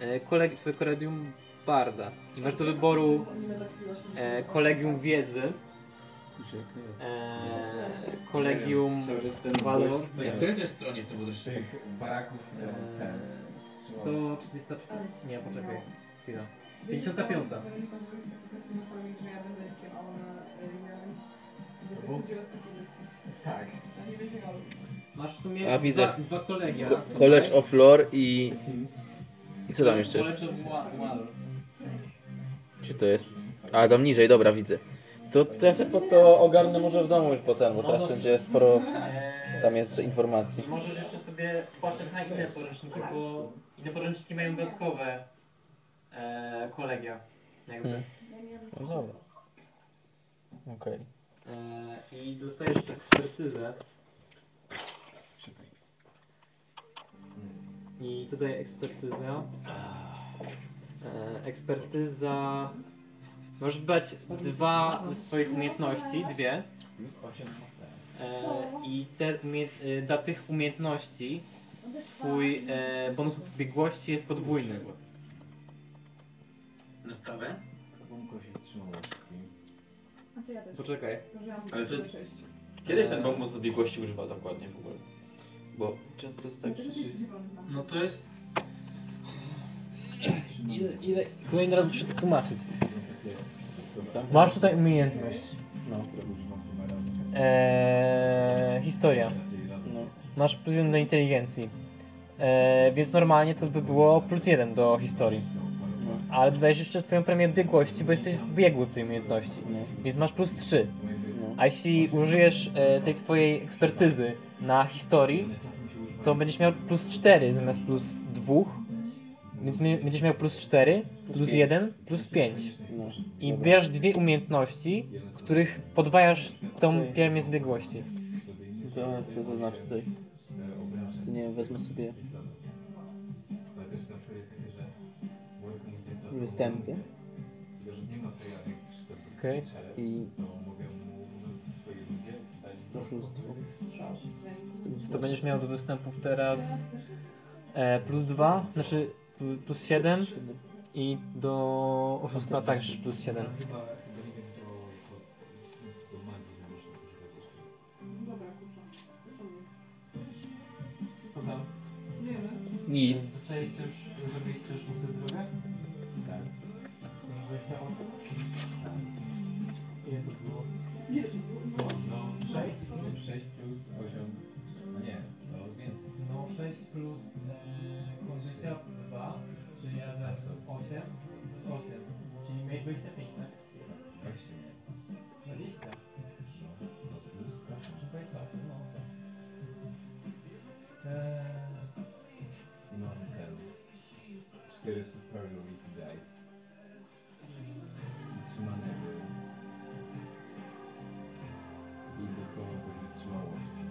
S5: e, koleg, twoje kolegium barda. I masz do wyboru e, kolegium wiedzy, e, kolegium walor.
S3: Na której to jest stronie to było?
S4: baraków
S5: Eee, 134. Nie, poczekaj. Chwila. 55.
S2: e,
S4: Tak.
S5: Masz w sumie
S3: A widzę.
S5: dwa, dwa kolegia.
S3: Co- College of Lore i... I co tam jeszcze jest?
S5: College of Wa- Walor.
S3: Gdzie to jest? A, tam niżej, dobra, widzę. To, to ja sobie po to ogarnę może w domu już potem, bo teraz będzie sporo... Tam jest jeszcze informacji.
S5: I Eee, możesz jeszcze sobie patrzeć na inne poręczniki, bo inne poręczniki mają dodatkowe e, kolegia. Jakby.
S3: Hmm. No dobra. Okej.
S5: E, I dostajesz ekspertyzę. I co daje ekspertyza? E, ekspertyza. Możesz brać dwa ze swoich umiejętności, dwie. E, I te umie... e, dla tych umiejętności twój e, bonus od biegłości jest podwójny.
S3: Na stałe?
S4: Bąko się trzymało wszystkim.
S5: Poczekaj.
S3: Ale to... Kiedyś ten bok mocno biegłości używa dokładnie w ogóle. Bo często jest tak, że...
S5: No to jest. Ile, ile... Kolejny raz muszę to tłumaczyć. Masz tutaj umiejętność.
S3: No.
S5: Eee, historia. Masz plus jeden do inteligencji. Eee, więc normalnie to by było plus jeden do historii. Ale dodajesz jeszcze twoją premię od biegłości, bo jesteś biegły w tej umiejętności. Więc masz plus trzy. A jeśli użyjesz e, tej twojej ekspertyzy na historii, to będziesz miał plus cztery zamiast plus dwóch. Więc mi- będziesz miał plus cztery, plus
S3: pięć.
S5: jeden, plus pięć.
S3: No.
S5: I wybierasz dwie umiejętności, w których podwajasz tą piermię zbiegłości.
S3: To, co to znaczy tutaj? To nie wiem, wezmę sobie występy.
S5: Okej.
S3: I... Oszustwo.
S5: To będziesz miał do występów teraz e, plus dwa, znaczy
S80: pl- plus 7 i do oszustwa także plus 7.
S4: Chyba, chyba nie będzie działało jako do magii, nie można używać.
S2: Dobra, kurwa. Co to jest?
S5: Co tam?
S2: Nie wiem. no.
S81: Nic.
S5: Dostaliście już, zrobiliście już punkty zdrowia?
S4: Tak.
S5: Myślę o tym. Ile to było? No, 6 plus
S4: 6 plus poziom. No nie, to więcej.
S5: No 6 plus e, kondycja 2, czyli ja za 8 plus 8, czyli miałeś 25, tak? 20. 20.
S4: No,
S5: Czyli 28, no. Eee,
S4: I mam ten. 400 prawie with dice. Wytrzymanego. I do koło do wytrzymałości.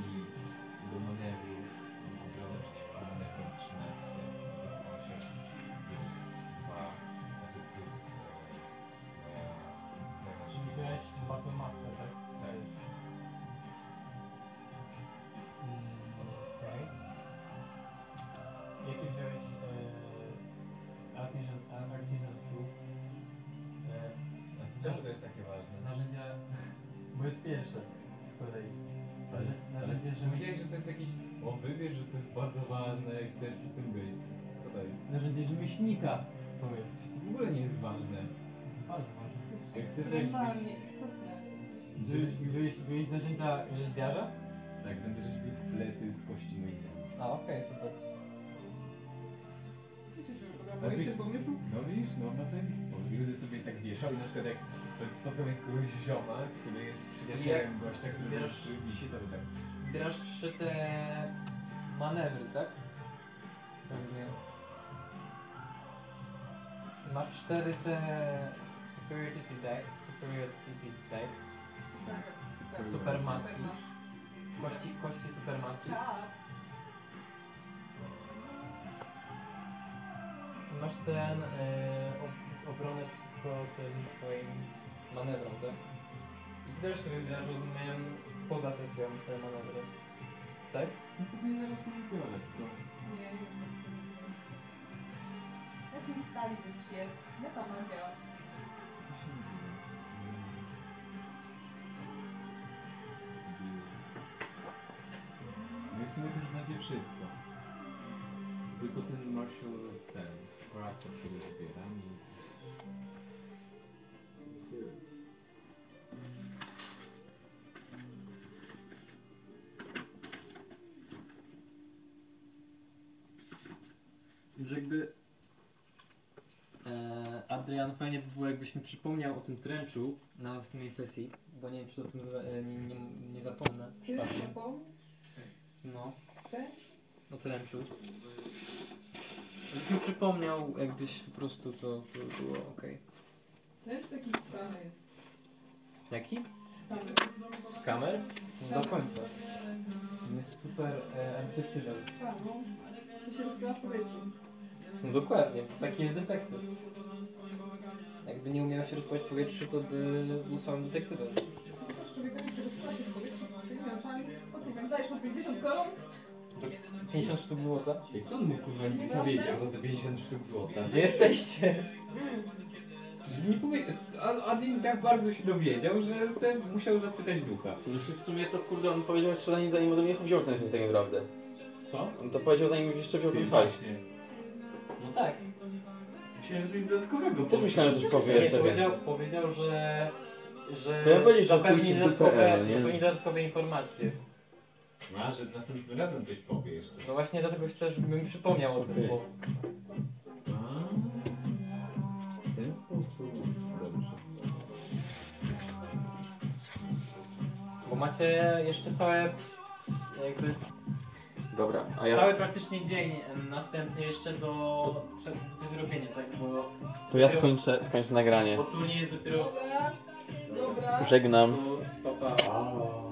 S4: I do manewru zgodność manewru 13 plus 8 plus 2 znaczy plus
S5: czyli wziąłeś Battle Master, tak?
S4: Tak.
S5: Mm, Okej. Jaki wziąłeś e, artisan, a- artisan stół? E,
S4: Czemu to jest takie ważne?
S5: Narzędzia, bo jest pierwsze z kolei. Narzę- Narzędzie
S4: Powiedziałeś, że
S5: rzemieślnicze.
S4: to jest jakiś... O, wybierz, że to jest bardzo ważne, chcesz przy tym być. Co- Co to jest?
S5: Narzędzie rzemieślnika to jest.
S4: To w ogóle nie jest ważne.
S5: To jest bardzo ważne.
S4: Jak chcesz rzeźbić...
S5: Gdybyś, gdybyś, gdybyś z narzędzia rzeźbiarza?
S4: Tak, będę rzeźbił flety z kości myjnej.
S5: A, okej, super.
S4: No widzisz, no widzisz, no ma sens. Bo Gdyby sobie tak wieszał i na przykład jak spotkam jakiegoś zioma, który jest przyjacielem
S5: Jak
S4: gościa, który
S5: wybierasz-
S4: wisi, wisi, to by tak...
S5: Bierasz trzy te manewry, tak? Rozumiem. Masz cztery te superiority dice, superiority dice,
S2: Super.
S5: supermacji, kości, kości supermacji.
S2: Tak.
S5: Masz ten e, ob- obronę przeciwko tym twoim manewrom, tak? I ty też sobie wybierasz, rozumiem, poza sesją te manewry. Tak?
S4: No to mnie zaraz nie biorę, to...
S2: Nie, nie można tego zrobić. Jakim stali jest świat? Jaka magia?
S4: to się nie zmieni. No i w sumie to już będzie wszystko. Tylko ten martial, ten, craft to sobie wybieram i... Tyle.
S30: Że jakby e, Adrian fajnie by było jakbyś mi przypomniał o tym trenczu na następnej sesji, bo nie wiem czy o tym za- e, nie, nie, nie zapomnę.
S2: Tyle
S30: przypadkiem.
S2: ciepło?
S30: No,
S2: Cześć.
S30: o trenczu. Jakbyś mi przypomniał jakbyś po prostu to, to by było ok.
S2: Też taki stany jest.
S30: Jaki?
S2: Stany.
S30: Skamer?
S5: Do końca. Jest super e, artystyczny.
S2: Tak, no. Co się rozgrywa w powietrzu.
S30: No dokładnie, taki jest detektyw. Jakby nie umiał się rozkładać w powietrzu, to by był samym detektywem.
S2: Człowiekowi się rozgrywa w powietrzu. Tymi oczami. O tym, jak dajesz mu 50 koron?
S30: 50 sztuk złota.
S4: I co on mu kurwa nie powiedział za te 50 sztuk złota?
S30: Gdzie jesteście?
S4: Że nie powie... A- Adin tak bardzo się dowiedział, że Seb musiał zapytać ducha.
S3: Już No w sumie to kurde, on powiedział jeszcze zanim, zanim ode mnie wziął ten hajs tak naprawdę.
S4: Co?
S3: On to powiedział zanim jeszcze wziął
S4: Ty
S3: ten hajs.
S4: właśnie.
S30: No tak.
S4: Myślałem, że coś dodatkowego.
S3: No Też myślałem, że coś powie
S30: Nie,
S3: jeszcze
S30: powiedział,
S3: więcej.
S30: powiedział, że, że
S3: To ja powiedzieć, że
S30: zapewni,
S3: chuj ci w
S30: dodatkowe,
S5: e,
S3: dupę, nie?
S30: zapewni dodatkowe informacje.
S4: A, że następnym razem coś powie jeszcze.
S30: No właśnie dlatego chcę, żebym przypomniał o tym,
S3: Okej.
S30: bo
S4: A, w ten sposób. Dobrze.
S30: Bo macie jeszcze całe jakby
S3: Dobra, a ja...
S30: cały praktycznie dzień em, następny jeszcze do, do coś robienia, tak? Bo
S3: To ja
S30: dopiero-
S3: skończę, skończę nagranie.
S30: Bo turniej jest dopiero
S2: Dobra.
S3: Żegnam.
S30: to, pa, pa.